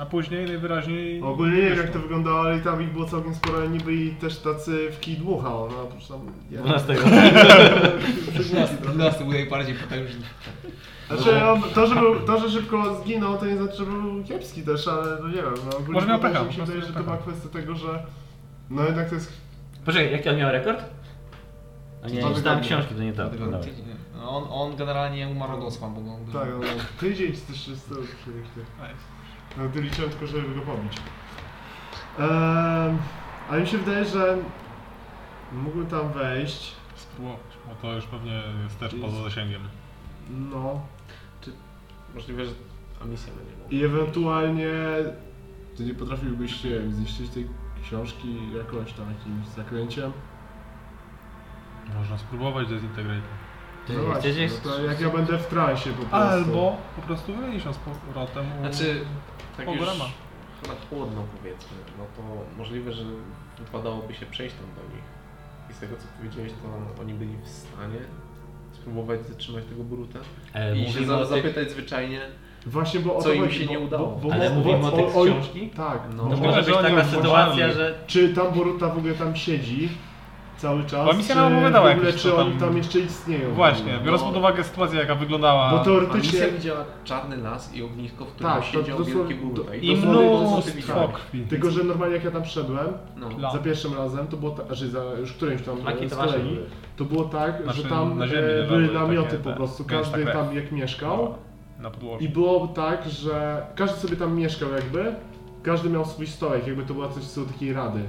Speaker 6: A później najwyraźniej...
Speaker 5: Ogólnie nie wiem jak
Speaker 6: wyszło.
Speaker 5: to wyglądało, ale i tam ich było całkiem sporo, ale nie byli też tacy w kij dmucha, ona oprócz tam... Ja.
Speaker 2: 12.
Speaker 1: Nas tutaj bardziej potężny.
Speaker 5: Znaczy, on, to, że był, to, że szybko zginął, to nie znaczy, że był kiepski też, ale no nie wiem, no ogólnie
Speaker 6: Może miał
Speaker 5: to też
Speaker 6: pecha,
Speaker 5: mi się
Speaker 6: po prostu
Speaker 5: wydaje,
Speaker 6: miał
Speaker 5: że to
Speaker 6: pecha.
Speaker 5: była kwestia tego, że no jednak to jest...
Speaker 2: Poczekaj, jaki on miał rekord? A nie,
Speaker 5: Dwa
Speaker 2: czytałem
Speaker 5: tygodnie.
Speaker 2: książki, to nie to. No dobra.
Speaker 1: On, on generalnie umarł od osła, bo go...
Speaker 5: tak, no, tydzień czy też jest to No ty liczyłem tylko, żeby go pobić. Ehm, ale mi się wydaje, że mógłbym tam wejść,
Speaker 6: Spróbować, bo to już pewnie jest też poza zasięgiem.
Speaker 5: no
Speaker 4: Możliwe, że misja będzie mogła.
Speaker 5: i ewentualnie... Ty nie potrafiłbyś, nie wiem, zniszczyć tej książki jakoś tam jakimś zakręciem?
Speaker 6: Można spróbować dezintegrate.
Speaker 2: Ty,
Speaker 5: No właśnie,
Speaker 2: jesteś-
Speaker 5: no to jak ja będę w transie po prostu.
Speaker 6: Albo po prostu wyjść ją z powrotem. u-
Speaker 4: Znaczy, tak
Speaker 6: O,
Speaker 4: już
Speaker 6: brama.
Speaker 4: na chłodno powiedzmy, no to możliwe, że wypadałoby się przejść tam do nich. I z tego co powiedziałeś, to oni byli w stanie spróbować zatrzymać tego bruta
Speaker 2: E,
Speaker 4: i się
Speaker 2: mówimy
Speaker 4: za,
Speaker 2: o tych...
Speaker 4: zapytać zwyczajnie.
Speaker 5: Właśnie, bo o
Speaker 4: Co
Speaker 5: to
Speaker 4: im
Speaker 5: chodzi,
Speaker 4: się
Speaker 5: bo-
Speaker 4: nie udało.
Speaker 5: Bo, bo,
Speaker 2: Ale
Speaker 5: bo,
Speaker 2: mówimy o
Speaker 5: bo-
Speaker 2: tych
Speaker 5: oj-
Speaker 2: książki?
Speaker 5: Tak.
Speaker 4: No.
Speaker 2: To
Speaker 4: No
Speaker 2: może być
Speaker 6: że oni
Speaker 2: taka
Speaker 6: ją
Speaker 2: sytuacja,
Speaker 6: włączali.
Speaker 2: że...
Speaker 5: Czy tam Boruta w ogóle tam siedzi cały czas?
Speaker 6: Bo mi się
Speaker 5: czy
Speaker 6: nam opowiadała
Speaker 5: w ogóle,
Speaker 6: jakieś,
Speaker 5: czy
Speaker 6: co
Speaker 5: oni
Speaker 6: no, tam-
Speaker 5: tam jeszcze istnieją?
Speaker 6: Właśnie,
Speaker 5: No.
Speaker 6: biorąc pod uwagę sytuację jaka wyglądała...
Speaker 5: Bo
Speaker 4: A misja
Speaker 5: teoretycznie...
Speaker 4: widziała czarny las i ognisko, w którym
Speaker 5: Tak, to-
Speaker 4: siedział
Speaker 5: to są-
Speaker 4: wielki
Speaker 5: to-
Speaker 4: bruta.
Speaker 6: I
Speaker 4: to są- to są
Speaker 6: mnóstwo
Speaker 4: sygnał.
Speaker 6: krwi.
Speaker 5: Tylko, że normalnie jak ja tam wszedłem,
Speaker 4: No.
Speaker 6: Dla-
Speaker 5: za pierwszym razem, to było tak, znaczy za już którymś tam
Speaker 2: Flaki
Speaker 5: e, z
Speaker 2: to wasze
Speaker 5: kolei,
Speaker 2: były.
Speaker 5: to było tak,
Speaker 6: Znaczy,
Speaker 5: że tam
Speaker 6: na ziemi
Speaker 5: e,
Speaker 6: leżały
Speaker 5: były
Speaker 6: takie
Speaker 5: namioty po
Speaker 6: te-
Speaker 5: prostu,
Speaker 6: gęsta
Speaker 5: każdy
Speaker 6: krew.
Speaker 5: tam jak mieszkał,
Speaker 6: Na podłożu.
Speaker 5: I było tak, że każdy sobie tam mieszkał jakby, każdy miał swój stołek, jakby to była coś z takiej rady.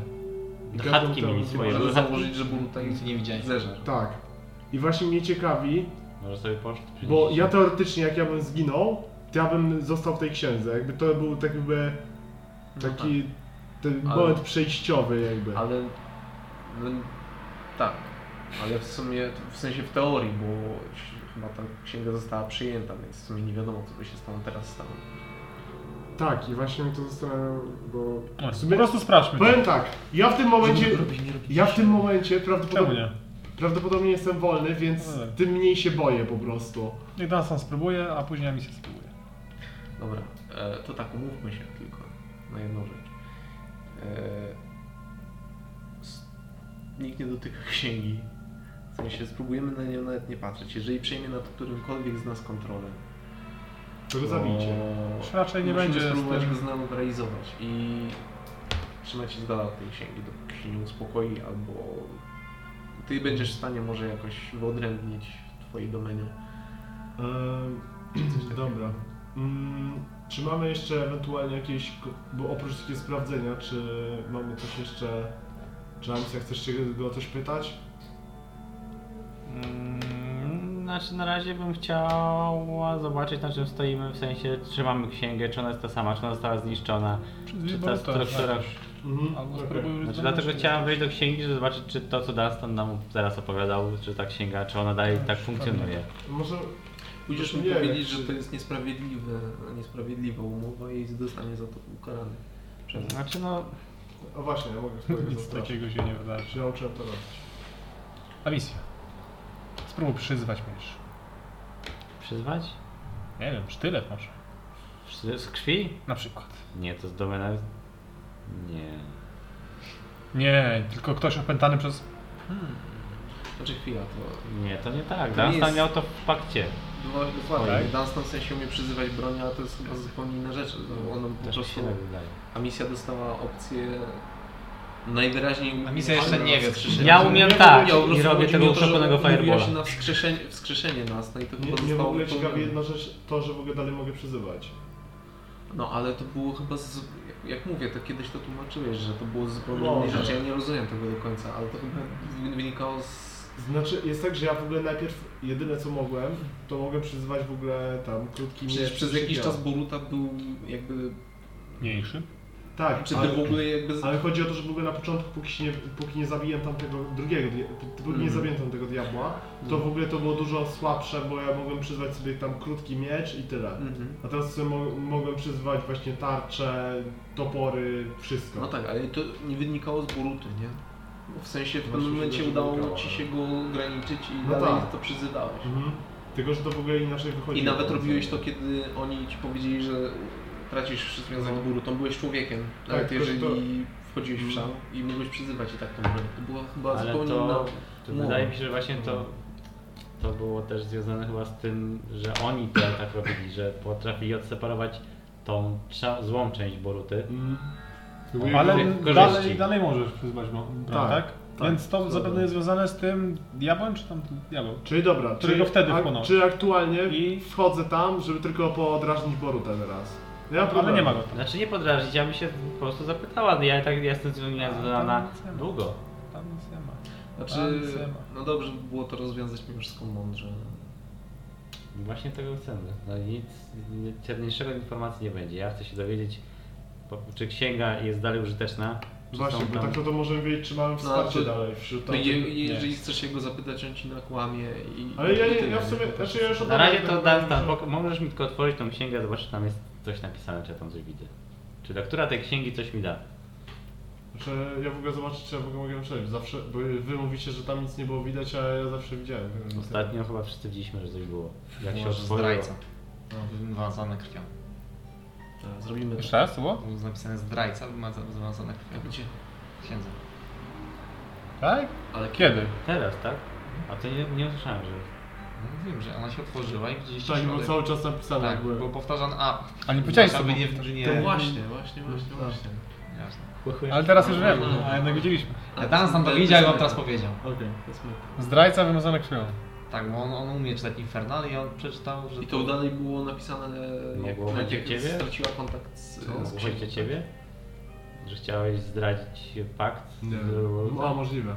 Speaker 5: I każdy
Speaker 2: Chatki
Speaker 5: tam-
Speaker 2: mieli swoje.
Speaker 4: Możemy założyć, że bruta
Speaker 1: Nic nie widziałem.
Speaker 4: zeżar.
Speaker 5: Tak. I właśnie mnie ciekawi,
Speaker 2: Może sobie poszedł.
Speaker 5: bo ja teoretycznie jak ja bym zginął, to ja bym został w tej księdze. Jakby to był tak jakby taki ten
Speaker 4: Ale-
Speaker 5: moment przejściowy jakby.
Speaker 4: Ale. No, tak. Ale w sumie, w sensie w teorii, bo chyba ta księga została przyjęta, więc w sumie nie wiadomo, co by się stało teraz stało.
Speaker 5: Tak, i właśnie mnie to zastanawiam, bo...
Speaker 6: Po prostu sprawdźmy.
Speaker 5: Powiem tak, ja w tym momencie,
Speaker 4: Robię, nie robię.
Speaker 5: ja w tym momencie
Speaker 6: Czemu
Speaker 5: prawdopodobnie...
Speaker 6: nie?
Speaker 5: Prawdopodobnie jestem wolny, więc
Speaker 9: No tak.
Speaker 5: tym mniej się boję po prostu.
Speaker 9: Niech Dunstan spróbuje, a później misję spróbuje.
Speaker 4: Dobra, e, to tak, umówmy się tylko na jedną rzecz. E, s- Nikt nie dotyka (laughs) księgi. W sensie spróbujemy na nią nawet nie patrzeć. Jeżeli przejmie nad którymkolwiek z nas kontrolę,
Speaker 5: To
Speaker 9: No.
Speaker 5: go zabijcie.
Speaker 9: Już raczej nie
Speaker 4: musimy
Speaker 9: będzie z
Speaker 4: spróbować
Speaker 9: tym-
Speaker 4: go zneutralizować i trzymać się z dala od tej księgi, dopóki się nie uspokoi albo ty będziesz w stanie może jakoś wyodrębnić w twojej domenie.
Speaker 5: Ehm, (clears throat) dobra. Mm, czy mamy jeszcze ewentualnie jakieś, ko- bo oprócz takiego sprawdzenia, czy mamy coś jeszcze, czy Amicia chcesz się go o coś pytać?
Speaker 2: Mm, Znaczy na razie bym chciała zobaczyć na czym stoimy, w sensie czy mamy księgę, czy ona jest ta sama, czy ona została zniszczona, czy ta
Speaker 9: wyboru też,
Speaker 2: struktura...
Speaker 5: Mhm.
Speaker 9: Albo
Speaker 5: okej.
Speaker 9: spróbuj już
Speaker 2: Znaczy
Speaker 9: zdolności.
Speaker 2: dlatego chciałem wejść do księgi, żeby zobaczyć czy to co Dunstan nam zaraz opowiadał, czy ta księga, czy ona dalej tak funkcjonuje.
Speaker 5: Może
Speaker 4: Pójdziesz mu
Speaker 5: Nie,
Speaker 4: powiedzieć,
Speaker 5: jak-
Speaker 4: że to jest niesprawiedliwe, niesprawiedliwa umowa i dostanie za to ukarany. Przez
Speaker 2: Znaczy no,
Speaker 5: A właśnie, ja mogę swojego
Speaker 9: (laughs) Nic
Speaker 5: zaprosić.
Speaker 9: takiego się nie wydarzy.
Speaker 5: Się nauczyłem to robić.
Speaker 9: A misja. Spróbuj przyzwać mnie już.
Speaker 2: przyzwać?
Speaker 9: Nie wiem, sztylet może.
Speaker 2: Przy- Z krwi?
Speaker 9: Na przykład.
Speaker 2: Nie, to z domena... Nie...
Speaker 9: Nie, tylko ktoś opętany przez...
Speaker 4: Znaczy chwila, to
Speaker 2: Nie, to nie tak.
Speaker 4: To nie
Speaker 2: Dunstan
Speaker 4: jest-
Speaker 2: miał to w pakcie.
Speaker 4: No, dokładnie.
Speaker 2: Tak?
Speaker 4: Dunstan w sensie umie przyzywać broni, ale to jest chyba zupełnie inna rzecz. No, Ono po
Speaker 2: Też mi
Speaker 4: prostu...
Speaker 2: się tak wydaje.
Speaker 4: A misja dostała opcję najwyraźniej...
Speaker 1: A misja jeszcze nie wie,
Speaker 4: wskrzeszenia.
Speaker 2: Ja umiem
Speaker 4: Nie,
Speaker 2: tak
Speaker 4: nie, po prostu
Speaker 2: i robię
Speaker 4: chodzi
Speaker 2: tego
Speaker 4: mi o to, że
Speaker 2: uszczoponego
Speaker 4: umówiła
Speaker 2: firebola.
Speaker 4: się na wskrzeszenie, wskrzeszenie nas, no i to chyba
Speaker 5: Nie, mnie w
Speaker 4: zostało...
Speaker 5: ogóle ciekawi
Speaker 4: wypełnione.
Speaker 5: jedna rzecz, to, że w ogóle dalej mogę przyzywać.
Speaker 4: No ale to było chyba z... Jak mówię, to kiedyś to tłumaczyłeś, że to było zupełnie
Speaker 5: Może.
Speaker 4: innej rzeczy. Ja nie rozumiem tego do końca, ale to chyba wynikało z...
Speaker 5: Znaczy, jest tak, że ja w ogóle najpierw, jedyne co mogłem, to mogę przyzywać w ogóle tam krótkimi...
Speaker 4: Przecież przez jakiś czas
Speaker 5: przykiołem.
Speaker 4: Boruta był jakby...
Speaker 9: Mniejszy?
Speaker 5: Tak,
Speaker 4: Czy
Speaker 5: ale-
Speaker 4: ty w ogóle jakby... z-
Speaker 5: Ale chodzi o to, że w ogóle na początku, póki, się nie, póki nie zabiję tamtego drugiego, dia- póki nie
Speaker 4: Mhm.
Speaker 5: zabiję tamtego diabła, to w ogóle to było dużo słabsze, bo ja mogłem przyzwać sobie tam krótki miecz i tyle.
Speaker 4: Mhm.
Speaker 5: A teraz sobie mo mogłem przyzwać właśnie tarcze, topory, wszystko.
Speaker 4: No tak, ale to nie wynikało z Boruty, nie? Bo W sensie w
Speaker 5: No,
Speaker 4: pewnym
Speaker 5: się
Speaker 4: momencie
Speaker 5: wydaje, że
Speaker 4: udało
Speaker 5: wynikało,
Speaker 4: ci
Speaker 5: ale-
Speaker 4: się go ograniczyć i
Speaker 5: No
Speaker 4: dalej
Speaker 5: tak.
Speaker 4: to przyzywałeś.
Speaker 5: Mhm. Tylko, że to w ogóle inaczej wychodzi.
Speaker 4: I nawet robiłeś to, kiedy oni ci powiedzieli, że tracisz związek z Borutą, byłeś człowiekiem.
Speaker 5: No. Tak,
Speaker 4: Nawet
Speaker 5: tylko, że
Speaker 4: jeżeli wchodziłeś w
Speaker 5: Mhm.
Speaker 4: szał i mogłeś przyzywać i tak tą broń. To była chyba
Speaker 2: Ale
Speaker 4: zupełnie
Speaker 2: to-
Speaker 4: inna...
Speaker 2: To
Speaker 4: No.
Speaker 2: wydaje mi się, że właśnie to, to było też związane chyba z tym, że oni to tak robili, że potrafili odseparować tą cza- złą część Boruty.
Speaker 5: Mm.
Speaker 9: Ale
Speaker 2: Korzyści.
Speaker 9: dalej, dalej możesz przyzwać bo,
Speaker 5: Tak,
Speaker 9: tak, tak?
Speaker 5: tak.
Speaker 9: Więc to
Speaker 5: Dobra.
Speaker 9: zapewne jest związane z tym diabłem, czy tam diabeł?
Speaker 5: Czyli dobra,
Speaker 9: Którego
Speaker 5: czyli,
Speaker 9: wtedy
Speaker 5: ak-
Speaker 9: wchłonąłeś.
Speaker 5: Czyli aktualnie
Speaker 9: I-
Speaker 5: wchodzę tam, żeby tylko podrażnić Borutę teraz. Ja
Speaker 9: Ale nie ma go tam.
Speaker 2: Znaczy nie podrażnić, ja bym się po prostu zapytała, ja i tak jestem z nią zadana długo.
Speaker 9: Tam nic nie ma.
Speaker 4: Znaczy,
Speaker 9: Pan Sema.
Speaker 4: no dobrze by było to rozwiązać mimo wszystko mądrze.
Speaker 2: Właśnie tego chcemy. No i nic ciemniejszego informacji nie będzie. Ja chcę się dowiedzieć, po- czy księga jest dalej użyteczna. Czy
Speaker 5: Właśnie,
Speaker 2: są
Speaker 5: bo
Speaker 2: tam-
Speaker 5: tak to, to możemy wiedzieć, czy mamy wsparcie
Speaker 4: to-
Speaker 5: dalej wśród
Speaker 4: To
Speaker 5: tamtych-
Speaker 4: No je, jeżeli chcesz się go zapytać, on ci nakłamie i...
Speaker 5: Ale ja,
Speaker 4: i
Speaker 5: ja,
Speaker 4: tyle,
Speaker 5: ja w
Speaker 4: nie?
Speaker 5: sumie, znaczy ja już
Speaker 2: Na razie to
Speaker 5: obawiam,
Speaker 2: Dunstan, pok- możesz mi tylko otworzyć tą księgę, zobaczyć, czy tam jest coś napisane, czy ja tam coś widzę. Czy lektura tej księgi coś mi da.
Speaker 5: Że ja w ogóle zobaczę, czy ja w ogóle mogę przejść. Zawsze, bo wy mówicie, że tam nic nie było widać, a ja zawsze widziałem.
Speaker 2: Ostatnio chyba wszyscy widzieliśmy, że coś było. Jak się
Speaker 1: Może
Speaker 2: otworzyło.
Speaker 1: zdrajca. No, wymazane krwią.
Speaker 4: Tak, Zrobimy to.
Speaker 9: Jeszcze raz, co było?
Speaker 1: Tam Jest napisane zdrajca, wymaza- wymazane krwią.
Speaker 4: Gdzie?
Speaker 1: Księdza.
Speaker 9: Tak?
Speaker 4: Ale
Speaker 9: Kiedy?
Speaker 2: Teraz, tak? A to nie, nie usłyszałem, że...
Speaker 1: No, wiem, że ona się otworzyła i widzieliście
Speaker 5: Tak, bo
Speaker 1: środek.
Speaker 5: cały czas napisane
Speaker 1: Tak,
Speaker 5: jak były.
Speaker 1: bo powtarzane, a...
Speaker 9: A
Speaker 2: No,
Speaker 9: nie powiedziałeś
Speaker 1: Aby nie,
Speaker 9: sobie.
Speaker 1: nie...
Speaker 4: To właśnie, właśnie, właśnie,
Speaker 5: No.
Speaker 4: właśnie.
Speaker 1: Jasne.
Speaker 9: Ale teraz już wiem,
Speaker 2: Mm.
Speaker 9: a jednak widzieliśmy.
Speaker 1: Ja Dan tam to wiedział i on teraz powiedział.
Speaker 5: Okej.
Speaker 4: To jest meta.
Speaker 9: Zdrajca wymazany krwią.
Speaker 1: Tak, bo on, on umie czytać Infernal i on przeczytał, że
Speaker 4: I to dalej było napisane, jak
Speaker 2: Mogło
Speaker 4: Nadia
Speaker 2: być jak ciebie?
Speaker 4: straciła kontakt z, z
Speaker 2: Słuchajcie ciebie? Że chciałeś zdradzić pakt?
Speaker 5: Nie
Speaker 2: z
Speaker 5: wiem. A, możliwe.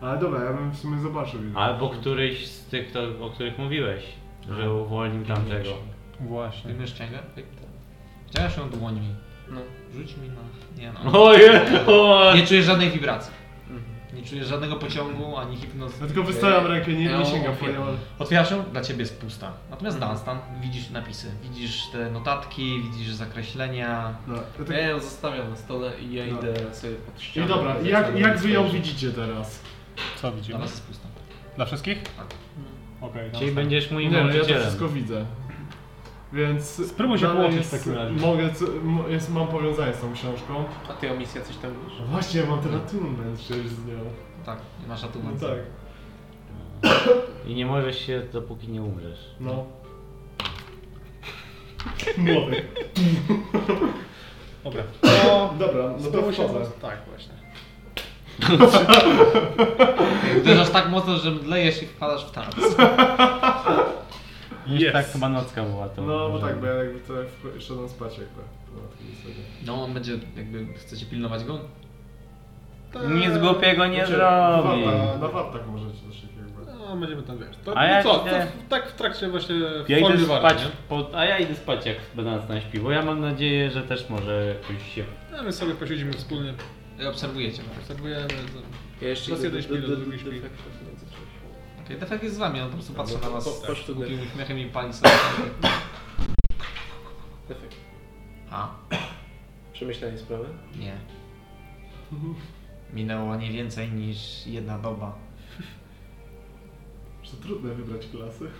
Speaker 5: Ale dobra, ja bym w sumie zobaczył.
Speaker 2: Albo któryś z tych, to, o których mówiłeś, że uwolnił tamtego. (laughs)
Speaker 9: Właśnie.
Speaker 1: Wymiesz księgę? Chciałeś ją dłońmi.
Speaker 4: No.
Speaker 1: Rzuć mi na... Nie
Speaker 2: (laughs)
Speaker 1: no.
Speaker 2: Oje! o!
Speaker 1: Nie czujesz żadnej wibracji.
Speaker 4: Mhm.
Speaker 1: Nie czujesz żadnego pociągu, ani hipnozy.
Speaker 5: Ja tylko wystawiam rękę, nie, nie
Speaker 1: Ja
Speaker 5: sięgam
Speaker 1: mam
Speaker 5: po nią. ale-
Speaker 1: Otwierasz ją, dla ciebie jest pusta. Natomiast Dunstan, widzisz napisy, widzisz te notatki, widzisz zakreślenia.
Speaker 5: No, ja
Speaker 4: Ja
Speaker 5: tak...
Speaker 4: ją zostawiam na stole i ja
Speaker 5: No.
Speaker 4: idę sobie pod ścianę.
Speaker 5: I dobra, i jak,
Speaker 4: Zaczynam
Speaker 5: jak wy ją
Speaker 4: spojrzeć.
Speaker 5: widzicie teraz?
Speaker 6: Co
Speaker 1: Dla
Speaker 6: widzimy?
Speaker 1: was jest pusto.
Speaker 6: Dla wszystkich?
Speaker 1: Tak.
Speaker 6: Okej.
Speaker 2: Czyli
Speaker 6: no,
Speaker 2: będziesz mój
Speaker 5: Nie, no ja to
Speaker 2: nauczycielem.
Speaker 5: wszystko widzę. Więc.
Speaker 6: Spróbuj się
Speaker 5: dalej
Speaker 6: połączyć
Speaker 5: jest-
Speaker 6: w takim razie.
Speaker 5: Mogę, co- m- jest, mam powiązanie z tą książką.
Speaker 4: A ty o misję coś tam wiesz?
Speaker 5: No właśnie, ja mam ten atunement przecież z nią.
Speaker 1: Tak, masz
Speaker 5: No
Speaker 1: atument.
Speaker 5: tak,
Speaker 2: I nie możesz się, dopóki nie umrzesz.
Speaker 6: (laughs)
Speaker 5: no. Młody.
Speaker 6: Dobra.
Speaker 5: No, dobra, no to
Speaker 6: Spróbuj się...
Speaker 5: wchodzę.
Speaker 6: Tak, właśnie.
Speaker 1: Uderzasz tak mocno, że mdlejesz i wpadasz w tarc.
Speaker 2: Jest. Tak chyba nocka była to.
Speaker 5: No, bo
Speaker 2: że-
Speaker 5: tak, bo ja jakby to w- szedłem spać jakby. No, tak mi sobie.
Speaker 1: No on będzie jakby, chcecie pilnować go?
Speaker 2: Nic głupiego nie
Speaker 5: Znaczy,
Speaker 2: zrobi.
Speaker 5: warta- Na wartach możecie też tak jakby.
Speaker 6: No, będziemy tam wiesz. To,
Speaker 2: A ja
Speaker 6: no co,
Speaker 2: idę-
Speaker 6: to, w- tak w trakcie właśnie
Speaker 2: Ja
Speaker 6: formy
Speaker 2: idę
Speaker 6: walki,
Speaker 2: spać,
Speaker 6: nie?
Speaker 2: po, a ja idę spać jak będę nas na śpi, bo ja mam nadzieję, że też może jakoś się...
Speaker 6: No, my sobie posiedzimy wspólnie,
Speaker 1: I obserwujecie go.
Speaker 6: obserwujemy.
Speaker 4: Ja jeszcze
Speaker 6: Raz
Speaker 4: idę
Speaker 6: jeden śpi,
Speaker 4: do-
Speaker 6: raz
Speaker 4: do-
Speaker 6: drugi
Speaker 4: do-
Speaker 6: śpi.
Speaker 4: defektu w międzyczasie.
Speaker 1: Okej, defekt jest z wami, on po prostu patrzy na was
Speaker 4: No
Speaker 1: tak,
Speaker 4: Po- po
Speaker 1: z
Speaker 4: sztuce.
Speaker 1: takim uśmiechem i pali sobie.
Speaker 4: Defekt.
Speaker 1: A,
Speaker 4: Przemyślenie sprawy?
Speaker 1: nie. Minęło nie więcej niż jedna doba.
Speaker 5: Czy to trudne wybrać klasy?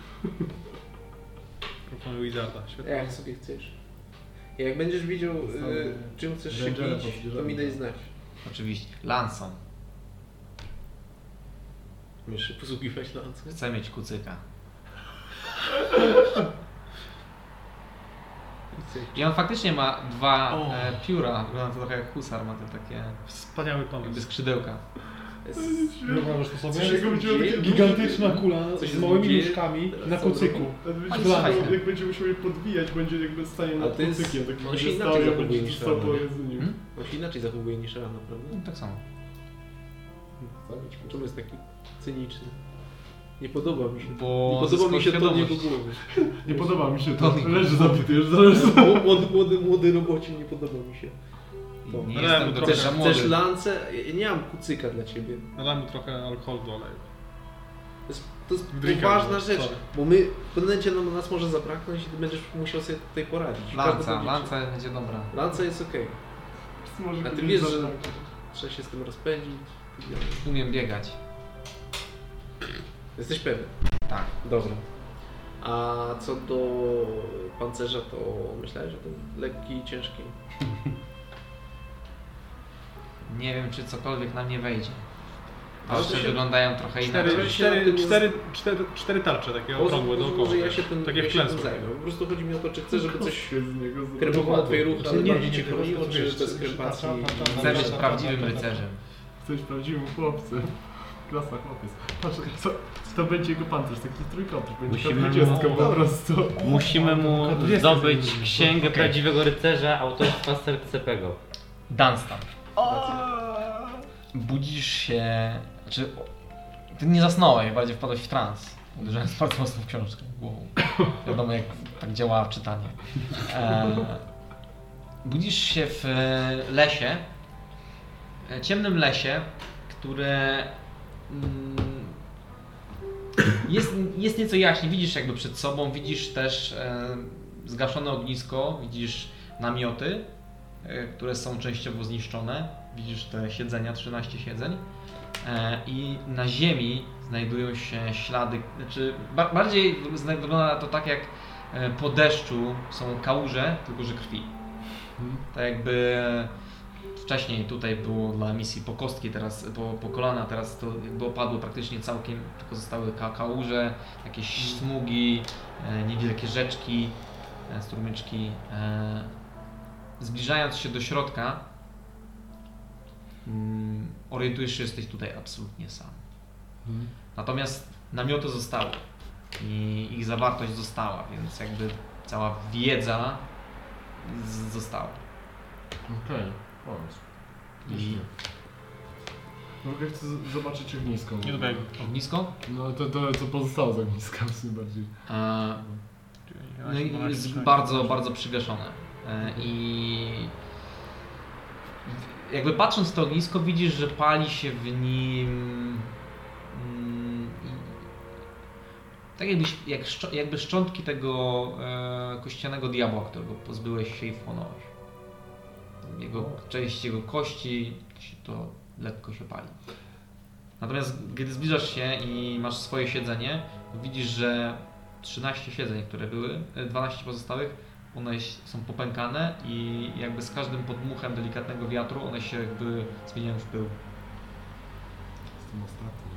Speaker 6: Proponuję Wizarda. Świetnie.
Speaker 4: Jak sobie chcesz. Jak będziesz widział, y, czym chcesz się
Speaker 5: Rangera
Speaker 4: bić, to
Speaker 5: podbierzemy.
Speaker 4: mi daj znać.
Speaker 1: Oczywiście. Lanson.
Speaker 4: Umiesz się posługiwać na ancy?
Speaker 1: Chcę mieć kucyka. I on faktycznie ma dwa
Speaker 4: O.
Speaker 1: e, pióra. Wygląda to trochę jak husar, ma te takie
Speaker 6: Wspaniały
Speaker 1: jakby
Speaker 6: pomysł.
Speaker 1: skrzydełka.
Speaker 6: Wyobrażasz to
Speaker 4: Co się dzieje?
Speaker 6: Gigantyczna kula
Speaker 4: Co się
Speaker 6: z małymi
Speaker 4: dzieje?
Speaker 6: nóżkami
Speaker 4: Teraz
Speaker 6: na
Speaker 4: co
Speaker 6: kucyku.
Speaker 4: zrobią?
Speaker 5: Nawet
Speaker 1: Ale
Speaker 5: będzie,
Speaker 1: słuchaj.
Speaker 5: jak będzie musiał je podbijać, będzie jakby stanie
Speaker 4: Ale
Speaker 5: nad
Speaker 4: to jest-
Speaker 5: kucykiem, tak
Speaker 4: on
Speaker 5: będzie
Speaker 4: się
Speaker 5: stał
Speaker 4: inaczej
Speaker 5: i
Speaker 4: zachowuje
Speaker 5: będzie
Speaker 4: niż
Speaker 5: stał
Speaker 4: Roman.
Speaker 5: pomiędzy nim.
Speaker 1: Hmm?
Speaker 4: On się inaczej zachowuje niż rano, prawda?
Speaker 1: No, tak samo.
Speaker 5: Zabić go.
Speaker 4: Czemu jest taki cyniczny? Nie podoba mi się.
Speaker 1: Bo
Speaker 4: Nie podoba mi się to od
Speaker 1: świadomość.
Speaker 4: niego głowy.
Speaker 5: Nie podoba mi się
Speaker 1: To
Speaker 5: to,
Speaker 1: nie-
Speaker 5: leży zabity już zaraz.
Speaker 4: (laughs) Młody, młody, młody, młody robocie nie podoba mi się.
Speaker 1: Nie
Speaker 4: Dobra.
Speaker 1: jestem do
Speaker 4: Chcesz,
Speaker 1: tego młody.
Speaker 4: chcesz lance? Ja nie mam kucyka dla ciebie.
Speaker 6: Nadam mu trochę alkoholu do oleju.
Speaker 4: To jest, to jest
Speaker 6: Drinka
Speaker 4: poważna
Speaker 6: może,
Speaker 4: rzecz,
Speaker 6: sorry.
Speaker 4: bo my w pewnym momencie nam- nas może zabraknąć i ty będziesz musiał sobie tutaj poradzić.
Speaker 1: Lanca,
Speaker 4: Prawdopodobnie-
Speaker 1: lanca będzie dobra.
Speaker 4: Lanca jest okej.
Speaker 5: Może
Speaker 4: A ty
Speaker 5: kiedyś
Speaker 4: wiesz, że-
Speaker 5: zabraknie.
Speaker 4: Trzeba się z tym rozpędzić.
Speaker 1: Umiem biegać.
Speaker 4: Jesteś pewien?
Speaker 1: Tak.
Speaker 4: Dobra. A co do pancerza, to myślałeś że ten lekki i ciężki?
Speaker 1: Nie wiem, czy cokolwiek na mnie wejdzie.
Speaker 4: Ale
Speaker 1: Patrzę,
Speaker 4: to się-
Speaker 1: wyglądają trochę
Speaker 6: Cztery,
Speaker 4: Znaczy,
Speaker 1: inaczej.
Speaker 6: cztery, cztery, cztery, cztery tarcze takie
Speaker 4: Może,
Speaker 6: okrągłe dookoła.
Speaker 4: może ja się tym,
Speaker 6: Takie
Speaker 4: ja
Speaker 6: Tak w
Speaker 4: się tym
Speaker 6: klęsku.
Speaker 4: zajmę. Po prostu chodzi mi o to, czy chcesz, żeby
Speaker 5: (laughs)
Speaker 4: coś
Speaker 5: się z niego zrobiło.
Speaker 4: kremowało twoje ruchy, ale
Speaker 6: Nie, nie,
Speaker 4: bardziej
Speaker 6: nie,
Speaker 4: cię
Speaker 6: tylko
Speaker 4: chroniło,
Speaker 6: to
Speaker 4: czy
Speaker 6: wiesz,
Speaker 4: bez
Speaker 6: czy-
Speaker 4: krepacji?
Speaker 6: ta- ta- ta- ta-
Speaker 1: Chcę być
Speaker 6: ta-
Speaker 1: prawdziwym rycerzem.
Speaker 5: Jesteś prawdziwym chłopcem. Klasa chłopiec. Patrz, co, to będzie jego pancerz, taki trójkąt, będzie
Speaker 2: Musimy
Speaker 5: Musimy dwudziestką
Speaker 2: mu-
Speaker 5: po prostu.
Speaker 2: Musimy mu
Speaker 6: Dwudziesty
Speaker 2: zdobyć
Speaker 6: zrobimy.
Speaker 2: księgę
Speaker 1: Okej.
Speaker 2: prawdziwego rycerza autorstwa Sercepego.
Speaker 1: Dunstan. Budzisz się... Znaczy... Ty nie zasnąłeś, bardziej wpadłeś w trans. Uderzając bardzo mocno w książkę głową. Wiadomo, jak tak działa czytanie. E, budzisz się w e, lesie. e, Ciemnym lesie, które... mm, Jest, jest nieco jaśniej, widzisz jakby przed sobą, widzisz też e, zgaszone ognisko, widzisz namioty, e, które są częściowo zniszczone. Widzisz te siedzenia, 13 siedzeń. E, I na ziemi znajdują się ślady, znaczy ba- bardziej zna- wygląda to tak jak e, po deszczu są kałuże, tylko że krwi. Tak jakby wcześniej tutaj było dla misji po kostki, teraz po, po kolana, teraz to jakby opadło praktycznie całkiem, tylko zostały ka- kałuże, jakieś smugi, e, niewielkie rzeczki, e, strumyczki. E, zbliżając się do środka, mm, orientujesz się, że jesteś tutaj absolutnie sam. Natomiast namioty zostały i ich zawartość została, więc jakby cała wiedza z- została.
Speaker 5: Okej, pomysł.
Speaker 1: I
Speaker 5: Mogę chcę z- zobaczyć ognisko.
Speaker 6: Nie dobiegł.
Speaker 1: ognisko?
Speaker 5: No to, to co pozostało z ogniska w sumie bardziej.
Speaker 1: E, No i jest bardzo, bardzo przygaszone. E, I w- jakby patrząc w to ognisko, widzisz, że pali się w nim. mm, i- Tak jakbyś, jak, szczo- jakby szczątki tego e, kościanego diabła, którego pozbyłeś się i wchłonąłeś. Jego, część jego kości się to lekko się pali. Natomiast gdy zbliżasz się i masz swoje siedzenie, to widzisz, że 13 siedzeń, które były, e, 12 pozostałych, one ś- są popękane i jakby z każdym podmuchem delikatnego wiatru one się jakby zmieniają w pył.
Speaker 5: Jestem ostatni.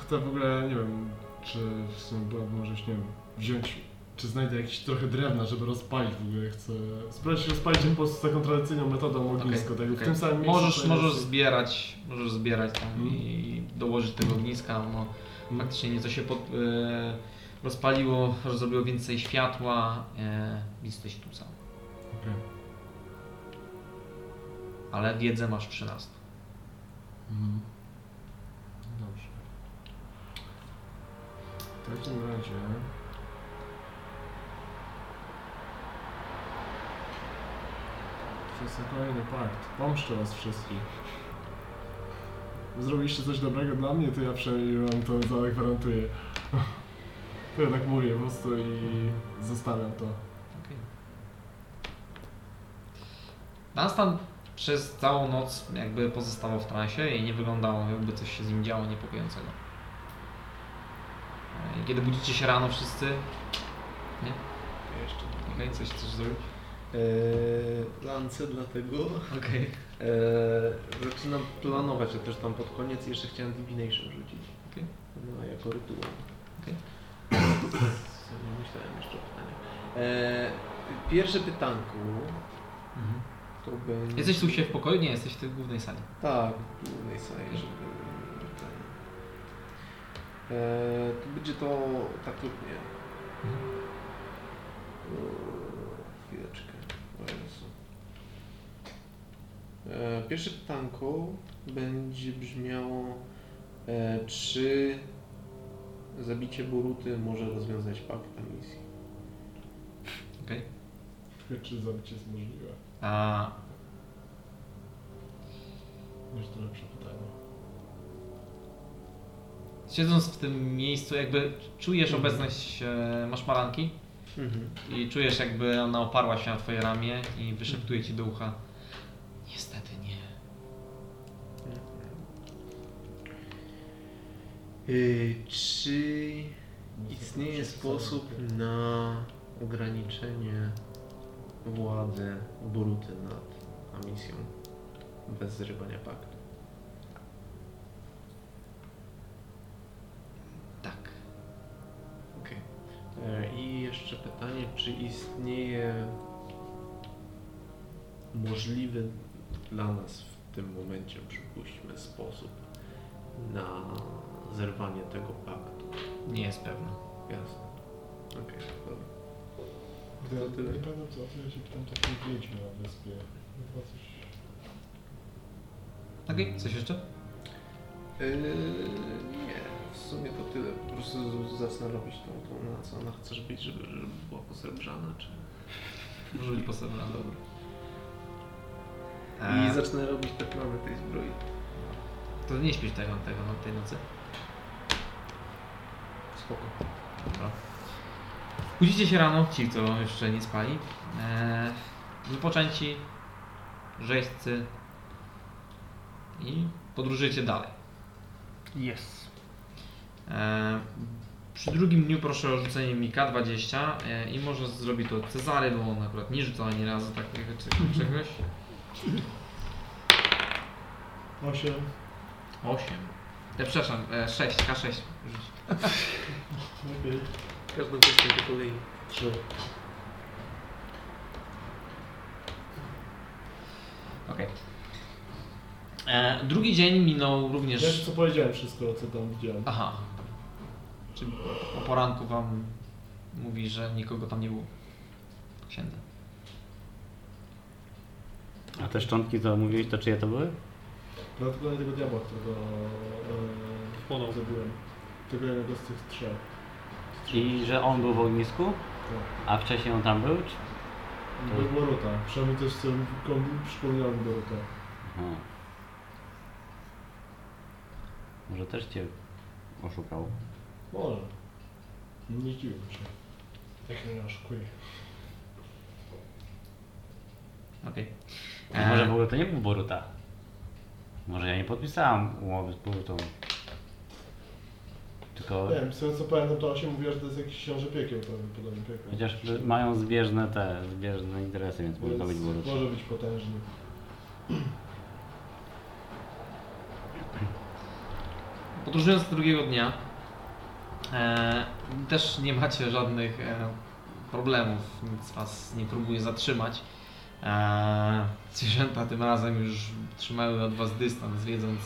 Speaker 5: Kto w ogóle, nie wiem, czy w sumie byłaby może już, nie wiem, wziąć, czy znajdę jakieś trochę drewna, żeby rozpalić w ogóle, chcę... Spróbuję się rozpalić po prostu taką tradycyjną metodą ognisko, tak w
Speaker 1: okej.
Speaker 5: tym samym miejscu.
Speaker 1: Możesz,
Speaker 5: co
Speaker 1: możesz
Speaker 5: jest.
Speaker 1: zbierać, możesz zbierać tam
Speaker 5: Mhm.
Speaker 1: i dołożyć tego ogniska, ono
Speaker 5: Mm.
Speaker 1: faktycznie nieco się pod, e, rozpaliło, zrobiło więcej światła, e, nic to się tu sam.
Speaker 5: Okej.
Speaker 1: Ale wiedzę masz 13.
Speaker 5: Mhm. Dobrze. W takim razie... To jest kolejny pakt. Pomszczę was wszystkich. Zrobiliście coś dobrego dla mnie, to ja przynajmniej wam to zagwarantuję. To ja tak mówię po prostu i zostawiam to.
Speaker 1: Okay. Dunstan przez całą noc jakby pozostawał w transie i nie wyglądało jakby coś się z nim działo niepokojącego. E, Kiedy budzicie się rano wszyscy,
Speaker 4: Ja jeszcze.
Speaker 1: okej, coś chcesz zrobić?
Speaker 4: Eee, lance dlatego.
Speaker 1: Okej.
Speaker 4: Eee, zaczynam planować, ja też tam pod koniec jeszcze chciałem Divination rzucić.
Speaker 1: Okej.
Speaker 4: No, jako rytuał.
Speaker 1: Okej.
Speaker 4: Sobie Nie myślałem jeszcze o pytaniach. Eee, pierwsze pytanku
Speaker 1: Mhm.
Speaker 4: to będzie...
Speaker 1: Jesteś tu się w pokoju? Nie, jesteś w tej głównej sali.
Speaker 4: Tak, w głównej sali, żeby... ten. Eee, to będzie to tak lub nie. Eee, Chwileczkę. O Jezu. Eee, Pierwsze pytanko będzie brzmiało, e, czy zabicie Boruty może rozwiązać pakt misji?
Speaker 1: Okej.
Speaker 5: Czy zabicie jest możliwe?
Speaker 1: A
Speaker 5: Może to lepsze pytanie.
Speaker 1: siedząc w tym miejsju, jakby czujesz obecność, e, masz malanki
Speaker 4: Mhm.
Speaker 1: i czujesz jakby ona oparła się na twoje ramię i wyszeptuje ci do ucha. Niestety nie.
Speaker 4: Y, Czy istnieje sposób na ograniczenie władzy Boruty nad Amisją bez zrywania paktu?
Speaker 1: Tak.
Speaker 4: Okej. E, I jeszcze pytanie, czy istnieje możliwy dla nas w tym momencie, przypuśćmy, sposób na zerwanie tego paktu?
Speaker 1: Nie jest pewne.
Speaker 4: Jasne. Okej, dobra.
Speaker 5: Ja,
Speaker 4: To tyle.
Speaker 5: nie pamiętam co, to ja się pytam takich wiedźmy na wyspie. Chyba coś...
Speaker 1: Okej, coś jeszcze?
Speaker 4: Yy, nie, w sumie to tyle. Po prostu z- zacznę robić tą, tą na co ona chce robić, żeby, żeby była posrebrzana, czy...
Speaker 1: Może być postawiona, dobra. E,
Speaker 4: I zacznę robić te plany tej zbroi.
Speaker 1: To nie śpisz tego, tego no, tej nocy.
Speaker 4: Spoko.
Speaker 1: Dobra. Budzicie się rano, ci co jeszcze nie spali. Eee, wypoczęci, rzeźcy i podróżujecie dalej.
Speaker 9: Yes.
Speaker 1: Eee, przy drugim dniu proszę o rzucenie mi K20 eee, i może zrobi to Cezary, bo on akurat nie rzucał ani razu takiego czy, czegoś.
Speaker 5: Osiem.
Speaker 1: 8. E, przepraszam, e, 6, K6 rzuć.
Speaker 5: Lepiej.
Speaker 4: Każdą kwestię po kolei. Trzy.
Speaker 1: Okej. E, Drugi dzień minął również.
Speaker 5: Ja już co powiedziałem wszystko, co tam widziałem.
Speaker 1: Aha. Czy o poranku wam mówi, że nikogo tam nie było? Księdza.
Speaker 2: A te szczątki, co mówiłeś, to czyje to były?
Speaker 5: Dlatego na tego diabła, którego e, Polał zabiłem. Tego jednego z tych trzech.
Speaker 2: I że on był w ognisku,
Speaker 5: Tak.
Speaker 2: a wcześniej on tam był? Czy...
Speaker 5: Był Boruta. Przynajmniej też sobie kom- przypomniałem Boruta.
Speaker 2: Aha. Może też cię oszukał.
Speaker 5: Może. Nie zdziwiłem się. Jak mnie oszukuje.
Speaker 1: Okej.
Speaker 2: E.
Speaker 1: E,
Speaker 2: Może w ogóle to nie był Boruta. Może ja nie podpisałam umowy z Plutą. Tylko
Speaker 5: Nie wiem, z tego co pamiętam, to Asia mówiła, że to jest jakiś książę piekieł, prawdopodobnie piekło.
Speaker 2: chociaż mają zbieżne te, zbieżne interesy, więc może to być
Speaker 5: Więc
Speaker 2: burz.
Speaker 5: może być potężny.
Speaker 1: Podróżując drugiego dnia, e, też nie macie żadnych e, problemów, nic was nie próbuje zatrzymać. E, zwierzęta tym razem już trzymały od was dystans, wiedząc,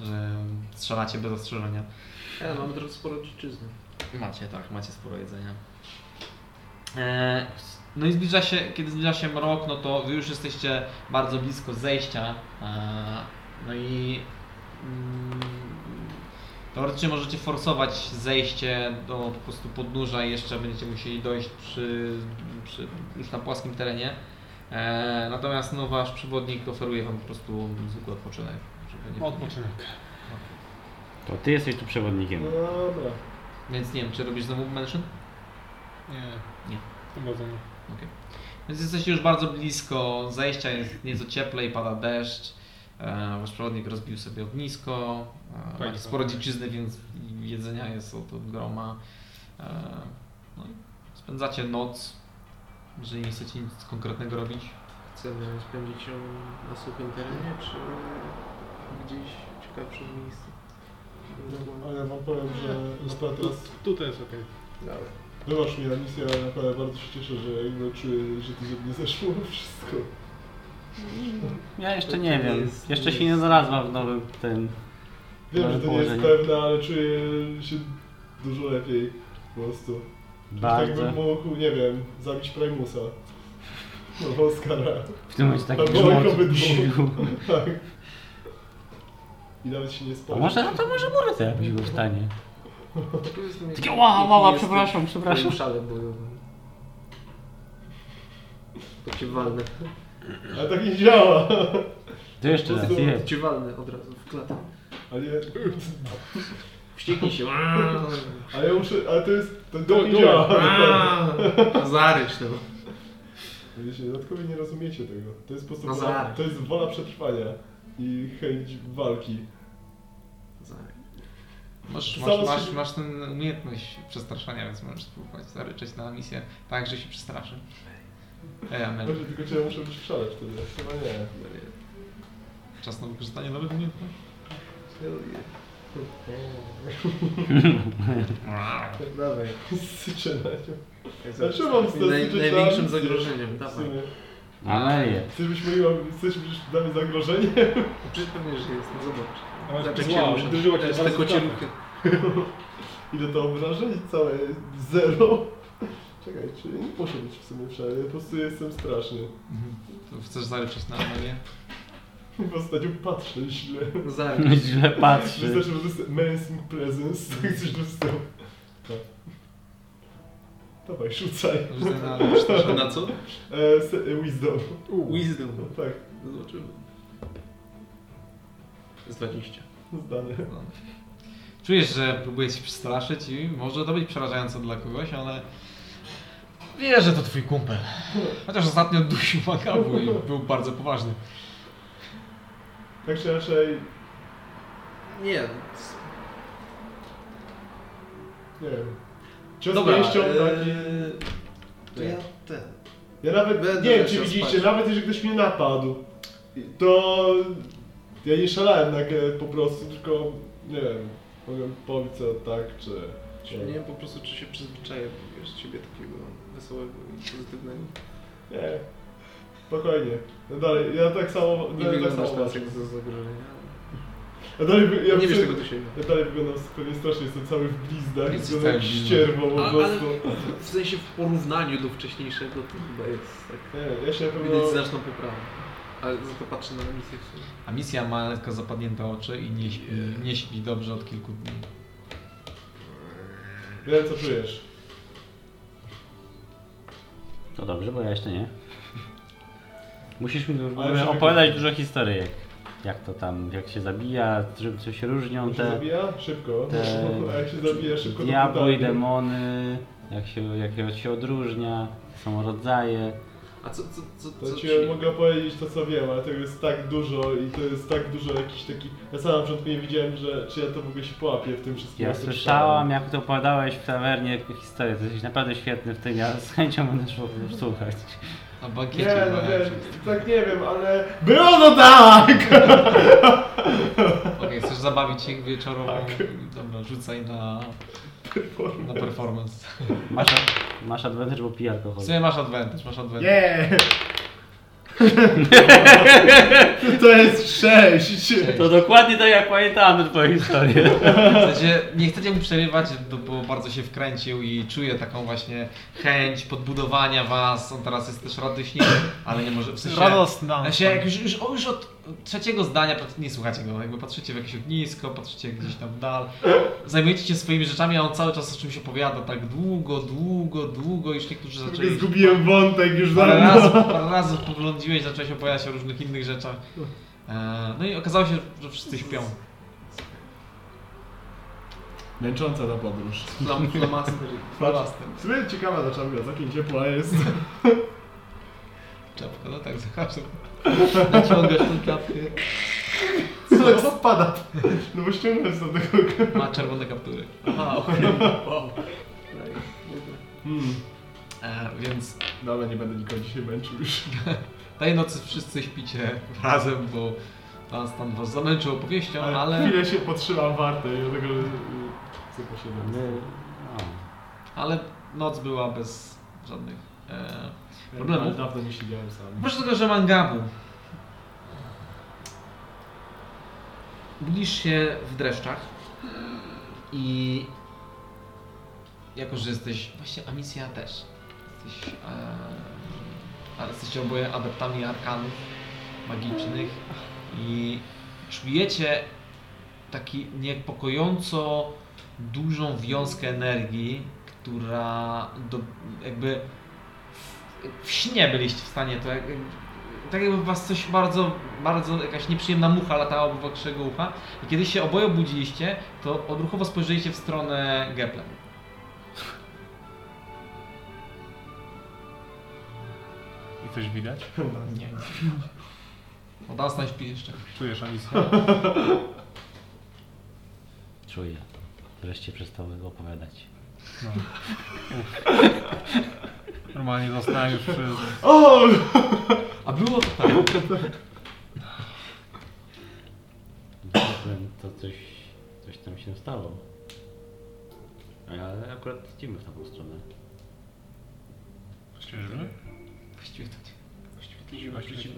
Speaker 1: że strzelacie bez ostrzeżenia.
Speaker 4: E, mamy trochę sporo dziczyzny.
Speaker 1: Macie, tak, macie sporo jedzenia. E, no i zbliża się, kiedy zbliża się mrok, no to wy już jesteście bardzo blisko zejścia. E, no i mm, teoretycznie możecie forsować zejście do po prostu podnóża i jeszcze będziecie musieli dojść przy, przy, już na płaskim terenie. E, natomiast no, wasz przewodnik oferuje wam po prostu zwykły odpoczynek. Żeby nie...
Speaker 6: Odpoczynek.
Speaker 2: To ty jesteś tu przewodnikiem.
Speaker 5: No Dobra.
Speaker 1: Więc nie wiem, czy robisz znowu mansion?
Speaker 6: Nie.
Speaker 1: Nie.
Speaker 6: Chyba to nie.
Speaker 1: Więc jesteście już bardzo blisko zejścia, jest nieco cieplej, pada deszcz. E, Wasz przewodnik rozbił sobie ognisko. E,
Speaker 4: Tak,
Speaker 1: Macie
Speaker 6: Fajnie.
Speaker 1: sporo dziczyzny, więc jedzenia jest od od groma. E, No i spędzacie noc, jeżeli nie chcecie nic konkretnego robić.
Speaker 4: Chcemy spędzić ją na suchym terenie, czy gdzieś w ciekawszym miejscu?
Speaker 5: No, Ale ja wam powiem, że naprawdę teraz
Speaker 6: Tutaj jest okej.
Speaker 4: Dobra.
Speaker 5: wybacz mi na misję, ale naprawdę bardzo się cieszę, że jakby czuję, że to ze mnie zeszło (laughs) wszystko.
Speaker 2: Ja jeszcze
Speaker 4: To
Speaker 2: nie
Speaker 4: to
Speaker 2: wiem.
Speaker 4: jest-
Speaker 2: Jeszcze
Speaker 4: to
Speaker 2: się nie
Speaker 4: jest-
Speaker 2: znalazłam w nowym tym.
Speaker 5: Wiem,
Speaker 2: Ale
Speaker 5: że to nie jest
Speaker 2: położenie.
Speaker 5: pewne, ale czuję się dużo lepiej po prostu. Tak
Speaker 2: Bardzo.
Speaker 5: bym mógł, nie wiem, zabić Primusa. (laughs) No, Oscara.
Speaker 2: W tym momencie taki
Speaker 5: Albo
Speaker 2: grzmot.
Speaker 5: obydwu. (laughs) Tak. I nawet się nie
Speaker 2: A
Speaker 5: spodziewa.
Speaker 2: może, no to może Murata jakoś go stanie.
Speaker 4: Tu jest mi-
Speaker 2: Takie ła, ła, ła,
Speaker 4: jestem
Speaker 2: przepraszam, przepraszam.
Speaker 4: twoim szalem bojowym. To cię walnę.
Speaker 5: Ale tak nie działa.
Speaker 2: To jeszcze raz,
Speaker 4: To
Speaker 2: jedź.
Speaker 4: cię walnę od razu w klatę.
Speaker 5: Ale, nie,
Speaker 4: Wścieknij się.
Speaker 5: ale ja muszę, ale to jest, to, to nie działa.
Speaker 4: Zarycz to.
Speaker 5: Wiecie, dodatkowo nie rozumiecie tego. To jest po
Speaker 4: No
Speaker 5: prostu wola,
Speaker 4: zaraz.
Speaker 5: to jest wola przetrwania i chęć walki.
Speaker 4: Zarycz.
Speaker 1: Masz, masz,
Speaker 5: Cały
Speaker 1: masz,
Speaker 5: swój-
Speaker 1: masz tę umiejętność przestraszania, więc możesz spróbować zaryczeć na misję tak, że się przestraszy. Ej,
Speaker 4: Tak.
Speaker 1: Amel,
Speaker 5: Może tylko czy ja muszę być w szale wtedy? Chyba nie.
Speaker 1: czas na wykorzystanie nowych umiejętności.
Speaker 4: Dawaj.
Speaker 5: Syczę na nią.
Speaker 4: Zawsze
Speaker 5: Znaczy, mam
Speaker 4: z naj,
Speaker 5: stosunki
Speaker 4: najwięszym
Speaker 5: dla misji.
Speaker 4: zagrożeniem,
Speaker 5: W
Speaker 4: dawaj.
Speaker 5: sumie.
Speaker 2: Ale je.
Speaker 5: Chcesz być moim, chcesz być dla mnie zagrożeniem?
Speaker 4: Przecież pewnie, że jest, no zobacz.
Speaker 6: A masz
Speaker 4: Zobacz, jak
Speaker 6: zła,
Speaker 4: się rusza.
Speaker 6: uderzyła tak cię
Speaker 4: Zobacz
Speaker 6: bardzo
Speaker 4: te kocie
Speaker 6: w
Speaker 4: ruchy.
Speaker 5: Ile to obrażeń? Całe zero. Czekaj, czy nie muszę być w sumie w szale? Ja po prostu jestem straszny.
Speaker 1: To Chcesz zaryczeć na Amelię?
Speaker 5: W ostatnio patrzę źle.
Speaker 4: Zarycz.
Speaker 2: No Źle patrzy.
Speaker 5: Wystarczy, że to jest męskim presence. Chcesz dostał. Tak. Dawaj, rzucaj.
Speaker 1: Rzucaj na przestraszenie.
Speaker 4: (laughs) Na co?
Speaker 5: E, s- e, wisdom.
Speaker 4: Wisdom.
Speaker 5: No tak,
Speaker 4: No Zobaczymy. Z 20.
Speaker 5: zdane.
Speaker 1: Czujesz, że próbuje się przestraszyć i może to być przerażające dla kogoś, ale wiesz, że to twój kumpel. Chociaż ostatnio dusił makabu i był bardzo poważny.
Speaker 5: Tak czy raczej,
Speaker 4: Nie.
Speaker 5: nie wiem. Cios pięścią, taki...
Speaker 4: eee, To ja ten.
Speaker 5: Ja nawet,
Speaker 4: Będę
Speaker 5: nie wiem czy
Speaker 4: się
Speaker 5: widzieliście,
Speaker 4: spać.
Speaker 5: nawet jeżeli ktoś mnie napadł, to ja nie szalałem na grę po prostu, tylko nie wiem, mogłem powiedzieć co tak, czy...
Speaker 4: Czy nie wiem po prostu, czy się przyzwyczaję wiesz, ciebie takiego wesołego i pozytywnego.
Speaker 5: Nie, spokojnie. Ja dalej, ja tak samo,
Speaker 4: Nie
Speaker 5: dalej tak
Speaker 4: wyglądasz
Speaker 5: samo
Speaker 4: teraz
Speaker 5: walczę.
Speaker 4: jak ze zagrożenia. ale
Speaker 5: Ja dalej, wy- ja
Speaker 4: nie wiesz
Speaker 5: przy-
Speaker 4: tego do siebie.
Speaker 5: Ja dalej wyglądam pewnie strasznie, jestem cały w blizdach,
Speaker 1: Jesteś
Speaker 5: wyglądam jak
Speaker 1: cały w
Speaker 5: ścierwo po
Speaker 4: A-
Speaker 5: prostu.
Speaker 4: W sensie w porównaniu do wcześniejszego to chyba jest tak.
Speaker 5: Nie, ja się na pewno...
Speaker 4: Widać znaczną poprawę. Ale za to patrzę na misję w sumie.
Speaker 1: A misja ma lekko zapadnięte oczy i nie śpi, nie śpi dobrze od kilku dni.
Speaker 5: Wiem co czujesz.
Speaker 2: To dobrze, bo ja jeszcze nie. Musisz mi w
Speaker 5: Ale
Speaker 2: ogóle
Speaker 5: żeby-
Speaker 2: opowiadać dużo historyjek. Jak to tam, jak się zabija, czym co się różnią
Speaker 5: Jak się
Speaker 2: te
Speaker 5: zabija? Szybko.
Speaker 2: te-
Speaker 5: (laughs) A jak się zabija szybko, to
Speaker 2: diabły,
Speaker 5: brutalnie.
Speaker 2: demony, jak się, jak się odróżnia, są rodzaje.
Speaker 4: A co, co, co, co,
Speaker 5: To
Speaker 4: ci...
Speaker 5: ci mogę powiedzieć to co wiem, ale tego jest tak dużo i to jest tak dużo jakiś taki... Ja sam na początku nie wiedziałem, że czy ja to w ogóle się połapię w tym wszystkim.
Speaker 2: Ja
Speaker 5: co czytałem.
Speaker 2: słyszałam, jak to opowiadałeś w tawernie historię, to jesteś naprawdę świetny w tym, ja z chęcią będę szło słuchać.
Speaker 1: Na bankiecie.
Speaker 5: Nie, no
Speaker 1: chyba.
Speaker 5: wiesz, tak nie wiem, ale... Było to tak!
Speaker 1: Okej, chcesz zabawić ich wieczorową?
Speaker 5: Tak.
Speaker 1: Dobra, rzucaj na, na performance.
Speaker 2: Masz, masz advantage, bo pij
Speaker 1: W
Speaker 2: alkohol.
Speaker 1: sumie masz advantage, masz advantage.
Speaker 5: Nie! (laughs) to jest sześć!
Speaker 2: To dokładnie tak jak pamiętamy twoją historię.
Speaker 1: W sensie, nie chcecie mu przerywać, bo- bo bardzo się wkręcił i czuje taką właśnie chęć podbudowania was. On teraz jest też radośny, ale nie może. W sensie,
Speaker 9: Radosna.
Speaker 1: w sensie jak już, już, o, już od trzeciego zdania pat- nie słuchacie go, jakby patrzycie w jakieś ognisko, patrzycie gdzieś tam w dal. Zajmujecie się swoimi rzeczami, a on cały czas o czymś opowiada tak długo, długo, długo, już niektórzy zaczęli.
Speaker 5: Zgubiłem wątek już
Speaker 1: Parę
Speaker 5: dawno.
Speaker 1: razy, parę razy poglądziłeś, zacząłeś opowiadać o różnych innych rzeczach. E, No i okazało się, że wszyscy śpią.
Speaker 5: Męcząca ta podróż.
Speaker 4: Flam, flamaster.
Speaker 1: Flalastem.
Speaker 5: W sumie ciekawa ta czapka, za kim ciepła jest. (laughs)
Speaker 1: Czapka, no tak, zahaczam. (laughs) Naciągasz tą czapkę.
Speaker 5: Tak spada. No bo ściągnąłem z tego.
Speaker 1: Ma czerwone kaptury.
Speaker 4: Aha, okej. Wow.
Speaker 5: Hmm.
Speaker 1: E, więc
Speaker 5: Dobra, nie będę nikogo dzisiaj męczył już.
Speaker 1: tej nocy wszyscy śpicie razem, bo pan stan was zamęczył opowieścią, ale,
Speaker 5: Chwilę się potrzymam wartę i dlatego, że... Co posiadam?
Speaker 2: (laughs) My- no,
Speaker 1: ale noc była bez żadnych e,
Speaker 5: Problemu?
Speaker 1: problemów.
Speaker 5: Dawno nie siedziałem sam.
Speaker 1: Oprócz tego, że mangabu. Budzisz się w dreszczach i jako, że jesteś, właśnie Amicia też, jesteś, e, ale jesteście oboje adeptami arkanów magicznych i czujecie taki niepokojąco dużą wiązkę energii, która do, jakby w- w śnie byliście w stanie, to jak, tak jakby was coś bardzo, bardzo jakaś nieprzyjemna mucha latała obok waszego ucha i kiedy się oboje obudziliście, to odruchowo spojrzeliście w stronę Gepler.
Speaker 9: I coś widać?
Speaker 1: Nie. Bo Dunstan śpi jeszcze.
Speaker 6: Czujesz Amisję?
Speaker 4: (laughs)
Speaker 2: Czuję. Wreszcie przestały opowiadać.
Speaker 9: Normalnie zostałem już przy...
Speaker 5: O!
Speaker 1: A było to tak.
Speaker 2: Potem to coś, coś tam się stało. Ale akurat idziemy w taką stronę.
Speaker 9: Właściwie źle?
Speaker 1: Właściwie to nie.
Speaker 9: Właściwie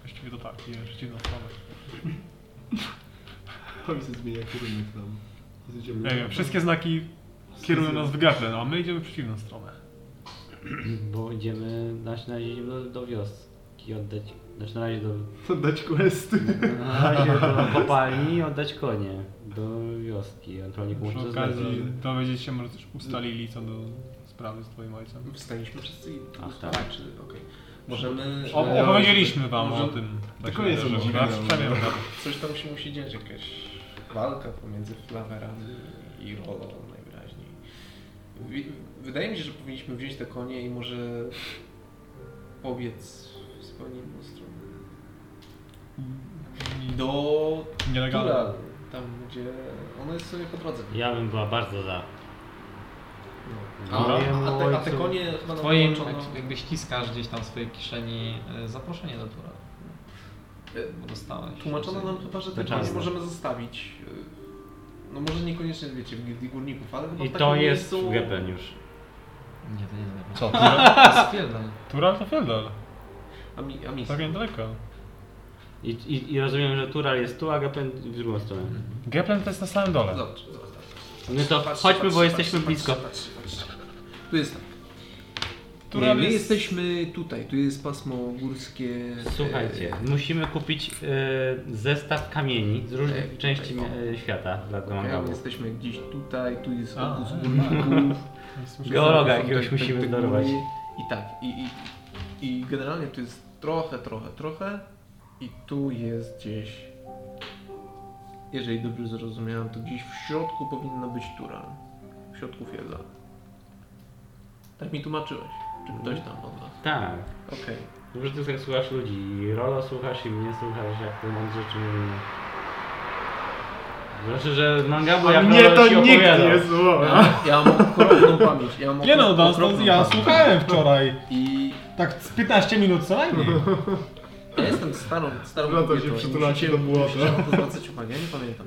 Speaker 9: właściwie to tak, nie, przeciwną stronę.
Speaker 5: Powiedz zmienia kierunek tam. Idziemy
Speaker 9: Nie wiem,
Speaker 5: tam.
Speaker 9: wszystkie znaki kierują nas w Geplen, a my idziemy w przeciwną stronę.
Speaker 2: Bo idziemy, znaczy na razie idziemy do, do wioski oddać, znaczy na razie do,
Speaker 5: To dać questy.
Speaker 2: na razie do kopalni i oddać konie do wioski, ewentualnie
Speaker 9: Przy
Speaker 2: komuś
Speaker 9: okazji
Speaker 4: znaczy?
Speaker 9: dowiedzieć się, może też ustalili co do sprawy z twoim ojcem.
Speaker 4: Wstaliśmy wszyscy i...
Speaker 2: Ach,
Speaker 4: tak.
Speaker 2: tak.
Speaker 4: czy... okej. Możemy...
Speaker 9: O,
Speaker 5: Ja-
Speaker 9: opowiedzieliśmy wam
Speaker 5: może-
Speaker 9: o tym.
Speaker 5: To koniec
Speaker 9: że-
Speaker 5: odcinka,
Speaker 9: że-
Speaker 5: dobra.
Speaker 9: przemian.
Speaker 4: Coś tam się musi dziać, jakaś walka pomiędzy Flaverami i Rolą najwyraźniej. Wi- Wydaje mi się, że powinniśmy wziąć te konie i może pobiec w zupełnie inną stronę. Do
Speaker 9: Nielegalne.
Speaker 4: Tural, tam gdzie ona jest sobie po drodze.
Speaker 2: Ja bym była bardzo za.
Speaker 4: No. A, a, te, a te konie chyba
Speaker 1: W
Speaker 4: nam
Speaker 1: twoim,
Speaker 4: włączono.
Speaker 1: jak, jakby ściskasz gdzieś tam w swojej kieszeni e, zaproszenie do tura. Bo Dostałeś.
Speaker 4: Tłumaczono nam chyba, że te konie
Speaker 2: Wyczasne.
Speaker 4: możemy zostawić. y, No może niekoniecznie, wiecie, w Gildii Górników, ale chyba
Speaker 2: I
Speaker 4: No, w
Speaker 2: to
Speaker 4: takim
Speaker 2: jest
Speaker 4: miejscu...
Speaker 2: Gepen już.
Speaker 1: Nie, to nie jest Co? (laughs) To jest Fieldon.
Speaker 9: Tural to Fieldal,
Speaker 4: A, mi, a
Speaker 9: tak niedaleko.
Speaker 2: I, i, I rozumiem, że Tural jest tu, a Gepen w drugą stronę.
Speaker 9: Geplen to jest na samym dole.
Speaker 4: Zobacz, zobacz.
Speaker 2: No to
Speaker 4: Patrz,
Speaker 2: chodźmy,
Speaker 4: patrz,
Speaker 2: bo
Speaker 4: patrz,
Speaker 2: jesteśmy
Speaker 4: patrz,
Speaker 2: blisko.
Speaker 4: patrz, patrz. Tu jest tak.
Speaker 9: Tural
Speaker 4: My
Speaker 9: jest-
Speaker 4: jesteśmy tutaj, tu jest pasmo górskie.
Speaker 2: Słuchajcie, musimy kupić e, zestaw kamieni z różnych
Speaker 4: Ej,
Speaker 2: części
Speaker 4: ej,
Speaker 2: e, świata dla
Speaker 4: e, ja-
Speaker 2: Gamangabu.
Speaker 4: My jesteśmy gdzieś tutaj, tu jest
Speaker 9: A,
Speaker 4: obóz
Speaker 9: e,
Speaker 4: górników.
Speaker 2: Geologa
Speaker 4: Są
Speaker 2: jakiegoś
Speaker 4: te- te-
Speaker 2: musimy
Speaker 4: te góry.
Speaker 2: zdarować.
Speaker 4: I tak, i, i, i generalnie tu jest trochę, trochę, trochę i tu jest gdzieś, jeżeli dobrze zrozumiałem, to gdzieś w środku powinna być tura. W środku wiedza. Tak mi tłumaczyłeś. Czy ktoś tam od was?
Speaker 2: Tak.
Speaker 4: Okej.
Speaker 2: Dobrze ty tak słuchasz ludzi. I Rolo słuchasz i mnie słuchasz, jak ten on rzeczy mówimy. Znaczy, że mangabu
Speaker 5: A
Speaker 2: jak
Speaker 5: mnie
Speaker 2: Rolo
Speaker 5: to
Speaker 2: ci
Speaker 5: nikt
Speaker 2: opowiadał.
Speaker 5: nie słucha.
Speaker 4: Ja, ja mam okropną pamięć. Ja mam
Speaker 6: Nie no,
Speaker 4: okropną
Speaker 6: no, stąd ja
Speaker 4: pamięć.
Speaker 6: słuchałem wczoraj.
Speaker 4: I
Speaker 6: Tak z 15 minut co najmniej.
Speaker 4: ja jestem starą, starą
Speaker 5: Wraca No się
Speaker 4: kobietą. i
Speaker 5: przytulacie
Speaker 4: musicie-
Speaker 5: do błota.
Speaker 4: musicie na to zwracać uwagę, ja nie pamiętam.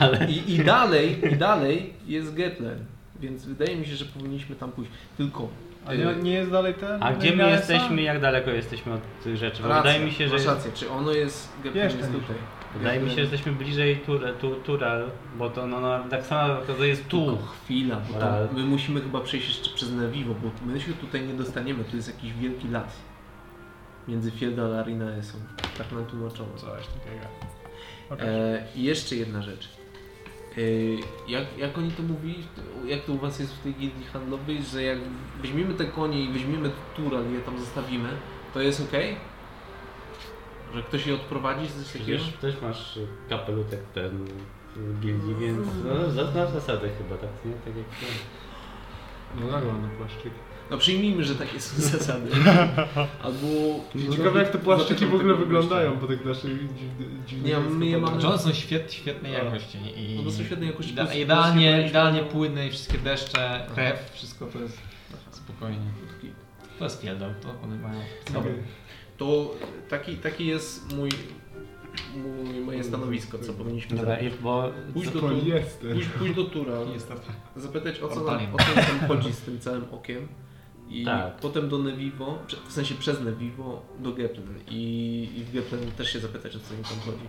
Speaker 2: Ale
Speaker 4: I, I dalej, i dalej jest Getler. Więc wydaje mi się, że powinniśmy tam pójść. Tylko y,
Speaker 6: A nie, nie jest dalej ten?
Speaker 2: A gdzie my
Speaker 6: Nelsa?
Speaker 2: jesteśmy, jak daleko jesteśmy od tych rzeczy? Bo
Speaker 4: racja,
Speaker 2: wydaje mi się, że
Speaker 4: masz rację, czy ono jest Getler
Speaker 6: Jeszcze
Speaker 4: jest
Speaker 6: nie.
Speaker 4: tutaj.
Speaker 2: wydaje mi się, że jesteśmy bliżej Tur- Tu- Tural, bo to no, no tak samo to jest tu.
Speaker 4: Tu, chwila, bo
Speaker 2: Ale-
Speaker 4: to my musimy chyba przejść jeszcze przez Nawiwo, bo my się tutaj nie dostaniemy, tu jest jakiś wielki las. Między Fielda a Rinaesą. Tak nam tłumaczono.
Speaker 5: Coś takiego.
Speaker 4: E, I jeszcze jedna rzecz. E, jak, jak oni to mówili, jak to u was jest w tej gildii handlowej, że jak weźmiemy te konie i weźmiemy Tural i je tam zostawimy, to jest ok? Że ktoś je odprowadzi, coś takiego?
Speaker 2: Przecież też masz kapelutek ten z gildii, więc no, zaznasz zasady chyba, tak? Nie? Tak jak
Speaker 5: No tak, ładny płaszczyk.
Speaker 4: No przyjmijmy, że takie są (laughs) zasady. Albo... no,
Speaker 5: Ciekawe jak te płaszczyki w ogóle
Speaker 4: Zapytam tego
Speaker 5: wyglądają
Speaker 4: gościa.
Speaker 5: po tych naszych dziwnych...
Speaker 4: Nie,
Speaker 5: dziwnych
Speaker 4: my je mamy
Speaker 1: Znaczy one są świet, świetnej jakości i
Speaker 4: One są świetnej jakości,
Speaker 1: ide-
Speaker 4: plus-
Speaker 1: idealnie,
Speaker 4: plus-
Speaker 1: idealnie płynne i wszystkie deszcze, krew, wszystko to jest spokojnie.
Speaker 4: Krótki.
Speaker 1: To jest pierdol, to one mają.
Speaker 4: Dobra. To taki, taki jest mój, mój, moje stanowisko, co powinniśmy
Speaker 2: Dobra,
Speaker 4: zrobić.
Speaker 2: i- bo
Speaker 4: Pójdź do,
Speaker 5: To
Speaker 4: tu,
Speaker 5: jest
Speaker 4: pójdź, pójdź do Tura,
Speaker 1: Jest to
Speaker 4: zapytać o co,
Speaker 1: Ortalin.
Speaker 4: nam, o co nam tam chodzi z tym całym okiem. I
Speaker 2: Tak.
Speaker 4: potem do Nevivo, prze- w sensie przez Nevivo do Geplen. I, I w Geplen też się zapytać o co im tam chodzi.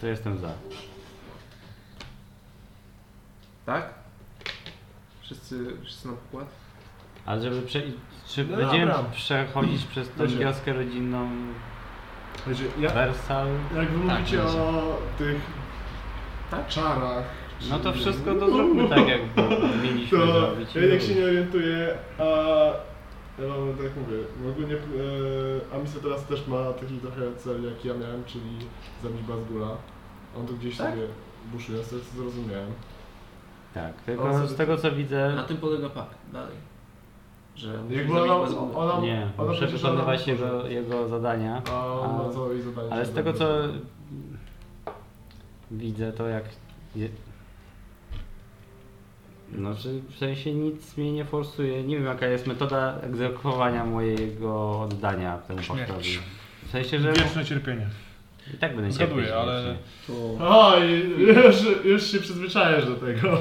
Speaker 2: to jestem za.
Speaker 4: Tak? Wszyscy, wszyscy na pokład?
Speaker 2: Ale żeby prze... czy
Speaker 5: No
Speaker 2: będziemy
Speaker 5: dobra.
Speaker 2: przechodzić przez tą
Speaker 5: Wiecie.
Speaker 2: wioskę rodzinną
Speaker 5: Znaczy, ja,
Speaker 2: Wersal?
Speaker 5: jak wy
Speaker 1: Tak,
Speaker 5: mówicie
Speaker 1: będzie.
Speaker 5: o tych
Speaker 4: Tak?
Speaker 5: czarach...
Speaker 2: No to
Speaker 5: czy-
Speaker 2: wszystko to zróbmy tak,
Speaker 5: (laughs)
Speaker 2: jak mieliśmy
Speaker 5: To
Speaker 2: zrobić.
Speaker 5: ja jak się nie orientuję, a ja mam tak jak mówię, no ogólnie e, Amisa teraz też ma taki trochę cel jaki ja miałem, czyli zabić Bazgula. On tu gdzieś
Speaker 4: Tak?
Speaker 5: sobie buszuje, z tego co zrozumiałem.
Speaker 2: Tak,
Speaker 5: O,
Speaker 2: tylko
Speaker 5: co-
Speaker 2: z tego co
Speaker 4: Na
Speaker 2: widzę,
Speaker 4: tym polega pak, dalej. Że musimy
Speaker 5: Jakby ona,
Speaker 4: zabić bez
Speaker 5: ona,
Speaker 4: gumy.
Speaker 5: ona,
Speaker 2: nie, no
Speaker 5: ona
Speaker 2: muszę
Speaker 5: przecież ona-
Speaker 2: wykonywać jego, jego zadania.
Speaker 5: A on ma całe jej zadanie.
Speaker 2: Ale
Speaker 5: się
Speaker 2: z tego co
Speaker 5: zabrać.
Speaker 2: widzę, to jak. Je... Znaczy, w sensie nic mnie nie forsuje. Nie wiem, jaka jest metoda egzekwowania mojego oddania temu
Speaker 9: Śmierć.
Speaker 2: faktowi. W sensie, że.
Speaker 9: Wieczne cierpienie.
Speaker 2: I tak będę
Speaker 9: Zgaduję,
Speaker 2: cierpieć
Speaker 9: ale-
Speaker 2: wiecznie.
Speaker 4: To...
Speaker 5: Oj, już, już się przyzwyczajasz do tego.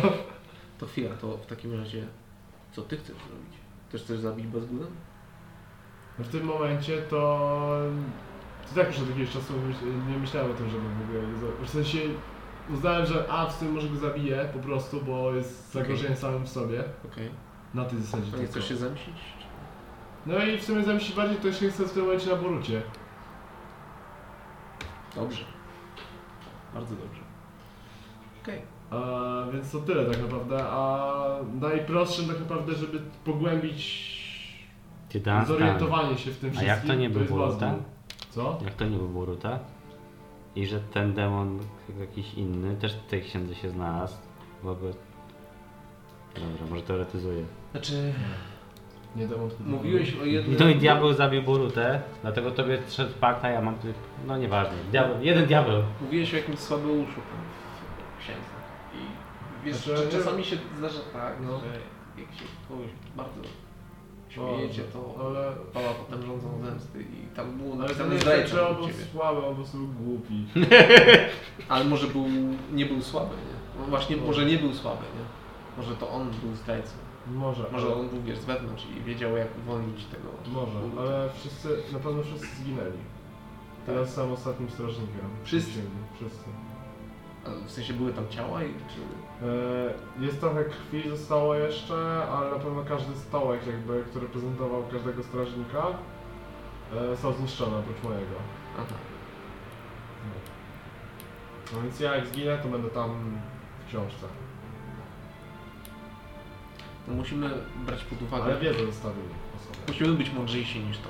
Speaker 4: To chwila, to w takim razie co ty chcesz zrobić? Też chcesz zabić Bazgulem?
Speaker 5: No W tym momencie to... To tak już od jakiegoś czasu myśl- nie myślałem o tym, żeby w ogóle go zabić. W sensie uznałem, że a, w sumie może go zabiję po prostu, bo jest zagrożeniem samym w sobie.
Speaker 4: Okej.
Speaker 5: Na tej zasadzie
Speaker 4: A nie
Speaker 5: tylko.
Speaker 4: chcesz się zemścić?
Speaker 5: No i w sumie zemści bardziej to się chce w tym momencie na Borucie.
Speaker 4: Dobrze. Bardzo dobrze. Okej.
Speaker 5: A, więc to tyle tak naprawdę, a najprostszym tak naprawdę, żeby pogłębić
Speaker 2: Tytan stan.
Speaker 5: zorientowanie się w tym
Speaker 2: Tak, A
Speaker 5: wszystkim.
Speaker 2: jak to nie tak? był
Speaker 5: jest
Speaker 2: Boruta?
Speaker 5: Bazgul. Co?
Speaker 2: Jak to nie był Boruta? I że ten demon jakiś inny też w tej księdze się znalazł. W ogóle. Dobra, może teoretyzuję.
Speaker 4: Znaczy,
Speaker 5: Nie dam odpowiedzi.
Speaker 4: mówiłeś o jednym...
Speaker 2: No i diabeł zabił Borutę, dlatego tobie szedł pakt, a ja mam... tylko- No nieważne, diabeł, jeden diabeł.
Speaker 4: Mówiłeś o jakimś słabeuszu tam w księdze. I wiesz,
Speaker 5: Znaczy,
Speaker 4: czy
Speaker 5: nie-
Speaker 4: czasami się zdarza tak,
Speaker 5: No.
Speaker 4: że jak się kogoś bardzo śmiejecie, to
Speaker 5: Ale,
Speaker 4: pała potem żądzą zemsty i tam było
Speaker 5: ale to
Speaker 4: napisane
Speaker 5: nie znaczy,
Speaker 4: zdrajca
Speaker 5: że on
Speaker 4: do
Speaker 5: był
Speaker 4: ciebie.
Speaker 5: słaby, on był sobie głupi.
Speaker 4: Ale może był, nie był słaby, nie? No Właśnie może nie był słaby, nie? Może to on był zdrajcą.
Speaker 5: Może,
Speaker 4: Może on był wiesz, z wewnątrz i wiedział jak uwolnić tego.
Speaker 5: Może, ale wszyscy, na pewno wszyscy zginęli. Teraz sam ostatnim strażnikiem.
Speaker 4: Tak. Wszyscy?
Speaker 5: Wszyscy.
Speaker 4: A W sensie były tam ciała i czy...
Speaker 5: E, Jest trochę krwi zostało jeszcze, ale na pewno każdy stołek jakby, który prezentował każdego strażnika e, są zniszczone oprócz mojego.
Speaker 4: Aha.
Speaker 5: No więc ja jak zginę, to będę tam w książce.
Speaker 4: No musimy brać pod uwagę.
Speaker 5: Ale wiedzę zostawili po sobie.
Speaker 4: Musimy być mądrzejsi niż to.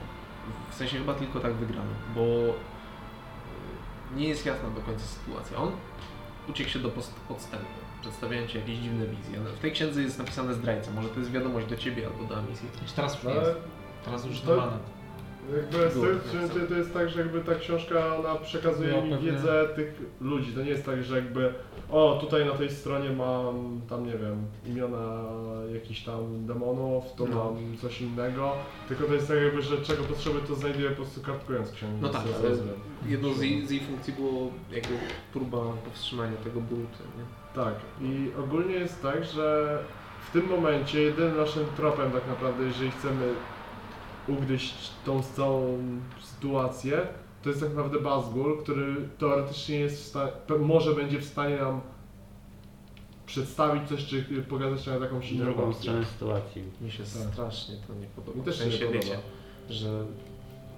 Speaker 4: W sensie chyba tylko tak wygramy, bo e, y, nie jest jasna do końca sytuacja. On uciekł się do post- podstępu. przedstawiają ci jakieś dziwne wizje. W tej księdze jest napisane zdrajca. Może to jest wiadomość do ciebie albo do misji.
Speaker 1: Znaczy teraz już nie
Speaker 5: No, Ale
Speaker 1: jest. Teraz już
Speaker 5: to-
Speaker 1: normalne.
Speaker 5: No Jakby z
Speaker 4: Było
Speaker 5: tych,
Speaker 4: napisane.
Speaker 5: czy, czy to jest tak, że jakby ta książka ona przekazuje
Speaker 6: No,
Speaker 5: mi
Speaker 6: pewnie.
Speaker 5: wiedzę tych ludzi. To nie jest tak, że jakby o tutaj na tej stronie mam tam nie wiem imiona jakichś tam demonów, to
Speaker 4: No.
Speaker 5: mam coś innego. Tylko to jest tak jakby, że czego potrzebuję to znajduję po prostu kartkując księgę.
Speaker 4: No tak,
Speaker 5: Co
Speaker 4: ale
Speaker 5: zrobię.
Speaker 4: jedną z jej, z jej funkcji było jakby próba powstrzymania tego buntu, nie?
Speaker 5: Tak, i ogólnie jest tak, że w tym momencie jedynym naszym tropem tak naprawdę, jeżeli chcemy ugryźć tą całą sytuację, to jest tak naprawdę Bazgul, który teoretycznie jest w stanie, może będzie w stanie nam przedstawić coś, czy pokazać nam jakąś inną
Speaker 2: drugą
Speaker 5: opcję.
Speaker 2: stronę sytuacji.
Speaker 4: Mi się
Speaker 5: Tak.
Speaker 4: strasznie to nie podoba.
Speaker 5: Mi też
Speaker 4: W
Speaker 5: się
Speaker 4: sensie,
Speaker 5: nie podoba.
Speaker 4: Wiecie, że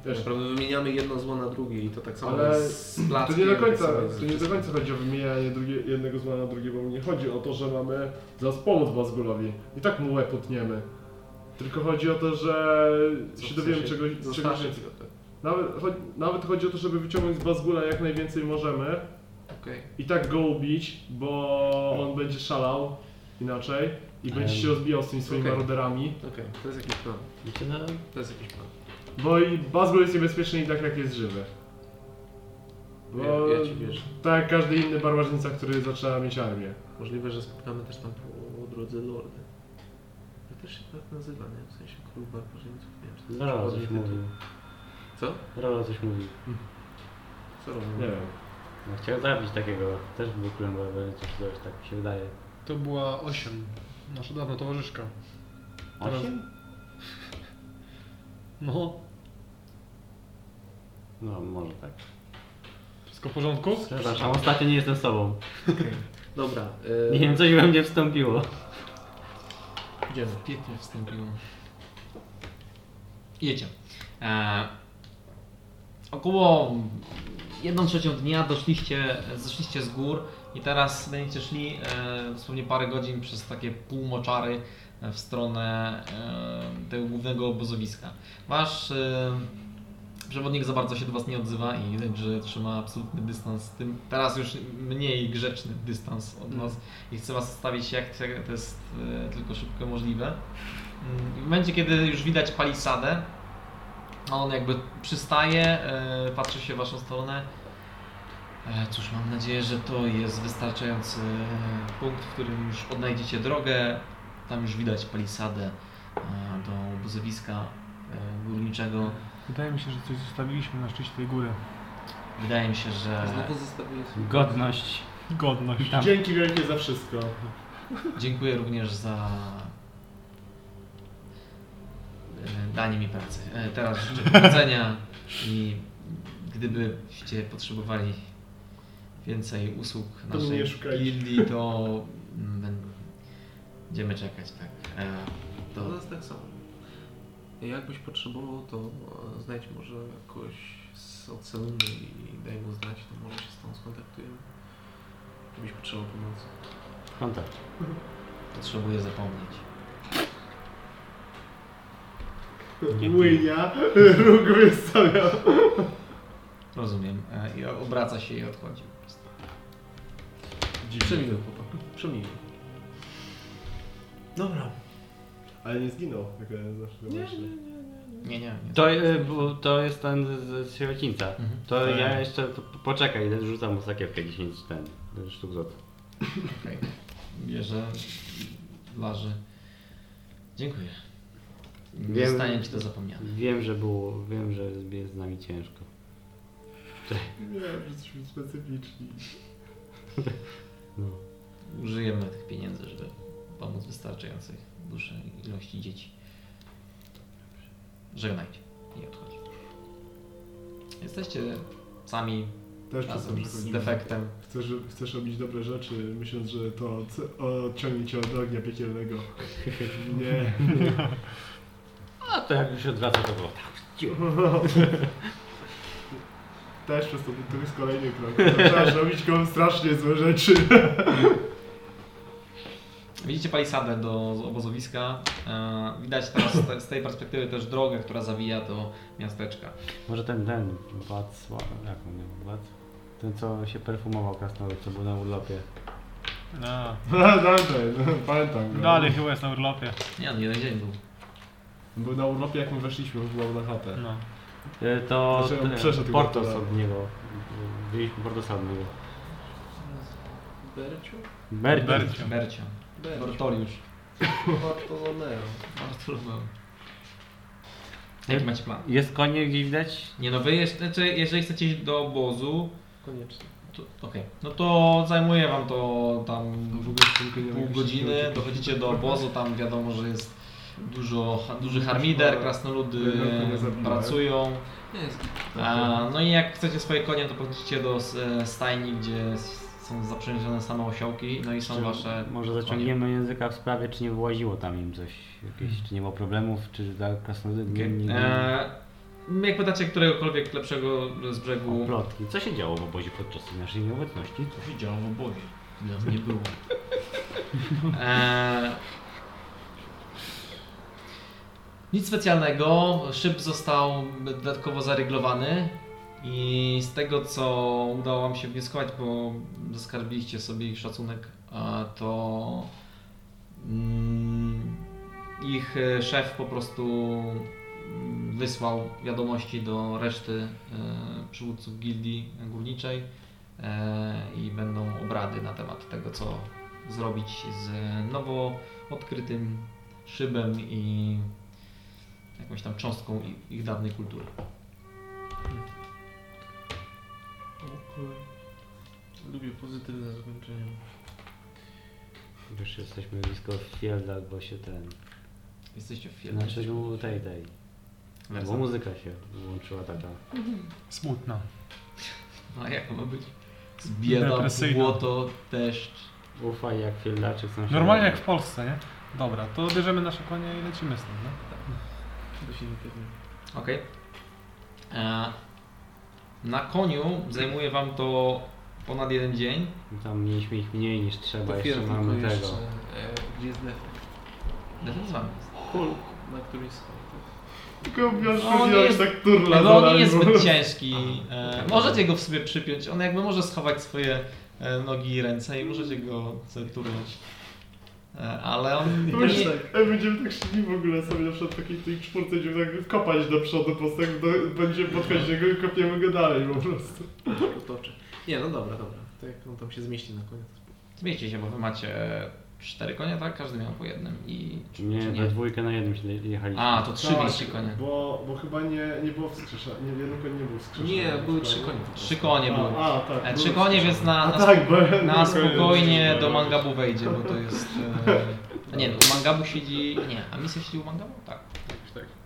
Speaker 5: Wiesz,
Speaker 4: naprawdę wymieniamy jedno zło na drugie i to tak samo
Speaker 5: Ale
Speaker 4: jest z plackiem.
Speaker 5: To nie do
Speaker 4: tak
Speaker 5: końca,
Speaker 4: samo jest
Speaker 5: to nie do
Speaker 4: wszystkim.
Speaker 5: końca chodzi o wymienianie drugie, jednego zła na drugie, bo mi nie chodzi o to, że mamy zaraz pomóc Bazgulowi. I tak mu łeb utniemy. Tylko chodzi o to, że
Speaker 4: Co
Speaker 5: się
Speaker 4: w
Speaker 5: dowiemy
Speaker 4: sensie
Speaker 5: czegoś, czegoś
Speaker 4: zastraszyć
Speaker 5: więcej.
Speaker 4: go, tak.
Speaker 5: Nawet, cho, nawet chodzi o to, żeby wyciągnąć z Bazgula jak najwięcej możemy
Speaker 4: Okej.
Speaker 5: i tak go ubić, bo on będzie szalał inaczej i będzie
Speaker 2: Em,
Speaker 5: się rozbijał z tymi swoimi
Speaker 4: okej.
Speaker 5: maruderami.
Speaker 4: Okej, to jest jakiś plan.
Speaker 2: Znaczy, no,
Speaker 4: To jest jakiś plan.
Speaker 5: Bo i Bazgul jest niebezpieczny i tak jak jest żywy. Bo
Speaker 4: Ja, ja ci wierzę.
Speaker 5: tak jak każdy inny barbarzyńca, który zaczyna mieć armię.
Speaker 4: Możliwe, że spotkamy też tam po drodze Lordy. To też się tak nazywa, nie? W sensie król barbarzyńców, nie wiem, czy to jest
Speaker 2: Rolo
Speaker 4: przewodni
Speaker 2: coś
Speaker 4: tytuł.
Speaker 2: mówił.
Speaker 4: Co?
Speaker 2: Rolo coś mówił.
Speaker 4: Co robią?
Speaker 5: Nie wiem.
Speaker 2: No, chciał zabić takiego. Też był królem barbarzyńców czy coś, tak mi się wydaje.
Speaker 6: To była 8. Nasza dawna towarzyszka. Teraz-
Speaker 2: Osiem?
Speaker 6: No,
Speaker 2: No, może tak.
Speaker 6: wszystko w porządku?
Speaker 2: Przepraszam, ostatnio nie jestem sobą.
Speaker 4: Okej. Dobra, e,
Speaker 2: Nie wiem, coś we mnie wstąpiło.
Speaker 4: idziemy.
Speaker 1: Pięknie wstąpiło. Jedzie. E, około 1 trzecią dnia doszliście, zeszliście z gór i teraz będziecie szli e, dosłownie parę godzin przez takie półmoczary e, w stronę e, tego głównego obozowiska. Wasz e, przewodnik za bardzo się do Was nie odzywa i widać, że trzyma absolutny dystans z tym, teraz już mniej grzeczny dystans od Was i chce Was stawić jak jak to jest e, tylko szybko możliwe. Mm, W momencie, kiedy już widać palisadę, on jakby przystaje, e, patrzy się w waszą stronę. E, Cóż, mam nadzieję, że to jest wystarczający e, punkt, w którym już odnajdziecie drogę. Tam już widać palisadę e, do obozowiska e, górniczego.
Speaker 9: Wydaje mi się, że coś zostawiliśmy na szczycie tej góry.
Speaker 1: Wydaje mi się, że
Speaker 4: Znowu zostawiłem sobie.
Speaker 2: Godność.
Speaker 9: Godność.
Speaker 2: Tam.
Speaker 5: Dzięki wielkie za wszystko.
Speaker 1: dziękuję również za e, danie mi pracy. E, Teraz
Speaker 5: (laughs)
Speaker 1: życzę powodzenia i gdybyście potrzebowali więcej usług
Speaker 5: To mnie
Speaker 1: naszej
Speaker 5: szukajcie.
Speaker 1: gildii, to mm, będziemy czekać, tak. E,
Speaker 4: To
Speaker 1: To
Speaker 4: nas tak samo. Jakbyś potrzebował, to e, znajdź może kogoś z oceanu i daj mu znać, to może się z tą skontaktujemy. Jakbyś potrzebował pomocy.
Speaker 2: Kontakt.
Speaker 1: potrzebuję zapomnieć.
Speaker 5: Łynia, róg wystawiam.
Speaker 1: Rozumiem. E, I obraca się i odchodzi.
Speaker 4: Przemiły chłopak. Przemiły. Dobra.
Speaker 5: Ale nie zginął, jak zawsze właśnie.
Speaker 1: Nie, nie, nie.
Speaker 2: To, y, bo to jest ten z, z sierocińca.
Speaker 1: Mhm.
Speaker 2: To
Speaker 5: Tak.
Speaker 2: ja jeszcze po, poczekaj, rzucam mu sakiewkę 10 ten sztuk złota.
Speaker 1: Okej. Bierze, laży. Dziękuję. Nie
Speaker 2: Wiem-
Speaker 1: stanie ci to zapomniane.
Speaker 2: Wiem, że było, wiem, że jest z nami ciężko.
Speaker 5: Nie, że jesteśmy specyficzni.
Speaker 2: No.
Speaker 1: Użyjemy tych pieniędzy, żeby pomóc wystarczającej duszy ilości dzieci. Żegnajcie i odchodzi. Jesteście sami
Speaker 5: Też
Speaker 1: razem
Speaker 5: przez to
Speaker 1: z
Speaker 5: przechodzimy.
Speaker 1: defektem.
Speaker 5: Chcesz, chcesz robić dobre rzeczy, myśląc, że to c- odciągnie cię od ognia piekielnego. (laughs) Nie.
Speaker 2: A No to jakby się odwraca, to było tak.
Speaker 5: Też przez to, to jest kolejny krok. To trzeba robić komu strasznie złe rzeczy.
Speaker 1: Widzicie palisadę do obozowiska. E, Widać teraz z te- z tej perspektywy też drogę, która zawija do miasteczka.
Speaker 2: Może ten, ten, Wacław, jak on miał, Wac? Ten, co się perfumował krasnolud, co był na urlopie.
Speaker 9: A,
Speaker 5: Dante, No, pamiętam go.
Speaker 9: dalej chyba jest na urlopie.
Speaker 1: Nie, on jeden dzień był.
Speaker 5: Był na urlopie jak my weszliśmy znowu na chatę.
Speaker 9: No.
Speaker 2: E, To
Speaker 5: Znaczy, on
Speaker 2: ten,
Speaker 5: przeszedł
Speaker 2: Portos
Speaker 5: go, tak.
Speaker 2: od niego. Byliśmy Portosa od niego.
Speaker 4: Berciu?
Speaker 2: Berber.
Speaker 9: Bercio.
Speaker 1: Bercia.
Speaker 4: Berciu.
Speaker 1: Bortoliusz.
Speaker 4: Bartolomeo.
Speaker 1: Bartolomeo. Jaki macie plan?
Speaker 2: Jest konie gdzieś widać?
Speaker 1: Nie no, wy jeszcze, znaczy, jeżeli chcecie iść do obozu,
Speaker 4: Koniecznie.
Speaker 1: to, okej. no to zajmuje wam to tam
Speaker 5: No,
Speaker 1: pół
Speaker 5: jakieś
Speaker 1: godziny,
Speaker 5: wielkie-
Speaker 1: dochodzicie do obozu, tam wiadomo, że jest dużo, duży harmider, krasnoludy
Speaker 5: Konie zabijałem.
Speaker 1: pracują.
Speaker 4: Nie jest.
Speaker 1: A, no i jak chcecie swoje konie, to podchodzicie do e, stajni, gdzie s- są zaprzężone same osiołki, no i są
Speaker 2: Czy
Speaker 1: wasze...
Speaker 2: Może zaciągniemy języka w sprawie, czy nie wyłaziło tam im coś. Jakieś, czy nie ma problemów, czy dla krasnoludów nie, nie, nie
Speaker 1: E, jak pytacie któregokolwiek lepszego z brzegu...
Speaker 2: o plotki. Co się działo w obozie podczas tej naszej nieobecności?
Speaker 1: się działo w obozie? Nas nie było. Eee, nic specjalnego. Szyb został dodatkowo zaryglowany. I z tego, co udało Wam się wnioskować, bo zaskarbiliście sobie ich szacunek, a to mm, ich e, szef po prostu mm, wysłał wiadomości do reszty e, przywódców gildii górniczej e, i będą obrady na temat tego, co zrobić z nowo odkrytym szybem i jakąś tam cząstką ich, ich dawnej kultury.
Speaker 4: Lubię pozytywne zakończenia.
Speaker 2: Już jesteśmy blisko Fielda, bo się ten...
Speaker 1: Jesteście w firmie.
Speaker 2: Znaczy, no, tej, tej. Bo
Speaker 1: Wersa.
Speaker 2: muzyka się włączyła taka.
Speaker 9: Smutno.
Speaker 1: A jak ma być? Bieda,
Speaker 9: Depresyjna.
Speaker 1: błoto, deszcz.
Speaker 2: Ufaj jak fieldaczek są
Speaker 9: Normalnie jak
Speaker 2: szeregi.
Speaker 9: w Polsce, nie? Dobra, to bierzemy nasze konie i lecimy z tym, no.
Speaker 4: Definitywnie.
Speaker 1: Okej. E, Na koniu zajmuje wam to ponad jeden dzień.
Speaker 2: No Tam mieliśmy ich mniej niż trzeba, jeszcze
Speaker 4: Dopiero
Speaker 2: mamy
Speaker 4: tylko
Speaker 2: tego.
Speaker 4: jeszcze, e, gdzie jest defekt?
Speaker 1: Defekt z wami jest.
Speaker 4: Hulk, na którymś skończy.
Speaker 5: Tylko
Speaker 1: No,
Speaker 5: wiesz,
Speaker 1: nie
Speaker 5: że
Speaker 1: jest-
Speaker 5: tak turla
Speaker 1: No
Speaker 5: za
Speaker 1: on nie jest
Speaker 5: nami.
Speaker 1: zbyt ciężki. E, możecie go w sobie przypiąć. On jakby może schować swoje e, nogi i ręce i możecie go sobie turnąć. E, ale on
Speaker 5: To
Speaker 1: nie,
Speaker 5: będzie- Ej, będziemy tak szli w ogóle sobie na przykład takiej tej czwórce, będziemy tak kopać do przodu, po prostu jak do, będziemy podchodzić do niego i kopiemy go dalej po prostu.
Speaker 4: Otoczy. Nie, no dobra, dobra. To jak on tam się zmieści na koniec.
Speaker 1: Zmieście się, bo wy macie cztery konie, tak? Każdy miał po jednym i...
Speaker 2: Nie,
Speaker 1: nie?
Speaker 2: we dwójkę na jednym się jechaliśmy.
Speaker 1: A, to trzy mieliście konie.
Speaker 5: Bo, bo chyba nie, nie było wskrzesza, nie, jeden koń nie był wskrzeszony.
Speaker 4: Nie, były trzy konie.
Speaker 1: Trzy konie były.
Speaker 5: A, a tak.
Speaker 1: E,
Speaker 5: były
Speaker 1: Trzy konie, więc na,
Speaker 5: A
Speaker 1: na,
Speaker 5: tak, bo (laughs) ja-
Speaker 1: na
Speaker 5: bo konie
Speaker 1: spokojnie
Speaker 5: były.
Speaker 1: do Mangabu wejdzie, bo to jest... E, nie, u Mangabu siedzi... Nie, a misja siedzi u Mangabu? Tak.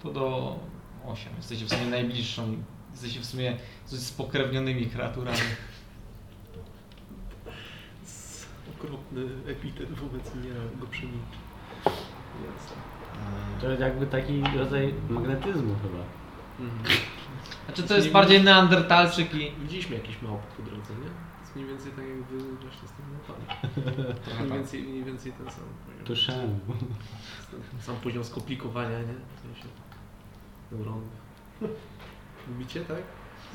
Speaker 1: To do 8. Jesteście w sumie najbliższą. Jesteście w sumie coś spokrewnionymi kreaturami.
Speaker 4: Okropny epitet wobec mnie go przemilczy. tak. Jasne.
Speaker 2: To jest jakby taki rodzaj magnetyzmu chyba.
Speaker 1: Znaczy to jest bardziej neandertalczyk i...
Speaker 4: Mhm. Widzieliśmy jakieś małpy po drodze, nie? To jest mniej więcej tak jak wy właśnie z tym małpami.
Speaker 1: Trochę
Speaker 4: Mniej
Speaker 1: tak.
Speaker 4: więcej, mniej więcej ten sam poziom.
Speaker 2: Tuszem.
Speaker 4: Sam poziom skomplikowania, nie? W sensie neuronów. (laughs) Lubicie, tak?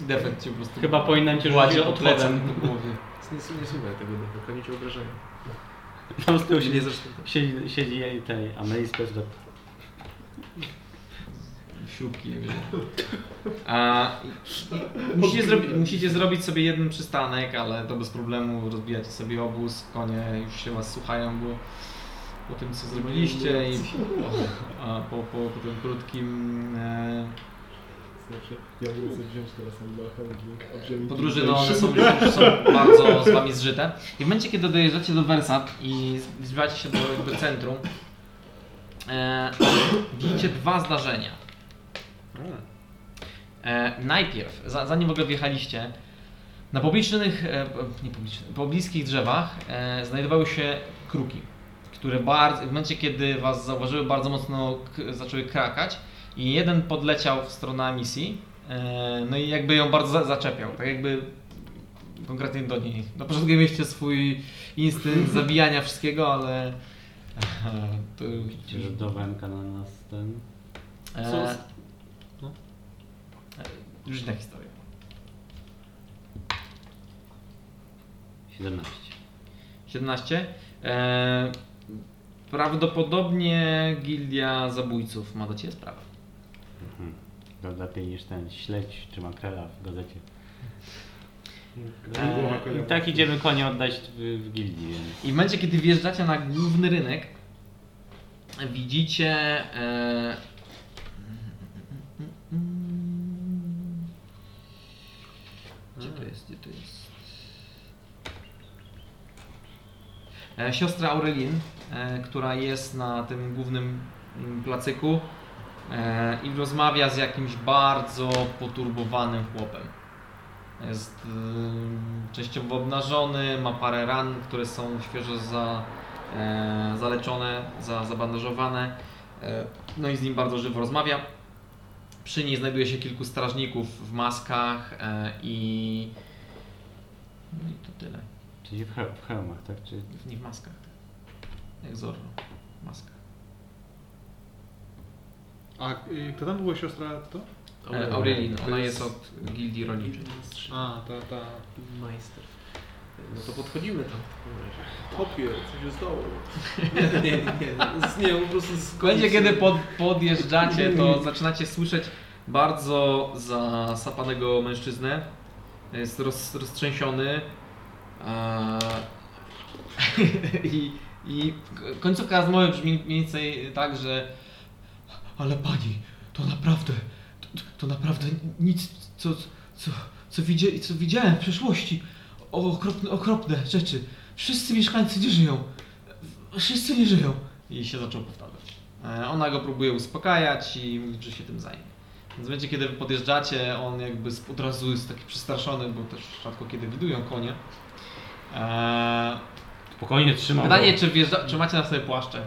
Speaker 1: Defekt cię po prostu
Speaker 2: Chyba powinienem cię rzucić
Speaker 1: gładzi od pleców
Speaker 2: odchodem.
Speaker 1: po głowie.
Speaker 4: Nie, nie słuchaj tego defektu, nie cię obrażają.
Speaker 2: Tam z tyłu
Speaker 4: Nie
Speaker 2: siedzi,
Speaker 4: zresztą.
Speaker 2: siedzi, siedzi jej tej Amelie Spectre.
Speaker 1: Śrubki, nie wiem. A, i, i, musicie, zrobi, musicie zrobić sobie jeden przystanek, ale to bez problemu. Rozbijacie sobie obóz, konie już się was słuchają, bo po tym co zrobiliście i po, a, po, po, po tym krótkim... E,
Speaker 5: Znaczy, ja nie chcę wziąć teraz Anglo-Handling.
Speaker 1: Podróże no, one są już są bardzo z wami zżyte. I w momencie, kiedy dojeżdżacie do Wersat i zbliżacie się do jakby centrum, e, widzicie dwa zdarzenia.
Speaker 6: Mm.
Speaker 1: E, najpierw, za, zanim w ogóle wjechaliście, na publicznych, e, nie publicznych, pobliskich drzewach e, znajdowały się kruki, które bardzo, w momencie, kiedy was zauważyły, bardzo mocno k- zaczęły krakać i jeden podleciał w stronę misji, e, no i jakby ją bardzo za, zaczepiał, tak jakby konkretnie do niej. Na początku mieliście swój instynkt zabijania wszystkiego, ale... e, To,
Speaker 2: Widzicie, że do Wenka na nas ten...
Speaker 1: e,
Speaker 2: no.
Speaker 1: już inna historia.
Speaker 2: 17.
Speaker 1: 17. E, prawdopodobnie Gildia Zabójców ma do Ciebie sprawę.
Speaker 2: Mhm. To lepiej niż ten śledź czy makrela w gazecie. E, I tak idziemy konie oddać w, w gildii, więc
Speaker 1: I w momencie, kiedy wjeżdżacie na główny rynek, widzicie. E... Gdzie to jest? Gdzie to jest? E, siostra Aurelin, e, która jest na tym głównym mm, placyku e, i rozmawia z jakimś bardzo poturbowanym chłopem. Jest ym, częściowo obnażony, ma parę ran, które są świeżo za, e, zaleczone, za, zabandażowane. E, no i z nim bardzo żywo rozmawia. Przy niej znajduje się kilku strażników w maskach e, i. No i to tyle.
Speaker 2: czyli w, he- w hełmach, tak? Czy
Speaker 1: W nich maskach. Jak Zorro. Maska.
Speaker 6: A y, kto tam była siostra? Kto?
Speaker 1: E, Aurelin, ona jest od gildii rolniczej.
Speaker 6: A, ta, ta.
Speaker 4: Majster. No to podchodzimy tam w takim razie. Topie, co się stało? (laughs) Nie, nie, nie. Nie, po prostu z
Speaker 1: W momencie, kiedy pod, podjeżdżacie, to zaczynacie słyszeć bardzo zasapanego mężczyznę. Jest roz, roztrzęsiony. Eee, (laughs) I, I końcówka rozmowy brzmi mniej więcej tak, że ale pani, to naprawdę, to, to naprawdę nic, co, co, co, widzie, co widziałem w przeszłości. O, okropne, okropne rzeczy. Wszyscy mieszkańcy nie żyją. Wszyscy nie żyją. I się zaczął powtarzać. E, Ona go próbuje uspokajać i mówi, że się tym zajmie. Więc będzie, kiedy wy podjeżdżacie, on jakby z- od razu jest taki przestraszony, bo też rzadko kiedy widują konie. Eee,
Speaker 2: spokojnie trzymam.
Speaker 1: pytanie,
Speaker 2: go.
Speaker 1: czy, wjeżdża, czy macie na sobie płaszcze?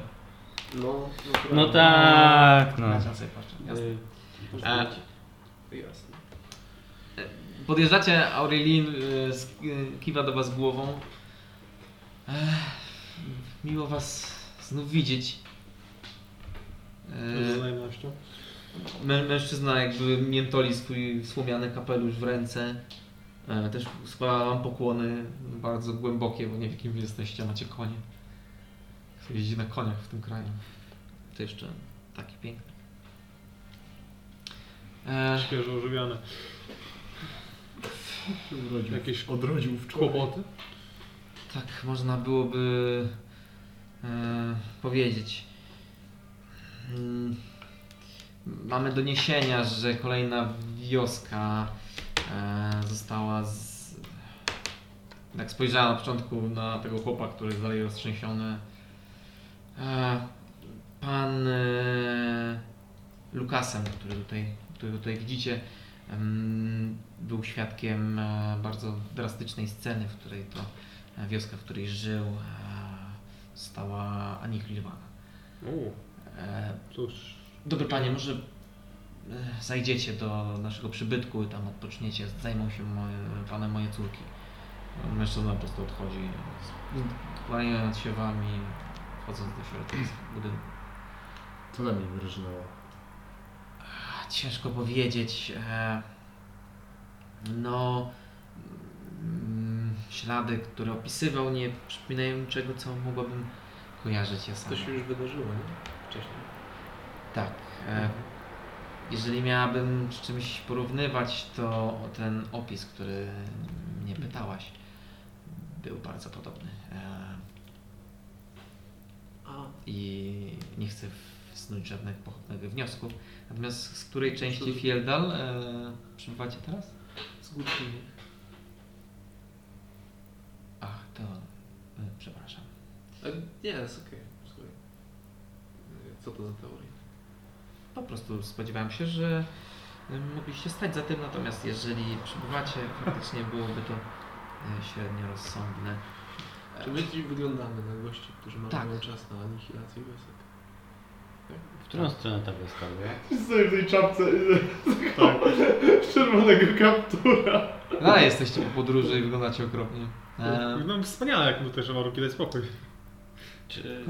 Speaker 4: No,
Speaker 2: No tak, no.
Speaker 1: Macie na sobie płaszcze, jasne.
Speaker 2: Y,
Speaker 1: E,
Speaker 4: Jasne.
Speaker 1: Podjeżdżacie, Aurelin y, sk- y, kiwa do was głową. Ech, miło was znów widzieć.
Speaker 3: Z
Speaker 1: E,
Speaker 3: znajomością.
Speaker 1: Mę, mężczyzna jakby miętoli swój słomiany kapelusz w ręce. E, też składa wam pokłony bardzo głębokie, bo nie wiem kim wy jesteście, a macie konie. Kto jeździ na koniach w tym kraju. To jeszcze taki piękny. E,
Speaker 6: Świeżo ożywiane.
Speaker 5: Urodził.
Speaker 6: Jakieś
Speaker 5: Odrodził wczoraj.
Speaker 6: kłopoty?
Speaker 1: Tak można byłoby e, powiedzieć. Mm, Mamy doniesienia, że kolejna wioska e, została z... Jak spojrzałem na początku na tego chłopa, który jest dalej roztrzęsiony. E, pan e, Lukasem, który tutaj, który tutaj widzicie, em, był świadkiem e, bardzo drastycznej sceny, w której to E, wioska, w której żył, e, została anihilowana. E,
Speaker 6: Cóż.
Speaker 1: Dobry panie, może e, zajdziecie do naszego przybytku i tam odpoczniecie, zajmą się moje, panem moje córki. E, Mężczyzna po prostu odchodzi, kłaniając się wami, wchodząc do środka budynku.
Speaker 5: Co na mnie wyrżnęło?
Speaker 1: Ciężko powiedzieć. e, No. mm, Ślady, które opisywał, nie przypominają niczego, co mogłabym kojarzyć. Ja sam.
Speaker 4: To się już wydarzyło, nie? Wcześniej.
Speaker 1: Tak. E, jeżeli miałabym z czymś porównywać, to o ten opis, który mnie pytałaś, był bardzo podobny. E,
Speaker 4: A,
Speaker 1: I nie chcę w- snuć żadnych pochopnych wniosków. Natomiast z której części Fieldal e, przybywacie teraz?
Speaker 4: z górki nie.
Speaker 1: Ach, to. y, Przepraszam.
Speaker 4: A, nie, jest okej. Słuchaj. E, Co to za teoria?
Speaker 1: Po prostu spodziewałem się, że y, mogliście stać za tym, natomiast jeżeli przybywacie, faktycznie byłoby to y, średnio rozsądne.
Speaker 4: Czy my dziś wyglądamy na gości, którzy mają
Speaker 1: Tak.
Speaker 4: czas na anihilację wiosek?
Speaker 2: W którą stronę ta wioska była?
Speaker 5: Stoję w tej czapce tak. (laughs) czerwonego kaptura.
Speaker 1: No, Ale jesteście po podróży i wyglądacie okropnie. E,
Speaker 6: No wspaniale, jak mu też Maruki daj spokój.
Speaker 2: Czy...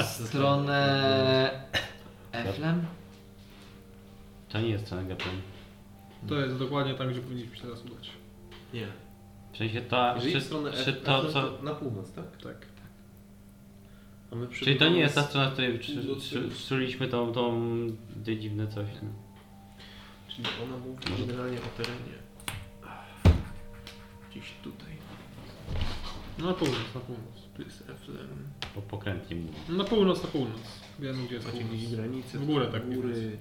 Speaker 1: w stronę Eflem?
Speaker 2: To nie jest strona Gapem.
Speaker 6: To jest dokładnie tam, gdzie powinniśmy się teraz udać.
Speaker 4: Nie.
Speaker 2: W sensie to,
Speaker 4: Jeżeli
Speaker 2: czy,
Speaker 4: w stronę
Speaker 2: czy
Speaker 4: F,
Speaker 2: to
Speaker 4: F,
Speaker 2: co...
Speaker 4: na północ, tak?
Speaker 6: Tak.
Speaker 4: A my
Speaker 2: Czyli to nie jest ta
Speaker 4: przybywa-
Speaker 2: strona, w której wczu- wczu- wczuliśmy tą, tą, te dziwne coś. No.
Speaker 4: Czyli ona mówi generalnie o terenie. Gdzieś tutaj.
Speaker 6: Na północ, na północ.
Speaker 4: Tu jest Eflem.
Speaker 2: Po pokrętnie mówię.
Speaker 6: Na północ, na północ. Wiem gdzie jest
Speaker 4: Macie
Speaker 6: północ.
Speaker 4: gdzieś granice.
Speaker 6: W górę
Speaker 4: tu
Speaker 6: tak
Speaker 4: Góry.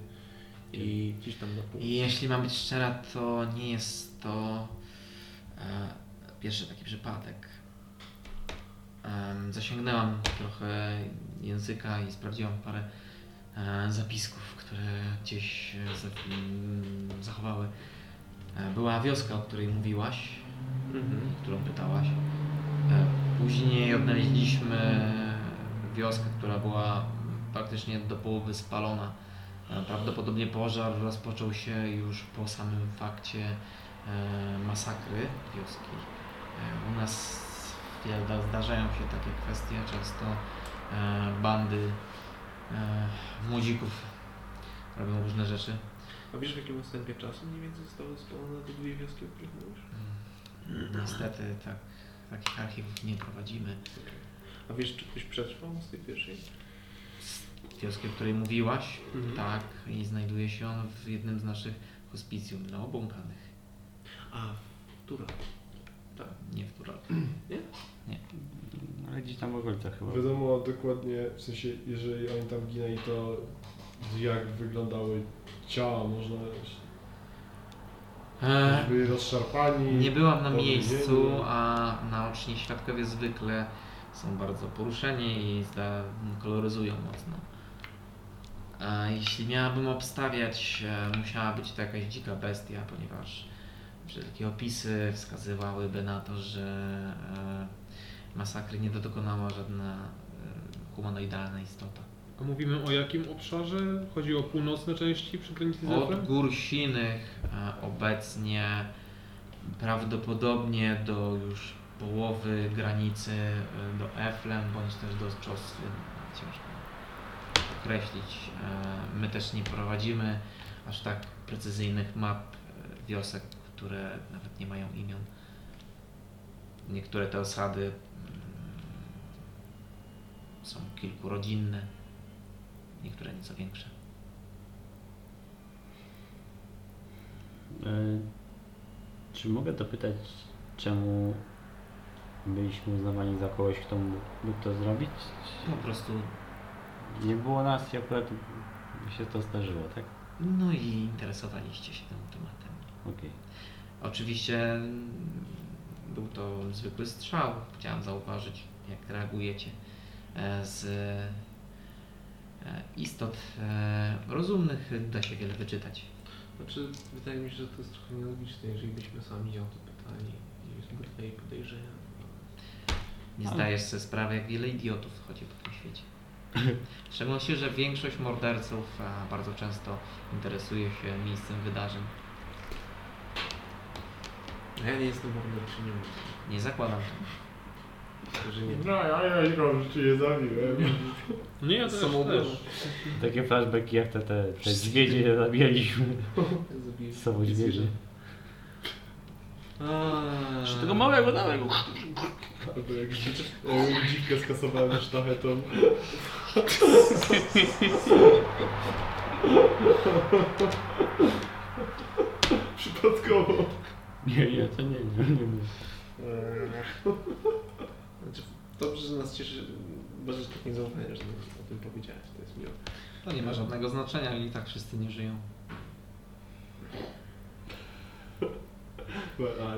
Speaker 4: I gdzieś tam na pół.
Speaker 1: I jeśli mam być szczera, to nie jest to e, pierwszy taki przypadek. Em, zasięgnęłam trochę języka i sprawdziłam parę e, zapisków, które gdzieś e, za, m, zachowały. E, była wioska, o której mówiłaś,
Speaker 4: Mhm.
Speaker 1: którą pytałaś. E, później odnaleźliśmy wioskę, która była praktycznie do połowy spalona. E, Prawdopodobnie pożar rozpoczął się już po samym fakcie e, masakry wioski. E, U nas wiada- zdarzają się takie kwestie, często e, bandy e, młodzików robią różne rzeczy.
Speaker 4: A wiesz w jakim odstępie czasu mniej więcej zostały spalone te dwie wioski, o których mówisz?
Speaker 1: Niestety tak, takich archiwów nie prowadzimy.
Speaker 4: A wiesz czy ktoś przetrwał z tej pierwszej?
Speaker 1: Wioski, o której mówiłaś,
Speaker 4: Mhm.
Speaker 1: tak, i znajduje się on w jednym z naszych hospicjum no, na obłąkanych,
Speaker 4: A, która?
Speaker 1: nie w Turalach.
Speaker 2: No, Ale gdzieś tam w okolicach chyba.
Speaker 5: Wiadomo dokładnie, w sensie, jeżeli oni tam ginęli, to jak wyglądały ciała, można
Speaker 1: E,
Speaker 5: byli rozszarpani.
Speaker 1: Nie byłam na
Speaker 5: Dobry
Speaker 1: miejscu,
Speaker 5: dzień.
Speaker 1: a naoczni świadkowie zwykle są bardzo poruszeni i zda- koloryzują mocno. A jeśli miałabym obstawiać, e, musiała być to jakaś dzika bestia, ponieważ wszelkie opisy wskazywałyby na to, że e, masakry nie dokonała żadna e, humanoidalna istota.
Speaker 6: A mówimy o jakim obszarze? Chodzi o północne części przy granicy z
Speaker 1: Od
Speaker 6: Efrem?
Speaker 1: gór Sinych e, obecnie prawdopodobnie do już połowy granicy e, do Eflem bądź też do Czosły. Ciężko określić. E, My też nie prowadzimy aż tak precyzyjnych map e, wiosek, które nawet nie mają imion. Niektóre te osady mm, są kilkurodzinne, niektóre nieco większe.
Speaker 2: E, Czy mogę dopytać, czemu byliśmy uznawani za kogoś, kto mógł to zrobić?
Speaker 1: Po prostu
Speaker 2: Nie było nas i akurat się to zdarzyło, tak?
Speaker 1: No i interesowaliście się tym tematem.
Speaker 2: Okej.
Speaker 1: Oczywiście mm, był to zwykły strzał. Chciałam zauważyć, jak reagujecie e, z e, istot e, rozumnych. Da się wiele wyczytać.
Speaker 4: Znaczy, wydaje mi się, że to jest trochę nielogiczne, jeżeli byśmy sami o to pytali. Nie jest zbyt jej podejrzenia.
Speaker 1: Nie
Speaker 2: Ale-
Speaker 1: zdajesz sobie sprawy, jak wiele idiotów chodzi po tym
Speaker 2: (laughs)
Speaker 1: świecie. W szczególności, że większość morderców a, bardzo często interesuje się miejscem wydarzeń.
Speaker 4: A No ja nie jestem morderczynią,
Speaker 1: Nie zakładam tego.
Speaker 4: także nie
Speaker 5: No, ja, ja nikogo w życiu nie zabiłem. (laughs)
Speaker 6: Nie, ja też,
Speaker 4: Samobój.
Speaker 6: też.
Speaker 2: Takie flashbacki jak te, te, te (laughs) dźwiedzie zabijaliśmy.
Speaker 4: zabiję
Speaker 2: Są dźwiedzie.
Speaker 1: Eee.
Speaker 4: Czy tego
Speaker 2: małego dałego?
Speaker 5: Albo jak e, dziwkę skasowałem sztachetą. Przypadkowo.
Speaker 2: Nie, nie, to nie, nie, nie. było.
Speaker 4: Znaczy, dobrze, że nas cieszy, bo że tak nie zaufania, że nam o tym powiedziałeś. To jest miło.
Speaker 1: To nie ma żadnego znaczenia, i tak wszyscy nie żyją.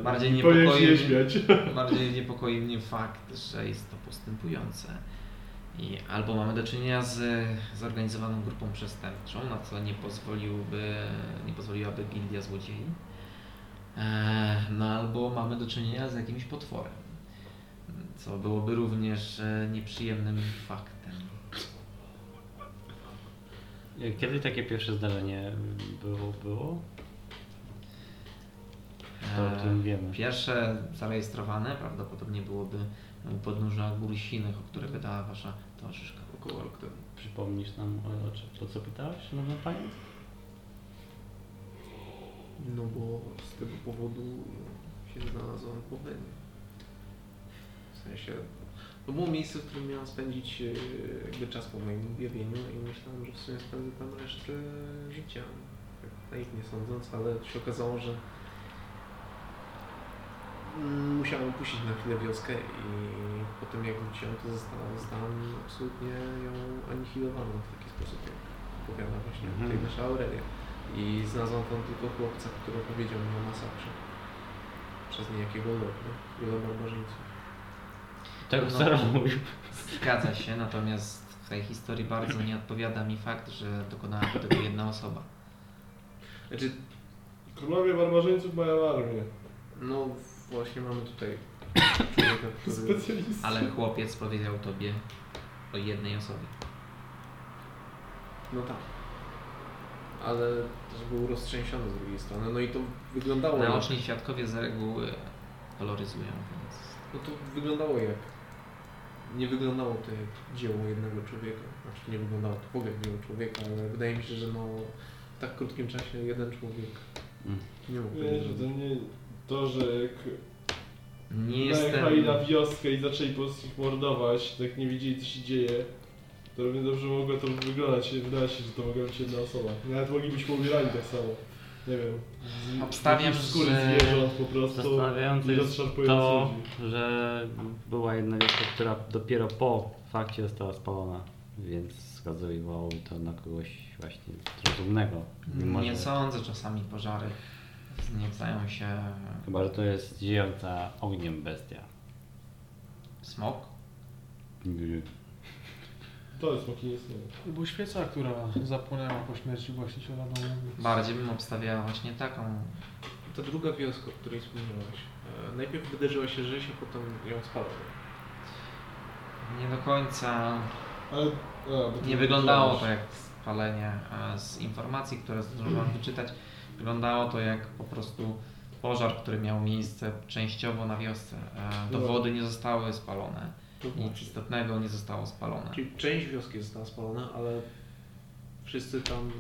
Speaker 1: Bardziej niepokoi
Speaker 5: Powinien się
Speaker 1: mnie-
Speaker 5: śmiać.
Speaker 1: Bardziej niepokoi mnie fakt, że jest to postępujące. I albo mamy do czynienia z zorganizowaną grupą przestępczą, na co nie, pozwoliłby, nie pozwoliłaby gildia złodziei. E, No albo mamy do czynienia z jakimś potworem, co byłoby również e, nieprzyjemnym faktem.
Speaker 2: E, Kiedy takie pierwsze zdarzenie było? było? To o
Speaker 1: E,
Speaker 2: tym wiemy.
Speaker 1: Pierwsze zarejestrowane prawdopodobnie byłoby u podnóża góry Sinych, o które pytała wasza towarzyszka.
Speaker 4: Około rok temu.
Speaker 2: Przypomnisz nam o, o czym- to, co pytałaś, szanowna pani?
Speaker 4: No bo z tego powodu się znalazłam w Bohemie. W sensie To było miejsce, w którym miałem spędzić e, jakby czas po moim objawieniu i myślałem, że w sumie spędzę tam resztę życia. Tak Na ich nie sądząc, ale się okazało, że mm, musiałem opuścić na chwilę wioskę i potem jak wróciłem, to została zdałam absolutnie ją anihilowaną w taki sposób, jak opowiada właśnie
Speaker 2: Mhm.
Speaker 4: tutaj nasza Aurelia. I znalazłam tam tylko chłopca, który powiedział mi o masakrze przez niejakiego Lola, Lola Barbarzyńców.
Speaker 2: Tego
Speaker 1: No.
Speaker 2: Saro mówił.
Speaker 1: Zgadza się, natomiast w tej historii bardzo nie odpowiada mi fakt, że dokonała tego jedna osoba.
Speaker 4: Znaczy,
Speaker 5: Królowie barbarzyńców mają armię.
Speaker 4: no właśnie mamy tutaj człowieka, który...
Speaker 5: Specjalista.
Speaker 1: Ale chłopiec powiedział tobie o jednej osobie.
Speaker 4: No tak. Ale też był roztrzęsiony z drugiej strony. No i to wyglądało jak...
Speaker 1: Naoczni świadkowie z reguły koloryzują, więc
Speaker 4: No to wyglądało jak... Nie wyglądało to jak dzieło jednego człowieka. Znaczy nie wyglądało to w ogóle jak dzieło człowieka, ale wydaje mi się, że no w tak krótkim czasie jeden człowiek
Speaker 2: Mm.
Speaker 4: nie mógł
Speaker 5: Wiesz,
Speaker 4: tego
Speaker 5: że to
Speaker 4: zrobić.
Speaker 5: nie... To, że jak
Speaker 1: nie jestem...
Speaker 5: najechali na wioskę No i zaczęli po prostu ich mordować, tak nie wiedzieli co się dzieje, to równie dobrze mogło to wyglądać. Wydaje się, że to mogła być jedna osoba. Nawet moglibyśmy umierali tak samo. Nie wiem. Z,
Speaker 1: Obstawiam,
Speaker 5: jakiejś skóry
Speaker 1: że-
Speaker 5: zwierząt po prostu.
Speaker 2: Zastanawiające
Speaker 5: i
Speaker 2: jest
Speaker 5: rozszarpujące
Speaker 2: to,
Speaker 5: ludzi.
Speaker 2: że była jedna wioska, która dopiero po fakcie została spalona, więc wskazywało to na kogoś właśnie rozumnego. mimo
Speaker 1: Mm, Nie
Speaker 2: że-
Speaker 1: sądzę, czasami pożary zniecają się...
Speaker 2: Chyba, że to jest ziejąca ogniem bestia.
Speaker 1: Smok?
Speaker 5: To jest smoki nie istnieje.
Speaker 6: To była świeca, która zapłonęła po śmierci właściciela domu.
Speaker 1: Bardziej bym obstawiała właśnie taką...
Speaker 4: Ta druga wioska, o której wspomniałaś. E, najpierw wydarzyła się rzeź, a potem ją spalał.
Speaker 1: Nie do końca
Speaker 5: Ale... A, bo ty
Speaker 1: Nie wyglądało tak. to
Speaker 5: powiedziałeś.
Speaker 1: jak spalenie. a Z informacji, które zdążyłam wyczytać, wyglądało to jak po prostu pożar, który miał miejsce częściowo na wiosce. E, Dowody nie zostały spalone.
Speaker 4: To
Speaker 1: Nic
Speaker 4: właśnie.
Speaker 1: istotnego nie zostało spalone.
Speaker 4: Czyli część wioski została spalona, ale wszyscy tam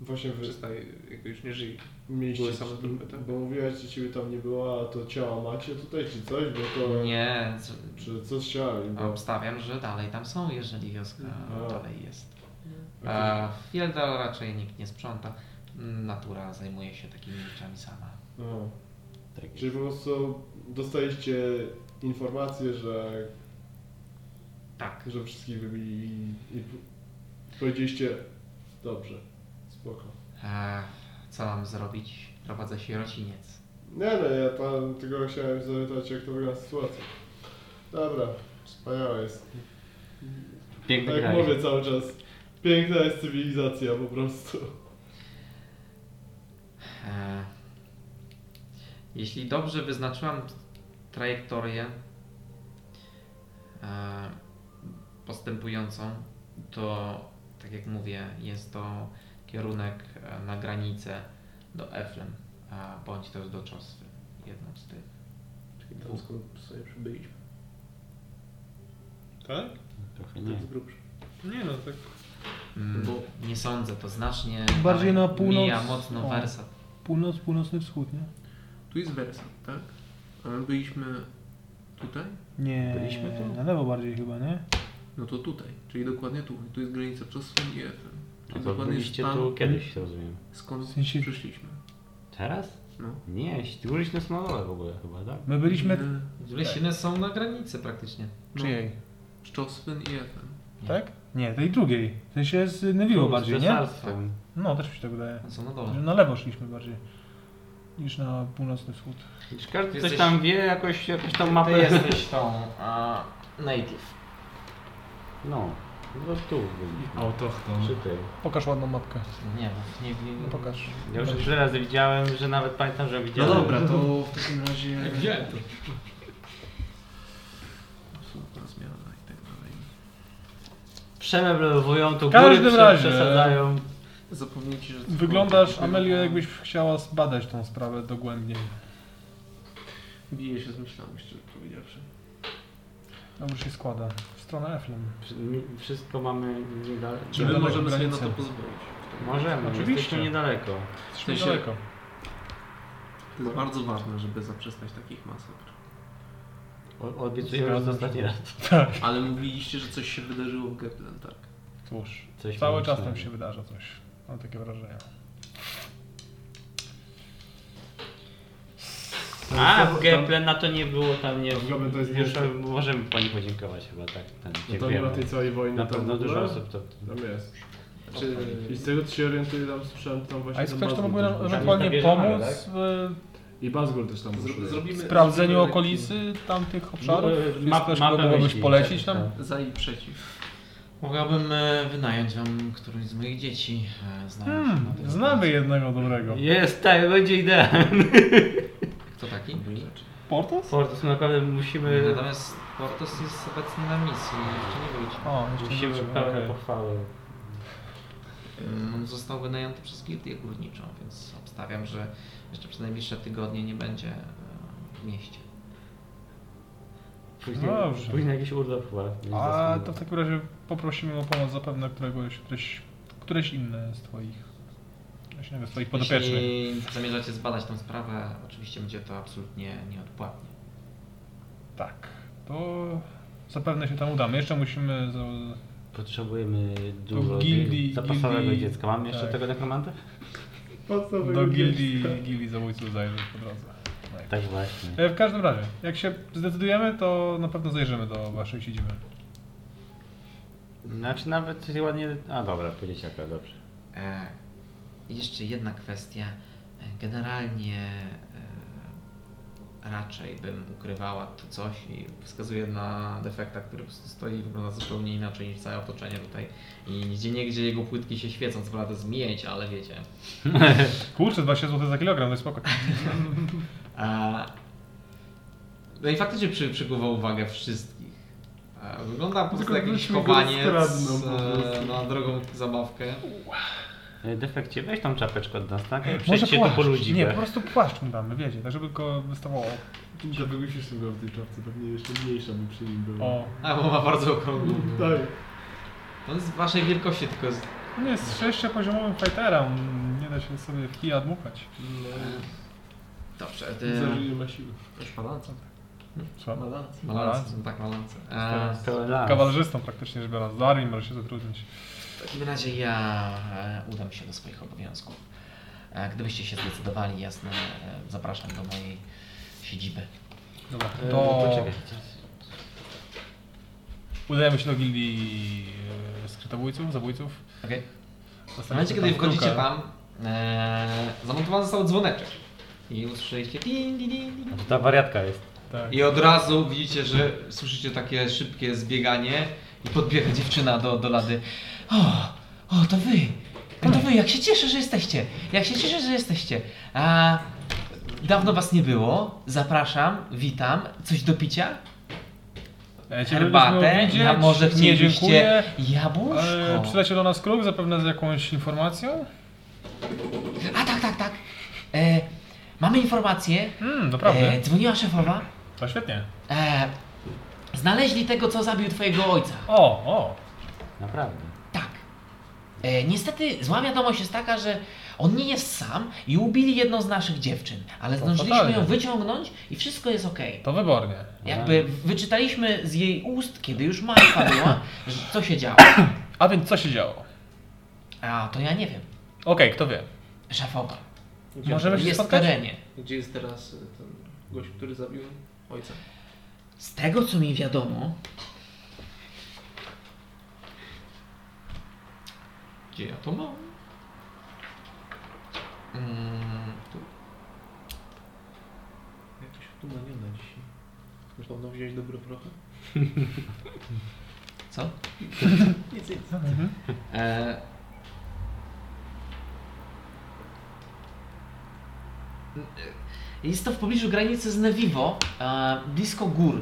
Speaker 5: Właśnie wy...
Speaker 4: przestaje, No, jakby już nie żyli.
Speaker 5: Mieliście,
Speaker 4: Były same trupy, tak?
Speaker 5: bo mówiłaś, że ciebie tam nie było, a to ciała macie tutaj czy coś, bo to...
Speaker 1: Nie, z-
Speaker 5: Czy coś ciała im
Speaker 1: a
Speaker 5: było?
Speaker 1: obstawiam, że dalej tam są, jeżeli wioska
Speaker 5: A.
Speaker 1: dalej jest. A Fieldal raczej nikt nie sprząta. Natura zajmuje się takimi rzeczami sama.
Speaker 5: Aha.
Speaker 2: Tak jest.
Speaker 5: Czyli po prostu dostaliście informację, że,
Speaker 1: Tak.
Speaker 5: że wszystkich wybili i, i powiedzieliście dobrze, spoko.
Speaker 1: E, co mam zrobić? Prowadzę sierociniec.
Speaker 5: Nie no, ja tam tylko chciałem zapytać jak to wygląda sytuacja. Dobra, wspaniałe jest.
Speaker 2: Piękny
Speaker 5: Tak
Speaker 2: kraj.
Speaker 5: mówię cały czas. Piękna jest cywilizacja po prostu.
Speaker 1: E, Jeśli dobrze wyznaczyłam trajektorię e, postępującą, to tak jak mówię, jest to kierunek e, na granicę do Eflem, a bądź też do Czoswy, jedną z tych.
Speaker 4: Czyli tam skąd sobie przybyliśmy.
Speaker 6: Tak?
Speaker 2: Trochę
Speaker 4: To
Speaker 2: nie.
Speaker 4: jest grubsze.
Speaker 6: Nie no, tak
Speaker 1: Mm,
Speaker 4: Bo-
Speaker 1: nie sądzę, to znacznie
Speaker 6: Bardziej na
Speaker 1: ale
Speaker 6: północ-
Speaker 1: mija mocno
Speaker 6: o.
Speaker 1: Wersa.
Speaker 6: północ, północny wschód, nie?
Speaker 4: Tu jest Wersa, tak? A my byliśmy tutaj?
Speaker 6: Nie,
Speaker 4: Byliśmy tu?
Speaker 6: na lewo bardziej chyba, nie?
Speaker 4: No to tutaj, czyli dokładnie tu. Tu jest granica Czosłem i Efrem.
Speaker 2: No
Speaker 4: Czyli
Speaker 2: to
Speaker 4: dokładnie
Speaker 2: byliście
Speaker 4: tam,
Speaker 2: tu kiedyś, rozumiem.
Speaker 4: skąd
Speaker 6: W sensie-
Speaker 4: przyszliśmy.
Speaker 2: Teraz?
Speaker 4: No.
Speaker 2: Nie, tu byliśmy na Smolole w ogóle chyba, tak?
Speaker 6: My byliśmy...
Speaker 4: Nie,
Speaker 1: Lesiny są na granicy praktycznie.
Speaker 4: no, Czosłem i Efrem.
Speaker 6: Tak? Nie, tej drugiej. W sensie z Neviło
Speaker 2: Tu, z
Speaker 6: bardziej, nie?
Speaker 2: cesarstwem.
Speaker 6: No, też mi się tak wydaje.
Speaker 1: One Są na
Speaker 6: Że
Speaker 1: dole.
Speaker 6: na lewo szliśmy bardziej niż na północny wschód.
Speaker 2: Czy Każdy coś
Speaker 1: Jesteś-
Speaker 2: tam wie, jakoś, jakoś tam mapę
Speaker 1: Ty jesteś tą a, native.
Speaker 2: No, no tu byliśmy.
Speaker 9: Autochton.
Speaker 2: Przy tym.
Speaker 6: Pokaż ładną mapkę.
Speaker 1: Nie, nie, nie, nie.
Speaker 6: Pokaż.
Speaker 2: Ja już tyle razy widziałem, że nawet pamiętam, że
Speaker 4: No
Speaker 2: widziałem.
Speaker 4: dobra, to w takim razie...
Speaker 1: Gdzie?
Speaker 4: Absolutna zmiana i tak dalej.
Speaker 2: Przemeblowują to
Speaker 6: W każdym
Speaker 2: góry,
Speaker 6: razie-
Speaker 2: przesadzają.
Speaker 4: Zapomnijcie, że...
Speaker 6: Wyglądasz, Amelio, jakbyś chciała zbadać tą sprawę dogłębniej.
Speaker 4: Biję się z myślami, szczerze powiedziawszy.
Speaker 6: Dobrze się składa. W stronę Eflem.
Speaker 2: Przy- mi- Wszystko mamy niedaleko.
Speaker 4: Czy my
Speaker 6: Daleko
Speaker 4: możemy sobie na
Speaker 6: granicę.
Speaker 4: to pozwolić?
Speaker 2: Możemy,
Speaker 6: Oczywiście.
Speaker 2: jesteśmy niedaleko.
Speaker 6: Jesteśmy
Speaker 4: W sensie-
Speaker 6: daleko.
Speaker 4: To jest bardzo ważne, żeby zaprzestać takich masakr.
Speaker 2: O- Obiecuję już ostatni raz.
Speaker 4: Ale mówiliście, że coś się wydarzyło w Geplen, tak?
Speaker 9: Cóż,
Speaker 2: Coś
Speaker 9: cały
Speaker 2: mocnego.
Speaker 9: czas tam się wydarza coś. Mam takie wrażenie.
Speaker 2: A, w Geplen na to nie było, tam nie...
Speaker 5: W Geplen to jest
Speaker 2: już
Speaker 5: nie-
Speaker 2: Możemy pani podziękować chyba, tak? Ten,
Speaker 5: No to nie ma tej całej wojny.
Speaker 2: Na
Speaker 5: tam
Speaker 2: pewno
Speaker 5: w ogóle.
Speaker 2: dużo osób to...
Speaker 5: Tam jest.
Speaker 4: Znaczy,
Speaker 5: I z tego co się orientuję, tam słyszałem, tam właśnie
Speaker 9: A jest
Speaker 5: ten
Speaker 9: ktoś, kto
Speaker 5: Bazgur
Speaker 9: mógłby
Speaker 5: też
Speaker 9: nam
Speaker 5: był.
Speaker 9: ewentualnie
Speaker 2: Zabierzemy,
Speaker 9: pomóc
Speaker 2: tak?
Speaker 9: w e,
Speaker 5: I Bazgul też tam
Speaker 4: zro-
Speaker 5: był.
Speaker 4: zrobimy...
Speaker 9: sprawdzeniu
Speaker 4: zrobimy
Speaker 9: okolicy tamtych obszarów?
Speaker 2: No,
Speaker 9: Jest
Speaker 2: map-
Speaker 9: ktoś,
Speaker 2: mapę
Speaker 9: kogo mógłbyś
Speaker 2: myśli,
Speaker 9: polecić
Speaker 2: tak,
Speaker 9: tam?
Speaker 2: tak.
Speaker 4: lekcję Za i przeciw.
Speaker 1: Mogłabym e, wynająć wam którąś z moich dzieci. E, Znam się na
Speaker 9: Hmm,
Speaker 1: tym.
Speaker 9: znamy jednego dobrego.
Speaker 2: Jest, tak, będzie
Speaker 9: (laughs)
Speaker 2: idealny.
Speaker 1: Kto taki? E,
Speaker 9: Portos?
Speaker 2: Fortus, naprawdę musimy...
Speaker 1: Natomiast Portos jest obecnie na misji, jeszcze nie wrócił.
Speaker 9: O, jeszcze nie
Speaker 2: Musimy
Speaker 9: wrócił,
Speaker 2: pełne
Speaker 9: okej.
Speaker 2: pochwały.
Speaker 1: Mm, On został wynajęty przez gildię górniczą, więc obstawiam, że jeszcze przez najbliższe tygodnie nie będzie e, w mieście.
Speaker 2: Później,
Speaker 9: Dobrze.
Speaker 2: później jakiś urlop chyba.
Speaker 9: A to w takim razie poprosimy o pomoc zapewne któregoś, któreś, któreś inne z twoich, właśnie nie, swoich podopiecznych.
Speaker 1: Jeśli zamierzacie zbadać tą sprawę, oczywiście będzie to absolutnie nieodpłatnie.
Speaker 9: Tak, to zapewne się tam udamy. Jeszcze musimy... za-
Speaker 2: Potrzebujemy dużo
Speaker 9: gildii-
Speaker 2: gildii, zapasowego
Speaker 9: gildii-
Speaker 2: dziecka. Mam jeszcze
Speaker 9: tak.
Speaker 2: tego nekromanta?
Speaker 9: Do gildii, gildii zabójców zajrzeć po drodze. Najpierw.
Speaker 2: Tak właśnie.
Speaker 9: E, W każdym razie, jak się zdecydujemy, to na pewno zajrzymy do waszej siedziby.
Speaker 2: Znaczy nawet się ładnie... A dobra, po dzieciaka, dobrze.
Speaker 1: E, jeszcze jedna kwestia. E, Generalnie e, raczej bym ukrywała to coś i wskazuję na defekta, który po prostu stoi i wygląda zupełnie inaczej niż całe otoczenie tutaj. I gdzie niegdzie jego płytki się świecą, co prawda z miedź, ale wiecie.
Speaker 9: Kurczę, 20 zł za kilogram, to jest
Speaker 1: (laughs)
Speaker 9: spoko.
Speaker 1: E, no i faktycznie przy, przykuwa uwagę wszystkich. E, wygląda po prostu
Speaker 5: Tylko
Speaker 1: jakieś
Speaker 5: myśmy go
Speaker 1: chowanie
Speaker 5: skradną po
Speaker 1: e,
Speaker 5: prostu.
Speaker 1: na drogą zabawkę.
Speaker 2: E, Defekcie, weź tą czapeczkę od nas, tak?
Speaker 9: Może
Speaker 2: Przejdźcie tu
Speaker 9: płaszcz.
Speaker 2: po ludzi.
Speaker 9: nie,
Speaker 2: tak?
Speaker 9: po prostu płaszcz mu damy, wiecie, tak żeby go wystawało.
Speaker 5: (laughs) Dlatego musisz go w tej czapce, pewnie jeszcze mniejsza by przy nim
Speaker 1: No.
Speaker 5: była.
Speaker 9: O,
Speaker 1: A, bo ma bardzo okrągłą.
Speaker 5: Tak.
Speaker 1: On z waszej wielkości tylko jest
Speaker 9: on jest sześciopoziomowym fighterem, nie da się sobie w kija dmuchać.
Speaker 1: Dobrze, ty...
Speaker 5: Zażyje ma siły.
Speaker 1: Też malance.
Speaker 9: Trzeba
Speaker 1: Malance, tak malance. E,
Speaker 2: Pełen las.
Speaker 9: Kawalerzystą praktycznie rzecz biorąc, z armii może się zatrudnić.
Speaker 1: w takim razie ja e, udam się do swoich obowiązków. E, gdybyście się zdecydowali, jasne, e, zapraszam do mojej siedziby.
Speaker 9: Dobra,
Speaker 2: E,
Speaker 9: to
Speaker 2: Poczekaj.
Speaker 9: udajemy się do gildii e, skrytobójców, zabójców.
Speaker 1: Okej? W
Speaker 9: Dostaniemy
Speaker 1: momencie, kiedy
Speaker 9: tam
Speaker 1: wchodzicie
Speaker 9: kruka.
Speaker 1: tam, e, zamontowany został dzwoneczek. I usłyszeliście din, din, din, din.
Speaker 2: To Ta wariatka jest.
Speaker 9: Tak.
Speaker 1: I od razu widzicie, że słyszycie takie szybkie zbieganie i podbiega dziewczyna do, do Lady. O, o, to wy! To wy, jak się cieszę, że jesteście! Jak się cieszę, że jesteście! A, dawno was nie było. Zapraszam, witam. Coś do picia?
Speaker 9: E, cię byśmy
Speaker 1: Herbatę?
Speaker 9: odwiedzić,
Speaker 1: Ja może
Speaker 9: nie
Speaker 1: chcielibyście
Speaker 9: dziękuję. E,
Speaker 1: jabłuszko?
Speaker 9: Przyleciał do nas kruk, zapewne z jakąś informacją?
Speaker 1: A tak, tak, tak. E, mamy informację.
Speaker 9: Hmm,
Speaker 1: E,
Speaker 9: naprawdę.
Speaker 1: dzwoniła szefowa.
Speaker 9: To świetnie.
Speaker 1: E, znaleźli tego, co zabił twojego ojca.
Speaker 9: O, o.
Speaker 2: Naprawdę.
Speaker 1: Tak. E, niestety zła wiadomość jest taka, że on nie jest sam i ubili jedną z naszych dziewczyn, ale
Speaker 9: To
Speaker 1: zdążyliśmy
Speaker 9: fatalnie.
Speaker 1: ją wyciągnąć i wszystko jest okej.
Speaker 9: To wybornie.
Speaker 1: Jakby wyczytaliśmy z jej ust, kiedy już martwa była, że co się działo.
Speaker 9: A więc co się działo?
Speaker 1: A to ja nie wiem.
Speaker 9: Okej, kto wie.
Speaker 1: Szefowa.
Speaker 4: Gdzie,
Speaker 9: Możemy się
Speaker 1: Jest w
Speaker 9: spotkać?
Speaker 1: terenie.
Speaker 4: gdzie jest teraz y, ten gość, który zabił ojca?
Speaker 1: Z tego co mi wiadomo. Gdzie ja to mam? Mm, tu.
Speaker 4: Jakoś utumaniona dzisiaj. Można mną wziąć dobro procha?
Speaker 1: Co?
Speaker 4: Nic, nic.
Speaker 9: Mhm.
Speaker 1: E... Jest to w pobliżu granicy z Nevivo, e, blisko gór.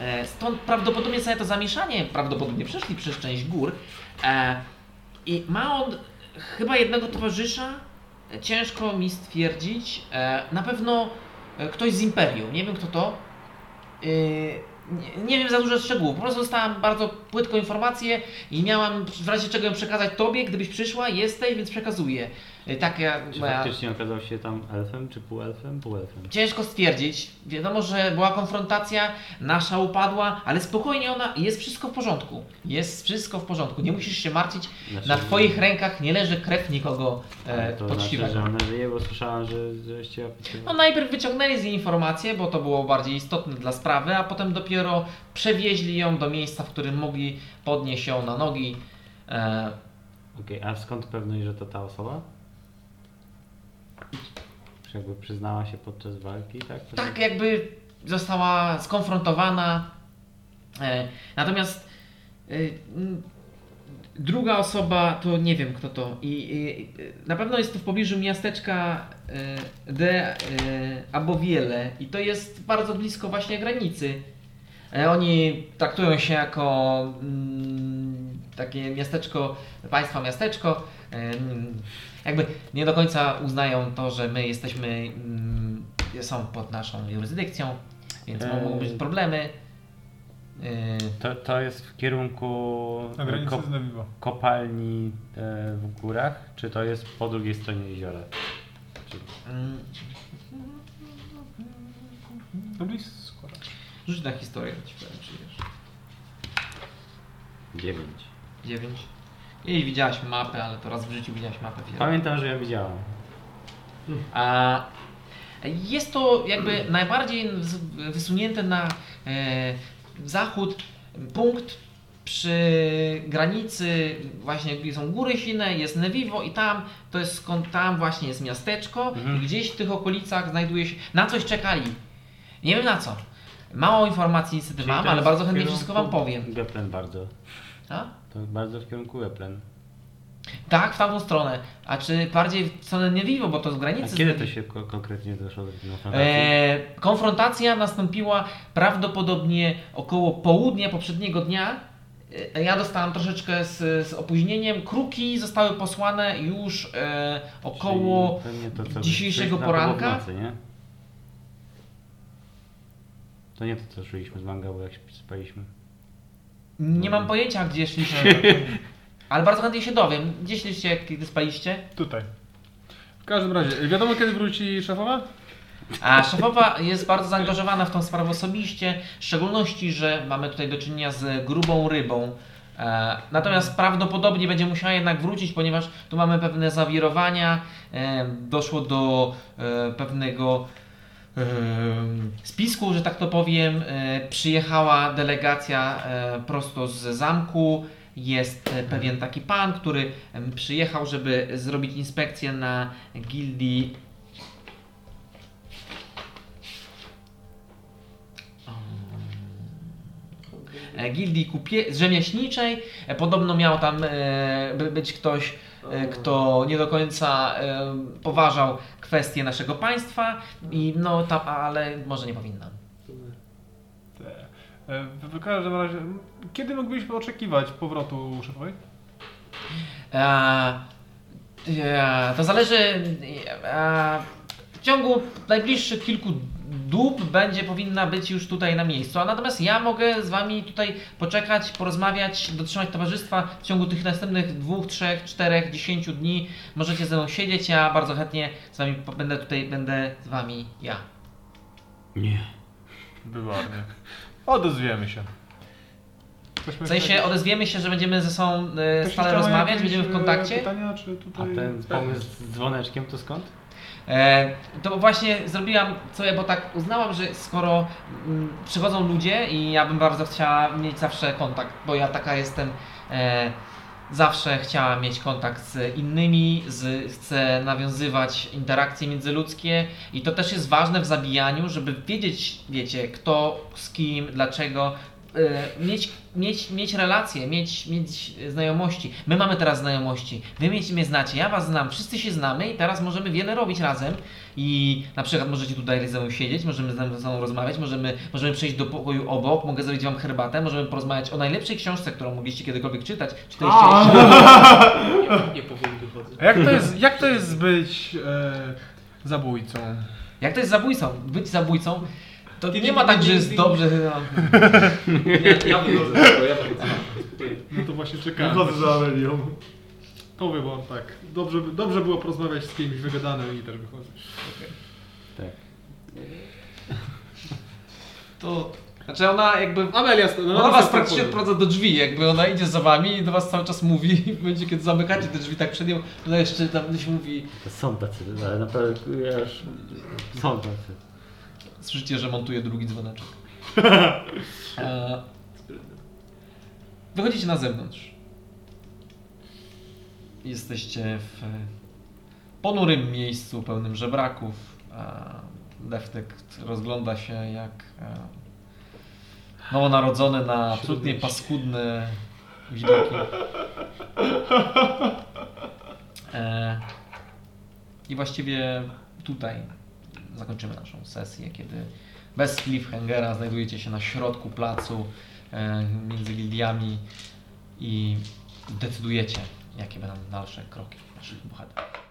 Speaker 1: E, stąd prawdopodobnie całe to zamieszanie, prawdopodobnie przeszli przez część gór. E, I ma on chyba jednego towarzysza, e, ciężko mi stwierdzić. E, na pewno e, ktoś z Imperium, nie wiem kto to. E, Nie, nie wiem za dużo szczegółów, po prostu dostałam bardzo płytką informację i miałam w razie czego ją przekazać tobie, gdybyś przyszła, jesteś, więc przekazuję. Y, Tak ja...
Speaker 2: Czy
Speaker 1: moja-
Speaker 2: faktycznie okazał się tam elfem, czy półelfem? Półelfem.
Speaker 1: Ciężko stwierdzić. Wiadomo, że była konfrontacja, nasza upadła, ale spokojnie ona jest wszystko w porządku. Jest wszystko w porządku. Nie musisz się martwić.
Speaker 2: Znaczy,
Speaker 1: Na
Speaker 9: e,
Speaker 1: twoich rękach nie leży krew nikogo e,
Speaker 2: To znaczy,
Speaker 1: poczciwego.
Speaker 2: że ona żyje, bo słyszałem, że, żeście ją opisywali.
Speaker 1: No najpierw wyciągnęli z niej informację, bo to było bardziej istotne dla sprawy, a potem dopiero przewieźli ją do miejsca, w którym mogli podnieść ją na nogi. E,
Speaker 2: Okej, a skąd pewność, że to ta osoba? Czy jakby przyznała się podczas walki, tak?
Speaker 1: tak jakby została skonfrontowana. E, natomiast e, m, druga osoba, to nie wiem kto to. I, i e, na pewno jest to w pobliżu miasteczka e, De e, Abowiele i to jest bardzo blisko właśnie granicy. E, oni traktują się jako mm, takie miasteczko, państwa miasteczko. Em, jakby nie do końca uznają to, że my jesteśmy, mm, są pod naszą jurysdykcją, więc
Speaker 2: Eee.
Speaker 1: mogą być problemy. E,
Speaker 2: To, to jest w kierunku e,
Speaker 9: Na granicy
Speaker 2: kop-
Speaker 9: z Nawiwo.
Speaker 2: kopalni e, w górach, czy to jest po drugiej stronie jeziora? Czy...
Speaker 1: mm,
Speaker 9: To blisko. raczej.
Speaker 1: Rzuć na historię, ci powiem, czy wiesz.
Speaker 2: 9.
Speaker 1: 9. I widziałaś mapę, ale to raz w życiu widziałaś mapę. wiele.
Speaker 2: Pamiętam, że ja widziałem.
Speaker 1: A jest to jakby najbardziej wys- wysunięty na e, zachód punkt przy granicy, właśnie gdzie są góry Sine, jest Nevivo i tam to jest skąd tam właśnie jest miasteczko
Speaker 2: Mhm.
Speaker 1: i gdzieś w tych okolicach znajduje się, na coś czekali. Nie wiem na co. Mało informacji niestety
Speaker 2: Czyli
Speaker 1: mam,
Speaker 2: to
Speaker 1: ale
Speaker 2: jest
Speaker 1: bardzo
Speaker 2: w
Speaker 1: chętnie
Speaker 2: kierunku
Speaker 1: wszystko Wam powiem. Tak?
Speaker 2: Geplen bardzo.
Speaker 1: A?
Speaker 2: To jest bardzo w kierunku Geplen.
Speaker 1: Tak, w tamtą stronę. A czy bardziej w stronę Nevivo, bo to z granicy.
Speaker 2: A kiedy to się ko- konkretnie doszło do tej konfrontacji?
Speaker 1: E, konfrontacja nastąpiła prawdopodobnie około południa poprzedniego dnia. E, Ja dostałam troszeczkę z, z opóźnieniem. Kruki zostały posłane już e, około.
Speaker 2: Czyli pewnie to, co-
Speaker 1: dzisiejszego
Speaker 2: coś na to było w
Speaker 1: poranka?
Speaker 2: nocy, nie? To nie to, co szliśmy z mangabu, jak się spaliśmy.
Speaker 1: Nie mam pojęcia, gdzie
Speaker 2: (laughs)
Speaker 1: szliście. Ale bardzo chętnie się dowiem. Gdzie szliście, kiedy spaliście?
Speaker 9: Tutaj.
Speaker 6: W każdym razie, wiadomo kiedy wróci szefowa?
Speaker 1: A szefowa jest bardzo zaangażowana w tą sprawę osobiście. W szczególności, że mamy tutaj do czynienia z grubą rybą. E, Natomiast prawdopodobnie będzie musiała jednak wrócić, ponieważ tu mamy pewne zawirowania. E, Doszło do e, pewnego e, spisku, że tak to powiem. E, Przyjechała delegacja e, prosto z zamku. Jest e, pewien taki pan, który em, przyjechał, żeby zrobić inspekcję na gildii. E, Gildii kupie- rzemieślniczej. E, Podobno miał tam e, by- być ktoś, e, kto nie do końca e, poważał kwestie naszego państwa i no tam, ale może nie powinna.
Speaker 9: Te. E, W w każdym razie, m, kiedy moglibyśmy oczekiwać powrotu szefowej?
Speaker 1: E, e, to zależy. E, w ciągu najbliższych kilku dób będzie powinna być już tutaj na miejscu. A natomiast ja mogę z wami tutaj poczekać, porozmawiać, dotrzymać towarzystwa w ciągu tych następnych dwóch, trzech, czterech, dziesięciu dni. Możecie ze mną siedzieć, ja bardzo chętnie z wami po- będę tutaj, będę z wami ja.
Speaker 2: Nie.
Speaker 9: Wybornie. Odezwiemy się. Ktoś
Speaker 1: W sensie odezwiemy się, że będziemy ze sobą e, stale rozmawiać, będziemy w kontakcie.
Speaker 9: Pytania, czy
Speaker 2: A
Speaker 9: tutaj...
Speaker 2: ten pomysł z dzwoneczkiem to skąd?
Speaker 1: E, to właśnie zrobiłam sobie, bo tak uznałam, że skoro mm, przychodzą ludzie i ja bym bardzo chciała mieć zawsze kontakt, bo ja taka jestem, e, zawsze chciałam mieć kontakt z innymi, z, chcę nawiązywać interakcje międzyludzkie i to też jest ważne w zabijaniu, żeby wiedzieć, wiecie, kto z kim, dlaczego. e, Mieć, mieć, mieć relacje, mieć, mieć znajomości. My mamy teraz znajomości, wy mnie, mnie znacie, ja was znam, wszyscy się znamy i teraz możemy wiele robić razem. I na przykład możecie tutaj ze mną siedzieć, możemy ze sobą rozmawiać, możemy, możemy przejść do pokoju obok, mogę zrobić wam herbatę, możemy porozmawiać o najlepszej książce, którą mogliście kiedykolwiek czytać. Czytaliście
Speaker 4: Nie, nie powiem wychodzę.
Speaker 9: A jak to jest, jak to jest być e, zabójcą?
Speaker 1: Jak to jest zabójcą? Być zabójcą To nie ma tak, że jest dobrze. no.
Speaker 4: Ja wychodzę z tego, ja wychodzę.
Speaker 6: No to właśnie czekałem.
Speaker 5: Wychodzę za Amelią.
Speaker 6: To wybór, tak. Dobrze, by- dobrze było porozmawiać z kimś wygadanym i tak też wychodzę.
Speaker 2: Tak,
Speaker 1: To. Znaczy ona jakby.
Speaker 6: Amelia, no,
Speaker 1: Ona was praktycznie odprowadza do drzwi, jakby ona idzie za wami i do was cały czas mówi (laughs) i w momencie kiedy zamykacie te drzwi tak przed nią, ona jeszcze tam się mówi,
Speaker 2: To są tacy, ale naprawdę ja już... Są tacy.
Speaker 1: Słyszycie, że montuje drugi dzwoneczek. E, Wychodzicie na zewnątrz. Jesteście w ponurym miejscu, pełnym żebraków. E, Deftek rozgląda się jak e, nowonarodzony na absolutnie paskudne widoki. E, I właściwie tutaj zakończymy naszą sesję, kiedy bez cliffhangera znajdujecie się na środku placu e, między gildiami i decydujecie, jakie będą dalsze kroki naszych bohaterów.